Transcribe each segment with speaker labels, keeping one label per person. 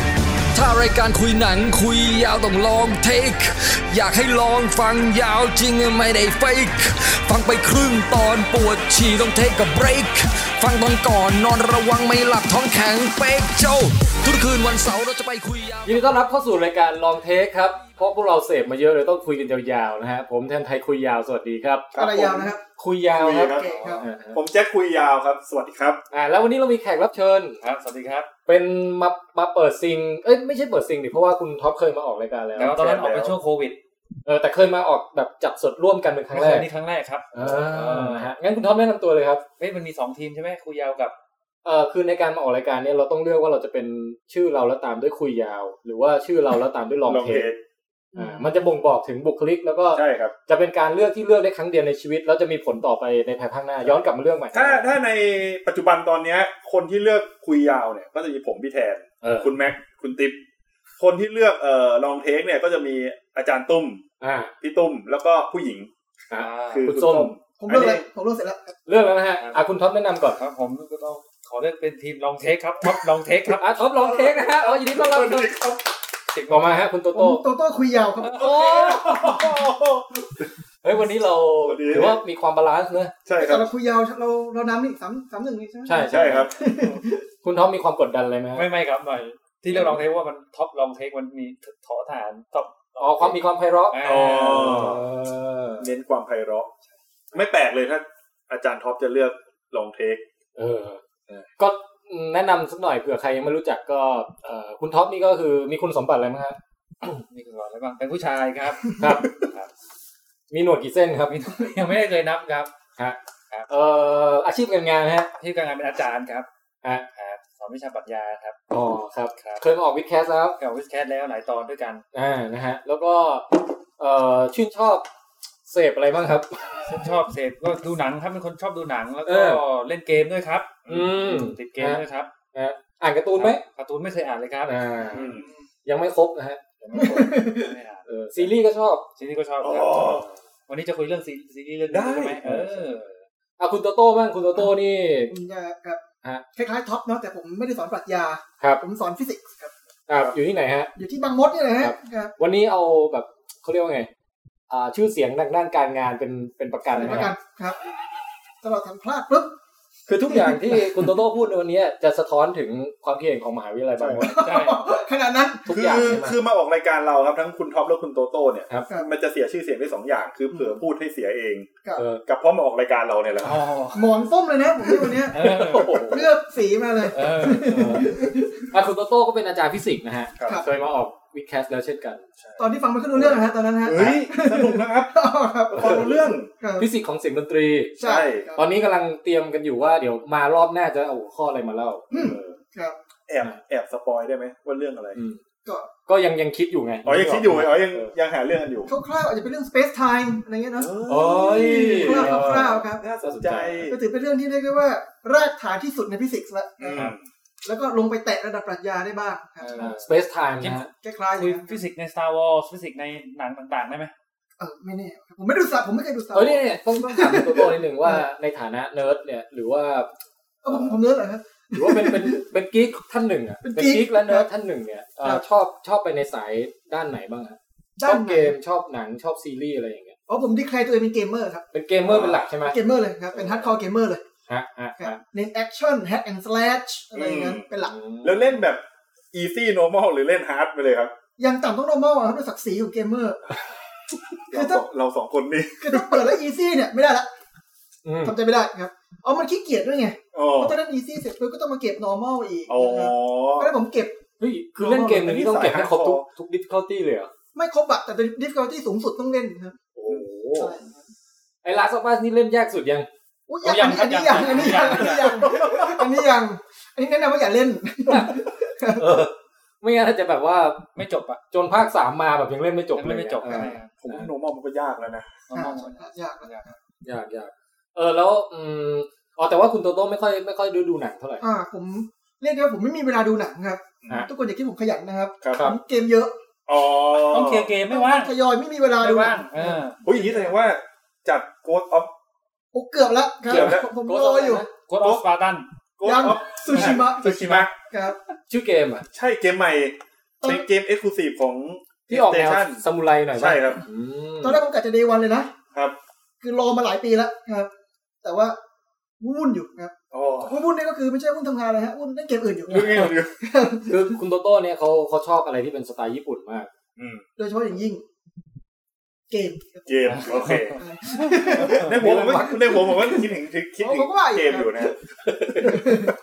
Speaker 1: ายการคุยหนังคุยยาวต้องลองเทค อยากให้ลองฟังยาวจริงไม่ได้เฟกฟังไปครึ่งตอนปวดฉี่ต้องเทคกับเบรกฟังตอนก่อนนอนระวังไม่หลับท้องแข็งเป๊กเจ้า ทุกคืนวันเสาร์เราจะไปคุยยาว
Speaker 2: ยินดีต้อนรับเข้าสู่รายการลองเทคครับ เพราะพวกเราเสพมาเยอะเลยต้องคุยกันยาวๆนะฮะ ผมแทนไทยคุยยาวสวัสดีครับ
Speaker 3: อะไรยาวนะครับ
Speaker 2: คุยยาวครับ
Speaker 3: คุยครับ
Speaker 2: อ่าฮะ
Speaker 4: ผมแจ็คคุยยาวครับ สวัสดีครับ
Speaker 2: อ่าแล้ววันนี้เรามีแขกรับเชิญ
Speaker 5: ครับ สวัสดีครับ
Speaker 2: เป็นมามาเปิดซิง เอ้ยไม่ใช่เปิดซิงดิเพราะว่าคุณท็อปเคยมาออกรายการแล้ว
Speaker 5: แล้วตอนนั้น
Speaker 4: แชร์
Speaker 5: ออกไป
Speaker 4: แล้ว
Speaker 5: ช่วงโควิด
Speaker 2: เออแต่เคยมาออกแบบจับสดร่วมกันเป็นครั้งแรก
Speaker 5: นี่ครั้งแรกครับ
Speaker 2: อ่านะฮะงั้นคุณท็อปแนะนำตัวเลยครับ
Speaker 5: เอ้ยมันมีสองทีมใช่ไหมคุยยาวกับ
Speaker 2: เออคือในการมาออกรายการเนี่ยเราต้องเลือกว่าเราจะเป็นชื่อเราแล้วตามด้วยคุยยาว หรือว่าชื่อเราแล้วตามด้วยลองเทค
Speaker 4: ค
Speaker 2: อ่ามันจะบ่งบอกถึงบุคลิกแล้วก็
Speaker 4: ใช่ครับ
Speaker 2: จะเป็นการเลือกที่เลือกได้ครั้งเดียวในชีวิต แล้วจะมีผลต่อไปในภายภาคหน้าย้อนกลับมาเลือกใหม่
Speaker 4: ถ้าถ้าในปัจจุบันตอนเนี้ย คนที่เลือกคุยยาวเนี่ย ก็จะมีผมพี่แทน
Speaker 5: เออ
Speaker 4: คุณแม็ก คุณติ๊บคนที่เลือกเอ่อลองเทคเนี่ยก็จะมีอาจารย์ตุ้ม
Speaker 2: อ่า
Speaker 4: พี่ตุ้ม แล้วก็ผู้หญิง
Speaker 2: อ่า
Speaker 4: คือ
Speaker 2: คุณ
Speaker 4: คุณ
Speaker 2: ส้
Speaker 4: ส้
Speaker 2: ม
Speaker 4: ม
Speaker 3: ผมเลือก
Speaker 4: อันนี้
Speaker 3: เลยผมเลือกเสร็จแล้ว
Speaker 2: เลือกแล้วนะฮะอ่ะคุณท็อปแนะนำก่อน
Speaker 5: ครับผมก็ต้องขอเลือกเป็นทีมลองเทคครับท็อปลองเทค ครับ
Speaker 2: อ่ะท็อปลองเทคนะฮะอ๋อยินดีต้อนรับครับ
Speaker 5: สิบ
Speaker 2: ต่อมาฮะคุณโต
Speaker 3: ผ
Speaker 2: โต้
Speaker 3: มโตโต้คุยยาวครับ
Speaker 2: โอ้เฮ้ยวันนี้เรา
Speaker 4: สวัสดี
Speaker 2: ถือว่ามีความบาลานซ์เนอะ
Speaker 4: ใช่ค
Speaker 3: แต่
Speaker 4: รับ
Speaker 3: เราคุยยาวเราเรานำนี่สามสามหนึ่งนี่ใช่ไหม
Speaker 2: ใช่
Speaker 4: ใช่ครับ
Speaker 2: คุณท็อปมีความกดดันอะไรไหมฮะ
Speaker 5: ไม่ไม่ครับหน่อย ที่เลือกลองเทคว่ามันท็อปลองเทคมันมีถอฐานท็อป
Speaker 2: อ๋อความมีความไพเราะ
Speaker 5: อ่า
Speaker 4: อ๋อ
Speaker 2: เออ
Speaker 4: เน้นความไพเราะ ไม่แปลกเลยถ้าอาจารย์ท็อปจะเลือกลองเทค
Speaker 2: เออก็แนะนำสักหน่อยเผื่อใครยังไม่รู้จักก็เอ่อคุณท็อปนี่ก็คือมีคุณสมบัติอะไรไหมฮะ
Speaker 5: นี่คืออะไรบ้างเป็นผู้ชายครับ
Speaker 2: ครับมีหนวดกี่เส้นครับ
Speaker 5: ยังไม่ได้เคยนับครับ
Speaker 2: เอ่ออาชีพการงานฮะ
Speaker 5: ที่การงานเป็นอาจารย์ครับ
Speaker 2: ฮะ
Speaker 5: ครับสอนวิชาปรัชญาครับ
Speaker 2: อ๋อครับ
Speaker 5: ครับ
Speaker 2: เคยมาออกวิดแคสแล้ว
Speaker 5: กับวิสแคทแล้วหลายตอนด้วยกัน
Speaker 2: อ่านะฮะ แล้วก็เอ่อชื่นชอบเสพอะไรบ้างครับ
Speaker 5: ฉันชอบเสพก็ดูหนังครับเป็นคนชอบดูหนังแล้ว
Speaker 2: เอ
Speaker 5: ก็
Speaker 2: อ
Speaker 5: เล่นเกมด้วยครับ
Speaker 2: อืม
Speaker 5: ติดเกมด้วยครับ
Speaker 2: นะฮะอ่านการ์ตูนไหม
Speaker 5: การ์ตูนไม่เคยอ่านเลยครับ
Speaker 2: อ่า
Speaker 4: อืม
Speaker 2: ยังไม่ครบนะฮะ
Speaker 5: ไม่อ่าน
Speaker 2: เออซีรีส์ก็ชอบ
Speaker 5: ซีรีส์ก็ชอบ
Speaker 4: อ๋อ
Speaker 5: ครับวันนี้จะคุยเรื่องซีซีรีส์เรื่องนี้ใช่ไหมเออ
Speaker 2: อ่ะคุณโตโต้บ้างคุณโตโต้นี่
Speaker 3: ผมจะครับ
Speaker 2: ฮะ
Speaker 3: คล้ายๆท็อปเนาะแต่ผมไม่ได้สอนปรัชญา
Speaker 2: ครับ
Speaker 3: ผมสอนฟิสิกส์ครับ
Speaker 2: อ่าอยู่ที่ไหนฮะ
Speaker 3: อยู่ที่บางมดนี่แหละฮะ
Speaker 2: ครับ
Speaker 3: ครับ
Speaker 2: วันนี้เอาแบบเขาเรียกว่าไง อ่าชื่อเสียงทางด้านการงานเป็นเป็นประกัน
Speaker 3: เป็นป
Speaker 2: นะ
Speaker 3: ระกั
Speaker 2: ฮะ
Speaker 3: นครับถ้าเราทำพลาดปุ๊บ
Speaker 2: คือทุกอย่างที่คุณโตโต้พูดในวันนี้จะสะท้อนถึงความคิดเห็นของมหาวิทยาลัยบางมด
Speaker 5: ใช่
Speaker 3: ขนาดนั้น
Speaker 2: ทุก
Speaker 4: คื
Speaker 2: อย่าง
Speaker 4: อ
Speaker 2: ใช่ไหม
Speaker 4: คือมาออกรายการเราครับทั้งคุณท็อปและคุณโตโต้เนี่ย
Speaker 2: ครับ
Speaker 4: มันจะเสียชื่อเสียงได้สองอย่าง คือเผื่อพูดให้เสียเอง
Speaker 2: เออ
Speaker 4: กับเพราะมาออกรายการเราเนี่ยแหละครับ
Speaker 5: อ๋อ
Speaker 3: หมอนส้มเลยนะผมที่วันเนี้ย
Speaker 5: เออ
Speaker 2: โอ้โห
Speaker 3: เลือกสีมาเลย
Speaker 5: เออ
Speaker 2: เอออ่ะคุณโตโต้ก็เป็นอาจารย์ฟิสิกส์นะฮะ
Speaker 4: ครับ
Speaker 2: เคยมาออกวิดแคสแล้วเช่นกัน
Speaker 3: ตอนที่ฟังไม่ค่อยรู้เรื่องนะฮะตอนนั้นฮะ
Speaker 4: เฮ้ยสนุกนะครับ
Speaker 3: อ๋อครับ
Speaker 4: พอรู้เรื่อง
Speaker 3: ครับ
Speaker 2: ฟิสิกส์ของเสียงดนตรี
Speaker 3: ใช่
Speaker 2: ตอนนี้กำลังเตรียมกันอยู่ว่าเดี๋ยวมารอบหน้าจะเอาหัวข้ออะไรมาเล่า
Speaker 3: ครับ
Speaker 4: แอบแอบสปอยได้ไหมว่าเรื่องอะไร
Speaker 2: อืม
Speaker 3: ก็
Speaker 2: ก็ยังยังคิดอยู่ไง
Speaker 4: อ๋อยังคิดอยู่ไหมอ๋อยังยังหาเรื่องกันอยู่
Speaker 3: คร่าวๆอาจจะเป็นเรื่อง space time อะไรเงี้ยเนาะ
Speaker 2: โอ้ย
Speaker 3: คร่าวๆครับ
Speaker 4: น่าสนใจ
Speaker 3: ก็ถือเป็นเรื่องที่เรียกได้ว่ารากฐานที่สุดในฟิสิกส์ละ
Speaker 4: อืม
Speaker 3: แล้วก็ลงไปแตะระดับปรัชญาได้บ้างครับ
Speaker 2: สเปซไทม์นะฮะ
Speaker 3: คล้ายๆอ
Speaker 5: คุย
Speaker 3: ย่างนั้น
Speaker 5: ฟิสิกส์ใน Star Wars ฟิสิกส์ในหนังต่างๆได้ไหม
Speaker 3: เออไม่แน่ครับผมไม่ได้ดูสารผมไม่เคยดูสาร
Speaker 2: เออเนี่ยเนี่ยต้องต้องถามคุณโตโต้นิดหนึ่งว่าในฐานะเนิร์ดเนี่ย หรือว่า
Speaker 3: เออผมผมเนื้อเหรอครับ
Speaker 2: หรือว่าเป็นเป็นเป็นกิ๊กท่านหนึ่งอ่ะ
Speaker 3: เป็
Speaker 2: เป็นน
Speaker 3: กิ๊ก
Speaker 2: กิ๊กและเนิร์ดท่านหนึ่งเนี่ยเอ่อ
Speaker 3: ครับ
Speaker 2: ชอบชอบไปในสายด้านไหนบ้างอะช
Speaker 3: ด้า
Speaker 2: อน บ
Speaker 3: ไหน
Speaker 2: เกมชอบหนังชอบซีรีส์อะไรอย่างเงี้ย
Speaker 3: อ๋อผมดีใครตัวเองเป็นเกมเมอร์ครับ
Speaker 2: เป็นเกมเมอร์เป็นหลักใช่ไหม
Speaker 3: เกมเมอร์เลยครับเป็นฮาร์ดคอร์เกมเมอร์เลย
Speaker 2: ฮะฮะ
Speaker 3: ครับ
Speaker 2: ฮะ
Speaker 3: เน้นแอคชั่นแฮกแอนด์สแลชอะไรอย่างนั้นเป็นหลัก
Speaker 4: แล้วเล่นแบบ easy normal หรือเล่น hard ไปเลยครับ
Speaker 3: ยังต่ำต้อง normal อะครับด้วยศักดิ์ศรีของเกมเมอร์ คื
Speaker 4: เรา
Speaker 3: อ
Speaker 4: ส
Speaker 3: ถ้า
Speaker 4: องเราสองคนนี่
Speaker 3: คือถ้าเปิดแล้ว easy เนี่ยไม่ได้ละ
Speaker 2: อืม
Speaker 3: ทำใจไม่ได้ครับเอามันขี้เกียจด้วยไง
Speaker 4: อ๋อ
Speaker 3: เพราะตอนนั้น easy เสร็จปุ๊บก็ต้องมาเก็บ normal อีก
Speaker 4: อ๋อ
Speaker 3: นะครับเพราะฉะนั้นผมเก็บ
Speaker 2: เฮ้ยคือเล่นเกมหนึ่งนี่ต้องเก็บให้ครบทุก
Speaker 4: สาย
Speaker 2: ทุกดิฟเคิลตี้เลยเหรอ
Speaker 3: ไม่ครบอะแต่เป็น difficulty สูงสุดต้องเล่นครับ
Speaker 2: โอ้โห
Speaker 3: ใช่
Speaker 2: ไอ้ลาสออฟัสนี่เล่นยากสุดยัง
Speaker 3: อุ้ยยังอันนี้ยังอันนี้ยังอันนี้ยังอันนี้ยังอันนี้แนะนำว่าอย่าเล่น
Speaker 2: เออ ไม่งั้นอาจจะแบบว่า
Speaker 5: ไม่จบอ่ะ
Speaker 2: จนภาคสามมาแบบยังเล่นไม่จบ
Speaker 5: ยัง
Speaker 2: เล
Speaker 5: เล่
Speaker 2: ย
Speaker 5: นไม่จบ
Speaker 2: เอ
Speaker 5: ใช่
Speaker 2: อ
Speaker 5: ไหมครับ
Speaker 4: ผมว่า normal มันก็ยากแล้วนะ
Speaker 5: น้องๆ
Speaker 3: ยากนะ
Speaker 2: ยากยากเออแล้วอืมอ๋อแต่ว่าคุณโตโต้ไม่ค่อยไม่ค่อยดูดูหนังเท่าไหร่
Speaker 3: อ่าผมเรียกได้ว่าผมไม่มีเวลาดูหนังครับ
Speaker 2: ฮะ
Speaker 3: ทุกคนอย่าคิดผมขยันนะครับ
Speaker 4: ครับ
Speaker 3: ผมเกมเยอะ
Speaker 4: อ๋อ
Speaker 5: ต้องเคลียร์เกมไม่ว่าง
Speaker 3: ทยอยไม่มีเวลา
Speaker 5: ไม่
Speaker 3: ดู
Speaker 5: ว่างเออ
Speaker 4: โอ้ยอย่างนี้แสดงว่าจัด Ghost of
Speaker 3: โอ้เกือบแล้วครั
Speaker 4: เกือบแล้ว
Speaker 3: บผมรออยู่
Speaker 5: กดออฟสปาร์ตัน
Speaker 4: Ghost
Speaker 3: ยัง
Speaker 4: of
Speaker 3: ซูชิมะ
Speaker 4: ซูชิมะ
Speaker 3: ครับ
Speaker 2: ชื่อเกมอ่ะ
Speaker 4: ใช่เกมใหม่ เป็นเกมเอ็กซ์คลูซีฟของ
Speaker 2: ที่ออกแนว
Speaker 4: PlayStation
Speaker 2: ซามูไรหน่อยปะ
Speaker 4: ใช่ครับ
Speaker 2: อืม
Speaker 3: ตอนแรกผมกะจะเดวันเลยนะ
Speaker 4: ครับ
Speaker 3: คือรอมาหลายปีแล้วครับ แต่ว่าวุ่นอยู่ครับ
Speaker 4: อ๋อ
Speaker 3: วุ่นๆเนี่ยก็คือไม่ใช่วุ่นทำงานเลยฮะวุ่นเล่นเกมอื่นอยู่
Speaker 4: เรื่องนี้อยู่
Speaker 2: คือคุณโตโต้เนี่ยเขาเขาชอบอะไรที่เป็นสไตล์ญี่ปุ่นมาก
Speaker 4: อืม
Speaker 3: โดยเฉพาะอย่างยิ่ง เกม
Speaker 4: เกมโอเค ในหัวผมก็ในหัวผมก็คิดถึงคิดถึง
Speaker 3: ผมก็ว่าอยู่
Speaker 4: เกมอยู่นะฮะ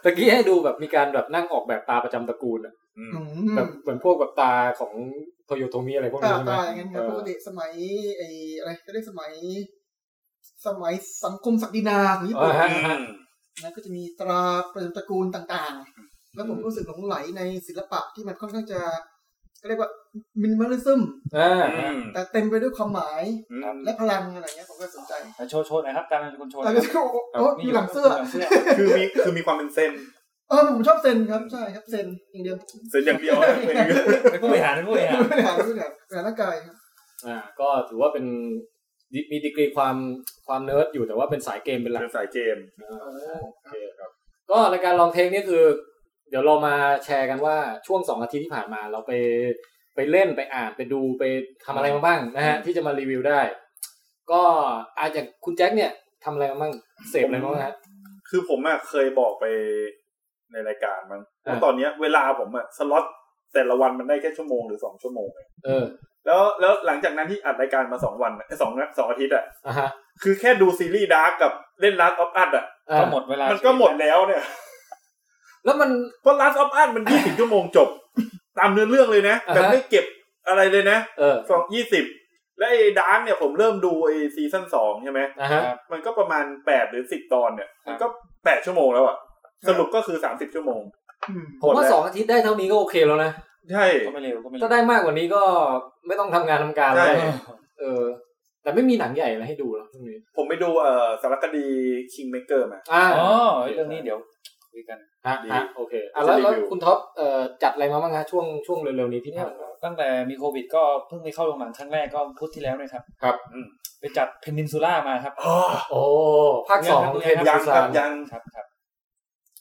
Speaker 2: ตะกี้ให้ดูแบบมีการแบบนั่งออกแบบตาประจำตระกูลอะ
Speaker 4: อืม
Speaker 3: อืม
Speaker 2: แบบเหมือนพวกแบบตาของโตโยโตมิอะไรพวกนี้
Speaker 3: ตา
Speaker 2: ใช่ไหม
Speaker 3: ตายอย่างนั้นครับ
Speaker 2: เออ
Speaker 3: ปกติสมัยไอ้อะไรก็เรียกสมัย สมัยสังคมศักดินาของญี่
Speaker 2: เอ
Speaker 3: ปุ่น
Speaker 2: อฮะ
Speaker 4: อื
Speaker 2: ฮะ
Speaker 4: ม
Speaker 3: นะก็จะมีตราประจำตระกูลต่างๆ แล้วผมรู้สึกหลงไหลในศิลปะที่มันค่อนข้างจะก็เรียกว่ามินิมอลิซึม
Speaker 2: อ่า
Speaker 4: อืม
Speaker 3: แต่เต็มไปด้วยความหมาย
Speaker 4: อืม
Speaker 3: และพลังอะไรเงี้ยผมก็สนใจ
Speaker 5: โชว์โชว์หนะครับการเป็นคนโชว์ห
Speaker 3: แล้ว
Speaker 5: น่อย
Speaker 3: ก็โอ้โหโอ้ยอยู่หลังเสื้อ
Speaker 4: คือมีคือมีความเป็นเส้น
Speaker 3: เออผมชอบเซนครับใช่ครับเซนอย่างเดียว
Speaker 4: เส้นอย่างเดียวนะ เป็นอย่างเดียว
Speaker 5: เป็นผู้บริหารเป็นผู้บริหาร
Speaker 3: ไม่ได้หาไม่ได้หาร่างกายครับ
Speaker 2: อ่าก็ถือว่าเป็นมีดีกรีความความเนิร์ดอยู่แต่ว่าเป็นสายเกมเป็นหลัก
Speaker 4: เป็นสายเกม
Speaker 2: ก็รายการลองเทคนี่คือ เดี๋ยวเรามาแชร์กันว่าช่วงสองอาทิตย์ที่ผ่านมาเราไปไปเล่นไปอ่านไปดูไปทำอะไรมาบ้างนะฮะ ที่จะมารีวิวได้ ก็อาจจะคุณแจ็คเนี่ยทำอะไรมาบ้างเสพอะไรมาบ้างฮะ
Speaker 4: คือผมอะเคยบอกไปในรายการมั้ง
Speaker 2: อ่า
Speaker 4: ว่าตอนเนี้ยเวลาผมอะสล็อตแต่ละวันมันได้แค่ชั่วโมงหรือสองชั่วโมงเอง
Speaker 2: เออ
Speaker 4: แล้วแล้วหลังจากนั้นที่อัดรายการมาสองวันอะเอ้ยสองนะสองอาทิตย์อะ
Speaker 2: อ่ะฮะ
Speaker 4: คือแค่ดูซีรีส์ดาร์กกับเล่น Last of Us อะ
Speaker 2: อ่ะ
Speaker 5: ก็หมดเวลา
Speaker 4: มั
Speaker 5: มัน
Speaker 4: ก็หมดแล้วเนี่ย
Speaker 2: แล้วมัน
Speaker 4: เพราะ Last of Us มันยี่สิบชั่วโมงจบ ตามเนื้อเรื่องเลยนะ
Speaker 2: อ่าฮะ
Speaker 4: แบบไม่เก็บอะไรเลยนะ
Speaker 2: เออ
Speaker 4: สองยี่สิบและไอ้ดาร์กเนี่ยผมเริ่มดูไอ้ซีซั่นสองใช่ไหม
Speaker 2: อ่ะฮะ
Speaker 4: มันก็ประมาณแปดหรือสิบตอนเนี่ย มันก็แปดชั่วโมงแล้วอะสรุปก็คือสามสิบชั่วโมง
Speaker 3: อืม
Speaker 2: ผมว่าสองอาทิตย์ได้เท่านี้ก็โอเคแล้วนะ
Speaker 4: ใช่
Speaker 5: ก็ไม่เร็วก็ไม่เร็
Speaker 2: ถ้าว ได้มากกว่านี้ก็ไม่ต้องทำงานทำการแล้ว
Speaker 4: ใช่
Speaker 2: เออ แต่ไม่มีหนังใหญ่อะไรให้ดูแล้วพรุ่งนี้
Speaker 4: ผมไปดูเอ่อสารคดี Kingmaker มา
Speaker 2: อ่า
Speaker 5: อ๋อเรื่องนี้เดี๋ยวคุยกัน
Speaker 2: ฮะ
Speaker 4: ดี
Speaker 2: ฮะโอเคอ่ะแล้วแล้ว
Speaker 4: จะรีวิว
Speaker 2: คุณท็อปเอ่อจัดอะไรมาบ้างฮะช่วงช่วงเร็วๆนี้ที่ผ่านมา
Speaker 5: ตั้งแต่มีโควิดก็เพิ่งไปเข้าโรงหนังครั้งแรกก็พุธที่แล้วเนะครับ
Speaker 2: ครับ
Speaker 4: อืม
Speaker 5: ไปจัดเพนนินซูล่ามาครับ
Speaker 2: โอ้ภาคสองของเทน
Speaker 5: ยั
Speaker 2: นิ
Speaker 4: ยั
Speaker 5: ง
Speaker 2: ส
Speaker 4: งค
Speaker 2: ซา
Speaker 4: รับ
Speaker 2: น
Speaker 4: ยัง
Speaker 5: ครับครับ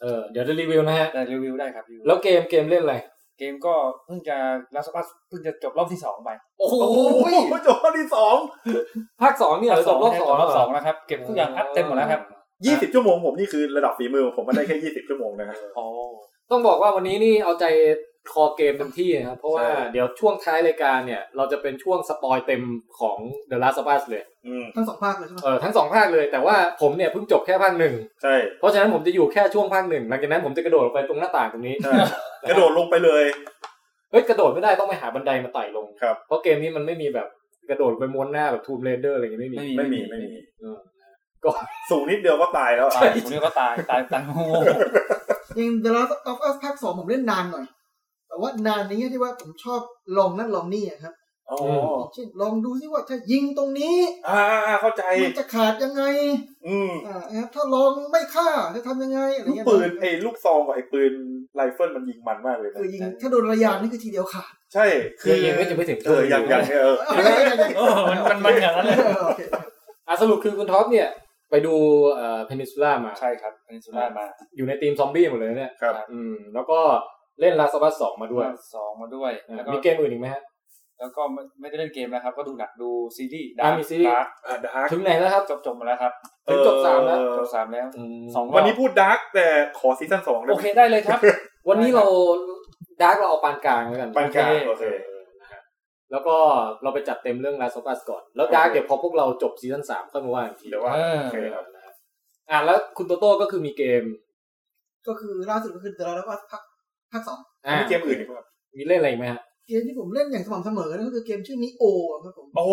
Speaker 2: เออเดี๋ยวจะรีวิวนะฮะ
Speaker 5: แต่รีวิวได้ครับรีวิว
Speaker 2: แล้วเกมเกมเล่นอะไร
Speaker 5: เกมก็เพิ่งจะลัสปัสเพิ่งจะจบรอบที่สองไป
Speaker 2: โอ้โห
Speaker 4: โอ้โจข้อที่สอง
Speaker 2: ภาคสองเนี่ยเหรอจบรอบสอง
Speaker 5: ร
Speaker 2: แล้ว
Speaker 5: อบ
Speaker 2: เหร
Speaker 5: สอ
Speaker 2: อง
Speaker 5: แล้วครับเก็บทุกอย่างอัพเต็มหมดแล้วครับ
Speaker 4: ยี่สิบชั่วโมงผมนี่คือระดับฝีมือของผมมันได้แค่ยี่สิบชั่วโมงนะครับ
Speaker 5: อ๋อ
Speaker 2: ต้องบอกว่าวันนี้นี่เอาใจคอเกมเต็มที่นะครับ เพราะว่า
Speaker 4: ใช่
Speaker 2: เดี๋ยวช่วงท้ายรายการเนี่ย เราจะเป็นช่วงสปอยเต็มของ The Last of Us เลย
Speaker 4: อืม
Speaker 3: ทั้งสองภาคเลยใช่ไหม
Speaker 2: เออทั้งสองภาคเลย แต่ว่าผมเนี่ยเพิ่งจบแค่ภาคหนึ่ง
Speaker 4: ใช่
Speaker 2: เพราะฉะนั้นผมจะอยู่แค่ช่วงภาคหนึ่งหลังจากนั้นผมจะกระโดดออกไปตรงหน้าต่างตรงนี้
Speaker 4: ใช่ กระโดดลงไปเลย
Speaker 2: เฮ้ยกระโดดไม่ได้ต้องไปหาบันไดมาไต่ลง
Speaker 4: ครับ
Speaker 2: เพราะเกมนี้มันไม่มีแบบกระโดดไปม้วนหน้าแบบทูมเรเดอร์อะไรอย่างงี้ไม่มี
Speaker 4: ไม่มีไม่มี
Speaker 2: ก็
Speaker 4: สูงนิดเดียวก็ตายแล้ว
Speaker 5: ตา
Speaker 4: อะ
Speaker 5: ยผมเรียกว่าตายตายตายโง่
Speaker 3: ยัง The Last of Us ภาคสองผมเล่นนานหน่อย แต่ว่านานในแง่ที่ว่าผมชอบลองนั่นลองนี่อะครับ
Speaker 4: อ๋อ
Speaker 3: เช่นลองดูซิว่าถ้ายิงตรงนี้
Speaker 4: อ่าอ่าเข้าใจ
Speaker 3: มันจะขาดยังไง
Speaker 4: อืม
Speaker 3: อ่านะครับถ้าลองไม่ฆ่าจะทำยังไงอะไร
Speaker 4: ลูก
Speaker 3: เงี้ย
Speaker 4: ปืนไอ้ลูกซองกับไอ้ปืนไรเฟิลมันยิงมันมากเลยนะ
Speaker 3: คือยิงถ้าโดนระยานนี่คือทีเดียว ขาด
Speaker 4: ใช่
Speaker 2: คื
Speaker 4: คือ
Speaker 2: อยังไม่จะไม่ถึง
Speaker 4: เออยังยังเออ
Speaker 3: เอาเอาเอา
Speaker 5: เออมันมันมันอย่างนั้นเลย
Speaker 3: เอาโอเค
Speaker 2: อ่ะสรุปคือคุณท็อปเนี่ย ไปดูเอ่อเพนินซูล่ามา
Speaker 5: ใช่ครับเพนนินซูล่ามา
Speaker 2: อยู่ในทีมซอมบี้หมดเลยนะเนี่ย
Speaker 4: ครับ
Speaker 2: อืมแล้วก็เล่นลาสบัสสองมาด้วย
Speaker 5: สองมาด้วย
Speaker 2: อ่ะ
Speaker 5: แล้วก็
Speaker 2: มีเกมอื่นอีกไหมฮะ
Speaker 5: แล้วก็ไม่ไม่ได้เล่นเกมนะครับ ก็ดูหนักดูซีรีส์
Speaker 2: อ่ะมีซีรีส์
Speaker 5: ดาร์ก
Speaker 4: อ่ะดาร์ก
Speaker 2: ถึงไหนแล้วครับ
Speaker 5: จบจบหมาแล้วครับ
Speaker 2: ถึงจบสามแล้ว
Speaker 5: จบสามแล้ว
Speaker 2: ม
Speaker 5: สองรอบ
Speaker 4: วันนี้พูดดาร์กแต่ขอซีซั่นสองได้
Speaker 5: โอ
Speaker 4: ไหม
Speaker 5: เคได้เลยครับ
Speaker 2: วันนี้เราดาร์กเราเอาปานกลางแล้วกัน
Speaker 4: ปานกลางโอเค
Speaker 2: นะฮะแล้วก็เราไปจัดเต็มเรื่องลาสบัสก่อน แล้วดาร์กเดี๋ยวพอพวกเราจบซีซั่นสามค่อยมาว่ากันอีกที
Speaker 4: เดี๋ยวว่า
Speaker 5: เออ
Speaker 4: โอเคครับ
Speaker 2: นะฮะอ่ะแล้วคุณโตโต้ก็คือมีเกม
Speaker 3: ก็คือล่าสุดก็คือ The Last of Us ภาคภาคสอง
Speaker 2: อ่ะ
Speaker 4: มีเกมอื่นอีกไหมครับ
Speaker 2: มีเล่นอะไรอีกไหมฮะ
Speaker 3: เกมที่ผมเล่นอย่างสม่ำเสมอนั่นก็คือเกมชื่อนิโอครับผม
Speaker 4: โอ้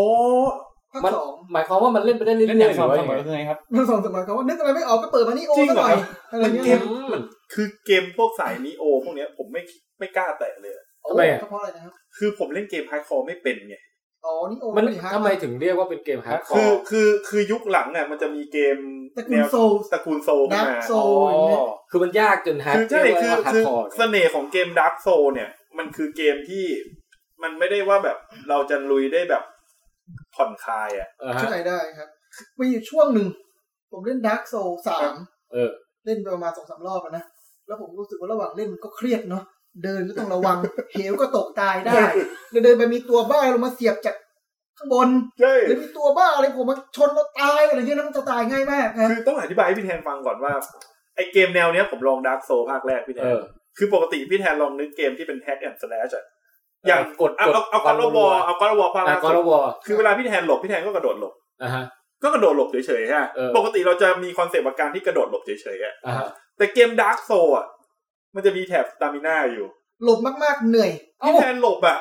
Speaker 3: ภาค
Speaker 2: มัน
Speaker 3: สอง
Speaker 2: หมายความว่ามันเล่นไปได้เรื่อย
Speaker 5: เล่นอย่าง
Speaker 2: ๆห
Speaker 5: ส
Speaker 2: รือ
Speaker 5: ม่ำ
Speaker 2: ว่า
Speaker 5: เส
Speaker 2: ยัง
Speaker 5: ม
Speaker 2: ไง
Speaker 5: อคือไงครับ
Speaker 3: มันสองสมัยเขาว่านึกอะไรไม่ออกก็เปิดมานิโอ
Speaker 4: จริง
Speaker 3: ซะ
Speaker 4: เหร
Speaker 3: ห
Speaker 4: อ
Speaker 3: น่อย
Speaker 4: ครับ
Speaker 3: อะไรเงี้ย
Speaker 4: เกมมันคือเกมพวกสายนีโอพวกเนี้ยผมไม่ไม่กล้าแตะเลย
Speaker 3: โอ้
Speaker 2: ทำไมอ่ะ
Speaker 3: ก็เพราะอะไรนะครับ
Speaker 4: คือผมเล่นเกมไฮคอร์ไม่เป็นไง
Speaker 3: อ๋อนิโอ
Speaker 2: มัน
Speaker 3: เป็นฮาร์ด
Speaker 2: ทำไมถึงเรียกว่าเป็นเกมฮาร์ดคอ
Speaker 4: คือ
Speaker 2: ร์
Speaker 4: คือคือยุคหลังเนี่ยมันจะมีเกม
Speaker 3: ตระกู
Speaker 4: แน
Speaker 3: ล
Speaker 4: ว
Speaker 3: โซล
Speaker 4: ตระกูลโซล
Speaker 3: ดั
Speaker 4: ขึ้
Speaker 3: ก
Speaker 4: นมา
Speaker 3: โซลอย่างเงี้ย
Speaker 2: คือมันยากจนฮาร์ด
Speaker 4: คือใช่
Speaker 2: เรียก
Speaker 4: คือ
Speaker 2: ว่าฮาร์ด
Speaker 4: คือ
Speaker 2: คอร์
Speaker 4: เสน่ห์ของเกมดาร์กโซเนี่ยมันคือเกมที่มันไม่ได้ว่าแบบเราจะลุยได้แบบผ่อนคลายอ่ะ
Speaker 2: เออฮะ
Speaker 3: เข้าใจได้ครับมีอยู่ช่วงหนึ่งผมเล่นดักโซลสาม
Speaker 2: เออ
Speaker 3: เล่นไปประมาณสองสามรอบอะนะ แล้วผมรู้สึกว่าระหว่างเล่นมันก็เครียดเนาะ เดินก็ต้องระวัง เหวก็ตกตาย ได้เดินไปมีตัวบ้าลงมาเสียบจากข้างบน
Speaker 4: ใช่
Speaker 3: หรือมีตัวบ้าอะไรผมมาชนแล้วตายอะไรเงี้ยแล้วมันจะตายง่ายมากนะ
Speaker 4: คือต้องอธิบายให้พี่แทนฟังก่อนว่าไอเกมแนวเนี้ยผมลองดาร์กโซภาคแรกพี่แท
Speaker 2: เอน อ
Speaker 4: คือปกติพี่แทนลองนึกเกมที่เป็นแฮกแอนด์สแลชอะอย่าง
Speaker 2: กด
Speaker 4: เอา
Speaker 2: กด
Speaker 4: เอาเอา
Speaker 2: ฟั
Speaker 4: กอน ลว
Speaker 2: รั
Speaker 4: อ
Speaker 2: ว
Speaker 4: เอากอลวอภาค
Speaker 2: อ่ะ
Speaker 4: ล่า
Speaker 2: ก็ร
Speaker 4: สุด
Speaker 2: บอ
Speaker 4: คือเวลาพี่แทนหลบพี่แทนก็กระโดดหลบ
Speaker 2: อ่ะฮะ
Speaker 4: ก็กระโดดหลบเฉยๆฮะ
Speaker 2: เออ
Speaker 4: ปกติเราจะมีคอนเซปต์ว่าการที่กระโดดหลบเฉยๆอะ
Speaker 2: อ่ะฮะ
Speaker 4: แต่เกมดาร์กโซอะมันจะมีแถบสตามิน่าอยู่
Speaker 3: หลบมากๆเหนื่อย
Speaker 4: พี่แทนหลบอะ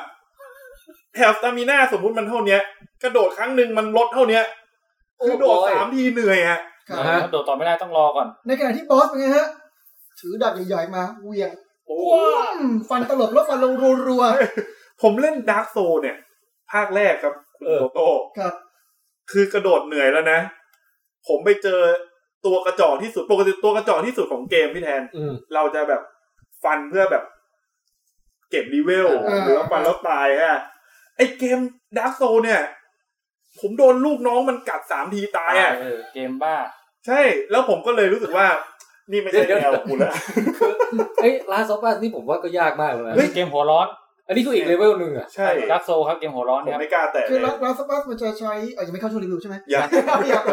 Speaker 4: แถบสตามิน่าสมมุติมันเท่าเนี้ย กระโดดครั้งหนึ่งมันลดเท่าเนี้ย คือโดดสามทีเหนื่อยอะ
Speaker 3: ครับ
Speaker 2: อ่ะฮะ
Speaker 5: ถ้าโดดต่อไม่ได้ต้องรอก่อน
Speaker 3: ในขณะที่บอสเป็นไงฮะ ถือดาบใหญ่ๆมาเหวียงอืมฟันตลบแล้วฟันลงรัว
Speaker 4: ผมเล่นดาร์กโซเนี่ย ภาคแรกครับคุณโตโต้
Speaker 3: ๆครับ
Speaker 4: คือกระโดดเหนื่อยแล้วนะ ผมไปเจอตัวกระจอกที่สุด ปกติตัวกระจอกที่สุดของเกมพี่แทน
Speaker 2: อืม
Speaker 4: เราจะแบบฟันเพื่อแบบ เก็บดีเวล
Speaker 2: เออ
Speaker 4: หรือว่าฟันแล้วตายฮะไอเกมดาร์กโซเนี่ย ผมโดนลูกน้องมันกัดสามทีตายอ่ะ
Speaker 5: เออเกมบ้า
Speaker 4: ใช่ แล้วผมก็เลยรู้สึกว่า นี่ไม่ใช่แนวกูแล้ว
Speaker 2: เอ้ยลาสอฟัสนี่ผมว่าก็ยากมากเลยนะ
Speaker 4: เฮ้ย
Speaker 5: เกมหัวร้อน
Speaker 2: อันนี้คืออีกเลเวลหนึ่งอ่ะ
Speaker 4: ใช่
Speaker 5: ดักโซครับเกมหัวร้อน
Speaker 4: ผม
Speaker 5: ครับ
Speaker 4: ไม่กล้าแตะ
Speaker 3: คือ
Speaker 4: เลย
Speaker 3: เราสปัสมันจะใช้เออยังไม่เข้าช่วงรีวิวใช่ไหม
Speaker 4: อย่า
Speaker 2: แต่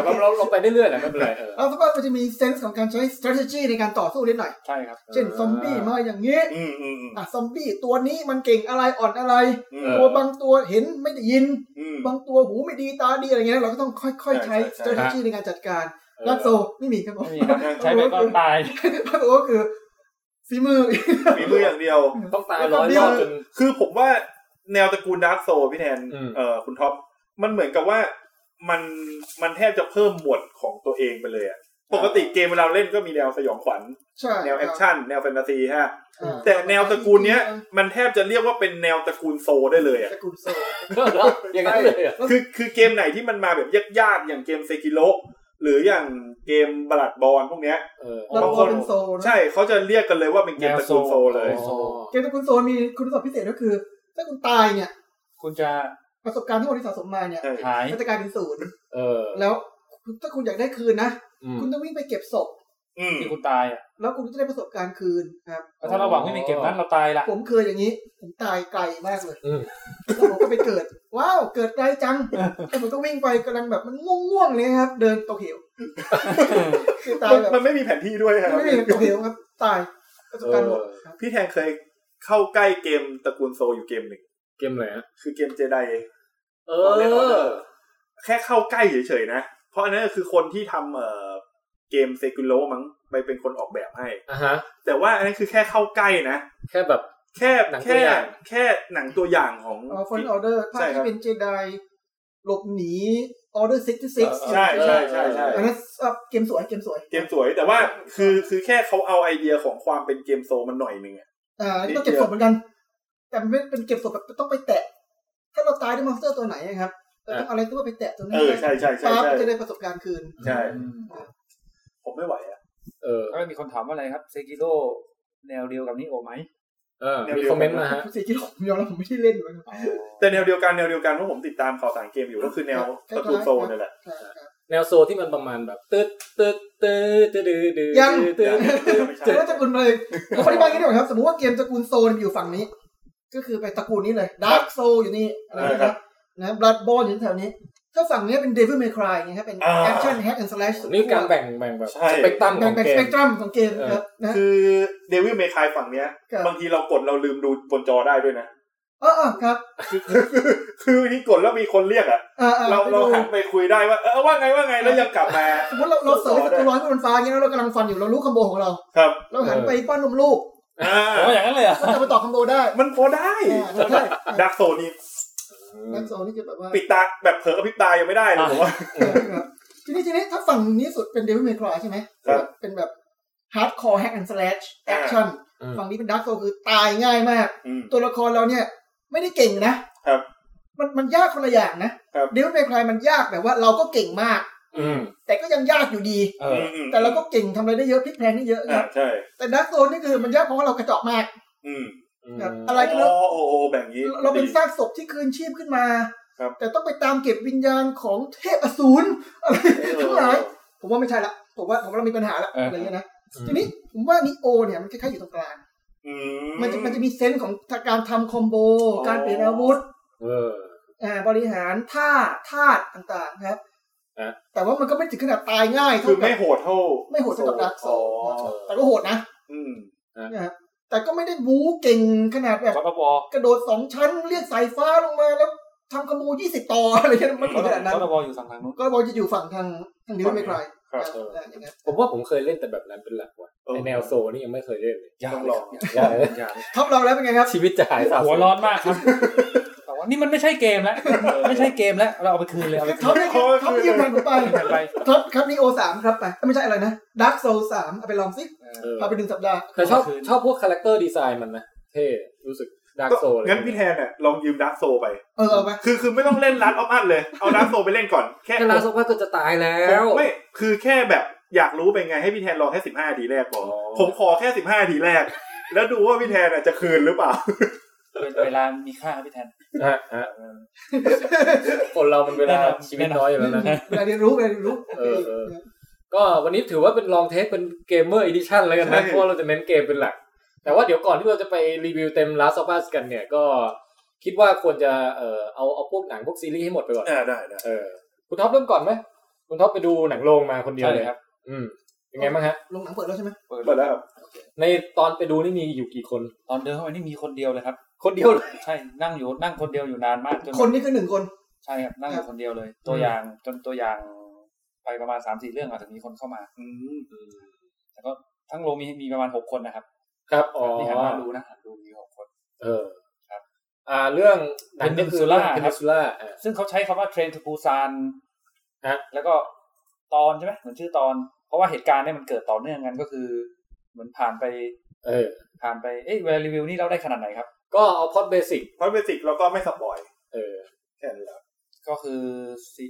Speaker 2: ว่าเราเราไปเรื่อยๆแหละไม่เป็นไรเออ
Speaker 3: เราสปัสมันจะมีเซนส์ของการใช้ strategy ในการต่อสู้นิดหน่อย
Speaker 5: ใช่ครับ
Speaker 3: เช่นซอมบี้มาอย่างนี้
Speaker 4: อืมอืมอืม
Speaker 3: อ่ะซอมบี้ตัวนี้มันเก่งอะไรอ่อนอะไร
Speaker 4: อื
Speaker 3: ตัว
Speaker 4: ม
Speaker 3: บางตัวเห็นไม่ได้ยิน
Speaker 4: อืม
Speaker 3: บางตัวหูไม่ดีตาดีอะไรเงี้ยเราก็ต้องค่อยๆใช้
Speaker 4: ใช่ใช่
Speaker 3: strategy ในการจัดการลักโซไม่มีครับผม
Speaker 5: ไม่มีครับใช้ไปก็ตาย
Speaker 3: ลักโซก็คือฝีมือ
Speaker 4: ฝีมืออย่างเดียว
Speaker 2: ต้องตายร้อยรอบจน
Speaker 4: คือผมว่าแนวตระกูลดาร์กโซพี่แทน
Speaker 2: อืม
Speaker 4: เออคุณท็อปมันเหมือนกับว่ามันมันแทบจะเพิ่มหมวดของตัวเองไปเลยอะปกติเกมเวลาเล่นก็มีแนวสยองขวัญ
Speaker 3: ใช่
Speaker 4: แนวแอคชั่นแนวแฟนตาซีฮะ
Speaker 3: อ่า
Speaker 4: แต่แนวตระกูลเนี้ย มันแทบจะเรียกว่าเป็นแนวตระกูลโซได้เลยอะ
Speaker 3: ตระกูลโซ
Speaker 2: อย่างนั้น เลยอ่ะ
Speaker 4: คือคือเกมไหนที่มันมาแบบยากๆอย่างเกมเซกิโลหรืออย่างเกมบลัดบอลพวกเนี้ย
Speaker 2: เออ
Speaker 3: เรา
Speaker 4: บาง
Speaker 3: โซ
Speaker 4: คน
Speaker 3: เป็นโซนะ
Speaker 4: ใช่เขาจะเรียกกันเลยว่าเป็นเกมตระกูลโซเลย
Speaker 5: โซ
Speaker 3: เกมตระกูลโซนมีคุณสมบัติพิเศษก็คือ ถ้าคุณตายเนี่ย
Speaker 5: คุณจะ
Speaker 3: ประสบการณ์ที่คุณสะสมมาเนี่ย
Speaker 4: ใช่
Speaker 5: หาย
Speaker 3: มันจะกลายเป็นศูนย์
Speaker 2: เออ
Speaker 3: แล้วถ้าคุณอยากได้คืนนะ
Speaker 2: อืม
Speaker 3: คุณต้องวิ่งไปเก็บศพ
Speaker 4: อืม
Speaker 5: ที่คุณตายอ่ะ
Speaker 3: แล้วคุณก็จะได้ประสบการณ์คืนครับ
Speaker 5: แล้วถ้าเราหวังไม่มีเกมนั้นเราตายละ
Speaker 3: ผมเคยอย่างนี้ ผมตายไกลมากเลย
Speaker 2: อืม
Speaker 3: แล้วผมก็ไปเกิด ว้าวเกิดไกลจังแล้วผมก็วิ่งไปกำลังแบบมันง่วงๆเลยครับ เดินตกเหวคือตาย
Speaker 4: มัน
Speaker 3: แบบ
Speaker 4: มันไม่มีแผนที่ด้วยครับ
Speaker 3: ไม่ได้ตกเหวครับ ตายประสบการณ์หมดครับ
Speaker 4: พี่แทนเคยเข้าใกล้เกมตระกูลโซอยู่เกมหนึ่ง
Speaker 2: เกมอะไรฮะ
Speaker 4: คือเกมเจได
Speaker 2: เอ
Speaker 4: ตอนเล่นออ
Speaker 2: อ
Speaker 4: เดอร์แค่เข้าใกล้เฉยๆนะ เพราะอันนั้นคือคนที่ทำเอ่อเกมเซกุโลมั้งไปเป็นคนออกแบบให้
Speaker 2: อ่ะฮะ
Speaker 4: แต่ว่าอันนั้นคือแค่เข้าใกล้นะ
Speaker 2: แค่แบบ
Speaker 4: แค่
Speaker 2: หนังตัว
Speaker 4: แค่
Speaker 2: อย่าง
Speaker 4: แค่หนังตัวอย่างของ
Speaker 3: อ๋อฟอนออเดอร์ภาค
Speaker 4: ใช่ครั
Speaker 3: ที่
Speaker 4: บ
Speaker 3: เป็นเจไดหลบหนีออเดอร์ซิกที่ซิก
Speaker 4: ใช่ใช่ใช่ใช่
Speaker 3: อันนั้นเอ่อเกมสวยเกมสวย
Speaker 4: เกมสวยแต่ว่าคือคือแค่เขาเอาไอเดียของความเป็นเกมโซมันหน่อยหนึ่งอะ
Speaker 3: อ่าอันนี้ก็เก็บศพเหมือนกัน แต่มันไม่เป็นเก็บศพแบบต้องไปแตะ ถ้าเราตายด้วยมอนสเตอร์ตัวไหนอะครับเราต้องเอาอะไรตัวไปแตะตัว
Speaker 4: เอ
Speaker 3: นี้
Speaker 4: อใช่ใช่ใช่
Speaker 3: ปั๊บ
Speaker 4: ใช่
Speaker 3: จะได้ประสบการณ์คืน
Speaker 4: ใช่
Speaker 5: อืม
Speaker 4: ผมไม่ไหวอะ
Speaker 2: เออ
Speaker 5: แล้วมีคนถามว่าอะไรครับเซกิโ o แนวเดียวกับนิโอไหม
Speaker 2: เออ มีคอมเมนต์มาฮะ
Speaker 3: สี่กิโลผมยอมรับผมไม่ได้เล่นเลยครับ
Speaker 4: แต่แนวเดียวกันแนวเดียวกันเพราะผมติดตามข่าวสารเกมอยู่ก็คือแนวตระกูลโซนี่แหละ
Speaker 2: แนวโซที่มันประมาณแบบตึ๊ดตึ๊ดตึ๊ดตึ๊ดตึ๊ดตึ๊ด
Speaker 3: ยัง
Speaker 2: ตึ๊ด
Speaker 3: ถือว่าตระกูลเลยผมอธิบายกันดีกว่าครับ สมมติว่าเกมตระกูลโซนอยู่ฝั่งนี้ ก็คือไปตระกูลนี้เลยดาร์กโซอยู่นี่อะไรนะครับนะบลัดบอลอยู่แถวนี้ ถ้าฝั่งนี้เป็นเดวิลเมครายนะครับเป็น
Speaker 4: อ่า
Speaker 3: แอคชั่นแฮกแอนด์สแลช
Speaker 2: นี่การแบ่งแบ่งแบบ
Speaker 4: ใช่
Speaker 2: สเปกตรัมข
Speaker 3: แบ่
Speaker 2: อง ง
Speaker 3: แบ่ง
Speaker 2: เก
Speaker 3: สเป
Speaker 2: ม
Speaker 3: กตรัมของเกมนะครับนะ
Speaker 4: คือเดวิลเมคายฝั่งเนี้ย
Speaker 3: ครับ
Speaker 4: บางทีเรากดเราลืมดูบนจอได้ด้วยนะ
Speaker 3: เออเออครับ
Speaker 4: คือที่กดแล้วมีคนเรียกอ่ะ
Speaker 3: อ่าอ่า
Speaker 4: เรา
Speaker 3: ไป
Speaker 4: เรา
Speaker 3: ดู
Speaker 4: หันไปคุยได้ว่า เออว่าไงว่าไงแล้วยังกลับมา
Speaker 3: สมมติเราเราเสยศัตรูร้อยบนฟ้าอย่างเงี้ยแล้วเรากำลังฟันอยู่เรารู้คอมโบของเรา
Speaker 4: ครับ
Speaker 3: เราหันไปป้อนนมลูก
Speaker 4: อ่า
Speaker 5: โอ้อย่างนั้นเลยเหรอ่ะ
Speaker 3: ก็จะไปต่อคอมโบได้
Speaker 4: มันพอได้
Speaker 3: อ่าใช่
Speaker 4: ดักโซนี่
Speaker 3: แบ็คโซนี่คือแบบว่า
Speaker 4: ปิดตาแบบเผลอกระพริบตายังไม่ได้เลยผมว่า
Speaker 3: ทีนี้ทีนี้ถ้าฝั่งนี้สุดเป็นเดวิ l เม y ค r า y ใช่ไหม
Speaker 4: ครับ
Speaker 3: เป็นแบบฮาร์ดคอร์แฮกแอนด์สแลชแอคชั่น
Speaker 2: อืม
Speaker 3: ฝั่งนี้เป็นด a r k กโซคือตายง่ายมาก
Speaker 4: อืม
Speaker 3: ตัวละครเราเนี่ย ไม่ได้เก่งนะครับ มันมันยากคนละอย่างนะครับ เดวิ l เม y ค r า y มันยากแบบว่าเราก็เก่งมาก
Speaker 2: อืม
Speaker 3: แต่ก็ยังยากอยู่ดี
Speaker 5: เอ
Speaker 4: อื
Speaker 5: อ
Speaker 4: มอืม
Speaker 3: แต่เราก็เก่งทำอะไรได้เยอะพลิกแพลงได้เยอะค
Speaker 4: อ่า
Speaker 3: รับ
Speaker 4: ใช่
Speaker 3: แต่ด a r k กโซนี่คือมันยากเพราะว่าเรากระจอกมาก
Speaker 4: อืม
Speaker 3: ครับ
Speaker 2: อืม
Speaker 3: อะไรก็แล้ว
Speaker 4: โอ้โอ้แบบนี้
Speaker 3: เราเป็นซากศพที่คืนชีพขึ้นมา
Speaker 4: ครับ
Speaker 3: แต่ต้องไปตามเก็บวิญญาณของเทพอสูรอะไรทั้งหลาย ผมว่าไม่ใช่ละ ผมว่าผมว่าเรามีปัญหาละอะไรเงี้ยนะ
Speaker 2: อืม
Speaker 3: ทีนี้ผมว่านิโอเนี่ยมันคล้ายๆอยู่ตรงกลาง
Speaker 4: อื
Speaker 3: มันจะมันจะมีเซนส์ของการทำคอมโบ การเปลี่ยนอาวุธ
Speaker 2: เออ
Speaker 3: อ่าบริหารท่าธาตุต่างๆครับ
Speaker 2: อ่ะ
Speaker 3: แต่ว่ามันก็ไม่ถึงขนาดตายง่าย
Speaker 4: คื
Speaker 3: เท่า
Speaker 4: อ
Speaker 3: กับ
Speaker 4: ไม่โหดเท่า
Speaker 3: ไม่โหดเท่ากับดักโซ
Speaker 4: อ๋อ
Speaker 3: แต่ก็โหดนะ
Speaker 4: อืม
Speaker 3: นะครับแต่ก็ไม่ได้บู๊เก่งขนาดแบบ
Speaker 5: สปป
Speaker 3: กระโดดสองชั้นเรียกสายฟ้าลงมาแล้วทำคอมโบยี่สิบต่ออะไรเงี้ยมัน
Speaker 5: ส
Speaker 3: ไม่ขนาดนั้น
Speaker 5: ปปอยู่สั่งทางนู้น
Speaker 3: ก็บอลจะอยู่ฝั่งทางทางเดียวไม่ไกล
Speaker 4: ครับ
Speaker 3: นะอย่างเงี้ย
Speaker 2: ผมว่าผมเคยเล่นแต่แบบนั้นเป็นหลักว่ะ
Speaker 4: เออ
Speaker 2: ในแนวโซนี่ยังไม่เคยเล่นเลย
Speaker 4: ต้องลอง
Speaker 2: ยากเลย
Speaker 3: ท็อปเราแล้วเป็นไงครับ
Speaker 2: ชีวิตจะหายสาบ
Speaker 5: หั
Speaker 2: สู
Speaker 5: ว
Speaker 2: ญ
Speaker 5: ร้อนมากครับแต่ว่านี่มันไม่ใช่เกมแล้วไม่ใช่เกมแล้ว เราเอาไปคืนเลยเอาไป
Speaker 3: ท็อปเนี่ยท็อปยืมเงินผมไป
Speaker 5: คืนกันไป
Speaker 3: ท็อปครับนีโอสามครับไปเอ้ยไม่ใช่อะไรนะด a r k กโซลสามเอาไปลองสิ
Speaker 2: เออ
Speaker 3: พาไปหนึ่งสัปดาห์
Speaker 2: แต่ชอบ
Speaker 5: คืน
Speaker 2: ชอบพวกคาแรคเตอร์ดีไซน์มันนะเท่รู้สึกดาร์กโซเลย
Speaker 4: งั้นพี่แทนเนี่ยลองยืมดาร์กโซไป
Speaker 3: เออเอาไป
Speaker 4: คือคือไม่ต้องเล่นรัดออฟอันเลย เอาดาร์กโซไปเล่นก่อน แค่
Speaker 2: แค่ลาสว่าก็จะตายแล้
Speaker 4: ผม
Speaker 2: ว
Speaker 4: ไม่ คือแค่แบบอยากรู้เป็นไงให้พี่แทนลองแค่สิบห้าทีแรกพอ
Speaker 2: อ๋อ
Speaker 4: ผมขอแค่สิบห้าทีแรก แล้วดูว่าพี่แทนอ่ะจะคืนหรือเปล่า
Speaker 5: เป็นเวลามีค่าครับพี่แทน
Speaker 2: ฮะฮะคนเรามันเวลา
Speaker 5: แน่นอน
Speaker 2: ชีวิตน้อยอยู่แล้วนะ
Speaker 3: เวลาเรียนรู้เวลาเรียนรู้
Speaker 2: เออเออ ก็วันนี้ถือว่าเป็นลองเทคเป็นเกมเมอร์อีดิชันแล้วกัน
Speaker 4: ใช่
Speaker 2: นะเพราะว่าเราจะเน้นเกมเป็นหลัก แต่ว่าเดี๋ยวก่อนที่เราจะไปรีวิวเต็ม Last of Us กันเนี่ยก็คิดว่าควรจะเออเอาเอาพวกหนังพวกซีรีส์ให้หมดไปก่อน
Speaker 4: อ่าได้ได้
Speaker 2: เออคุณท็อปเริ่มก่อนไหมคุณท็อปไปดูหนังโรงมาคนเดียวเลย
Speaker 5: ใช่ครับ
Speaker 2: อืมเป็นไงบ้างฮะ
Speaker 3: ลงหนังเปิดแล้วใช่ไหม
Speaker 4: หมดแล้วครับ
Speaker 2: ในตอนไปดูนี่มีอยู่กี่คน
Speaker 5: ตอนเดินเข้าไปนี่มีคนเดียวเลยครับ
Speaker 2: คนเดียวเลย
Speaker 5: ใช่นั่งอยู่นั่งคนเดียวอยู่นานมากจน
Speaker 3: คนนี่คือหนึ่งคน
Speaker 5: ใช่ครับนั่งอยู่คนเดียวเลย ตัวอย่างจนตัวอย่างไปประมาณสามสี่เรื่องอาจจะมีคนเข้ามา
Speaker 4: อืม
Speaker 5: แต่ก็ทั้งโรงมีมีประมาณหกคนนะครับ
Speaker 2: ครับอ๋อ
Speaker 5: ที่หันมาดูนะหันดูมีหกคน
Speaker 2: เออ
Speaker 5: ครับ
Speaker 2: อ่าเรื่องหนังก็คือเรื่อง
Speaker 5: Peninsula ครับ
Speaker 2: Peninsula อ่า
Speaker 5: ซึ่งเขาใช้คำว่าเทรนทูปูซาน
Speaker 2: ฮะ
Speaker 5: แล้วก็ตอนใช่ไหมเหมือนชื่อตอน เพราะว่าเหตุการณ์เนี่ยมันเกิดต่อเนื่องกันก็คือ เหมือนผ่านไป
Speaker 2: เออ
Speaker 5: ผ่านไปเอ้ยเวลารีวิวนี่เราได้ขนาดไหนครับ
Speaker 2: ก็เอาพอดเบสิก
Speaker 4: เพราะเบสิกเราก็ไม่สปอย
Speaker 2: เออ
Speaker 4: แค่นั้นแหละ
Speaker 5: ก็คือสิ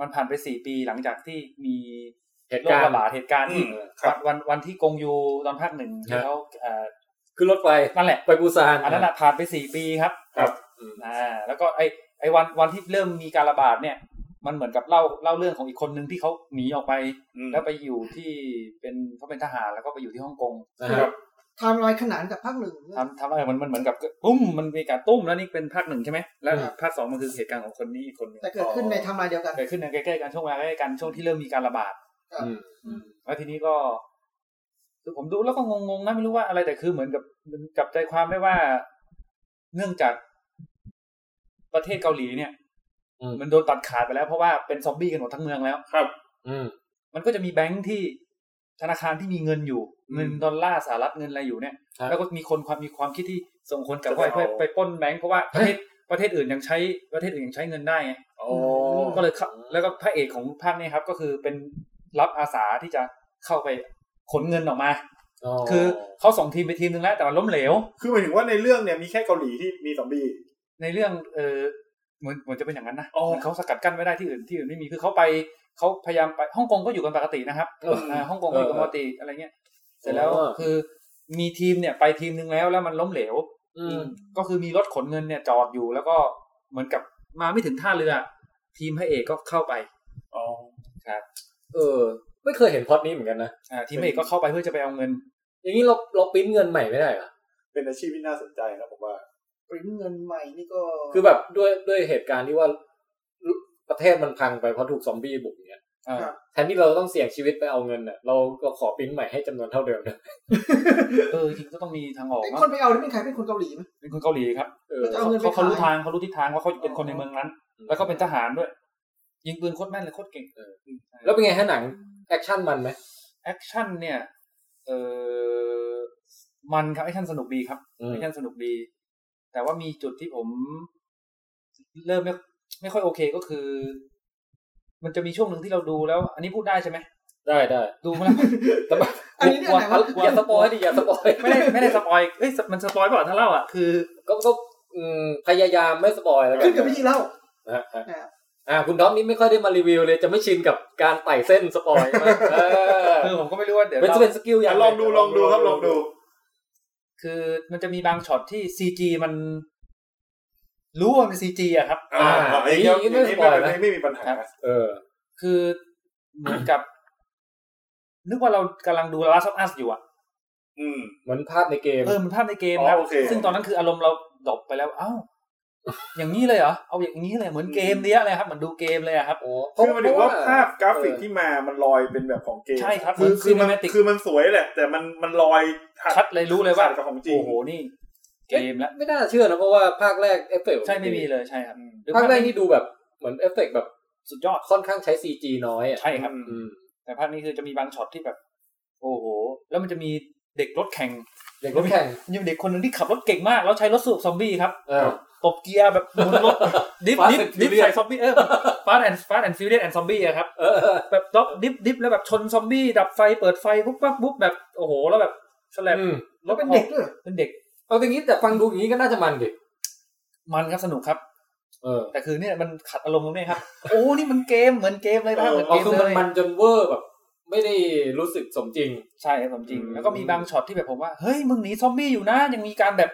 Speaker 5: มันผ่านไปสี่ปีหลังจากที่มี
Speaker 2: เหตุ
Speaker 5: โร
Speaker 2: การ
Speaker 5: ค
Speaker 2: ณ์
Speaker 5: ระบาดเหตุการณ์ที่
Speaker 4: อืมค
Speaker 5: วั
Speaker 4: รับ
Speaker 5: นวันวันที่กงยูตอนภาคหนึ่งที่
Speaker 2: ฮะ
Speaker 5: เขาเอ่อ
Speaker 2: ขึ้นรถไฟ
Speaker 5: นั่นแหละ
Speaker 2: ไปปูซาน
Speaker 5: อันนั้นนะผ่านไปสี่ปีครับ
Speaker 2: ครับ
Speaker 5: อ่าแล้วก็ไอไอวันวันที่เริ่มมีการระบาดเนี่ย มันเหมือนกับเล่าเล่าเรื่องของอีกคนนึงที่เขาหนีออกไป
Speaker 4: อืม
Speaker 5: แล้วไปอยู่ที่เป็นเขาเป็นทหารแล้วก็ไปอยู่ที่ฮ่องกง
Speaker 2: นะ
Speaker 4: ค
Speaker 2: ค
Speaker 4: รั
Speaker 2: รับ บ
Speaker 3: ไทม์ไลน์ขนานกับภาคหนึ่ง
Speaker 5: ทำทำอะไรมันมันเหมือนกับตุ้มมันมีการตุ้มแล้วนี่เป็นภาคหนึ่งใช่ไหมแล้ว
Speaker 3: ครับ
Speaker 5: ภาคสองมันคือเหตุการณ์ของคนนี้อีกคนหนึง
Speaker 3: แต่เกิดขึ้นในไทม์ไลน์เดียวกัน
Speaker 5: เกิดขึ้นในใกล้ๆกันช่วงเวลาใกล้ๆกันช่วงที่เริ่มมีการระบาด
Speaker 2: อืม
Speaker 5: แล้วทีนี้ก็คือผมดูแล้วก็งงๆนะไม่รู้ว่าอะไรแต่คือเหมือนกับจับใจความได้ว่าเนื่องจากประเทศเกาหลีเนี่ย
Speaker 2: อืม
Speaker 5: มันโดนตัดขาดไปแล้วเพราะว่าเป็นซอมบี้กันหมดทั้งเมืองแล้ว
Speaker 2: อืม
Speaker 5: มันก็จะมีแบงค์ที่ธนาคารที่มีเงินอยู่ เงินดอลลาร์สหรัฐเงินอะไรอยู่เนี่ย
Speaker 2: ครับ
Speaker 5: แล้วก็มีคนความมีความคิดที่ส่งคนกลับ
Speaker 4: จะ
Speaker 5: ไป
Speaker 4: ไปเอา
Speaker 5: เพื่อไปปล้นแบงค์เพราะว่าประเทศประเทศอื่นยังใช้ประเทศอื่นยังใช้เงินได้ไง
Speaker 2: โอ้
Speaker 5: ก็เลยเข้าแล้วก็พระเอกของภาคเนี้ครับ ก็คือเป็นรับอาสาที่จะเข้าไปขนเงินออกมา คือเขาส่งทีมไปทีมหนึ่งแล้วแต่มันล้มเหลว
Speaker 4: คือหมายถึงว่าในเรื่องเนี่ยมีแค่เกาหลีที่มีซอมบี้
Speaker 5: ในเรื่องเออเหมือนเหมือนจะเป็นอย่างนั้นนะ
Speaker 4: อ๋อ
Speaker 5: เหมือนเขาสกัดกั้นไม่ได้ที่อื่นที่อื่นไม่มีคือเขาไปเขาพยายามไปฮ่องกงก็อยู่กันปกตินะครับ
Speaker 2: เออ
Speaker 5: เออฮ่องกงก็อยู่กันปกติอะไรเงี้ยเสร็จแล้ว
Speaker 2: อ๋อ
Speaker 5: คือมีทีมเนี่ยไปทีมหนึ่งแล้วแล้วมันล้มเหลว
Speaker 2: อืม
Speaker 5: ก็คือมีรถขนเงินเนี่ยจอดอยู่ แล้วก็เหมือนกับมาไม่ถึงท่าเรือ ทีมพระเอกก็เข้าไป
Speaker 4: อ๋อ
Speaker 2: เออ ไม่เคยเห็นพล็อดนี้เหมือนกันนะ
Speaker 5: อ่าทีมพระเอกก็เข้าไปเพื่อจะไปเอาเงิน
Speaker 2: อย่างนี้เราเราปริ้นเงินใหม่ไม่ได้เหรอ
Speaker 4: เป็นอาชีพที่น่าสนใจนะผมว่า
Speaker 3: ปริ้นเงินใหม่นี่ก็
Speaker 2: คือแบบด้วยด้วยเหตุการณ์ที่ว่าประเทศมันพังไปเพราะถูกซอมบี้บุกเนี่ย
Speaker 5: อ่า
Speaker 2: แทนที่เราต้องเสี่ยงชีวิตไปเอาเงินเนี่ยเราเราขอปริ้นใหม่ให้จำนวนเท่าเดิ มนะ
Speaker 5: เออจริงก็ต้องมีทางออก
Speaker 3: ไอ้
Speaker 5: มั้
Speaker 3: คน
Speaker 5: ง
Speaker 3: ไปเอานี่เป็นใครเป็นคนเกาหลีไหม
Speaker 5: เป็นคนเกาหลีครับ
Speaker 2: เออ
Speaker 3: แล้วจะเอาเงินไป
Speaker 5: เขาเขารู้
Speaker 3: ขาย
Speaker 5: ทางเขารู้ทิศทางว่าเขาเป็นคนในเมืองนั้น แล้วก็เป็นทหารด้วย ยิงปืนโคตรแม่นเลยโคตรเก่ง
Speaker 2: แล้วเป็นไงฮะหนังแอคชั่นมันไหม
Speaker 5: แอคชั่นเนี่ยเออมันครับแอคชั่นสนุกดีครับ
Speaker 2: อืม
Speaker 5: แอคชั่นสนุกดี แต่ว่ามีจุดที่ผม เริ่มไม่ไม่ค่อยโอเคก็คือ มันจะมีช่วงหนึ่งที่เราดูแล้ว อันนี้พูดได้ใช่ไหม
Speaker 2: ได้ได้
Speaker 5: ดูมาแล้ว
Speaker 2: แต่แบบ
Speaker 3: อันนี้เรื่องอะไรวะ
Speaker 2: อย่าสปอยดิอย่าสปอย
Speaker 5: ไม่ได้ไม่ได้สปอยเอ้ยมันสปอยเปล่าถ้าเล่าอ่ะคือ
Speaker 2: ก็ก็อืมพยายามไม่สปอยแล้วกั
Speaker 3: ขึ้
Speaker 2: น
Speaker 3: นกับวิธีเล่า
Speaker 2: นะฮะ
Speaker 3: อ่า
Speaker 2: อ่าคุณท็อปนี่ไม่ค่อยได้มารีวิวเลยจะไม่ชินกับการไต่เส้นสปอยล์มากเออ
Speaker 5: คือผมก็ไม่รู้ว่าเดี๋ยว
Speaker 2: เป็น
Speaker 5: เรา
Speaker 2: เป็นสกิลอย่าง
Speaker 4: ลองดูลองดูครับลองดู
Speaker 5: คือมันจะมีบางช็อตที่ซีจีมัน รู้ว่ามันซีจีอะครับ
Speaker 4: อ่าไอ้เนี่ยไม่ไม่ไม่มีปัญหา
Speaker 2: เออ
Speaker 5: คือเหมือนกับ นึกว่าเรากำลังดูลาสออสอยู่อะ
Speaker 4: อืม
Speaker 2: เหมือนภาพในเกม
Speaker 5: เออมันภาพในเกม
Speaker 4: อ๋อ
Speaker 5: นะ
Speaker 4: โอเค
Speaker 5: ซึ่งตอนนั้นคืออารมณ์เราดรอปไปแล้วเอ้า อย่างนี้เลยเหรอเอาอย่างนี้เลยเหมือนเกมเนี้ยเลยครับเหมือนดูเกมเลยอะครับ
Speaker 4: คือหมันถึงว่าภาพกราฟิกที่มามันลอยเป็นแบบของเกม
Speaker 5: ใช่ครับ
Speaker 4: คือ
Speaker 5: เหมือน
Speaker 4: คือมัน
Speaker 5: cinematic
Speaker 4: คือมันสวยแหละ แต่มันมันลอย
Speaker 5: ชัดเลยรู้เลยว่า
Speaker 4: กับของจริง
Speaker 5: โอ้โหนี่ เกมแล้ว
Speaker 2: ไม่น่าเชื่อนะเพราะว่าภาคแรกเอฟเฟกต์
Speaker 5: ใช่ไม่มีเลยใช่ครับหรือ
Speaker 2: ภาคแรก
Speaker 5: นี้
Speaker 2: นี่ดูแบบเหมือนเอฟเฟกต์แบบ
Speaker 5: สุดยอด
Speaker 2: ค่อนข้างใช้ซีจีน้อยอ่ะ
Speaker 5: ใช่ครับ
Speaker 2: อืม
Speaker 5: แต่ภาคนี้คือจะมีบางช็อตที่แบบ โอ้โห แล้วมันจะมีเด็กรถแข่ง
Speaker 2: เด็กรถแข่ง
Speaker 5: มีเด็กคนหนึ่งที่ขับรถเก่งมากแล้วใช้รถสูบซอมบี้ครับ
Speaker 2: เออ
Speaker 5: ตบเกียร์แบบหมุนร ถ ดิฟ
Speaker 2: Fast
Speaker 5: ดิฟ
Speaker 2: and
Speaker 5: ดิฟ
Speaker 2: Furious
Speaker 5: ใส่ซอมบี้เออฟาสแอนด์ฟาสแอนด์ฟิวเรียสแอนด์ซอมบี้อะครับ
Speaker 2: เออเออ
Speaker 5: แบบด็อกดิฟดิฟแล้วแบบชนซอมบี้ดับไฟเปิดไฟปุ๊บปั๊บปุ๊บแบบโอ้โห แล้วแบบแฉลบ
Speaker 2: อืม
Speaker 5: ร
Speaker 3: แล้
Speaker 5: ถ
Speaker 3: วเป็นเด็กด้วย
Speaker 5: เป็นเด็ก
Speaker 2: เอาอย่างนี้แต่ฟังดูอย่างนี้ก็น่าจะมันดิ
Speaker 5: มันครับสนุกครับ
Speaker 2: เออ
Speaker 5: แต่คือเนี่ยมันขัดอารมณ์ตรงนี้ครับ โอ้ นี่มันเกมเหมือนเกมเลย
Speaker 2: เอ
Speaker 5: นะเหมือนเก
Speaker 2: อ
Speaker 5: ม
Speaker 2: คือ
Speaker 5: เล
Speaker 2: มัน
Speaker 5: ย
Speaker 2: มันจนเวอร์แบบ ไม่ได้รู้สึกสมจริง
Speaker 5: ใช่ครับผมจริง
Speaker 2: อืม
Speaker 5: แล้วก็มีบางช็อตที่แบบผมว่าเฮ้ยมึงหนีซอมบี้อยู่นะ ยังมีการแบบ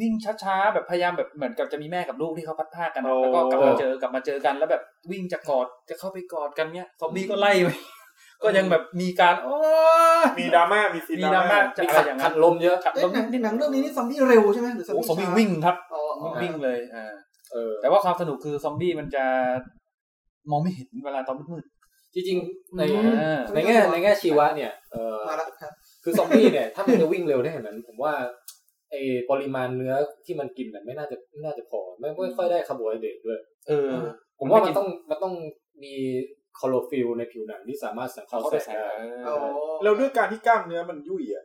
Speaker 5: วิ่งช้าๆแบบพยายามแบบเหมือนกับจะมีแม่กับลูกที่เขาพัดผ้ากัน แล้วก็กลับมาเจอกลับมาเจอกันแล้วแบบวิ่งจะกอดจะเข้าไปกอดกันเนี้ยซอมบี้ก็ไล่ไปก็ยังแบบมีการโอ้
Speaker 4: มีดราม่ามีซีน
Speaker 5: มี
Speaker 4: ดรา
Speaker 5: ดราม่า
Speaker 4: ม่า
Speaker 5: จะ
Speaker 2: มี
Speaker 5: อะไร
Speaker 2: ขัด
Speaker 5: อย่าง
Speaker 2: ขั
Speaker 5: นั้น
Speaker 2: ดลมเยอะ
Speaker 5: ขัด
Speaker 3: เอ๊ะ
Speaker 5: ลม
Speaker 3: หนังหนังเรื่องนี้นี่ซอมบี้เร็วใช่ไหมหรือซอม
Speaker 5: โอ้
Speaker 3: บี้
Speaker 5: ซอมบี้
Speaker 3: ช้า
Speaker 5: วิ่งครับ
Speaker 3: อ๋ออ๋อ
Speaker 5: วิ่งเลยเออ
Speaker 2: เออ
Speaker 5: แต่ว่าความสนุกคือซอมบี้มันจะมองไม่เห็นเวลาตอนมืด
Speaker 2: จริงๆใน
Speaker 5: ๆเออ
Speaker 2: ในแง่ในแง่ชีวะเนี่ยเออ
Speaker 3: มาละครับ
Speaker 2: คือซอมบี้เนี่ย ถ้ามันจะวิ่งเร็วได้ขนาดนั้นผมว่าไอปริมาณเนื้อที่มันกินน่ะไม่น่าจะไม่น่าจะพอไม่ไม่ค่อยได้คาร์โบไฮเดรตด้วย
Speaker 5: เออ
Speaker 2: ผมว่ามั
Speaker 5: ไม่กิ
Speaker 2: น
Speaker 5: น
Speaker 2: ต้องมันต้องมีคลอโรฟิลในผิวหนังที่สามารถสังเคราะห์
Speaker 5: เขา
Speaker 2: แส
Speaker 5: ไป
Speaker 2: ง
Speaker 5: ใส่
Speaker 2: ได้
Speaker 5: เออ
Speaker 3: อ๋อ
Speaker 4: แล้วด้วยการที่กล้ามเนื้อมันยุ่ยอ่ะ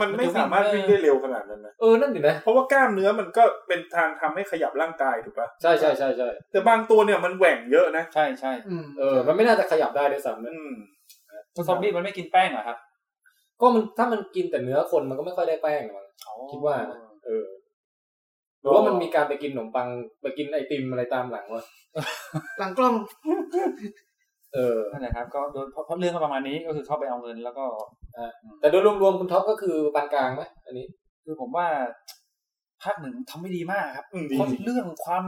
Speaker 4: มันไม่สามารถ
Speaker 5: มันจะวิ่
Speaker 4: วิ่ง
Speaker 5: ง
Speaker 4: ได้เร็วขนาดนั้นนะ
Speaker 2: เออ นั่นดินะ
Speaker 4: เพราะว่ากล้ามเนื้อมันก็เป็นทางทำให้ขยับร่างกายถูกป่ะ
Speaker 2: ใช่ใช่ใช่ใช่
Speaker 4: แต่บางตัวเนี่ยมันแหว่งเยอะนะ
Speaker 5: ใช่ใช่
Speaker 3: อืม
Speaker 2: เออ มันไม่น่าจะขยับได้ด้วยซ้ำนะ
Speaker 4: อืม
Speaker 5: ซอมบี้มันไม่กินแป้งเหรอครับ
Speaker 2: ก็มันถ้ามันกินแต่เนื้อคนมันก็ไม่ค่อยได้แป้งอะมั้ง คิดว่านะ เออหรือว่ามันมีการไปกินขนมปังไปกินไอติมอะไรตามหลังวะ
Speaker 3: หลังกล้อง
Speaker 2: เออ
Speaker 5: นั่นแหละครับก็โดยเพราะเพราะเรื่องก็ประมาณนี้ก็คือเข้าไปเอาเงินแล้วก็
Speaker 2: แต่โดยรวมๆคุณท็อปก็คือปานกลางไหมอันนี้
Speaker 5: คือผมว่าภาคหนึ่งทำไม่ดีมากครับ
Speaker 4: อืม
Speaker 5: เพราะเรื่องความ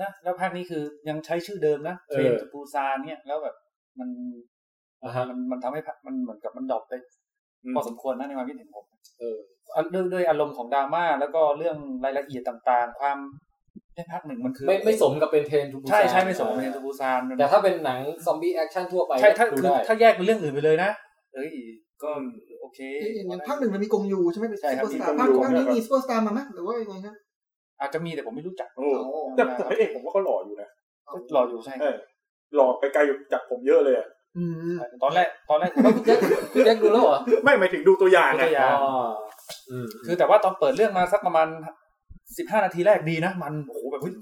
Speaker 5: นะแล้วภาคนี้คือยังใช้ชื่อเดิมนะ
Speaker 2: เอ
Speaker 5: เท
Speaker 2: อ
Speaker 5: รนจูปูซานเนี่ยแล้วแบบมัน
Speaker 2: อ่าฮะ
Speaker 5: มันมันทำให้ภาคมันเหมือนกับมันดรอปไป พอสมควรนะในความคิดเห็นผม
Speaker 2: เออ
Speaker 5: อ่ะด้วยด้วยอารมณ์ของดราม่าแล้วก็เรื่องรายละเอียดต่างๆ ความในภาคหนึ่งมันคือ
Speaker 2: ไม่ไม่สมกับเป็นเทรนทูบู
Speaker 5: ใช่ใช่ไม่สมกับเป็นทูบูซาน
Speaker 2: แต่ถ้าเป็นหนังซอมบี้แอคชั่นทั่วไป
Speaker 5: ใช่ถ้า
Speaker 2: ก็ดู
Speaker 5: คือ
Speaker 2: ได้
Speaker 5: ถ้าแยกเป็นเรื่องอื่นไปเลยนะเอ้ยก็โอเค
Speaker 3: เอ๊ะอย่างภาคหนึ่งมันมีกงยูใช่ไหมเป็น
Speaker 5: ใช่ครับ
Speaker 3: ซูเปอร์สตาร์ภาคภาคนี้มีซูเปอร์สตาร์มาไหมหรือว่ายังไงครับ
Speaker 5: อาจจะมีแต่ผมไม่รู้จัก
Speaker 4: โอ้แต่พระเอกผมว่าเขาหล่ออยู่นะ
Speaker 5: ก็รออยู่ใช่
Speaker 4: เออหล่อไปไกลจากผมเยอะเลยอะ
Speaker 3: อืม
Speaker 5: ตอนแรกตอนแรก
Speaker 2: ไม่คุณแจ็คคุณแจ็คดูแล้วเหรอ
Speaker 4: ไม่หมายถึงดูตัวอย่าง
Speaker 5: ดูตั
Speaker 4: นะ
Speaker 5: วอย่าง
Speaker 2: อ๋ออืม
Speaker 5: คือแต่ว่าตอนเปิดเรื่องมาสักประมาณสิบห้านาทีแรกดีนะมันโอ้โหแบบเฮ้ย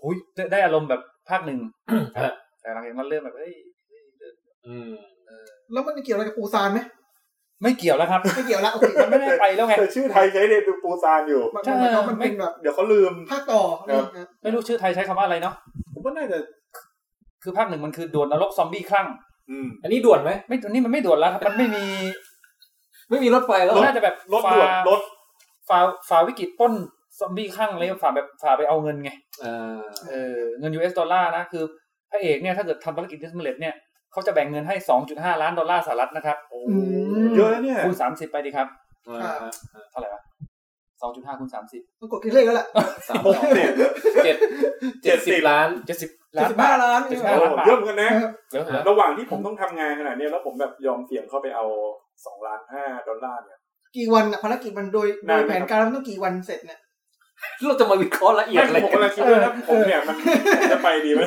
Speaker 5: โอ้ยได้ได้อารมณ์แบบภาคหนึ่ง แต่หลังจากนั้นเริ่มแบบเอ้ย
Speaker 2: อืม
Speaker 3: แล้วมันเกี่ยวอะไรกับปูซานไหม
Speaker 5: ไม่เกี่ยวแล้วครับ
Speaker 3: ไม่เกี่ยวละโอเค
Speaker 5: มันไม่ได้ไปแล้วไง
Speaker 4: แต่ชื่อไทยใช้เดนดูปูซานอยู่
Speaker 3: มันมันมันมันเป็นแบบ
Speaker 4: เดี๋ยวเขาลืม
Speaker 3: ภาคต่ออะไรอย่างเงี้ย
Speaker 5: ไม่รู้ชื่อไทยใช้คำว่าอะไรเนาะ
Speaker 4: ผมว่าน่าจะ
Speaker 5: คือภาคหนึ่งมันคือดวลนรกซอมบี้คลั่ง
Speaker 4: อืม
Speaker 2: อันนี้ด่วนไหม
Speaker 5: ไม่ตัวนี้มันไม่ดวลแล้วครับ มันไม่มี
Speaker 2: ไม่มีรถไฟแล้วเหรอ
Speaker 5: น่าจะแบบ
Speaker 4: รถด่วน
Speaker 5: ฝ่าร
Speaker 4: ถ
Speaker 5: ฝ่าฝ่าวิกฤตปล้นซอมบี้คลั่งเลยฝ่าแบบฝ่าไปเอาเงินไง
Speaker 2: อ่า
Speaker 5: เออเงิน US ดอลลาร์นะคือพระเอกเนี่ยถ้าเกิดทำธุรกิจนี้สำเร็จเนี่ยเขาจะแบ่งเงินให้ 2.5 ล้านดอลลาร์สหรัฐนะครับ
Speaker 3: อืม
Speaker 4: เยอะนะเนี่ย
Speaker 5: คูณ30 ไปดีครับ
Speaker 2: อ่า
Speaker 5: เท่าไหร่วะ2.5คูณ30
Speaker 3: มันกดคิดเลขแล้วแหละ
Speaker 2: สาม
Speaker 4: หกสิบ
Speaker 2: เจ็ด
Speaker 4: เจ็
Speaker 2: เจ็ด
Speaker 4: ดสิ
Speaker 2: สิ
Speaker 4: บ
Speaker 2: บล้าน
Speaker 5: 70
Speaker 3: เจ็ด
Speaker 5: ล้าน
Speaker 3: สิบห้า
Speaker 5: บาท
Speaker 3: ล้าน
Speaker 5: เจ็ดสิบ
Speaker 4: โอ้
Speaker 5: ห้า
Speaker 4: โหเยอะเหมือนกันนะ
Speaker 5: เยอะเหรอ
Speaker 4: ระหว่างที่ผมต้องทำงานขนาดเนี้ยแล้วผมแบบยอมเสี่ยงเข้าไปเอาสองล้านห้าดอลลาร์เนี่ย
Speaker 3: กี่วันอะภารกิจมันโดยโด
Speaker 4: นาย น
Speaker 3: แผนการมันต้องกี่วันเสร็จเนี่ย
Speaker 2: เราจะมาวิเคราะห์ละเอียดอะไร
Speaker 4: ไม่ผม
Speaker 2: กัน
Speaker 4: กำลังคิดว่าถ้าผมเนี่ยมันจะไปดีไหม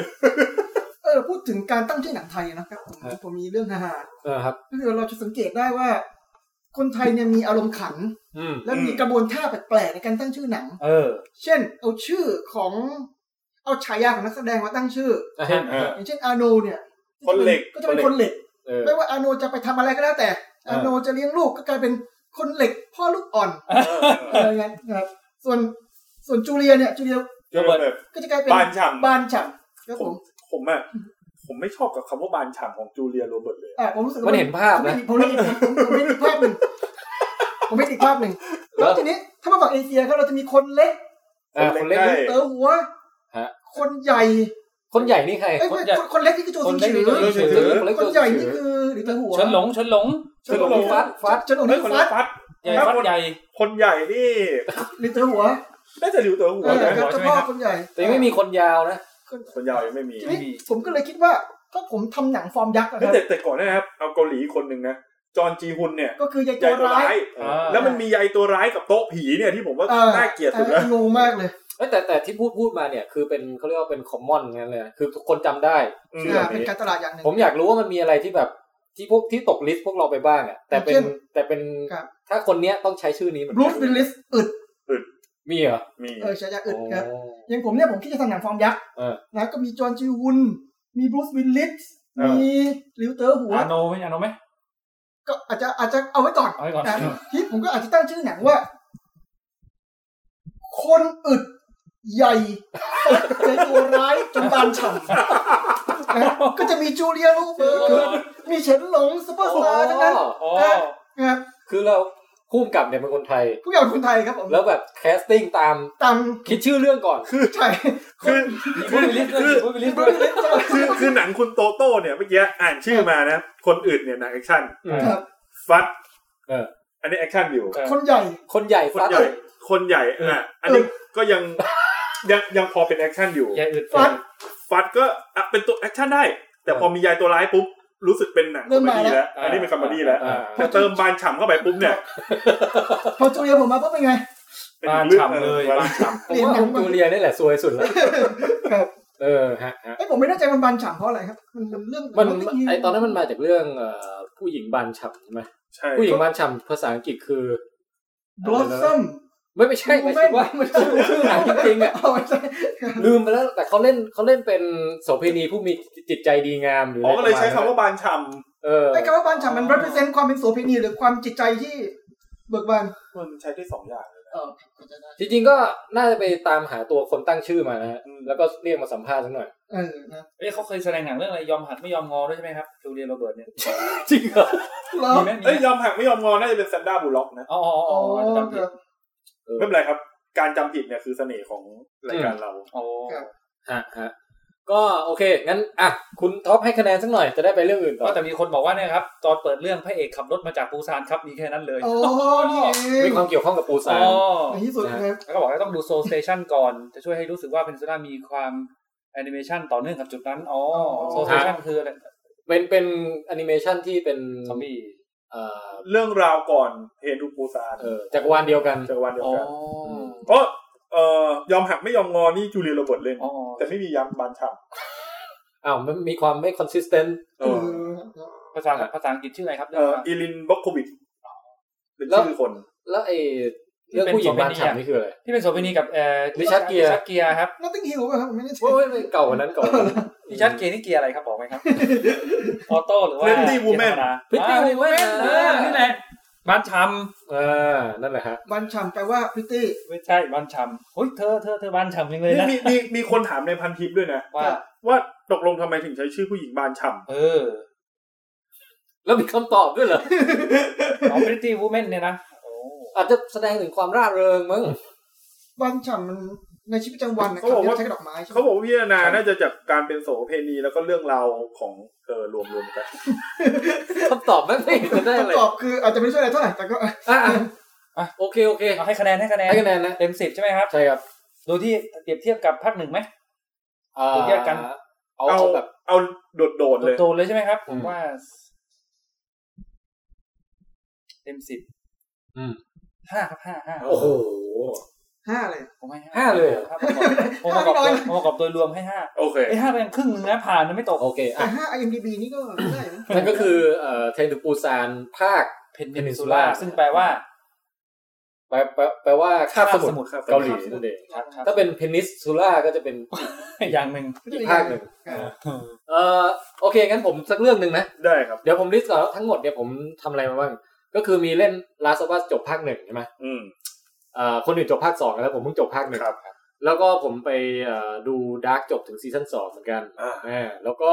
Speaker 3: เออพูดถึงการตั้งชื่อหนังไทยนะครับผมผมมีเรื่องฮา
Speaker 2: เออครับ
Speaker 3: ๆก็คือเราจะสังเกตได้ว่า คนไทยเนี่ยมีอารมณ์ขัน
Speaker 2: อืม
Speaker 3: และมีกระบวนท่าแปลกๆในการตั้งชื่อหนัง
Speaker 5: เออ
Speaker 3: เช่น เอาชื่อของเอาฉายาของนักแสดงมาตั้งชื่อ
Speaker 2: อ่ะ
Speaker 4: เออ
Speaker 3: อย่างเช่นอาโนเนี่ย
Speaker 4: คนเหล็ก
Speaker 3: ก็จะเป็นคนเหล็ก
Speaker 2: เออ
Speaker 3: ไม่ว่าอาโนจะไปทำอะไรก็แล้วแต่อาโนจะเลี้ยงลูกก็กลายเป็นคนเหล็กพ่อลูกอ่อนอะไรเงี้ยนะครับส่วนส่วนจูเลียเนี่ยจูเลีย
Speaker 4: เยอะแบบ
Speaker 3: ก็จะกลายเป็น
Speaker 4: บานฉ่ำ
Speaker 3: บานฉับครับผม
Speaker 4: ผมอะผมไม่ชอบกับคำว่าบานฉ่ำของจูเลียโรเบิร์ตเลย
Speaker 3: อ่ะผมรู้สึกว่า
Speaker 2: มันเห็นภาพ
Speaker 3: ผมไม่
Speaker 2: นะ
Speaker 3: ผมไม่ผมผมไม่ติดภาพหนึ่งผมไม่ติดภาพหนึ่ง
Speaker 2: เหรอ
Speaker 3: แล้วทีนี้ถ้ามาฝั่งเอเชียครับเราจะมีคนเล็ก
Speaker 2: อ่าคนเล็ก
Speaker 4: ได้
Speaker 2: นี่
Speaker 3: เต๋อหัว
Speaker 2: ฮะ
Speaker 3: คนใหญ่
Speaker 2: ค คนใหญ่นี่ใคร
Speaker 3: เอ้ย
Speaker 2: ค
Speaker 3: ไม่
Speaker 2: นใหญ่
Speaker 3: คนเล็กนี่คือโจซิงฉือ
Speaker 4: คนเล็กนี่คือโจซิงฉือ
Speaker 3: คนใหญ่นี่คือหรือเตาหัว
Speaker 5: เฉินหลงเฉินหลง
Speaker 3: เฉินหลงฟัดฟัดเฉินหลง
Speaker 4: เฮ้
Speaker 3: นี่
Speaker 4: ยคน
Speaker 3: ฟัด
Speaker 4: ฟัด
Speaker 5: ใหญ่ฟัดใหญ่
Speaker 4: คนใหญ่นี่
Speaker 3: หรือเตาหัว
Speaker 4: น่าจะริวเต๋อหัว
Speaker 3: เออ
Speaker 4: ใช่ไหม
Speaker 3: ครับเจ้า
Speaker 5: ใช่ไหม
Speaker 3: พ่อ
Speaker 5: ครับ
Speaker 3: คนใหญ่
Speaker 2: แต่ยังไม่มีคนยาวนะ
Speaker 4: คนยาวยังไม่มี
Speaker 3: ทีนี้ผมก็เลยคิดว่าถ้าผมทำหนังฟอร์มยักษ์อะค
Speaker 4: เฮ้ย
Speaker 3: รับ
Speaker 4: แต่แต่ก่อนนะครับเอาเกาหลีคนหนึ่งนะจอห์นจีฮุนเนี่ย
Speaker 3: ก็คือยาย
Speaker 4: ให
Speaker 3: ตั
Speaker 4: ญ่
Speaker 3: ว
Speaker 4: ตัว
Speaker 3: ร้า
Speaker 4: ร้าย ย
Speaker 5: อ่า
Speaker 4: แล้วมันมีใหญ่ตัวร้ายกับโต๊ะผีเนี่ยที่ผมว่า
Speaker 3: เออ
Speaker 4: น่าเกลียดสุด
Speaker 3: เอ
Speaker 4: นะ
Speaker 3: อโงงมากเลย
Speaker 2: เอ้ยแต่แต่ที่พูดพูดมาเนี่ยคือเป็นเขาเรียกว่าเป็นคอมมอนงั้นเลยนะคือทุกคนจำได้
Speaker 4: อืม
Speaker 3: อ่าเป็นการตลาดอย่างหนึ่ง
Speaker 2: ผมอยากรู้ว่ามันมีอะไรที่แบบที่พวกที่ตกลิสต์พวกเราไปบ้างอ่ะแต่เป็น
Speaker 3: เช่น
Speaker 2: แต่เป็น
Speaker 3: ครับ
Speaker 2: ถ้าคนเนี้ยต้องใช้ชื่อนี้เหมือน
Speaker 3: บรูซวิลลิสอึด
Speaker 2: มีเหรอ
Speaker 4: มี
Speaker 3: เออฉายาอึด
Speaker 2: โอ้
Speaker 3: ครับอย่างผมเนี่ยผมคิดจะทำหนังฟอร์มยักษ์
Speaker 2: เออ
Speaker 3: นะก็มีจอห์นจีฮุนมีบรูซวิลลิส
Speaker 5: เออ
Speaker 3: มีหลิวเต๋อหัว
Speaker 5: อาโนไหมอาโนไหม
Speaker 3: ก็อาจจะอาจจะเอาไว้ก่อน
Speaker 5: เอาไว้ก่อน
Speaker 3: นะที่ผมก็อาจจะตั้งชื่อหนังว่า คนอึดใหญ่ตกในตัวร้ายจนบานฉ่ำนะก็จะมีจูเลียโรูเบิร์ตมีเฉินหลงซุปเปอร์สตาร์ทั้งนั้น
Speaker 5: โอ้
Speaker 3: นะครับ
Speaker 2: คือเราคู่กับเนี่ยเป็นคนไทย
Speaker 3: ผู้ใหญ่คนไทยครับผม
Speaker 2: แล้วแบบแคสติ้งตาม
Speaker 3: ตาม
Speaker 2: คิดชื่อเรื่องก่อน
Speaker 3: ใช่
Speaker 4: คือ
Speaker 5: พู
Speaker 4: คือ
Speaker 5: ดไปลิสต์
Speaker 4: คือ
Speaker 5: พูดไปลิสต์
Speaker 3: บรูซวิลลิสจ้ะ
Speaker 4: คือคือหนังคุณโตโต้เนี่ยเมื่อกี้อ่านชื่อมานะ คนอื่นเนี่ยหนังแอคชั่น
Speaker 3: ครับ
Speaker 4: ฟัด
Speaker 2: เออ
Speaker 4: อันนี้แอคชั่นอยู่
Speaker 3: คนใหญ่
Speaker 2: คนใหญ่
Speaker 4: คน
Speaker 2: ฟัด
Speaker 4: ใหญ่คนใหญ่อ่ะอันนี้ก็ยังยังยังพอเป็นแอคชั่นอยู่
Speaker 5: ใหญ่อึด
Speaker 3: ฟัด
Speaker 4: ฟัดก็อ่ะเป็นตัวแอคชั่นได้ แต่พอมียายตัวร้ายปุ๊บ รู้สึกเป็นหนังค
Speaker 3: เริ่
Speaker 4: อม
Speaker 3: ม
Speaker 4: เม
Speaker 3: มา
Speaker 4: ดี้
Speaker 3: แล้ว
Speaker 4: แล้ว อันนี้เป็นคอมเมดี้แล้ว
Speaker 2: อ่า
Speaker 4: พอเติมบานฉ่ำเข้าไปปุ๊บเนี่ย
Speaker 3: พอจูเลียผมมาก็เป็นไง
Speaker 4: เป็น
Speaker 5: บาน
Speaker 4: อีกเรื่อง
Speaker 5: ฉ่ำเลย
Speaker 4: ออบ
Speaker 5: านฉ่
Speaker 2: ผมว่าคุณจูเลียนี่แหละซวยสุดแล้ว
Speaker 3: ครับ
Speaker 2: เออฮะฮะ
Speaker 3: ไอ้ยผมไม่แน่ใจมันบานฉ่ำเพราะอะไรครับ มันเรื่อง
Speaker 2: มัน
Speaker 3: เรื่อง
Speaker 2: ไอตอนนั้นมันมาจากเรื่องเอ่อผู้หญิงบานฉ่ำใช่ไหม
Speaker 4: ใช่
Speaker 2: ผู้หญิงบานฉ่ำภาษาอังกฤษคือ
Speaker 3: บลอสซัม
Speaker 2: ไม่ไม่ใช่ไม่ใช่ว่ามันชื่อชื่อหนังจริงๆอ่ะ
Speaker 3: เอาไว้ใช่
Speaker 2: ลืมไปแล้วแต่เขาเล่นเขาเล่นเป็นโสเภณีผู้มีจิตใจดีงามหรือ
Speaker 4: อ๋อก็
Speaker 2: อะไร
Speaker 4: เลยใช้
Speaker 2: ประม
Speaker 4: คำ
Speaker 2: ณนั้น
Speaker 4: ว่าบานฉ่
Speaker 2: เออ
Speaker 3: ไอ้คำว่าบานฉ่ำมัน represent ความเป็นโสเภณีหรือความจิตใจที่เบิกบาน
Speaker 4: ำมันใช้ได้สองอย่างเลยนะ
Speaker 2: จริงๆก็น่าจะไปตามหาตัวคนตั้งชื่อมานะฮะ
Speaker 4: อืม
Speaker 2: แล้วก็เรียกมาสัมภาษณ์สักหน่อย
Speaker 3: เออนะ
Speaker 5: ำเอ้ยเขาเคยแสดงหนังเรื่องอะไรยอมหักไม่ยอมงอด้วยใช่ไหมครับจูเลียโรเบิร์ตเนี่ย
Speaker 2: จริงเหรอ
Speaker 3: แล้ว
Speaker 5: มีไหมมี
Speaker 4: เอ้ย
Speaker 5: ไหม
Speaker 4: ยอมหักไม่ยอมงอน่าจะเป็นแซนด้าบูลล็อกนะ
Speaker 5: อ๋ออ๋ออ๋
Speaker 3: โอ้
Speaker 5: ออาจจะจำ
Speaker 3: ค
Speaker 5: ผิด
Speaker 3: รับ
Speaker 4: ไม่เป็นไรครับ การจำผิดเนี่ยคือเสน่ห์ของรายการเรา
Speaker 5: โอ้
Speaker 3: ครับ
Speaker 2: ฮะฮะก็โอเค งั้นอ่ะคุณท็อปให้คะแนนสักหน่อยจะได้ไปเรื่องอื่นต่
Speaker 5: ก็
Speaker 2: อ
Speaker 5: แต่มีคนบอกว่าเนี่ยครับตอนเปิดเรื่องพระเอกขับรถมาจากปูซานครับมีแค่นั้นเลย
Speaker 3: โอ้นี่เอง
Speaker 2: มีความเกี่ยวข้องกับปูซา
Speaker 5: อ๋
Speaker 2: น
Speaker 5: อ
Speaker 3: ในที่สุดนะครับ
Speaker 5: แล้วก็บอกว่าต้องดูโซลสเตชันก่อน จะช่วยให้รู้สึกว่าเพนซูล่ามีความแอนิเมชันต่อเนื่องกับจุดนั้น อ๋อโซลสเตชันคืออะไร
Speaker 2: เป็นเป็นแอนิเมชันที่เป็น
Speaker 5: ซอมบี้
Speaker 2: เอ่อ
Speaker 4: เรื่องราวก่อนเฮนทูปูซาน
Speaker 2: เออจักรวาลเดียวกัน
Speaker 4: เจอวันเดียว
Speaker 5: อ๋อ
Speaker 4: กัน เพราะเอ่อยอมหักไม่ยอมงอนี่จูเลียโรเบิร์ตเล่น
Speaker 5: อ๋อ
Speaker 4: แต่ไม่มียำบานฉ่
Speaker 2: อ้าวมันมีความไม่คอนสิสเทนต์
Speaker 4: ำ
Speaker 3: เออ
Speaker 5: ภาษาภาษาอังกฤษชื่ออะไรครับ
Speaker 4: เอ่ออีลินบ็อกโควิดเป็น
Speaker 2: แล้ว
Speaker 4: ชื่อคน
Speaker 2: แล้วไอเรื่องผู้หญิงบ้านฉ่ำนี่คืออะไร
Speaker 5: ที่เป็นโสเภณีกับเอ่อ
Speaker 2: ริชาร์ดเกียร์
Speaker 5: ริชาร์ดเกียร์ครับ
Speaker 3: น่าตึงหิวป่ะครับผมไม่แน่ใจ
Speaker 2: โอ้ยเก่ากว่านั้นเก่ากว่านั้น
Speaker 5: ริชาร์ดเกียร์นี่เกียร์อะไรครับบอกไหมครับ ออโต้หรือว่า
Speaker 4: Pretty Woman
Speaker 5: เกีย
Speaker 2: Pretty
Speaker 5: ร์ธรรมดาอ่า
Speaker 2: Woman
Speaker 5: เออนี่แหละบ้านช
Speaker 2: อ่านั่นแหละฮะ
Speaker 3: บานฉ่ำแปลว่าพริตตี้
Speaker 5: ำไม่ใช่บ้านชำเฮ้ยเธอเธอเธอบ้านชำยังเลย
Speaker 4: นี่
Speaker 5: นะ
Speaker 4: มีมีมีคนถามในพันทิปด้วยนะ
Speaker 5: ว่า
Speaker 4: ว่าตกลงทำไมถึงใช้ชื่อผู้หญิงบานฉ่
Speaker 5: เออ
Speaker 2: แล้วมีคำตอบด้วยเหรอ
Speaker 5: อ๋อ Pretty Woman เนี่ยนะโอ้
Speaker 2: อาจจะแสดงถึงความร่าเริงมั้ง
Speaker 3: บานฉ่ำมันในชีวิตประจำวันนะครับเรียกว่าใช้ดอกไม้
Speaker 4: ำ
Speaker 3: ใช่ไหม
Speaker 4: เขาบอกว่าพิจารณาน่าจะจากการเป็นโสเภณีแล้วก็เรื่องราวของเธอรวมรวมๆกัน
Speaker 2: คำตอบไม่ไม่เห็นจะได้อะไร
Speaker 3: คำตอบคืออาจจะไม่ช่วยอะไรเท่าไหร่แต่ก็
Speaker 2: อ่ะอ่ะอ่ะโอเคโอเค
Speaker 5: เอาให้คะแนนให้คะแนน
Speaker 2: ให้คะแนนนะ
Speaker 5: เต็มสิบใช่ไหมครับ
Speaker 2: ใช่ครับ
Speaker 5: โดยที่เปรียบเทียบกับภาคหนึ่งไหม
Speaker 2: อ่า
Speaker 5: เดี๋ยวแยกกัน
Speaker 2: เอา
Speaker 4: เอา
Speaker 2: เอาแบบ
Speaker 4: เอาโดดโดดๆเลย
Speaker 5: โดนๆเลยใช่ไหมครับ ผม
Speaker 2: อืม
Speaker 5: ว่า เต็มสิบ
Speaker 2: อืม
Speaker 5: ห้าครับห้าห้า
Speaker 2: โอ้โห
Speaker 3: ห้าเลย
Speaker 5: ผมให้
Speaker 2: ห้าเลยเหรอ
Speaker 5: ครับผมประกอบผมประกอบโดยรวมให้ห้า
Speaker 4: โอเค
Speaker 5: ไอ้ยห้าก็ยังครึ่งหนึงนะผ่านนะไม่ตก
Speaker 2: โอเค
Speaker 3: แต่
Speaker 2: อ่ะ
Speaker 3: ห้า IMDB นี่ก็ได้นะ
Speaker 2: นั่นก็คือเอ่อเทนทูปูซานภาค
Speaker 5: เพนนินซูล่าซึ่งแปลว่า
Speaker 2: แปลแปลแปลว่าคาบส
Speaker 5: คาบสมุ
Speaker 2: มุ
Speaker 5: ท
Speaker 2: ท
Speaker 5: ร
Speaker 2: รเกาหลีนั่นเอง
Speaker 5: ครับครับ
Speaker 2: ถ้าเป็นเพนิสซูล่าก็จะเป็น
Speaker 5: อย่างหนึ่ง
Speaker 2: อีกภาคหนึ่ง
Speaker 3: ครับ
Speaker 2: เอ่อโอเคงั้นผมสักเรื่องหนึ่งนะ
Speaker 4: ได้ครับ
Speaker 2: เดี๋ยวผมลิสต์ก่อนว่าทั้งหมดเนี่ยผมทำอะไรมาบ้าง ก็คือมีเล่นลาสวัสจบภาคหนึ่งใช่ไหม
Speaker 4: อืม
Speaker 2: เอ่อคนอื่นจบภาคสองแล้วผมเพิ่งจบภาคหนึ่ง
Speaker 4: ครับ
Speaker 2: แล้วก็ผมไปเอ่อดูดาร์กจบถึงซีซั่นสองเหมือนกัน
Speaker 4: อ่า
Speaker 2: อ่าแล้วก็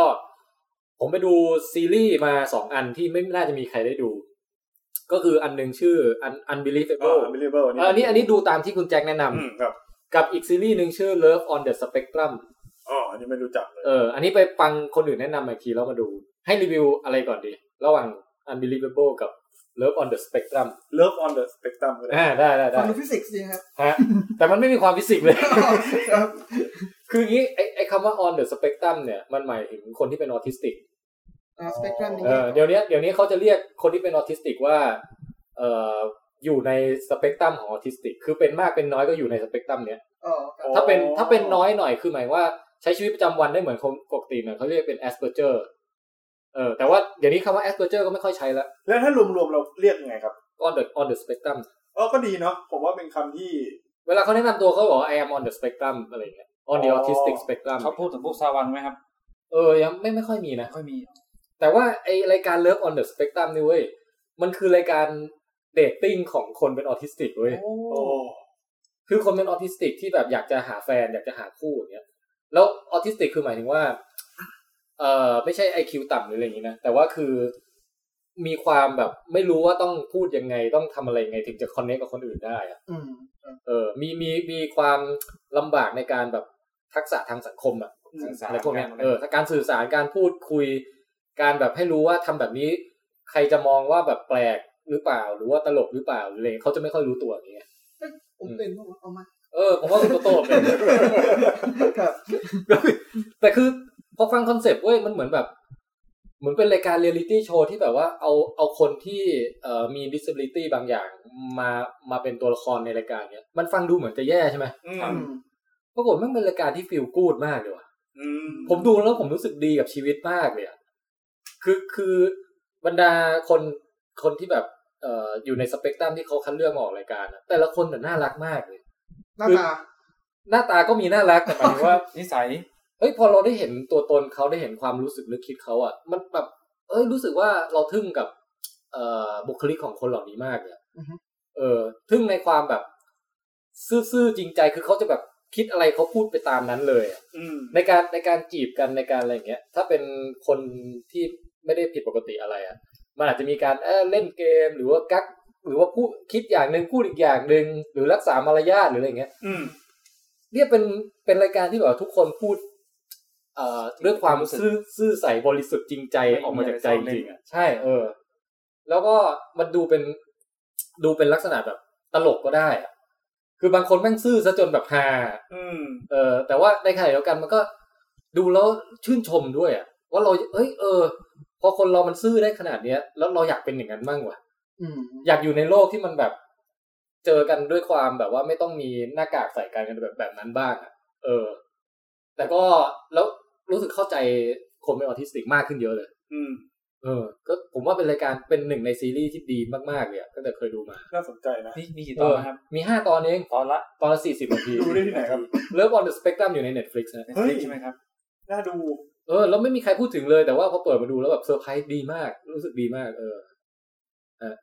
Speaker 2: ผมไปดูซีรีส์มาสองอันที่ไม่น่าจะมีใครได้ดู ก็คืออันหนึ่งชื่อ Un-
Speaker 4: ก็
Speaker 2: Unbelievable
Speaker 4: ไม่เรียกว่า
Speaker 2: เอออันนี้อันนี้ดูตามที่คุณแจ็คแนะนำ
Speaker 4: อืมครับ
Speaker 2: กับอีกซีรีส์หนึ่งชื่อ Love on the Spectrum
Speaker 4: อ๋ออันนี้ไม่รู้จักเลย
Speaker 2: เออ อันนี้ไปฟังคนอื่นแนะนำอีกทีแล้วมาดู ให้รีวิวอะไรก่อนดี ระหว่าง Unbelievable กับ Love on the Spectrum
Speaker 4: เลิฟออนเดอะสเปกตรัมก็ได้
Speaker 2: อ่าได้ได้ได้
Speaker 3: ฟังดูฟิสิกส์จริงครับ
Speaker 2: ฮะแต่มันไม่มีความฟิสิกส์เลย
Speaker 3: ครับ
Speaker 2: คืออย่างนี้ไอ้ไอ้คำว่า on the spectrum เนี่ยมันหมายถึงคนที่เป็นออทิสติก
Speaker 3: สเปกตรัมนี่
Speaker 2: เออเดี๋ยวเนี้ยเดี๋ยวนี้เขาจะเรียกคนที่เป็นออทิสติกว่าเอ่ออยู่ในสเปกตรัมของออทิสติก คือเป็นมากเป็นน้อยก็อยู่ในสเปกตรัมเนี้ย
Speaker 3: อ๋อครับ
Speaker 2: ถ้าเป็นถ้าเป็นน้อยหน่อยคือหมายว่าใช้ชีวิตประจำวันได้เหมือนคนปกติเนี่ยเขาเรียกเป็น asperger เออแต่ว่าเดี๋ยวนี้คำว่า asperger ก็ไม่ค่อยใช้ละ
Speaker 4: แล้วถ้ารวมๆเราเรียกยังไงครับ
Speaker 2: on the on the spectrum
Speaker 4: อ๋อก็ดีเนาะผมว่าเป็นคำที่
Speaker 2: เวลาเขาแนะนำตัวเขาบอกว่า I am on the spectrum อะไรเงี้ย on the
Speaker 4: อ๋อ
Speaker 2: autistic spectrum
Speaker 5: เขาพูดถึงพวกซาวันไหมครับ
Speaker 2: เออยังไม่ไม่ค่อยมีนะ
Speaker 5: ไม่ค่อยมี
Speaker 2: แต่ว่าไอรายการ Love on the Spectrum นี่เว้ย มันคือรายการเดทติ้งของคนเป็นออทิสติกเว้ย
Speaker 4: โอ้
Speaker 2: คือคนเป็นออทิสติกที่แบบอยากจะหาแฟน อยากจะหาคู่อย่างเงี้ย แล้วออทิสติกคือหมายถึงว่า เอ่อไม่ใช่ไอคิวต่ำหรืออะไรอย่างงี้นะ แต่ว่าคือมีความแบบไม่รู้ว่าต้องพูดยังไงต้องทำอะไรยังไงถึงจะคอนเนคกับคนอื่นได้อะ
Speaker 3: อืม
Speaker 2: เออ มีมีมีความลำบากในการแบบทักษะทางสังคมอะ
Speaker 5: สื่อสาร
Speaker 2: อะไรพวกเนี้ย
Speaker 5: กัน
Speaker 2: เออถ้าการสื่อสารการพูดคุย การแบบให้รู้ว่าทำแบบนี้ ใครจะมองว่าแบบแปลกหรือเปล่า หรือว่าตลกหรือเปล่าหรืออะไรเขาจะไม่ค่อยรู้ตัวอย่างเงี้ย
Speaker 3: ผมเป็นพวกเอามา
Speaker 2: เออผมว่าคุณโตโต้เป็น
Speaker 3: ครับ
Speaker 2: แต่คือพอฟังคอนเซปต์เว้ยมันเหมือนแบบ เหมือนเป็นรายการเรียลิตี้โชว์ที่แบบว่าเอาเอาคนที่เอ่อมีดิส a b i l i t y บางอย่างมามาเป็นตัวละครในรายการเนี้ยมันฟังดูเหมือนจะแย่ใช่ไหม
Speaker 4: อืม
Speaker 3: อืม
Speaker 2: ปรากฏมันเป็นรายการที่ฟีลกูดมากเลยว่ะ
Speaker 4: อืม
Speaker 2: ผมดูแล้วผมรู้สึกดีกับชีวิตมากเลยอะคือคือบรรดาคนคนที่แบบเอ่ออยู่ในสเปกตรัมที่เขาคัดเลือกมาออกรายการอะแต่ละคนน่ะน่ารักมากเลย
Speaker 3: หน้าตา
Speaker 2: หน้าตาก็มีน่ารักแต่หมายถึง ว่า
Speaker 5: นิสัย
Speaker 2: เฮ้ยพอเราได้เห็นตัวตนเขาได้เห็นความรู้สึกนึกคิดเขาอะมันแบบเอ้ยรู้สึกว่าเราทึ่งกับเอ่อบุคลิกของคนเหล่านี้มากเลย
Speaker 3: อือฮึ
Speaker 2: เออ ทึ่งในความแบบ ซื่อๆจริงใจคือเขาจะแบบคิดอะไรเขาพูดไปตามนั้นเลยอะ
Speaker 4: อืม
Speaker 2: ในการในการจีบกันในการอะไรอย่างเงี้ย ถ้าเป็นคนที่ไม่ได้ผิดปกติอะไรอะ่ะ มันอาจจะมีการเอ้อเล่นเกมหรือว่ากักหรือว่าพูดคิดอย่างหนึ่งพูดอีกอย่างหนึ่งหรือรักษามารยาทหรืออะไรอย่างเงี้ย
Speaker 4: อืม
Speaker 2: เนี่ยเป็นเป็นรายการที่แบบว่าทุกคนพูด เอ่อด้วยความซื่อซื่อใสบริสุทธิ์จริงใจออกมาจากใจจริงอะใช่ เออ แล้วก็มันดูเป็นดูเป็นลักษณะแบบตลกก็ได้อะคือบางคนแม่งซื่อซะจนแบบฮา
Speaker 4: อืม
Speaker 2: เออแต่ว่าในขณะเดียวกันมันก็ดูแล้วชื่นชมด้วยอะว่าเราเอ้ยเออ พอคนเรามันซื่อได้ขนาดเนี้ย แล้วเราอยากเป็นอย่างนั้นบ้างวะ
Speaker 3: อืม
Speaker 2: อยากอยู่ในโลกที่มันแบบ เจอกันด้วยความแบบว่าไม่ต้องมีหน้ากากใส่กันกันแบบแบบนั้นบ้างอะเออ แต่ก็แล้วรู้สึกเข้าใจคนเป็นออทิสติกมากขึ้นเยอะเลย
Speaker 4: อืม
Speaker 2: เออ ก็ผมว่าเป็นรายการเป็นหนึ่งในซีรีส์ที่ดีมากๆเลยอะตั้งแต่เคยดูมา
Speaker 4: น่าสนใจนะ
Speaker 5: มีมีกี่
Speaker 2: เอ
Speaker 5: ตอน
Speaker 2: อ
Speaker 5: นะครับ
Speaker 2: มีห้าตอนเอง
Speaker 5: ตอนละ
Speaker 2: ตอนละสี่สิบนาที
Speaker 4: ดูได้ที่ไหนครับ
Speaker 2: เลิฟออนเดอะสเปกตรัมอยู่ใน Netflix นะ
Speaker 4: เฮ้ย
Speaker 5: ใช่ไหมครับ
Speaker 4: น่าดู
Speaker 2: เออแล้วไม่มีใครพูดถึงเลยแต่ว่าพอเปิดมาดูแล้วแบบเซอร์ไพรส์ดีมาก รู้สึกดีมาก เออ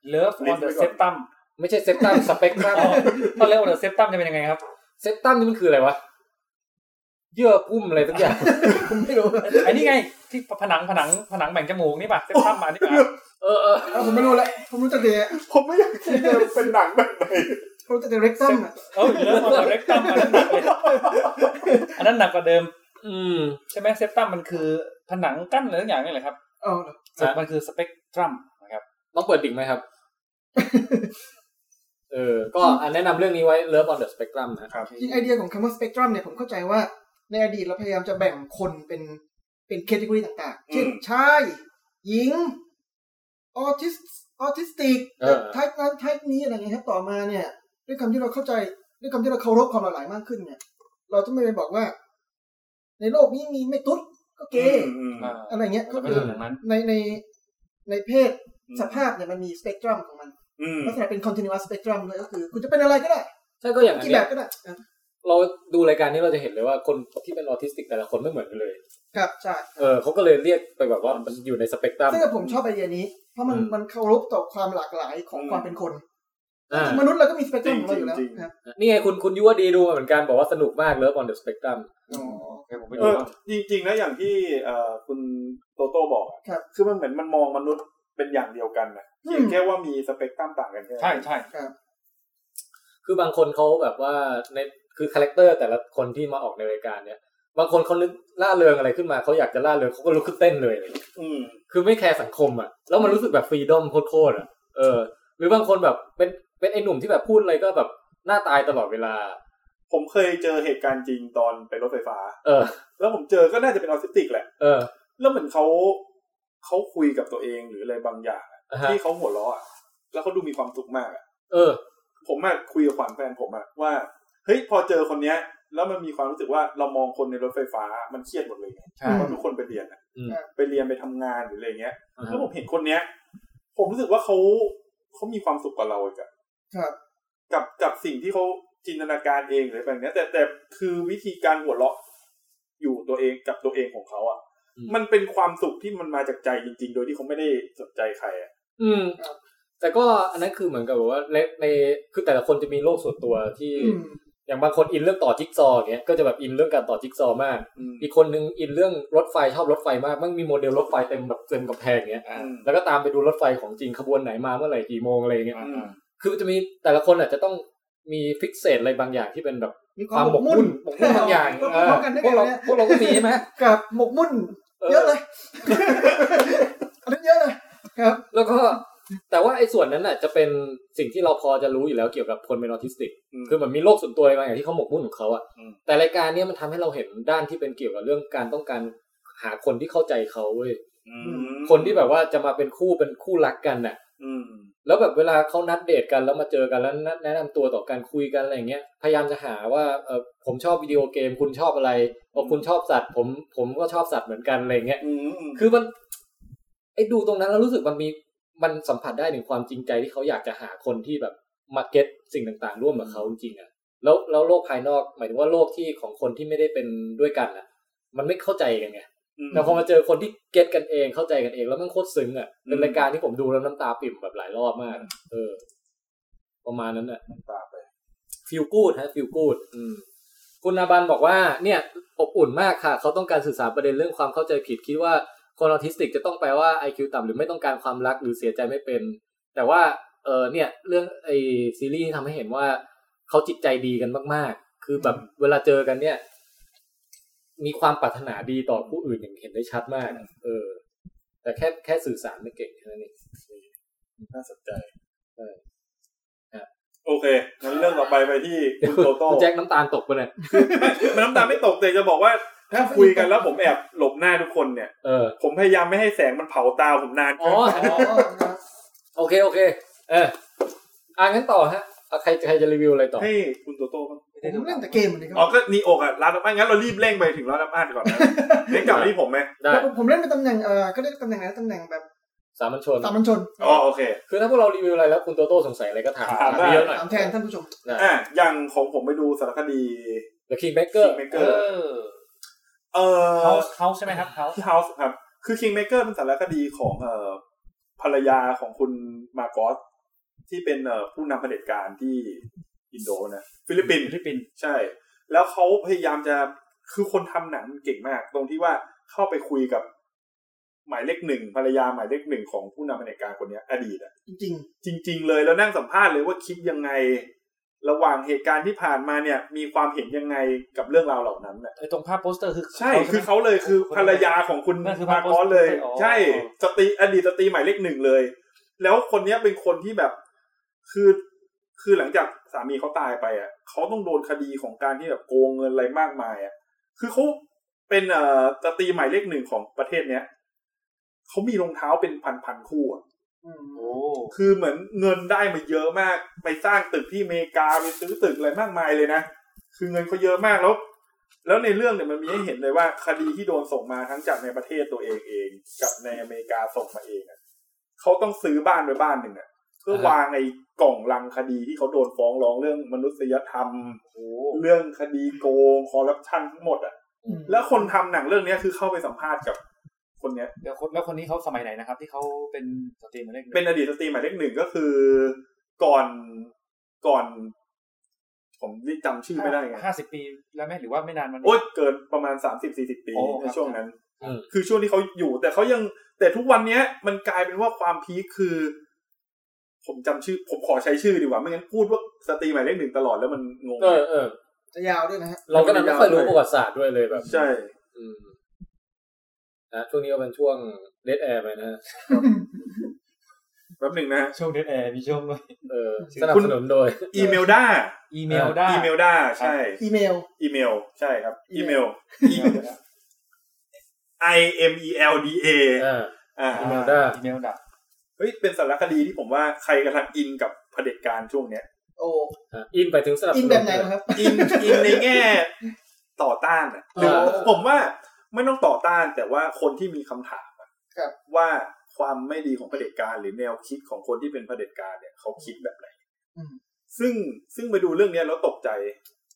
Speaker 5: เลิฟออนเดอะเซปตัม
Speaker 2: ไม่ใช่เซปตั มสเปกตรัม
Speaker 5: ถ้าเลิฟออนเดอะเซปตัมจะเป็นยังไงครับ
Speaker 2: เซปตัมนี่มันคืออะไรวะ เยื่อพุ่มอะไรสักอย่าง
Speaker 3: ผมไม่รู้
Speaker 5: ไอ้นี่ไง ที่ผนังผนังผนังแบ่งจมูกนี่ป่ะเซปตัมมา นี่ป่ะ
Speaker 2: เออเออ
Speaker 3: อ่ะผมไม่รู้ละผมรู้จักแต่
Speaker 4: ผมไม่อยากคิดเลยเป็นหนังแบบไหน
Speaker 3: ผมรู้จักแต่เร็กซัมอ่ะ
Speaker 5: เออเลิฟออนเดอะเซปตัมอันนั้นหนักกว่าเดิม
Speaker 2: อืม
Speaker 5: ใช่ไหมเซปตัมมันคือผนังกั้นอะไรสักอย่างนี่แหละครับ
Speaker 3: เอ๋อเหรอ
Speaker 2: ครับ
Speaker 5: มันคือสเปกตรัมนะครับ
Speaker 2: ต้องเปิดดิ่งไหมครับ เออ ก็อ่ะแนะนำเรื่องนี้ไว้ Love on the Spectrum นะ
Speaker 3: จริงไอเดียของคำว่าสเปกตรัมเนี่ยผมเข้าใจว่า ในอดีตเราพยายามจะแบ่งคนเป็นเป็นแคตตากรีต่างๆ เช่นชาย หญิง ออทิสออทิสติก
Speaker 2: เออ
Speaker 3: ทายนั้นทายนี้อะไรเงี้ยครับต่อมาเนี่ย ด้วยคำที่เราเข้าใจ ด้วยคำที่เราเคารพความหลากหลายมากขึ้นเนี่ย เราจะไม่ไปบอกว่า ในโลกนี้มีไม่ตุ๊ดก็เกย์
Speaker 4: อืม
Speaker 5: อ่า
Speaker 3: อะไรเงี้ยก็
Speaker 5: เราไม่
Speaker 3: คือ
Speaker 5: ถึงอย่างนั้น
Speaker 3: ในในในเพศ
Speaker 4: อืม
Speaker 3: สภาพเนี่ยมันมีสเปกตรัมของมัน
Speaker 4: อืม
Speaker 3: ลักษณะเป็น continuous spectrum เลยก็คือ คุณจะเป็นอะไรก็ได้
Speaker 2: ใช่ก็อย่างอัน
Speaker 3: กี่แบ
Speaker 2: เนี้ย
Speaker 3: บก็ได้อ่ะ
Speaker 2: เราดูรายการนี้เราจะเห็นเลยว่าคนที่เป็นออทิสติกแต่ละคนไม่เหมือนกันเลย
Speaker 3: ครับใช่
Speaker 2: เออเขาก็เลยเรียกไปแบบว่ามันอยู่ในสเปกตรัม
Speaker 3: ซึ่งผมชอบไอเดียนี้ เพราะมัน
Speaker 2: อืม
Speaker 3: มันเคารพต่อความหลากหลายของความเป็นคน
Speaker 2: อ่า
Speaker 3: จริงๆมนุษย์เราก็มีสเปกตรัมของเราอยู่แล้วนะครับ
Speaker 2: นี่ไงคุณคุณยุวดีดูมาเหมือนกันบอกว่าสนุกมาก Love on the Spectrum
Speaker 3: อ๋อ
Speaker 5: ผมไป
Speaker 4: เอ
Speaker 5: ดู
Speaker 4: อจริงๆนะอย่างที่เอ่อคุณโตโต้บอกอะ
Speaker 3: ครับ
Speaker 4: คือมันเหมือนมันมองมนุษย์เป็นอย่างเดียวกันนะเพียงแค่ว่ามีสเปกตรัมต่างกันแค่นั้น
Speaker 5: ใช่ใช่
Speaker 2: คือบางคนเขาแบบว่าในคือคาแรคเตอร์แต่ละคนที่มาออกในรายการเนี่ย บางคนเขานึกล่าเริงอะไรขึ้นมาเขาอยากจะล่าเริงเขาก็ลุกขึ้นเต้นเลยอะไรอย่างเงี้ย
Speaker 4: อืม
Speaker 2: คือไม่แคร์สังคมอ่ะแล้วมันรู้สึกแบบฟรีดอมโคตรๆอ่ะเออ หรือบางคนแบบเป็นเป็นไอ้หนุ่มที่แบบพูดอะไรก็แบบหน้าตายตลอดเวลา
Speaker 4: ผมเคยเจอเหตุการณ์จริงตอนไปรถไฟฟ้า
Speaker 2: เออ
Speaker 4: แล้วผมเจอก็น่าจะเป็นออทิสติกแหละ
Speaker 2: เออ
Speaker 4: แล้วเหมือนเขาเขาคุยกับตัวเองหรืออะไรบางอย่างอะ
Speaker 2: อ่ะฮะ
Speaker 4: ที่เขาหัวเราะอะแล้วเขาดูมีความสุขมากอะ
Speaker 2: เออ
Speaker 4: ผมอะคุยกับขวัญแฟนผมอะว่าเฮ้ยพอเจอคนเนี้ย แล้วมันมีความรู้สึกว่าเรามองคนในรถไฟฟ้ามันเครียดหมดเลยไง
Speaker 2: ใช่
Speaker 4: เพราะทุกคนไปเรียนอะ
Speaker 2: อืม
Speaker 4: ไปเรียนไปทำงานหรืออะไรเงี้ย
Speaker 2: อ่า
Speaker 4: แล้ว
Speaker 2: ฮะ
Speaker 4: ผมเห็นคนเนี้ย ผมรู้สึกว่าเขาเขามีความสุขกว่าเราอีกอะ
Speaker 3: ครับ
Speaker 4: กับกับสิ่งที่เขาจินตนาการเองหรือแบบเนี้ย แต่แต่คือวิธีการหัวเราะอยู่ตัวเองกับตัวเองของเขาอะ
Speaker 2: อืม
Speaker 4: มันเป็นความสุขที่มันมาจากใจจริง ๆ โดยที่เขาไม่ได้สนใจใครอะ
Speaker 2: อืม แต่ก็อันนั้นคือเหมือนกับแบบว่าในในคือแต่ละคนจะมีโลกส่วนตัวที่
Speaker 3: อืม
Speaker 2: อย่างบางคนอินเรื่องต่อจิ๊กซอว์อย่างเงี้ยก็จะแบบอินเรื่องการต่อจิ๊กซอว์มาก
Speaker 4: อืม
Speaker 2: อีกคนนึงอินเรื่องรถไฟชอบรถไฟมาก มันมีโมเดลรถไฟเต็มแบบเต็มกับแพงเงี้ย
Speaker 4: อืม
Speaker 2: แล้วก็ตามไปดูรถไฟของจริงขบวนไหนมาเมื่อไหร่กี่โมงอะไรเงี้ย
Speaker 4: อืม
Speaker 2: คือจะมีแต่ละคนอาจจะต้องมีฟิกเซตอะไรบางอย่างที่เป็นแบบ
Speaker 3: มี
Speaker 2: ควาว
Speaker 3: คาม ม
Speaker 2: ห
Speaker 3: ห
Speaker 2: ม
Speaker 3: ม
Speaker 2: ก
Speaker 3: ก
Speaker 2: มุ่
Speaker 3: มุ่
Speaker 2: น
Speaker 3: น
Speaker 2: หมกมุ่นบางอย่าง
Speaker 3: เรา
Speaker 2: เอ
Speaker 3: พ
Speaker 2: อ
Speaker 3: ร้อมกันได้
Speaker 2: พ
Speaker 3: ไง
Speaker 2: วกเรา
Speaker 3: เนี่ย
Speaker 2: พวกเราก็มีใช่ไหม
Speaker 3: กับหมกมุ่น เยอะเลยอันนั้นเยอะเลยครับ
Speaker 2: แล้วก็แต่ว่าไอ้ส่วนนั้นน่ะจะเป็นสิ่งที่เราพอจะรู้อยู่แล้วเกี่ยวกับคนเป็นออทิสติก คือเหมือนมีโลกส่วนตัวอะไรบางอย่างที่เขาหมกมุ่นของเขาอะ
Speaker 4: อืม
Speaker 2: แต่รายการเนี้ยมันทำให้เราเห็นด้านที่เป็นเกี่ยวกับเรื่องการต้องการหาคนที่เข้าใจเขาเว้ย
Speaker 4: ม
Speaker 2: คนที่แบบว่าจะมาเป็นคู่เป็นคู่รักกันน่ะ
Speaker 4: อืม
Speaker 2: แล้วแบบเวลาเขานัดเดทกันแล้วมาเจอกันแล้วนัดแนะนำตัวต่อกันคุยกันอะไรอย่างเงี้ย พยายามจะหาว่าเออผมชอบวิดีโอเกมคุณชอบอะไรพอคุณชอบสัตว์ ผมผมก็ชอบสัตว์เหมือนกันอะไรอย่างเงี้ย
Speaker 4: อืมอืม
Speaker 2: คือมันไอ้ดูตรงนั้นแล้วรู้สึกมันมีมันสัมผัสได้ถึงความจริงใจที่เขาอยากจะหาคนที่แบบมาเก็ตสิ่งต่างๆ ร่วมกับเขาจริงๆอะแล้วแล้วโลกภายนอกหมายถึงว่าโลกที่ของคนที่ไม่ได้เป็นด้วยกันน่ะ มันไม่เข้าใจกันไงแต่พอมาเจอคนที่เก็ตกันเองเข้าใจกันเองแล้วมันโคตรซึ้งอะเป็น
Speaker 4: อืม
Speaker 2: รายการที่ผมดูแล้วน้ำตาปิ่มแบบหลายรอบมาก เออ ประมาณนั้นน่ะ
Speaker 4: ตามไป
Speaker 2: ฟิลกูดฮะฟิลกูดคุณนาบันบอกว่า เนี่ย อบอุ่นมากค่ะ เขาต้องการสื่อสารประเด็นเรื่องความเข้าใจผิด คิดว่าคนออทิสติกจะต้องแปลว่า IQ ต่ำหรือไม่ต้องการความรักหรือเสียใจไม่เป็น แต่ว่า เออเนี่ย เรื่องไอซีรีส์ทำให้เห็นว่า เขาจิตใจดีกันมาก ๆ คือแบบเวลาเจอกันเนี่ย มีความปรารถนาดีต่อผู้อื่นอย่างเห็นได้ชัดมาก เออ แต่แค่แค่สื่อสารไม่เก่งแค่นั้นเอง
Speaker 4: น่าสนใจ
Speaker 2: เออครับ
Speaker 4: โอเคงั้นเรื่องต่อไปไปที่คุณโตโต้
Speaker 2: คุณแจ็คน้ำตาลตกไปะเลย
Speaker 4: น้ำตาไม่ตกแต่จะบอกว่าถ้าคุยกันแล้วผมแอบหลบหน้าทุกคนเนี่ย
Speaker 2: เออ
Speaker 4: ผมพยายามไม่ให้แสงมันเผาตาผมนาน
Speaker 2: อ๋อ โอเค โอเค เอออ่างั้นต่อฮะเอาใครใครจะรีวิวอะไรต่อ
Speaker 4: ให้คุณโตโต้บ้าง
Speaker 3: ผมเล่นแต่เกมเหมือนกันค
Speaker 4: อ๋อ
Speaker 3: รับ
Speaker 4: ก็นีโอกอะร้านน้ำมันงั้นเรารีบเร่งไปถึงร้านน้ำมันก่อน นะเร่งกลับมาที่ผมไหม
Speaker 2: ได้
Speaker 3: แล้วผมผมเล่นเป็นตำแหน่งเอ่อก็เรียกตำแหน่งอะไรตำแหน่งแบบ
Speaker 2: สามัญชน
Speaker 3: สามัญชน
Speaker 4: อ๋อโอเค
Speaker 2: คือถ้าพวกเรารีวิวอะไรแล้วคุณโตโต้สงสัยอะไรก็ถาม
Speaker 4: ถามได้
Speaker 2: เยอะหน่อย
Speaker 3: ถามแทนท่านผู้ชม
Speaker 2: ได้
Speaker 4: อ่ะอย่างของผมไปดูสารคดี
Speaker 2: The Kingmaker
Speaker 4: Kingmaker
Speaker 5: เออ
Speaker 4: เอ่
Speaker 5: เฮา
Speaker 4: อ
Speaker 5: ส์เฮาส์ใช่ไหมครับเฮาส์
Speaker 4: ที่เฮาส์ครับ คือ Kingmaker เป็นสารคดีของเอ่อภรรยาของคุณมาโกอส ที่เป็นเอ่อผู้นำเผด็จการที่อินโดนะฟิลิปปินส์
Speaker 5: ฟิลิปปินส์
Speaker 4: ใช่ แล้วเขาพยายามจะคือคนทำหนังเก่งมาก ตรงที่ว่าเข้าไปคุยกับหมายเลขหนึ่งภรรยาหมายเลขหนึ่งของผู้นำเผด็จการคนเนี้ยอดีตอะ
Speaker 3: จริง
Speaker 4: จริง ๆ เลยแล้วนั่งสัมภาษณ์เลยว่าคิดยังไง ระหว่างเหตุการณ์ที่ผ่านมาเนี่ย มีความเห็นยังไงกับเรื่องราวเหล่านั้นน่ะ
Speaker 5: ไอตรงภาพโปสเตอร์คือ
Speaker 4: ใช่
Speaker 5: ขไหม
Speaker 4: คือเขาเลยคือภรรยาของคุณ
Speaker 5: นั่นคือ
Speaker 4: มา
Speaker 5: มา
Speaker 4: ร์ก
Speaker 5: ร์ก
Speaker 4: อ
Speaker 5: อ
Speaker 4: ส
Speaker 5: ส
Speaker 4: เลย
Speaker 5: อ๋อ
Speaker 4: ใช่สตรีอดีตสตรีหมายเลขหนึ่งเลย แล้วคนเนี้ยเป็นคนที่แบบ คือคือหลังจากสามีเขาตายไปอ่ะเขาต้องโดนคดีของการที่แบบโกงเงินอะไรมากมายอ่ะคือเขาเป็นเอ่อสตรีหมายเลขหนึ่งของประเทศเนี้ยเขามีรองเท้าเป็นพันพันๆคู่อ่ะ
Speaker 5: โอ้
Speaker 4: คือเหมือนเงินได้มาเยอะมาก ไปสร้างตึกที่อเมริกาไปซื้อตึกอะไรมากมายเลยนะ คือเงินเขาเยอะมากแล้ว แล้วในเรื่องเนี่ยมันมีให้เห็นเลยว่าคดีที่โดนส่งมาทั้งจากในประเทศตัวเองเอง กับในอเมริกาส่งมาเองอะเขาต้องซื้อบ้านไว้บ้านหนึ่งอะเพื่อวางในกล่องลังคดีที่เขาโดนฟ้องร้องเรื่องมนุษยธรรม
Speaker 5: โอ้
Speaker 4: เรื่องคดีโกงคอร์รัปชันทั้งหมดอะ
Speaker 3: อืม
Speaker 4: แล้วคนทำหนังเรื่องเนี้ยคือเข้าไปสัมภาษณ์กับคนเนี้ย
Speaker 5: เดี๋ยวคนแล้วคนนี้เขาสมัยไหนนะครับ ที่เขาเป็นสตรีมมาเล็ก
Speaker 4: เป็นอดีตสตรีหมายเลขหนึ่งก็คือก่อนก่อน ผมจำชื่อไม่ได้ไง
Speaker 5: ห้าสิบปีแล้วไหมหรือว่าไม่นานมัน
Speaker 4: โอ้ยเกินประมาณสามสิบสี่สิบปี
Speaker 5: โอ้ครับ
Speaker 4: ในช่วงนั้น
Speaker 2: อืม
Speaker 4: คือช่วงที่เขาอยู่ แต่เขายังแต่ทุกวันเนี้ย มันกลายเป็นว่าความพีคคือ ผมจำชื่อ ผมขอใช้ชื่อดีกว่า ไม่งั้นพูดว่าสตรีหมายเลขหนึ่งตลอดแล้วมันงง
Speaker 2: เออเออ
Speaker 3: จะยาวด้วยนะฮะ
Speaker 2: เราก็ไม่ค่อยรู้ประวัติศาสตร์ด้วยเลยแบบ
Speaker 4: ใช่
Speaker 2: อืมนะช่วงนี้ก็เป็นช่วงเดดแอร์ไปนะ
Speaker 4: แป๊บหนึ่งนะ
Speaker 5: ช่วงเดทแอร์มีช่วงด้วย
Speaker 2: เออสนับสนุนโดย
Speaker 4: อีเมลด้า
Speaker 5: อีเมลได้
Speaker 4: อีเมลด้าใช่
Speaker 3: อีเมล
Speaker 4: อีเมล ใช่ครับ อีเมล
Speaker 5: อีเมลได้
Speaker 4: i m e l d a
Speaker 2: อ่า
Speaker 4: อ่า
Speaker 2: อีเมลได้
Speaker 5: อีเมลได้
Speaker 4: เฮ้ย เป็นสารคดีที่ผมว่าใครกำลังอินกับเผด็จการช่วงเนี้ย
Speaker 3: โอ้
Speaker 2: อ่ะอินไปถึงสนับสนุน
Speaker 3: อินแบบไหนนะครับ
Speaker 4: อินอินในแง่ต่อต้านอ่ะ
Speaker 2: เออ
Speaker 4: ผมว่าไม่ต้องต่อต้านแต่ว่าคนที่มีคำถามอะ
Speaker 3: ครับ
Speaker 4: ว่าความไม่ดีของเผด็จการ หรือแนวคิดของคนที่เป็นเผด็จการเนี่ยเขาคิดแบบไหน
Speaker 3: อืม
Speaker 4: ซึ่งซึ่งไปดูเรื่องเนี้ยแล้วตกใจ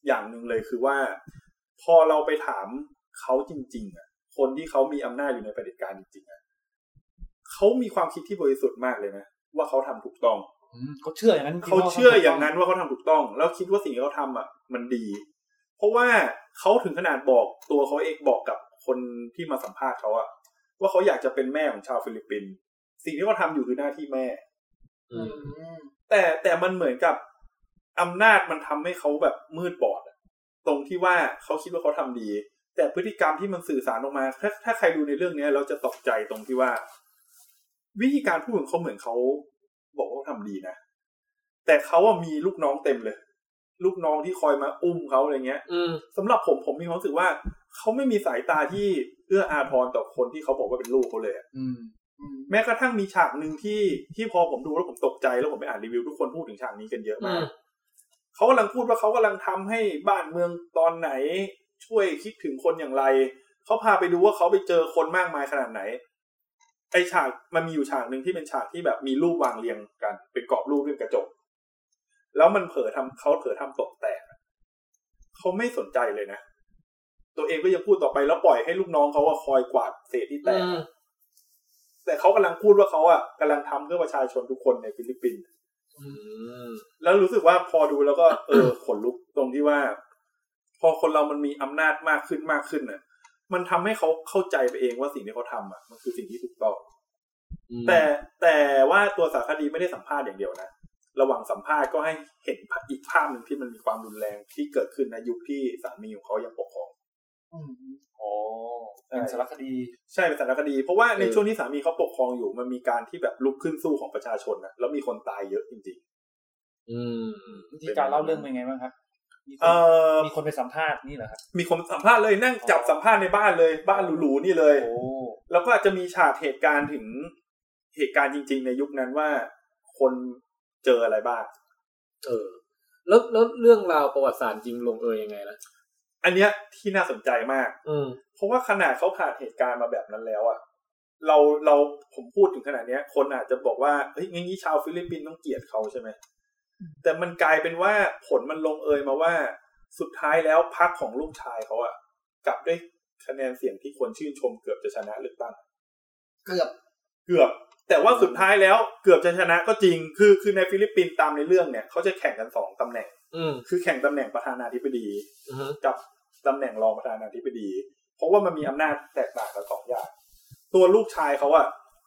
Speaker 4: อย่างหนึ่งเลยคือว่า พอเราไปถามเขาจริง ๆ อ่ะ คนที่เขามีอำนาจอยู่ในเผด็จการจริงๆอ่ะเขามีความคิดที่บริสุทธิ์มากเลยนะว่าเขาทำถูกต้อง
Speaker 5: อืมเขาเชื่ออย่างนั้น
Speaker 4: เขาเชื่ออย่างนั้นว่าเขาทำถูกต้อง แล้วคิดว่าสิ่งที่เขาทำอ่ะมันดี เพราะว่าเขาถึงขนาดบอกตัวเขาเองบอกกับคนที่มาสัมภาษณ์เขาอ่ะว่าเขาอยากจะเป็นแม่ของชาวฟิลิปปินส์สิ่งที่เขาทำอยู่คือหน้าที่แม่
Speaker 2: อืม
Speaker 3: อืม
Speaker 4: แต่แต่มันเหมือนกับอำนาจมันทำให้เขาแบบมืดบอดอะตรงที่ว่าเขาคิดว่าเขาทำดี แต่พฤติกรรมที่มันสื่อสารออกมา ถ้าถ้าใครดูในเรื่องเนี้ยเราจะตกใจตรงที่ว่า วิธีการพูดของเขาเหมือนเขาบอกว่าเขาทำดีนะ แต่เขาอะมีลูกน้องเต็มเลย ลูกน้องที่คอยมาอุ้มเขาอะไรเงี้ย
Speaker 2: อืม
Speaker 4: สำหรับผมผมมีความรู้สึกว่า เขาไม่มีสายตาที่เอื้ออาทรต่อคนที่เขาบอกว่าเป็นลูกเขาเลยอะ
Speaker 5: อืม
Speaker 3: อืม
Speaker 4: แม้กระทั่งมีฉากหนึ่งที่ที่พอผมดูแล้วผมตกใจแล้วผมไปอ่านรีวิวทุกคนพูดถึงฉากนี้กันเยอะ
Speaker 2: อื
Speaker 4: มาก
Speaker 2: ม
Speaker 4: เขากำลังพูดว่าเขากำลังทำให้บ้านเมืองตอนไหน ช่วยคิดถึงคนอย่างไร เขาพาไปดูว่าเขาไปเจอคนมากมายขนาดไหนไอฉากมันมีอยู่ฉากหนึ่งที่เป็นฉากที่แบบมีรูปวางเรียงกัน เป็นกรอบรูปเรียงกระจก แล้วมันเผลอทำเขาเผลอทำตกแตกเขาไม่สนใจเลยนะตัวเองก็ยังพูดต่อไปแล้วปล่อยให้ลูกน้องเขาว่าคอยกวาดเศษที่แต
Speaker 2: อื
Speaker 4: ก
Speaker 2: ม
Speaker 4: แต่เขากำลังพูดว่าเขาอ่ะกำลังทำเพื่อประชาชนทุกคนในฟิลิปปินส์
Speaker 2: อืม
Speaker 4: แล้วรู้สึกว่าพอดูแล้วก็ เออขนลุกตรงที่ว่า พอคนเรามันมีอำนาจมากขึ้นมากขึ้นน่ะ มันทำให้เขาเข้าใจไปเองว่าสิ่งที่เขาทำอ่ะมันคือสิ่งที่ถูกต้อง
Speaker 2: อืม
Speaker 4: แต่แต่ว่าตัวสารคดีไม่ได้สัมภาษณ์อย่างเดียวนะ ระหว่างสัมภาษณ์ก็ให้เห็นอีกภาพหนึ่งที่มันมีความรุนแรงที่เกิดขึ้นในยุคที่สามีของเขายังปกครอง
Speaker 3: อืม
Speaker 5: อ๋อเป็นสารคดี
Speaker 4: ใช่เป็นสารคดี เพราะว่าในช่วงที่สามีเขาปกครองอยู่ มันมีการที่แบบลุกขึ้นสู้ของประชาชนนะแล้วมีคนตายเยอะจริง
Speaker 2: อืม
Speaker 5: วิธีการเล่าเรื่องเป็นไงบ้างครับมี
Speaker 4: ๆ
Speaker 5: ค
Speaker 4: เอน อ
Speaker 5: มีคนไปสัมภาษณ์นี่เหรอครับ
Speaker 4: มีคนสัมภาษณ์เลยนั่งจับสัมภาษณ์ในบ้านเลยบ้านหรูๆนี่เลย
Speaker 5: โอ้
Speaker 4: แล้วก็อาจจะมีฉากเหตุการณ์ถึงเหตุการณ์จริง ๆ ในยุคนั้นว่า คนเจออะไรบ้าง
Speaker 2: เออแล้วแล้วเรื่องราวประวัติศาสตร์จริงลงเอยยังไงล่ะ
Speaker 4: อันเนี้ยที่น่าสนใจมาก
Speaker 2: อืม
Speaker 4: เพราะว่าขนาดเขาผ่านเหตุการณ์มาแบบนั้นแล้วอะเราเราผมพูดถึงขนาดเนี้ย คนอาจจะบอกว่าเฮ้ยงี้ชาวฟิลิปปินส์ต้องเกลียดเขาใช่ไหมแต่มันกลายเป็นว่าผลมันลงเอยมาว่าสุดท้ายแล้วพรรคของลูกชายเขาอะกลับได้คะแนนเสียงที่คนชื่นชมเกือบจะชนะเลือกตั้ง
Speaker 3: เกือบ
Speaker 4: เกือบ แต่ว่าสุดท้ายแล้วเกือบจะชนะก็จริง คือคือในฟิลิปปินส์ตามในเรื่องเนี่ยเขาจะแข่งกันสองตำแหน่ง
Speaker 2: อืม
Speaker 4: คือแข่งตำแหน่งประธานาธิบดี
Speaker 2: อืม
Speaker 4: กับตำแหน่งรองประธานาธิบดี เพราะว่ามันมีอำนาจแตกต่างกันสองอย่างตัวลูกชายเขาอะ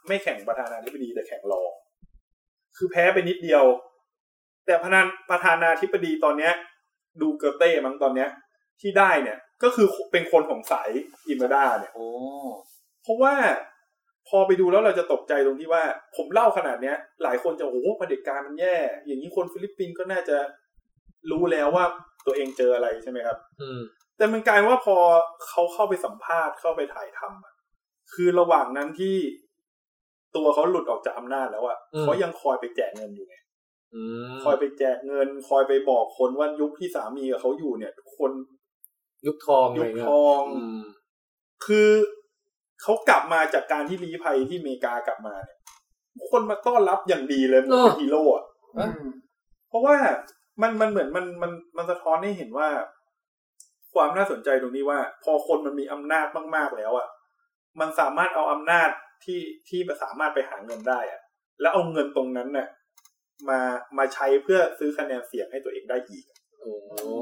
Speaker 4: ไม่แข่งประธานาธิบดีแต่แข่งรอง คือแพ้ไปนิดเดียว แต่พนันประธานาธิบดีตอนเนี้ย ดูเกอเต้มั้งตอนเนี้ย ที่ได้เนี่ยก็คือเป็นคนของสายอิมาดาเนี่ย
Speaker 5: โอ้
Speaker 4: เพราะว่าพอไปดูแล้วเราจะตกใจตรงที่ว่า ผมเล่าขนาดเนี้ย หลายคนจะโอ้โหเผด็จการมันแย่ อย่างนี้คนฟิลิปปินส์ก็น่าจะรู้แล้วว่าตัวเองเจออะไรใช่ไหมครับ
Speaker 2: อืม
Speaker 4: แต่มันกลายว่าพอเขาเข้าไปสัมภาษณ์เข้าไปถ่ายทำอะคือระหว่างนั้นที่ตัวเขาหลุดออกจากอำนาจแล้วอะเขายังคอยไปแจกเงินอยู่ไง
Speaker 2: อืม
Speaker 4: คอยไปแจกเงิน คอยไปบอกคนว่ายุคที่สามีกับเขาอยู่เนี่ย คน
Speaker 2: ยุคทองอะไร
Speaker 4: ยุค
Speaker 2: เงี้ย
Speaker 4: ทอง
Speaker 2: อืม
Speaker 4: คือเขากลับมาจากการที่ลี้ภัยที่อเมริกากลับมาเนี่ยคนมาต้อนรับอย่างดีเลยเหมือนเป็นฮีโร่อะ
Speaker 3: อืม
Speaker 4: เพราะว่ามันมันเหมือนมันมันมันสะท้อนให้เห็นว่า ความน่าสนใจตรงนี้ว่า พอคนมันมีอำนาจมากๆแล้วอะมันสามารถเอาอำนาจที่ที่สามารถไปหาเงินได้อะแล้วเอาเงินตรงนั้นน่ะมามาใช้เพื่อซื้อคะแนนเสียงให้ตัวเองได้อีก
Speaker 2: โอ้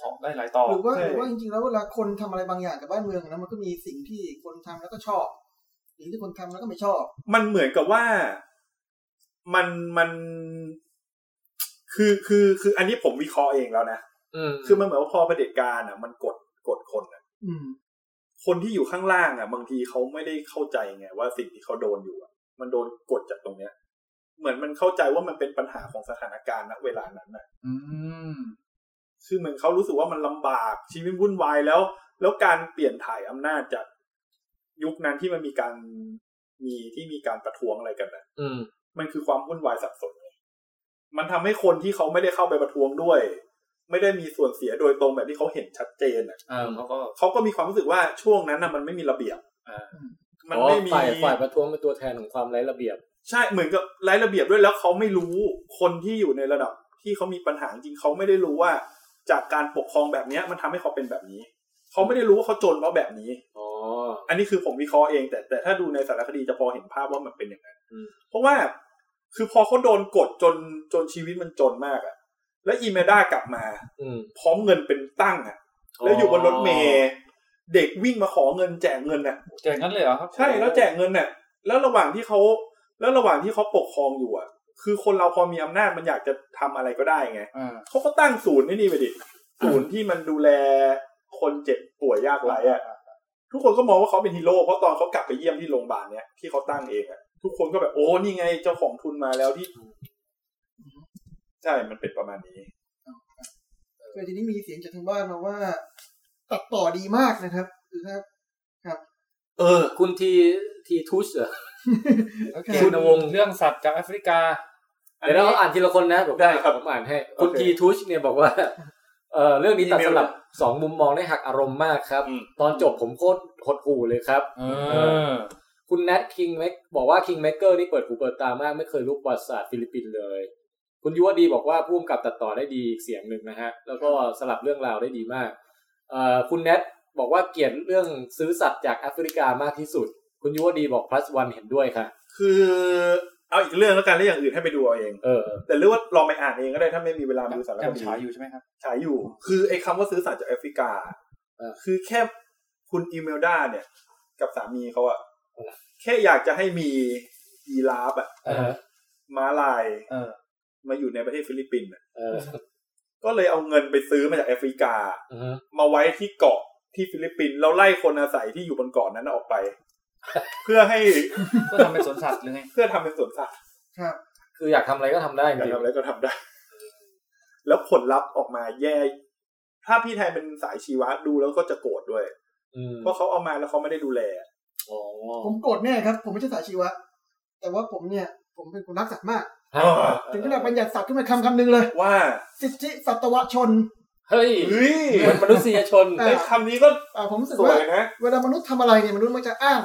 Speaker 5: สองได้หลายต่อ
Speaker 3: หรือว่า
Speaker 4: ใช่
Speaker 3: หรือว่าจริงๆแล้วเวลาคนทำอะไรบางอย่างกับบ้านเมืองนะมันก็มีสิ่งที่คนทำแล้วก็ชอบสิ่งที่คนทำแล้วก็ไม่ชอบ
Speaker 4: มันเหมือนกับว่ามันมัน คือคือคืออันนี้ผมวิเคราะห์เองแล้วนะ
Speaker 2: อืม
Speaker 4: คือมันเหมือนว่าพอเผด็จการอ่ะ มันกดกดคนอ่ะ
Speaker 3: อืม
Speaker 4: คนที่อยู่ข้างล่างอ่ะ บางทีเขาไม่ได้เข้าใจไงว่าสิ่งที่เขาโดนอยู่อ่ะ มันโดนกดจากตรงเนี้ย เหมือนมันเข้าใจว่ามันเป็นปัญหาของสถานการณ์ณเวลานั้นน่ะ
Speaker 5: อืม
Speaker 4: คือเหมือนเขารู้สึกว่ามันลำบากชีวิตวุ่นวายแล้ว แล้วการเปลี่ยนถ่ายอำนาจจากยุคนั้นที่มันมีการมีที่มีการประท้วงอะไรกันน่ะ
Speaker 2: อืม
Speaker 4: มันคือความวุ่นวายสับสนไงมันทำให้คนที่เขาไม่ได้เข้าไปประท้วงด้วย ไม่ได้มีส่วนเสียโดยตรงแบบที่เขาเห็นชัดเจนอ่ะ
Speaker 2: เออเขาก็
Speaker 4: เขาก็มีความรู้สึกว่าช่วงนั้นน่ะมันไม่มีระเบียบ
Speaker 2: อ่า
Speaker 4: มัน
Speaker 2: อ๋อ
Speaker 4: ไม่มี
Speaker 2: ฝ่ายฝ่ายประท้วงเป็นตัวแทนของความไร้ระเบียบ
Speaker 4: ใช่เหมือนกับไร้ระเบียบด้วยแล้วเขาไม่รู้คนที่อยู่ในระดับที่เขามีปัญหาจริงเขาไม่ได้รู้ว่า จากการปกครองแบบเนี้ยมันทำให้เขาเป็นแบบนี้ เขาไม่ได้รู้ว่าเขาจนเพราะแบบนี้
Speaker 2: อ๋อ
Speaker 4: อันนี้คือผมวิเคราะห์เอง แต่แต่ถ้าดูในสารคดีจะพอเห็นภาพว่ามันเป็นอย่างนั้น
Speaker 2: อืม
Speaker 4: เพราะว่าคือพอเขาโดนกดจนจนชีวิตมันจนมากอะแล้วอีเมด้ากลับมา
Speaker 2: อืม
Speaker 4: พร้อมเงินเป็นตั้งอะแล้วอยู่บนรถเมล์เด็กวิ่งมาขอเงินแจกเงินน่ะ
Speaker 5: แจกงั้นเลยเหรอครับ
Speaker 4: ใช่แล้วแจกเงินเนี่ยแล้วระหว่างที่เขาแล้วระหว่างที่เขาปกครองอยู่อ่ะ คือคนเราพอมีอำนาจมันอยากจะทำอะไรก็ได้ไง
Speaker 5: อ่า
Speaker 4: เขาก็ตั้งศูนย์นี่นี่ไปดิศูนย์ที่มันดูแลคนเจ็บป่วยยากไร้อ่ะทุกคนก็มองว่าเขาเป็นฮีโร่เพราะตอนเขากลับไปเยี่ยมที่โรงพยาบาลเนี่ยที่เขาตั้งเองอ่ะทุกคนก็แบบโอ้นี่ไงเจ้าของทุนมาแล้วที่ ใช่มันเป็นประมาณนี้
Speaker 3: คือทีนี้มีเสียงจากทางบ้านมาว่า ตัดต่อดีมากนะครับคือครับ
Speaker 2: เออ คุณทีทีทุชเหรอ
Speaker 5: โอเค
Speaker 2: คุณวงศ์
Speaker 5: เรื่องสัตว์กับแอฟริกา
Speaker 2: เดี๋ยวเราอ่านทีละคนนะผม
Speaker 4: ได้ครับ
Speaker 2: ผมอ่านให้ คุณ
Speaker 4: โอเค
Speaker 2: ทีทูชเนี่ยบอกว่า เออเรื่องนี้ตัดสลับสองมุมมองได้หักอารมณ์มากครับ
Speaker 4: อืม
Speaker 2: ตอนจบผมโคตรหดหู่เลยครับ
Speaker 5: เออ
Speaker 2: คุณแนทคิงเมกบอกว่าคิงเมกเกอร์นี่เปิดหูเปิดตามาก ไม่เคยรู้ประวัติศาสตร์ฟิลิปปินส์เลย คุณยุวดีบอกว่าพุ่มกับตัดต่อได้ดีอีกเสียงหนึ่งนะฮะ แล้วก็สลับเรื่องราวได้ดีมากเอ่อคุณแนทบอกว่าเกลียดเรื่องซื้อสัตว์จากแอฟริกามากที่สุด คุณยุวดีบอก plus one เห็นด้วยค่ะ
Speaker 4: คือเอาอีกเรื่องแล้วกันแล้วอย่างอื่นให้ไปดูเอาเอง
Speaker 2: เออ
Speaker 4: แต่หรือว่าลองไปอ่านเองก็ได้ถ้าไม่มีเวลาดูสารค
Speaker 5: ยัง
Speaker 4: ดี
Speaker 5: ฉายอยู่ใช่ไหมครับ
Speaker 4: ฉายอยู่ คือไอ้คำว่าซื้อสารจากแอฟริกา
Speaker 2: เออ
Speaker 4: คือแค่คุณอีเมลดาเนี่ย กับสามีเขาอะ
Speaker 2: เออ
Speaker 4: แค่อยากจะให้มียีราฟอะ
Speaker 2: เออ
Speaker 4: ม้าลาย
Speaker 5: เออ
Speaker 4: มาอยู่ในประเทศฟิลิปปินส์อะ
Speaker 2: เออ
Speaker 4: ก็เลยเอาเงินไปซื้อมาจากแอฟริกา
Speaker 2: อือฮึ
Speaker 4: มาไว้ที่เกาะที่ฟิลิปปินส์แล้วไล่คนอาศัยที่อยู่บนเกาะนั้นออกไป เพื่อให้
Speaker 5: ก็ทำเป็นสวนสัตว์หรือไง
Speaker 4: เพื่อทำเป็นสวนสัตว์
Speaker 3: ครับ
Speaker 2: คืออยากทำอะไรก็ทำได้จ
Speaker 4: อยาก
Speaker 2: ริง
Speaker 4: ทำอะไรก็ทำได้ แล้วผลลัพธ์ออกมาแย่ ถ้าพี่ไทยเป็นสายชีวะดูแล้วก็จะโกรธด้วย
Speaker 2: ๆอืม
Speaker 4: เพราะเขาเอามาแล้วเขาไม่ได้ดูแล
Speaker 2: อ๋อ
Speaker 3: ผมโกรธแน่ครับ ผมไม่ใช่สายชีวะ แต่ว่าผมเนี่ย ผมเป็นคนรักสัตว์มาก
Speaker 2: ฮะ
Speaker 3: ถึงขนาดบัญญัติศัพท์ขึ้นมาคำคำหนึ่งเลย
Speaker 4: ว่า
Speaker 3: สิทธิสัตวชน
Speaker 2: เฮ้ย
Speaker 4: เฮ้ย
Speaker 2: เหมือนมนุษยชน
Speaker 3: เอ
Speaker 4: ไอ้
Speaker 3: อ
Speaker 4: คำนี้ก็
Speaker 3: อ่าผมรู้สึก
Speaker 4: สว
Speaker 3: ว่า
Speaker 4: ยนะ
Speaker 3: เวลามนุษย์ทำอะไรเนี่ยมนุษย์มักจะอ้าง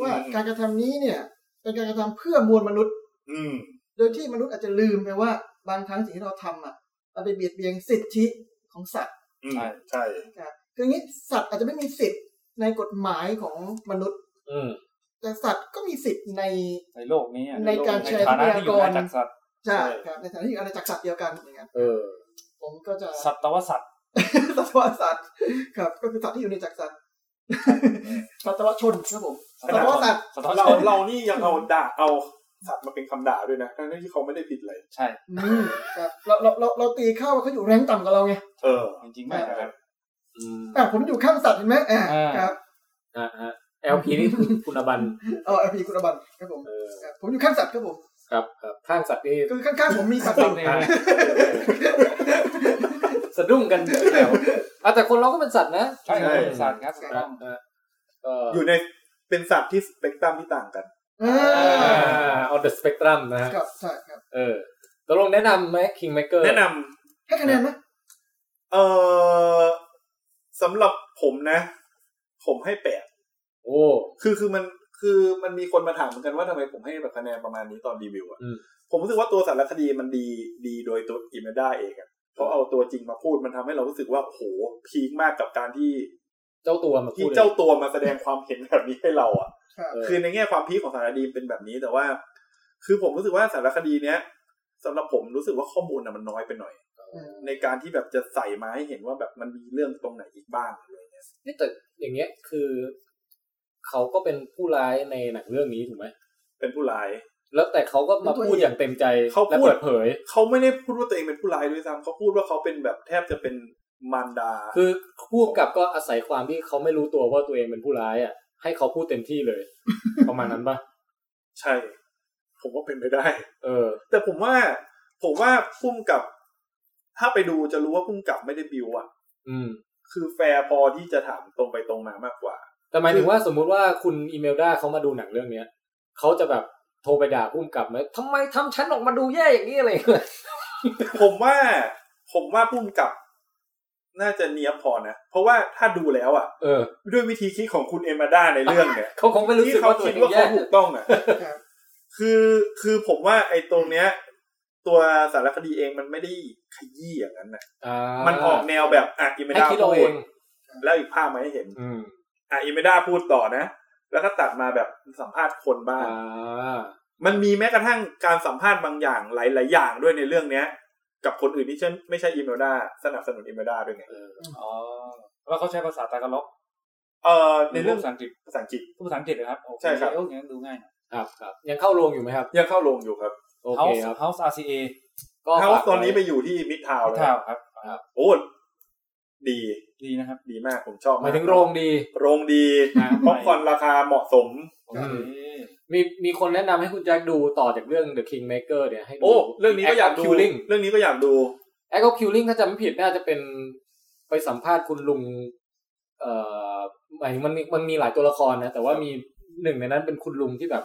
Speaker 3: ว่า
Speaker 4: อืม
Speaker 3: การกระทำนี้เนี่ย เป็นการกระทำเพื่อมวลมนุษย์
Speaker 4: อืม
Speaker 3: โดยที่มนุษย์อาจจะลืมไปว่าบางครั้งสิ่งที่เราทำอ่ะมันไปเบียดเบียนสิทธิของสัตว์
Speaker 4: อืม
Speaker 5: ใช่
Speaker 4: ใช่
Speaker 3: นะครับคืออย่างนี้สัตว์อาจจะไม่มีสิทธิ์ในกฎหมายของมนุษย์
Speaker 2: อืม
Speaker 3: แต่สัตว์ก็มีสิทธิ์ใน
Speaker 5: ในโลกนี้อะ
Speaker 3: ในการใช้
Speaker 5: ในฐา
Speaker 3: ท
Speaker 5: นะ
Speaker 3: รัพยากร
Speaker 5: ที่อยู่ในจักรสัตว์
Speaker 3: ใช่ครับในฐานะที่อยู่อาณาจักรสัตว์เดียวกันอย่างเงี้ย
Speaker 2: เออ
Speaker 3: ผมก็จะ
Speaker 5: สัตวสัตว์
Speaker 3: สัตวสัตว์ครับก็คือสัตว์ที่อยู่ในจักรสัตว์สัตวชนครับผมสัตวสัตว์
Speaker 5: สัตวช
Speaker 4: เรา
Speaker 5: น
Speaker 4: เรานี่ยังเอาด่าเอาสัตว์มาเป็นคำด่าด้วยนะ ทั้งที่เขาไม่ได้ผิดอะไร
Speaker 5: ใช่
Speaker 3: อืมครับเราเราเราเราตีเข้าว่าเขาอยู่แรงต่ำกว่าเราไง
Speaker 4: เออ
Speaker 5: จริงๆไม่นะครับ
Speaker 2: อืม
Speaker 3: อ่ะผมอยู่ข้างสัตว์เห็นไหมอ่า
Speaker 5: อ่า
Speaker 3: ครับ
Speaker 2: อ่าฮะ LP นี่คือคุณอบัน
Speaker 3: เออไอพีคุณอบันครับผม
Speaker 2: เออ
Speaker 3: ครับผมอยู่ข้างสัตว์ครับผม
Speaker 2: ครับครับข้างสัตว์นี่
Speaker 3: คือข้างๆผมมีสัตว์
Speaker 5: สั
Speaker 3: อ
Speaker 5: ต
Speaker 3: ยู่
Speaker 5: ว์เนี่ยนะ
Speaker 2: สะดุ้งกันแถวอ่ะแต่คนเราก็เป็นสัตว์นะ
Speaker 5: ใช่
Speaker 4: ใช่
Speaker 5: ครับสัตว์ครับถูก
Speaker 2: ค
Speaker 5: ต้
Speaker 2: รั
Speaker 5: อบ ง
Speaker 2: อ่ะเออ
Speaker 4: อยู่ในเป็นสัตว์ที่สเปกตรัมที่ต่างกัน
Speaker 3: อ่า
Speaker 2: อ่า on the spectrum นะฮะ
Speaker 3: ครับใช่ครับ
Speaker 2: เออตกลงแนะนำไหม Kingmaker
Speaker 4: แนะนำ
Speaker 3: ให้คะแนนไหม
Speaker 4: เออสำหรับผมนะ ผมให้แปด
Speaker 2: โอ้
Speaker 4: คือคือมันคือมันมีคนมาถามเหมือนกันว่าทำไมผมให้แบบคะแนนประมาณนี้ตอนรีวิวอะ
Speaker 2: อืม
Speaker 4: ผมรู้สึกว่าตัวสารคดีมันดีดีโดยตัวอิเมด้าเองอะเพราะเอาตัวจริงมาพูดมันทำให้เรารู้สึกว่าโอ้โหพีคมากกับการที่
Speaker 2: เจ้าตัวมาพู
Speaker 4: ที่
Speaker 2: ดลย
Speaker 4: เจ้าตัวมาแสดงความเห็นแบบนี้ให้เราอ่ะ
Speaker 3: ครับ
Speaker 2: เออ
Speaker 4: คือในแง่ความพีคของสารคดีเป็นแบบนี้แต่ว่า คือผมรู้สึกว่าสารคดีเนี้ยสำหรับผมรู้สึกว่าข้อมูลน่ะมันน้อยไปหน่อย ในการที่แบบจะใส่มาให้เห็นว่าแบบมันมีเรื่องตรงไหนอีกบ้างอะไรเงี้ย
Speaker 2: นี่แต่อย่างเงี้ยคือ เขาก็เป็นผู้ร้ายในหนังเรื่องนี้ถูกไหม
Speaker 4: เป็นผู้ร้าย
Speaker 2: แล้วแต่เขาก็มาพูดอย่างเต็มใจ
Speaker 4: เขา
Speaker 2: และ
Speaker 4: พูด
Speaker 2: เปิดเผย
Speaker 4: เขาไม่ได้พูดว่าตัวเองเป็นผู้ร้ายด้วยซ้ำเขาพูดว่าเขาเป็นแบบแทบจะเป็น มารดา
Speaker 2: คือผู้กำกับก็อาศัยความที่เขาไม่รู้ตัวว่าตัวเองเป็นผู้ร้ายอ่ะ ให้เขาพูดเต็มที่เลย ประมาณนั้นปะ
Speaker 4: ใช่ ผมว่าเป็นไปได้
Speaker 2: เออ
Speaker 4: แต่ผมว่า ผมว่าพุ่มกับ ถ้าไปดูจะรู้ว่าพุ่มกับไม่ได้บิวอะ
Speaker 2: อืม
Speaker 4: คือแฟร์พอที่จะถามตรงไปตรงมามากกว่า
Speaker 2: แต่หมายถึงว่าสมมุติว่าคุณอีเมลดาเขามาดูหนังเรื่องเนี้ยเขาจะแบบโทรไปด่าผู้กำกับไหมทำไมทำฉันออกมาดูแย่อย่างนี้อะไรอย่างเงี้ย
Speaker 4: ผมว่า ผมว่าพุ่มกับ น่าจะเนียบพอนะ เพราะว่าถ้าดูแล้วอะ
Speaker 2: เออ
Speaker 4: ด้วยวิธีคิดของคุณเอมาด้าในเรื่องเนี่ย
Speaker 2: เขาคงไม่รู้
Speaker 4: ที่
Speaker 2: สึก
Speaker 4: เขา
Speaker 2: ว่าตัว
Speaker 4: คิด
Speaker 2: เอง
Speaker 4: ว่า
Speaker 2: แย่
Speaker 4: เขาถูกต้องอ่ะ
Speaker 3: ครับ
Speaker 4: คือคือผมว่าไอ้ตรงเนี้ย ตัวสารคดีเองมันไม่ได้ขยี้อย่างนั้นนะ
Speaker 2: อ่า
Speaker 4: มันออกแนวแบบอ่ะอิเม
Speaker 2: ให้
Speaker 4: ดา
Speaker 2: คิด
Speaker 4: พู
Speaker 2: เอาเอ
Speaker 4: ด
Speaker 2: ง
Speaker 4: แล้วอีกภาพมาให้เห็น
Speaker 2: อืม
Speaker 4: อ่ะอิเมดาพูดต่อนะ แล้วก็ตัดมาแบบสัมภาษณ์คนบ้าง
Speaker 2: อ่า
Speaker 4: มันมีแม้กระทั่งการสัมภาษณ์บางอย่างหลาย ๆ อย่างด้วยในเรื่องเนี้ย กับคนอื่นที่ฉันไม่ใช่อิเมลดาสนับสนุนอิเมลดาด้วยไง
Speaker 5: อ๋อแล้วเขาใช้ภาษาตากาล็อก
Speaker 4: เออในเรื่อง
Speaker 5: ภาษาอังกฤษ
Speaker 4: ภาษาอังกฤษ
Speaker 5: พูดภาษาอังกฤษนะครับโอเ
Speaker 4: ใช่ครับ
Speaker 5: โอเคงั้นดูง่ายหน่อย
Speaker 2: ครับครับยังเข้าโรงอยู่ไหมครับ
Speaker 4: ยังเข้าโรงอยู่ครับ
Speaker 2: โอเค
Speaker 5: House
Speaker 2: ครับ
Speaker 5: House RCA
Speaker 2: ก็
Speaker 4: เฮา
Speaker 2: ฝาก
Speaker 4: ตอนนี้ไป
Speaker 2: ว้
Speaker 4: อยู่ที่มิดทาวน์แล้ว
Speaker 5: ท่าวน์ครับ
Speaker 4: โอ้ดี
Speaker 5: ดีนะครับ
Speaker 4: ดีมากผมชอบก
Speaker 2: หมายถึงโรงดี
Speaker 4: โรงดี
Speaker 2: นะ
Speaker 4: ป๊อปคอร์นราคาเหมาะสม
Speaker 5: โอเค
Speaker 2: มีมีคนแนะนำให้คุณแจ็คดูต่อจากเรื่อง The Kingmaker เนี่ยให้ดู
Speaker 4: โอ้ เรื่องนี้ก็อยากดู
Speaker 2: Act of Killing
Speaker 4: เรื่องนี้ก็อยากดู
Speaker 2: Act of Killing ถ้าจำไม่ผิดน่าจะเป็นไปสัมภาษณ์คุณลุง เอ่อหมายถึงมันมีมันมีหลายตัวละครนะ แต่ว่ามีหนึ่งในนั้นเป็นคุณลุงที่แบบ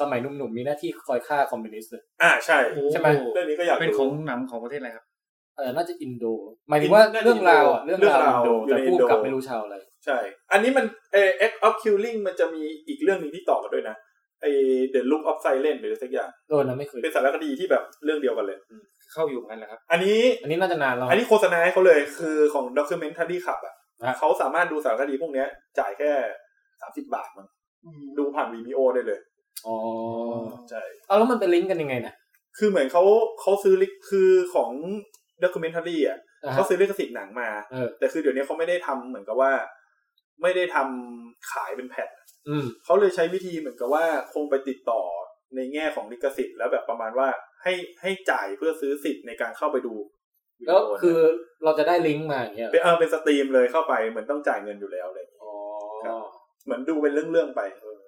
Speaker 2: สมัยหนุ่มๆมีหน้าที่คอยฆ่าคอมมิวนิสต์เลย
Speaker 4: อ่าใช่
Speaker 5: โอ้
Speaker 2: ใช่ไหม
Speaker 4: เรื่องนี้ก็อยากดู
Speaker 5: เป็นของหนังของประเทศอะไรครับ
Speaker 2: เออน่าจะอินโด หมายถึงว่าเรื่องราวอะเรื่องราวอินโดแต่พูดกับไม่รู้ชาวอะไร
Speaker 4: ใช่ อันนี้มันเออ Act of Killing มันจะมีอีกเรื่องหนึงที่ต่อกันด้วยนะไอ The Look of Silence หรือสักอย่าง
Speaker 2: โดนนะไม่เคย
Speaker 4: เป็นสารคดีที่แบบเรื่องเดียวกันเลย
Speaker 5: เข้าอยู่เหมือนกันแหละครับ
Speaker 4: อันนี้
Speaker 2: อันนี้น่าจะนานแล้ว
Speaker 4: อันนี้โฆษณาให้เขาเลยคือของ Documentary Club อ่ะ
Speaker 2: ฮะ
Speaker 4: เขาสามารถดูสารคดีพวกเนี้ย จ่ายแค่สามสิบบาทมันดูผ่านวีมีโอได้เลย
Speaker 2: อ๋อ
Speaker 4: ใช่
Speaker 2: เอาแล้วมันเป็นลิงก์กันยังไงนะ
Speaker 4: คือเหมือนเขาเขาซื้อลิขคือของด็อกิเมนทารีอ่ะ
Speaker 2: อ่ะฮะ
Speaker 4: เขาซื้อลิขสิทธิ์หนังมา
Speaker 2: เออ
Speaker 4: แต่คือเดี๋ยวนี้เขาไม่ได้ทำเหมือนกับว่า ไม่ได้ทำขายเป็นแผ่น
Speaker 2: อืม
Speaker 4: เขาเลยใช้วิธีเหมือนกับว่าคงไปติดต่อในแง่ของลิขสิทธิ์แล้วแบบประมาณว่าให้ให้จ่ายเพื่อซื้อสิทธิ์ในการเข้าไปดูวิดี
Speaker 2: แล้ว
Speaker 4: โนะ
Speaker 2: คือเราจะได้ลิงก์มาอย่างเงี้ยเหร
Speaker 4: เป็
Speaker 2: อน
Speaker 4: เออเป็นสตรีมเลยเข้าไปเหมือนต้องจ่ายเงินอยู่แล้วอะไรอย่างเลย
Speaker 2: อ๋อ
Speaker 4: ครับ เหมือนดูเป็นเรื่องๆไปเออ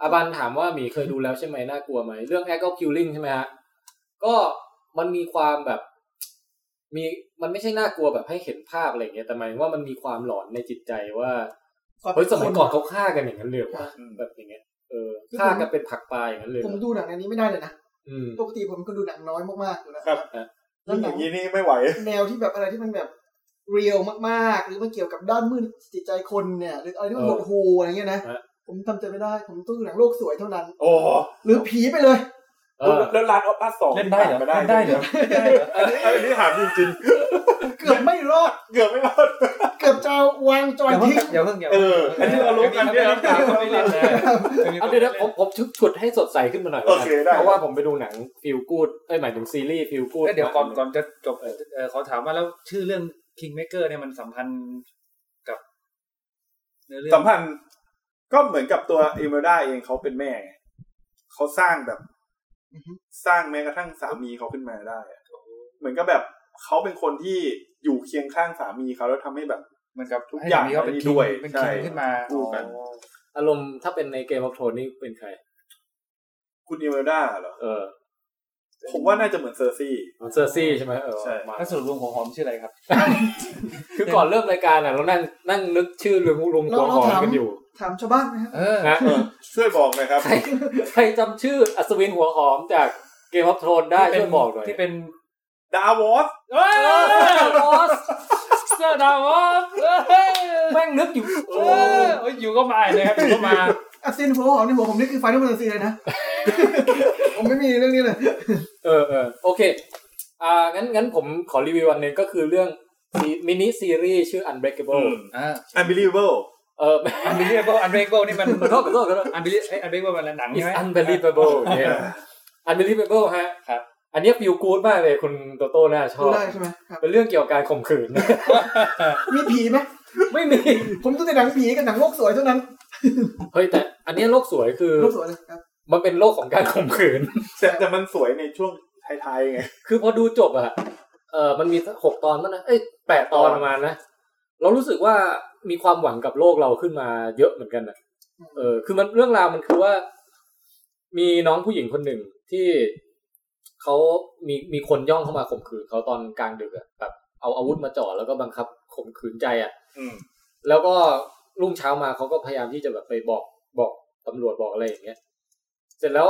Speaker 2: อาบันถามว่าหมีเคยดูแล้วใช่ไหมน่ากลัวไหม เรื่องแอคก็คิลลิ่งใช่ไหมฮะ ก็มันมีความแบบ มีมันไม่ใช่น่ากลัวแบบให้เห็นภาพอะไรอย่างเงี้ย แต่หมายถึงว่ามันมีความหลอนในจิตใจว่าเฮ้ยสมัยก่อนเขาฆ่ากันอย่างนั้นเลยเหรอวะ
Speaker 4: อืม
Speaker 2: แบบอย่างเงี้ยเออฆ่ากันเป็นผักปลาอย่างนั้นเลยเหร
Speaker 3: ผ
Speaker 2: อ
Speaker 3: มดูหนังอันนี้ไม่ได้เลยนะ
Speaker 2: อืม
Speaker 3: ปกติผมก็ดูหนังน้อยมากๆอยู่แล้ว
Speaker 4: ครับ
Speaker 3: แล้
Speaker 4: แล้ว ว
Speaker 3: ห
Speaker 4: อ
Speaker 3: นั
Speaker 4: ย่าง งนี้นี่ไม่ไหว
Speaker 3: แนวที่แบบอะไรที่มันแบบเรียลมากๆ หรือมันเกี่ยวกับด้านมืดจิตใจคนเนี่ย หรืออะไรที่มัน
Speaker 2: เออ
Speaker 3: โหดหูอะไรเงี้ยนะ
Speaker 2: ฮะ
Speaker 3: ผมทำใจไม่ได้ ผมต้องดูหนังโลกสวยเท่านั้น
Speaker 4: โอ้โห
Speaker 3: หรือผีไปเลย
Speaker 2: เออ
Speaker 4: แล้วร้านออฟอัสสอง
Speaker 5: เล่นได้เหรอ
Speaker 4: ม่ได้
Speaker 5: เล่นได้เหรอเล่นได้เหรอ
Speaker 4: อันนี้อันนี้ถามจริงๆ
Speaker 3: เกือบไม่รอด
Speaker 4: เกือบไม่รอด
Speaker 3: เกือบจะวางจอย
Speaker 5: อย่าเพิ่ง
Speaker 3: ทิ้ง
Speaker 5: อย่าเพิ่งอย่า
Speaker 4: เอออั
Speaker 5: เพิ่ง
Speaker 4: นนี้เรารู้กันเนี่ยนะ
Speaker 5: ไม่เล่นนะ
Speaker 2: เอาเดี๋ยวนะผมผมชุดฉุดให้สดใสขึ้นมาหน่อยแล้วกัน
Speaker 4: โอเคได้
Speaker 2: เพราะว่าผมไปดูหนังฟิลกูดเอ้ยหมายถึงซีรีส์ฟิลกูด
Speaker 5: เอ้ยเดี๋ยวก่อนก่อนจะจบเออขอถามว่าแล้วชื่อเรื่อง Kingmaker เนี่ยมันสัมพันธ์กับเนื้อเรื่
Speaker 4: สัมพันธ์ก็เหมือนกับตัวเอเมอร์ด้าเองเขาเป็นแม่ไงเขาสร้างแบบ สร้างแม้กระทั่งสามีเขาขึ้นมาได้อะเหมือนกับแบบเขาเป็นคนที่อยู่เคียงข้างสามีเขาแล้วทำให้แบบ
Speaker 5: เหมือนกับ
Speaker 4: ทุกอย่าง
Speaker 5: ให้สมีเขาเป็น king
Speaker 4: ด้วย
Speaker 5: เป็น king ขึ้นมา
Speaker 4: คู่กัน
Speaker 5: อ๋อ
Speaker 2: อารมณ์ถ้าเป็นในเกมออฟโทนนี่เป็นใคร
Speaker 4: คุณเอเมอร์ด้าเหรอ
Speaker 2: เออ
Speaker 4: ผมว่าน่าจะเหมือนเซอร์ซี่
Speaker 2: เซอร์ซี่ใช่ไหมเออ
Speaker 4: ใช่
Speaker 2: มา
Speaker 5: ถ้าสรุปรวมของหอมชื่ออะไรครับ
Speaker 2: คือก่อนเริ่มรายการอ่ะเรานั่งนั่งนึกชื่อลุงลุง
Speaker 3: เรา
Speaker 2: หัว
Speaker 3: เรา
Speaker 2: หอม
Speaker 3: ถาม
Speaker 2: กันอยู่
Speaker 3: ถามชาวบ้านนะครับ
Speaker 5: เออ
Speaker 2: นะ
Speaker 4: เออช่วยบอกหน่อยครับ
Speaker 2: ใครใครจำชื่ออัศวินหัวหอมจากเกมออฟโทนได้ช่วยบอกหน่อย
Speaker 5: ที่เป็น
Speaker 4: ดาวอส
Speaker 5: เอ้ยดาวอสเซอร์ดาวอสเอ้ย
Speaker 2: แม่งนึกอยู่
Speaker 5: เอ้ยอยู่ก็มาเลยครับอยู่ก็มา
Speaker 3: อัศวินหัวหอมในหัวผมนี่คือไฟนอลแฟนตาซี เลยนะ ผมไม่มีเรื่องนี้เลย
Speaker 2: เออเออโอเค อ่างั้นงั้นผมขอรีวิววันหนึ่งก็คือเรื่องมินิซีรีส์ชื่อ Unbreakable
Speaker 5: อ่า
Speaker 4: อันบิลิเบิล
Speaker 2: เออ
Speaker 5: อันเบลีเบิลอันเบรกเบิลนี่มัน
Speaker 2: ขอโทษขอโทษขอโทษ
Speaker 5: อันเบลีอันเบรกเบิลมันหนังใช่
Speaker 2: It's
Speaker 5: ไหม
Speaker 2: unbelievable เนี่ย unbelievable ฮะ
Speaker 5: ครับ
Speaker 2: อันเนี้ฟิลกูดมากเลยคุณโตโต้น่าช
Speaker 3: ดู
Speaker 2: อบ
Speaker 3: ได้ใช่ไหมครับ
Speaker 2: เป็นเรื่องเกี่ยวกับการข่มขืน
Speaker 3: มีผีไหม
Speaker 2: ไม่มี
Speaker 3: ผมดูแต่หนังผีกับหนังโลกสวยเท่านั้น
Speaker 2: เฮ้ยแต่อันเนี้ยโลกสวยคือ
Speaker 3: โลกสวยเลยครับ
Speaker 2: มันเป็นโลกของการข่มขืน
Speaker 4: แต่แต่มันสวยในช่วงท้ายๆไง
Speaker 2: คือพอดูจบอะ เออมันมีสักหกตอนมั้งนะเอ้ยแปดตอนประมาณนะ เรารู้สึกว่ามีความหวังกับโลกเราขึ้นมาเยอะเหมือนกันนะเออ คือมันเรื่องราวมันคือว่า มีน้องผู้หญิงคนหนึ่งที่เขามีมีคนย่องเข้ามาข่มขืนเขาตอนกลางดึกอะแบบเอาอาวุธมาจ่อแล้วก็บังคับข่มขืนใจอะ
Speaker 4: อืม
Speaker 2: แล้วก็รุ่งเช้ามาเขาก็พยายามที่จะแบบไปบอกบอกตำรวจบอกอะไรอย่างเงี้ย เสร็จแล้ว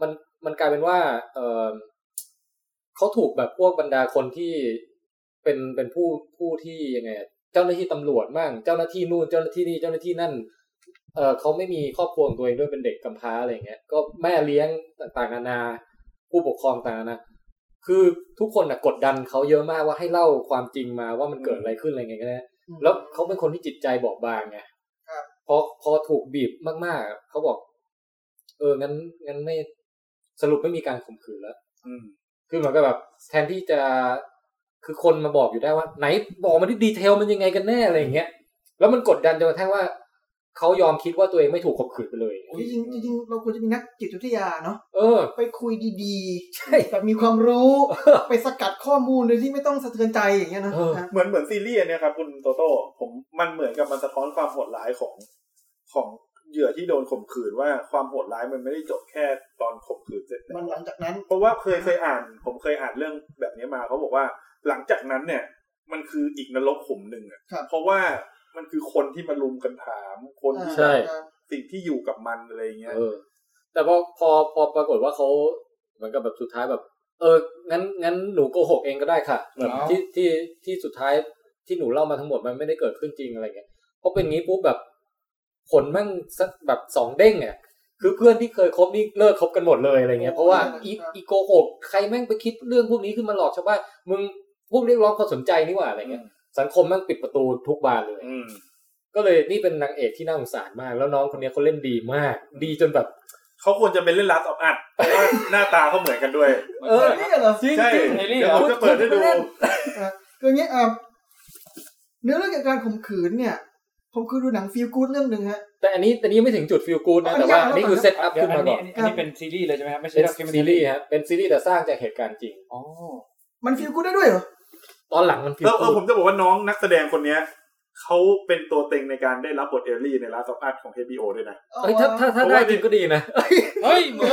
Speaker 2: มันมันกลายเป็นว่า เออเขาถูกแบบพวกบรรดาคนที่เป็นเป็นผู้ผู้ที่ยังไงอะเจ้าหน้าที่ตำรวจมั่งเจ้าหน้าที่นู่นเจ้าหน้าที่นี่เจ้าหน้าที่นั่น เออเขาไม่มีครอบครัวของตัวเองด้วยเป็นเด็กกำพร้าอะไรอย่างเงี้ย ก็แม่เลี้ยงต่างๆนานา ผู้ปกครองต่างๆนานาคือทุกคนน่ะกดดันเขาเยอะมากว่าให้เล่าความจริงมาว่ามันเกิดอะไรขึ้นอะไรอย่างเงี้ยก็ได้ แล้วเขาเป็นคนที่จิตใจบอบบางไง
Speaker 3: ครับ
Speaker 2: พอพอถูกบีบมากๆ เขาบอก เออ งั้น งั้นไม่สรุปไม่มีการข่มขืนแล้ว
Speaker 4: อืม
Speaker 2: คือเหมือนกับแบบ แทนที่จะคือคนมาบอกอยู่ได้ว่า ไหนบอกมาที่ดีเทลมันยังไงกันแน่อะไรอย่างเงี้ย แล้วมันกดดันจนกระทั่งว่าเขายอมคิดว่าตัวเองไม่ถูกข่มขืนไปเลย
Speaker 3: จริงๆจริงๆเราควรจะมีนักจิตวิทยาเนาะ
Speaker 2: เออ
Speaker 3: ไปคุยดี
Speaker 2: ใช่
Speaker 3: ๆแบบมีความรู้ ไปสกัดข้อมูลโดยที่ไม่ต้องสะเทือนใจอย่างเงี้ยนะ
Speaker 2: เออ
Speaker 3: นะ
Speaker 4: เหมือนเหมือนซีรีส์อันเนี่ยครับคุณโตโต้ผมมันเหมือนกับมันสะท้อนความโหดร้ายของของเหยื่อที่โดนข่มขืนว่าความโหดร้ายมันไม่ได้จบแค่ตอนข่มขืนเสร็จนะ
Speaker 3: มันหลังจากนั้น
Speaker 4: เพราะว่าเคยเคยอ่าน ผมเคยอ่านเรื่องแบบนี้มาเขาบอกว่าหลังจากนั้นเนี่ย มันคืออีกนรกขุมหนึ่งอะ
Speaker 3: ครับ
Speaker 4: เพราะว่ามันคือคนที่มาลุมกันถามคนที่
Speaker 2: ใช่
Speaker 4: สิ่งที่อยู่กับมันอะไรอย่างเงี้ย
Speaker 2: เออ แต่พอพอพอปรากฏว่าเขาเหมือนกับแบบสุดท้ายแบบ เออ งั้น งั้นหนูโกหกเองก็ได้ค่ะแบบ
Speaker 5: อ้าว
Speaker 2: ที่ที่ที่สุดท้ายที่หนูเล่ามาทั้งหมดมันไม่ได้เกิดขึ้นจริงอะไรเงี้ยพอเป็นงี้ปุ๊บแบบผลแมั่งสักแบบสองเด้งอ่ะคือเพื่อนที่เคยคบนี่เลิกคบกันหมดเลยอะไรเงี้ยเพราะว่าอี
Speaker 3: ครับ
Speaker 2: อีโกหกใครแม่งไปคิดเรื่องพวกนี้ขึ้นมาหลอกชาวบ้านมึงพวกเรียกร้องความสนใจนี่หว่าอะไรเงี้ยสังคมแม่งปิดประตูทุกบานเลย
Speaker 4: อืม
Speaker 2: ก็เลยนี่เป็นนางเอกที่น่าสงสารมาก แล้วน้องคนเนี้ยเขาเล่นดีมาก ดีจนแบบ
Speaker 4: เขาควรจะเป็นเล่นลัสออฟอัดเพราะว่าหน้าตาเขาเหมือนกันด้วย
Speaker 5: เออ
Speaker 3: นี่เหรอ
Speaker 2: จริง
Speaker 4: ใช่
Speaker 2: จริง
Speaker 5: เอลี่
Speaker 4: เดี๋ยวผมจะเปิดให้ดู
Speaker 3: เล่น อ่ะคืออย่างเงี้ยอ่ะเนื้อเรื่องเกี่ยวกับการข่มขืนเนี่ย ผมเคยดูหนังฟีลกู๊ดเรื่องหนึ่งฮะ
Speaker 2: แต่อันนี้แต่นี้ไม่ถึงจุดฟิลกูดนะ
Speaker 3: อ๋อ
Speaker 2: แต่ว่า
Speaker 3: ยัง
Speaker 2: อันนี้
Speaker 3: แล้ว
Speaker 2: คือเซตอัพ
Speaker 5: เดี๋ยว
Speaker 2: ขึ้น
Speaker 5: อัน
Speaker 2: มา
Speaker 5: นี้
Speaker 2: ก่อน
Speaker 5: อันนี้เป็นซีรีส์เลยใช่ไหมครับไม่ใช่
Speaker 2: เป็น
Speaker 5: ด็อกิเมน
Speaker 2: ซี
Speaker 5: ทา
Speaker 2: รีส์ฮะเป็นซีรีส์แต่สร้างจากเหตุการณ์จริง
Speaker 5: อ๋อ
Speaker 3: มันฟีลกู๊ดได้ด้วยเหรอ
Speaker 2: ตอนหลังมันฟิล
Speaker 4: แล้วเอ
Speaker 2: กู
Speaker 4: อผ
Speaker 2: ด
Speaker 4: มจะบอกว่าน้องนักแสดงคนเนี้ยเขาเป็นตัวเต็งในการได้รับบทเอลลี่ในลาสออฟอัดของ HBO ด้วยนะ
Speaker 2: เอ้ยถ้าถ้าถ้า
Speaker 4: ผม
Speaker 2: ได้
Speaker 4: ว่า
Speaker 2: จริงก็ดีนะเอ้ย
Speaker 5: เฮ้ยเหมือน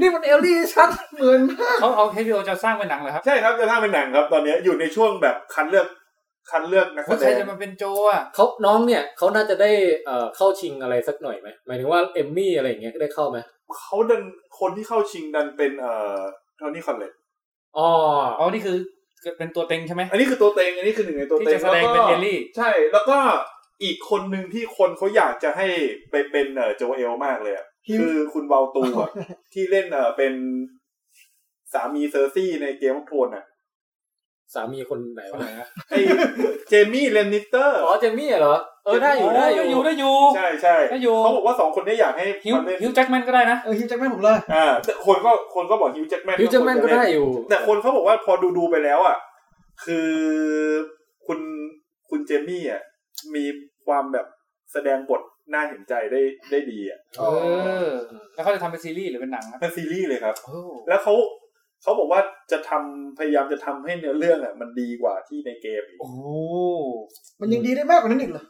Speaker 2: นี่มันเอลลี่ชัด
Speaker 3: เหมือนมาก
Speaker 5: เขาเอาเฮดิโอจะสร้างเป็นหนังเหรอครับ
Speaker 4: ใช่ครับจะทำเป็นหนังครับตอนเนี้ยอยู่ในช่วงแบบคัดเลือกคัดเลือกนักแส
Speaker 5: ว่า
Speaker 4: ด
Speaker 5: ใครง จะมาเป็นโจอ่ะ
Speaker 2: เขาน้องเนี่ยเขาน่าจะได้เอ่อเข้าชิงอะไรสักหน่อยไหมหมายถึงว่าเอมมี่อะไรอย่างเงี้ยได้เข้าไหม
Speaker 4: เขาดันคนที่เข้าชิงดันเป็นเอ่อโทนี่คอนเลต
Speaker 2: อ๋อ
Speaker 5: อ๋อนี่คือเป็นตัวเต็งใช่ไหม
Speaker 4: อันนี้คือตัวเต็งอันนี้คือหนึ่งในตัวเต็ง
Speaker 5: ที่จะแสดงเป็น
Speaker 4: วก็
Speaker 5: เอลลี่
Speaker 4: ใช่แล้วก็อีกคนหนึ่งที่คนเขาอยากจะให้ไปเป็นเอ่อโจเอลมากเลยอะ
Speaker 3: หิว
Speaker 4: คือคุณวาลตูอะที่เล่นเอ่อเป็นสามีเซอร์ซี่ในเกมออฟโทนอ่ะ
Speaker 2: สามีคนไหนวะ
Speaker 4: ไอเจมี่เลนนิสเตอร์
Speaker 2: อ๋อเจมี่เหรอเออได้อยู่ได้อยู่
Speaker 5: อยู่ได้อยู่
Speaker 4: ใช่ใช่
Speaker 5: ก็อยู่
Speaker 4: เขาบอกว่าสองคนเนี้อยากให้
Speaker 5: ฮิว
Speaker 4: มันเล่น
Speaker 5: ฮิวแจ็คแมนก็ได้นะ
Speaker 3: เออฮิวแจ็คแม่นผมเลย
Speaker 4: อ่าแต่คนก็คนก็บอกฮิวแจ็คแมน
Speaker 2: พิวเจอร์แมนก็ได้อยู่
Speaker 4: แต่คนเขาบอกว่าพอดูดูๆไปแล้วอ่ะ คือคุณคุณเจมี่อ่ะมีความแบบแสดงบทน่าเห็นใจได้ได้ดีอ่ะ
Speaker 5: เออ แล้วเขาจะทำเป็นซีรีส์หรือเป็นหนังครับ
Speaker 4: เป็นซีรีส์เลยครับ
Speaker 5: โอ้
Speaker 4: แล้วเขาเขาบอกว่าจะทำพยายามจะทำให้เนื้อเรื่องอ่ะ มันดีกว่าที่ในเกมอีก
Speaker 5: โอ้
Speaker 3: มันยังดีได้มากกว่านั้นอีกเหรอ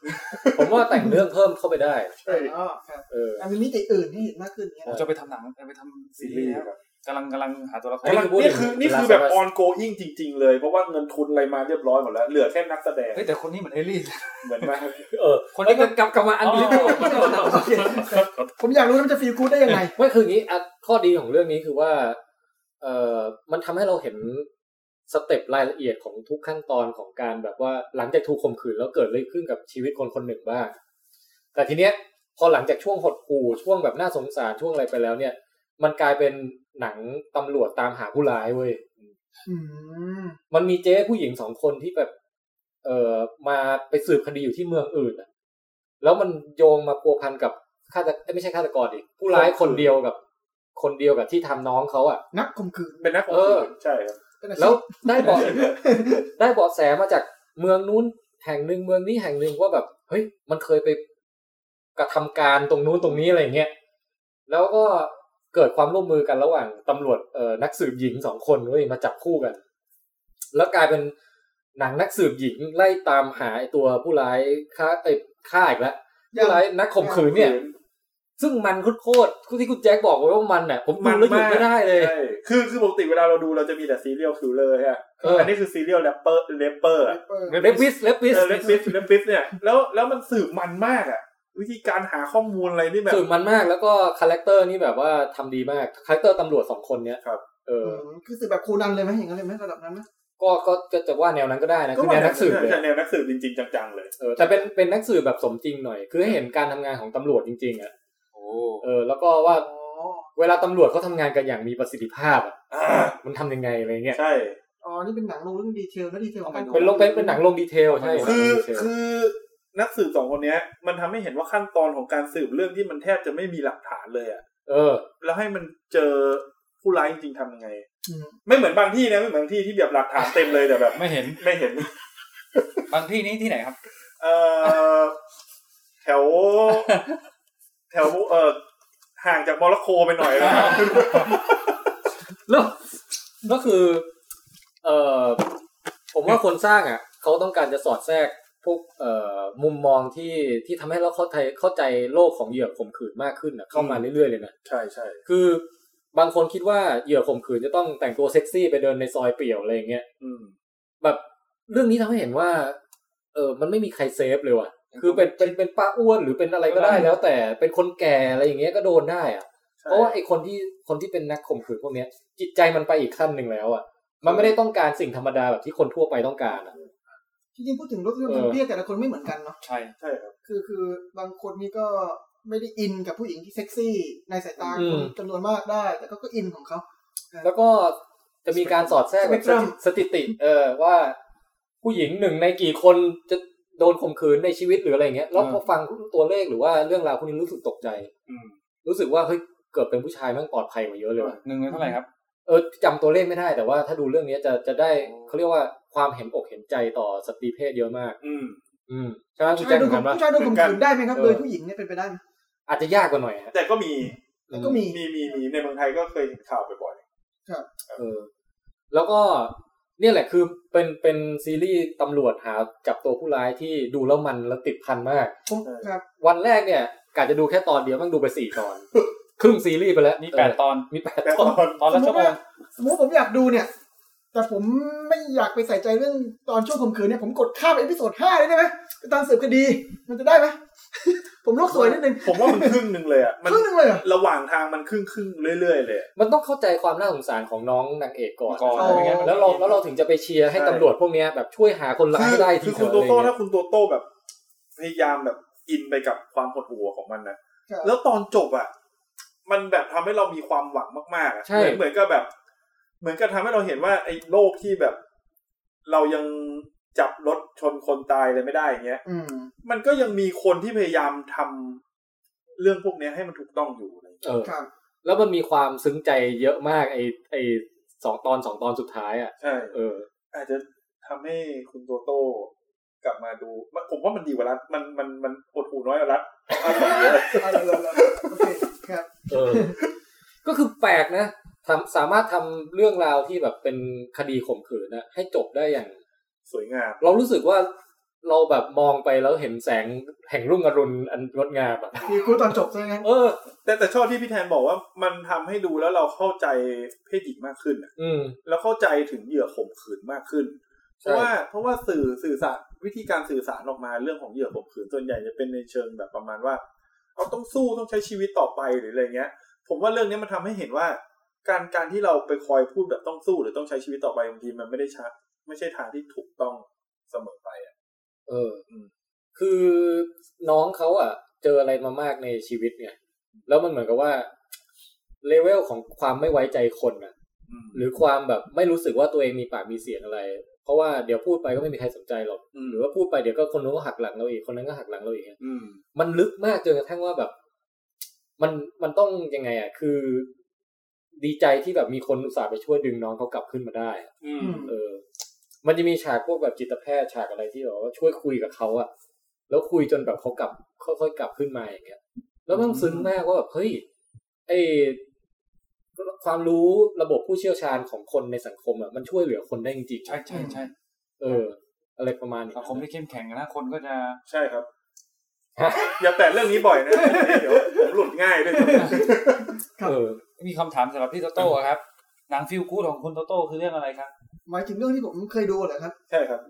Speaker 2: ผมว่าแต่งเรื่องเพิ่มเข้าไปได้
Speaker 4: ใช่
Speaker 3: อ๋อครับ
Speaker 2: เออ
Speaker 3: อ่ะมีมิติอื่นที่เห็นมากขึ้นเงี้ย
Speaker 5: ผมจะไปทำหนังจะไปทำซีรีส์แล้วกำลังกำลังหาตัวละคร
Speaker 2: นี่
Speaker 4: นี่
Speaker 2: คืพูด
Speaker 4: คือ อ
Speaker 2: ถึง
Speaker 4: นี่คือนี่คือแบบ
Speaker 2: Last of Us
Speaker 4: ongoing จริง ๆ เลย เพราะว่าเงินทุนอะไรมาเรียบร้อยหมดแล้ว เหลือแค่นักแสดง
Speaker 5: เฮ้ยแต่คนนี้เหมือนเอลลี่
Speaker 4: เหมือนมาก
Speaker 2: เออ
Speaker 5: คนนี้ก็
Speaker 2: กลับกลับมาอันนี้
Speaker 3: ผมอยากรู้ว่ามันจะฟีลกู๊ดได้ยังไง
Speaker 2: ไม่คืออย่างนี้อ่ะข้อดีของเรื่องนี้คือว่า เอ่อมันทำให้เราเห็นสเต็ปรายละเอียดของทุกขั้นตอนของการแบบว่าหลังจากถูกข่มขืนแล้วเกิดอะไรขึ้นกับชีวิตคนคนหนึ่งบ้าง แต่ทีเนี้ยพอหลังจากช่วงหดหู่ช่วงแบบน่าสงสารช่วงอะไรไปแล้วเนี่ย มันกลายเป็นหนังตำรวจตามหาผู้ร้ายเว้ย
Speaker 3: อืม
Speaker 2: มันมีเจ๊ผู้หญิงสองคนที่แบบ เอ่อมาไปสืบคดีอยู่ที่เมืองอื่นอะแล้วมันโยงมาพัวพันกับฆาตเอ้ยไม่ใช่ฆาตกรดิผู้ร้ายคนเดียวกับ คนเดียวกับที่ทำน้องเขาอะ
Speaker 3: นักข่มขืน
Speaker 4: เป็นนักข่ม
Speaker 2: เออ
Speaker 4: ขืนใช่ครับ
Speaker 3: เป็นอาชีพ
Speaker 2: แล้วได้เบาะ ได้เบาะแสมาจากเมืองนู้นแห่งหนึ่งเมืองนี้แห่งหนึ่งว่าแบบ เฮ้ย มันเคยไปกระทำการตรงนู้นตรงนี้อะไรอย่างเงี้ยแล้วก็เกิดความร่วมมือกันระหว่างตำรวจเอ่อนักสืบหญิงสองคนเว้ยมาจับคู่กัน แล้วกลายเป็นหนังนักสืบหญิงไล่ตามหาไอ้ตัวผู้ร้ายฆ่าไอ้ฆ่าอีกแล้วผู้ร้ายนักข่มขืนเนี่ย ซึ่งมันโคตรๆที่คุณแจ็คบอกไว้ว่ามันเนี่ยผมดูแล้วหยุดไม่ได้เลย
Speaker 4: ใช่คือคือปกติเวลาเราดูเราจะมีแต่ซีเรียลคิวเลอร์ฮะ
Speaker 2: เอออั
Speaker 4: อันนี้คือซีเรียลแรปเปอร์เลปเปอร์อะ
Speaker 2: เลฟวิสเลฟวิส
Speaker 4: เออเลปปิสเลปปิสเนี่ยแล้วแล้วมันสืบมันมากอ่ะ วิธีการหาข้อมูลอะไรนี่แบบ
Speaker 2: สุดมันมากแล้วก็คาแรคเตอร์นี่แบบว่าทำดีมากคาแรคเตอร์ตำรวจสองคนเนี้ย
Speaker 4: ครับ
Speaker 2: เออ
Speaker 3: คือสืบแบบโคนันเลยไหมอย่างนั้นเลยไหมระดับนั้นไหม
Speaker 2: ก็ก็ก็จะว่าแนวนั้นก็ได้นะคือแนวนักสืบเลย
Speaker 4: ใช่แนวนักสืบจริงๆ จังๆ เลย
Speaker 2: เออแต่เป็นเป็นนักสืบแบบสมจริงหน่อย คือให้เห็นการทำงานของตำรวจจริงๆอ่ะ
Speaker 5: โอ้
Speaker 2: เออแล้วก็ว่า
Speaker 3: อ๋อ
Speaker 2: เวลาตำรวจเขาทำงานกันอย่างมีประสิทธิภาพอะ
Speaker 4: อ่า
Speaker 2: มันทำยังไงอะไรเงี้ย
Speaker 4: ใช่
Speaker 3: อ๋อนี่เป็นหนังลงเรื่องดีเทลนะดีเทล
Speaker 2: เป็นลงเป็นเป็นหนังลงดีเทลใช่
Speaker 4: คือ
Speaker 2: ดีเทล
Speaker 4: คือนักสืบสองคนเนี้ย มันทำให้เห็นว่าขั้นตอนของการสืบเรื่องที่มันแทบจะไม่มีหลักฐานเลยอ่ะ
Speaker 2: เออ
Speaker 4: แล้วให้มันเจอผู้ร้ายจริงๆทำยังไง
Speaker 3: อืม
Speaker 4: ไม่เหมือนบางที่นะไม่เหมือนบางที่ที่แบบหลักฐานเต็มเลยแต่แบบ
Speaker 5: ไม่เห็น
Speaker 4: ไม่เห็น
Speaker 5: บางที่นี้ที่ไหนครับ
Speaker 4: เอ่อแถว แถวเอ่อห่างจากโมร็อกโกไปหน่อยนะครับ
Speaker 2: แล้วก็คือ เออผมว่าคนสร้างอ่ะเขาต้องการจะสอดแทรกพวกเอ่อมุมมองที่ที่ทำให้เราเข้าใจเข้าใจโลกของเหยื่อข่มขืนมากขึ้นนะเข้ามาเรื่อยๆเลยนะ
Speaker 4: ใช่ใช่
Speaker 2: คือบางคนคิดว่าเหยื่อข่มขืนจะต้องแต่งตัวเซ็กซี่ไปเดินในซอยเปี่ยวอะไรอย่างเงี้ย
Speaker 4: อืม
Speaker 2: แบบเรื่องนี้ทำให้เห็นว่า เออมันไม่มีใครเซฟเลยว่ะ คือเป็นเป็นเป็นป้าอ้วนหรือเป็นอะไรก็ได้แล้ว แต่เป็นคนแก่อะไรอย่างเงี้ยก็โดนได้อ่ะ เพ
Speaker 4: เพราะ
Speaker 2: ราะว่า
Speaker 4: ว่า
Speaker 2: ไอ้คนที่คนที่เป็นนักข่มขืนพวกเนี้ย จิตใจมันไปอีกขั้นหนึ่งแล้วอ่ะ มันไม่ได้ต้องการสิ่งธรรมดาแบบที่คนทั่วไปต้องการอ่ะ
Speaker 3: จริงๆพูดถึงรถเรื่อง
Speaker 2: เออ
Speaker 3: ทางเพศแต่ละคนไม่เหมือนกันเนาะ
Speaker 5: ใช่
Speaker 4: ใช่ครับ
Speaker 3: คือคือบางคนนี่ก็ไม่ได้อินกับผู้หญิงที่เซ็กซี่ ในสายตาคนจำนวนมากได้ แต่ก็ก็อินของเขา
Speaker 2: แล้วก็จะมีการสอดแทรกแบบสถิ
Speaker 3: Spectrum
Speaker 2: สถิติ เออว่า ผู้หญิงหนึ่งในกี่คนจะโดนข่มขืนในชีวิตหรืออะไรเงี้ยแล้วพอฟังตัวเลขหรือว่าเรื่องราวพวกนี้รู้สึกตกใจ
Speaker 4: อืม
Speaker 2: รู้สึกว่าเฮ้ยเกิดเป็นผู้ชายแมันปลอดภัยกว่าเยอะเลยว่ะ
Speaker 5: หนึ่งเงินเท่าไหร่ครับ
Speaker 2: เออจำตัวเลขไม่ได้แต่ว่าถ้าดูเรื่องเนี้ยจะจะได้เขาเรียกว่าความเห็นอกเห็นใจต่อสตรีเพศเยอะมาก
Speaker 4: อืม
Speaker 2: อืมใช่ไหมคุณ
Speaker 3: ผู้
Speaker 2: แจ็ค
Speaker 3: ชาย
Speaker 2: เห
Speaker 3: โด
Speaker 2: มือนกันปะ
Speaker 3: นผู้ชายโดนข่มขืนได้ไหมครับ
Speaker 2: เออ
Speaker 3: โดยผู้หญิงเนี่ยเป็นไปได้ไหม
Speaker 2: อาจจะยากกว่าหน่อยฮะ
Speaker 4: แต่ก็มี
Speaker 3: แต่ก็มี
Speaker 4: มีมีมีในเมืองไทยก็เคยเห็นข่าวบ่อย
Speaker 2: เออแล้วก็เนี่ยแหละคือเป็นเป็นซีรีส์ตำรวจหาจับตัวผู้ร้ายที่ดูแล้วมันแล้วติดพันมาก
Speaker 3: ครับ
Speaker 2: วันแรกเนี่ยกะจะดูแค่ตอนเดียวมันดูไปสี่ตอน ครึ่งซีรีส์ไปแล้ว
Speaker 5: มีแปด
Speaker 2: เออ
Speaker 5: ตอน
Speaker 2: มีแปด
Speaker 4: ๆแต่
Speaker 2: ตอน
Speaker 4: ตอน
Speaker 5: ตอนละชั่วโมง
Speaker 3: สมมติผมอยากดูเนี่ย แต่ผมไม่อยากไปใส่ใจเรื่องตอนช่วงข่มขืนเนี่ยผมกดข้ามเอพิโซดห้าเลยได้ไหมไปตามสืบคดี มันจะได้ไหม ผมโลกสวยนิดนึง
Speaker 4: ผมว่ามันครึ่งหนึ่งเลยอ่ะมัน
Speaker 3: ครึ่งนึงเลยเหรอ
Speaker 4: ระหว่างทางมันครึ่งครึ่งๆเรื่อย ๆ เลยอะ
Speaker 2: มันต้องเข้าใจความน่าสงสารของน้องนางเอกก่อน
Speaker 5: ก่อน
Speaker 3: อ๋อ
Speaker 5: ไม่งั้นมัน
Speaker 2: แล้วเราแล้วเราถึงจะไปเชียร์ให้ตำรวจพวกเนี้ยแบบช่วยหาคนร้าย
Speaker 4: คื
Speaker 2: ให้ได้ที
Speaker 4: คือ
Speaker 2: เถ
Speaker 4: คุณ
Speaker 2: อะ
Speaker 4: โต
Speaker 2: อะไร
Speaker 4: โต้
Speaker 2: เงี้
Speaker 4: ถ้าย คุณโตโต้แบบพยายามแบบอินไปกับความหดหู่ของมันนะครับ แล้วตอนจบอ่ะ มันแบบทำให้เรามีความหวังมากๆอะ
Speaker 2: ใช่
Speaker 4: เหมือนเหมือนกับแบบ เหมือนกับทำให้เราเห็นว่าไอ้โลกที่แบบ เรายังจับรถชนคนตายเลยไม่ได้อย่างเงี้ย
Speaker 3: อืม
Speaker 4: มันก็ยังมีคนที่พยายามทำเรื่องพวกเนี้ยให้มันถูกต้องอยู่อะไรอย่างเงี้ย
Speaker 2: เออ
Speaker 3: ครับ
Speaker 2: แล้วมันมีความซึ้งใจเยอะมากไอไอสองตอนสองตอนสุดท้ายอ่ะ
Speaker 4: ใช่
Speaker 2: เออ
Speaker 4: อาจจะทำให้คุณโตโต้กลับมาดูมันผมว่ามันดีกว่ารัฐมันมันมันปวดหูน้อยกว่ารัฐ เอาแบบนี้เลย
Speaker 3: เอาละเอาละโอเคครับ
Speaker 2: เออ ก็คือแปลกนะทำสามารถทำเรื่องราวที่แบบเป็นคดีข่มขืนนะให้จบได้อย่าง
Speaker 4: สวยงาม
Speaker 2: เรารู้สึกว่าเราแบบมองไปแล้วเห็นแสงแห่งรุ่งอรุณอันงดงามแบบ
Speaker 3: ดีกูตอนจบใช่ไหม
Speaker 2: เออ
Speaker 4: แต่แต่ชอบที่พี่แทนบอกว่ามันทำให้ดูแล้วเราเข้าใจเพศหญิงมากขึ้นอะ
Speaker 2: อืม
Speaker 4: แล้วเข้าใจถึงเหยื่อข่มขืนมากขึ้น เพ
Speaker 2: ใช่
Speaker 4: ราะว่าเพราะว่าสื่อสื่อสารวิธีการสื่อสารออกมาเรื่องของเหยื่อข่มขืนส่วนใหญ่จะเป็นในเชิงแบบประมาณว่าเราต้องสู้ต้องใช้ชีวิตต่อไปหรืออะไรเงี้ย ผมว่าเรื่องเนี้ยมันทำให้เห็นว่า การการที่เราไปคอยพูดแบบต้องสู้หรือต้องใช้ชีวิตต่อไปบางทีมันไม่ได้ชัดไม่ใช่ทางที่ถูกต้องเสมอไปอะ
Speaker 2: เอออ
Speaker 4: ม
Speaker 2: คือน้องเขาอ่ะ เจออะไรมามากในชีวิตเนี่ย แล้วมันเหมือนกับว่าเลเวลของความไม่ไว้ใจคนอ่ะ
Speaker 4: อืม
Speaker 2: หรือความแบบไม่รู้สึกว่าตัวเองมีปากมีเสียงอะไร เพราะว่าเดี๋ยวพูดไปก็ไม่มีใครสนใจหรอก
Speaker 4: อืม
Speaker 2: หรือว่าพูดไปเดี๋ยวก็คนนู้นก็หักหลังเราอีกคนนั้นก็หักหลังเราอีกเนี่ย
Speaker 4: อืม
Speaker 2: มันลึกมากจนกระทั่งว่าแบบ มันมันต้องยังไงอ่ะคือ ดีใจที่แบบมีคนอุตส่าห์ไปช่วยดึงน้องเขากลับขึ้นมาได้อะ
Speaker 4: อืม
Speaker 2: เออ มันจะมีฉากพวกแบบจิตแพทย์ฉากอะไรที่แบบว่าช่วยคุยกับเขาอะแล้วคุยจนแบบเขากลับค่อยๆกลับขึ้นมาอย่างเงี้ย แล้วมันซึ้งมากว่าแบบเฮ้ยไอ ความรู้ระบบผู้เชี่ยวชาญของคนในสังคมอ่ะมันช่วยเหลือคนได้จริงๆ
Speaker 5: ใช่ใช่ใช่
Speaker 2: เออ อะไรประมาณนี้
Speaker 5: สังคมที่เข้มแข็งนะคนก็จะ
Speaker 4: ใช่ครับ อย่าแตะเรื่องนี้บ่อยนะ เดี๋ยวผมหลุดง่ายด้วย
Speaker 2: เออ
Speaker 5: มีคำถามสำหรับพี่โตโต้อะครับหนังฟิลกู๊ดของคุณโตโต้คือเรื่องอะไรครับ
Speaker 3: หมายถึงเรื่องที่ผมเคยดูเหรอครับ
Speaker 4: ใช่ครับ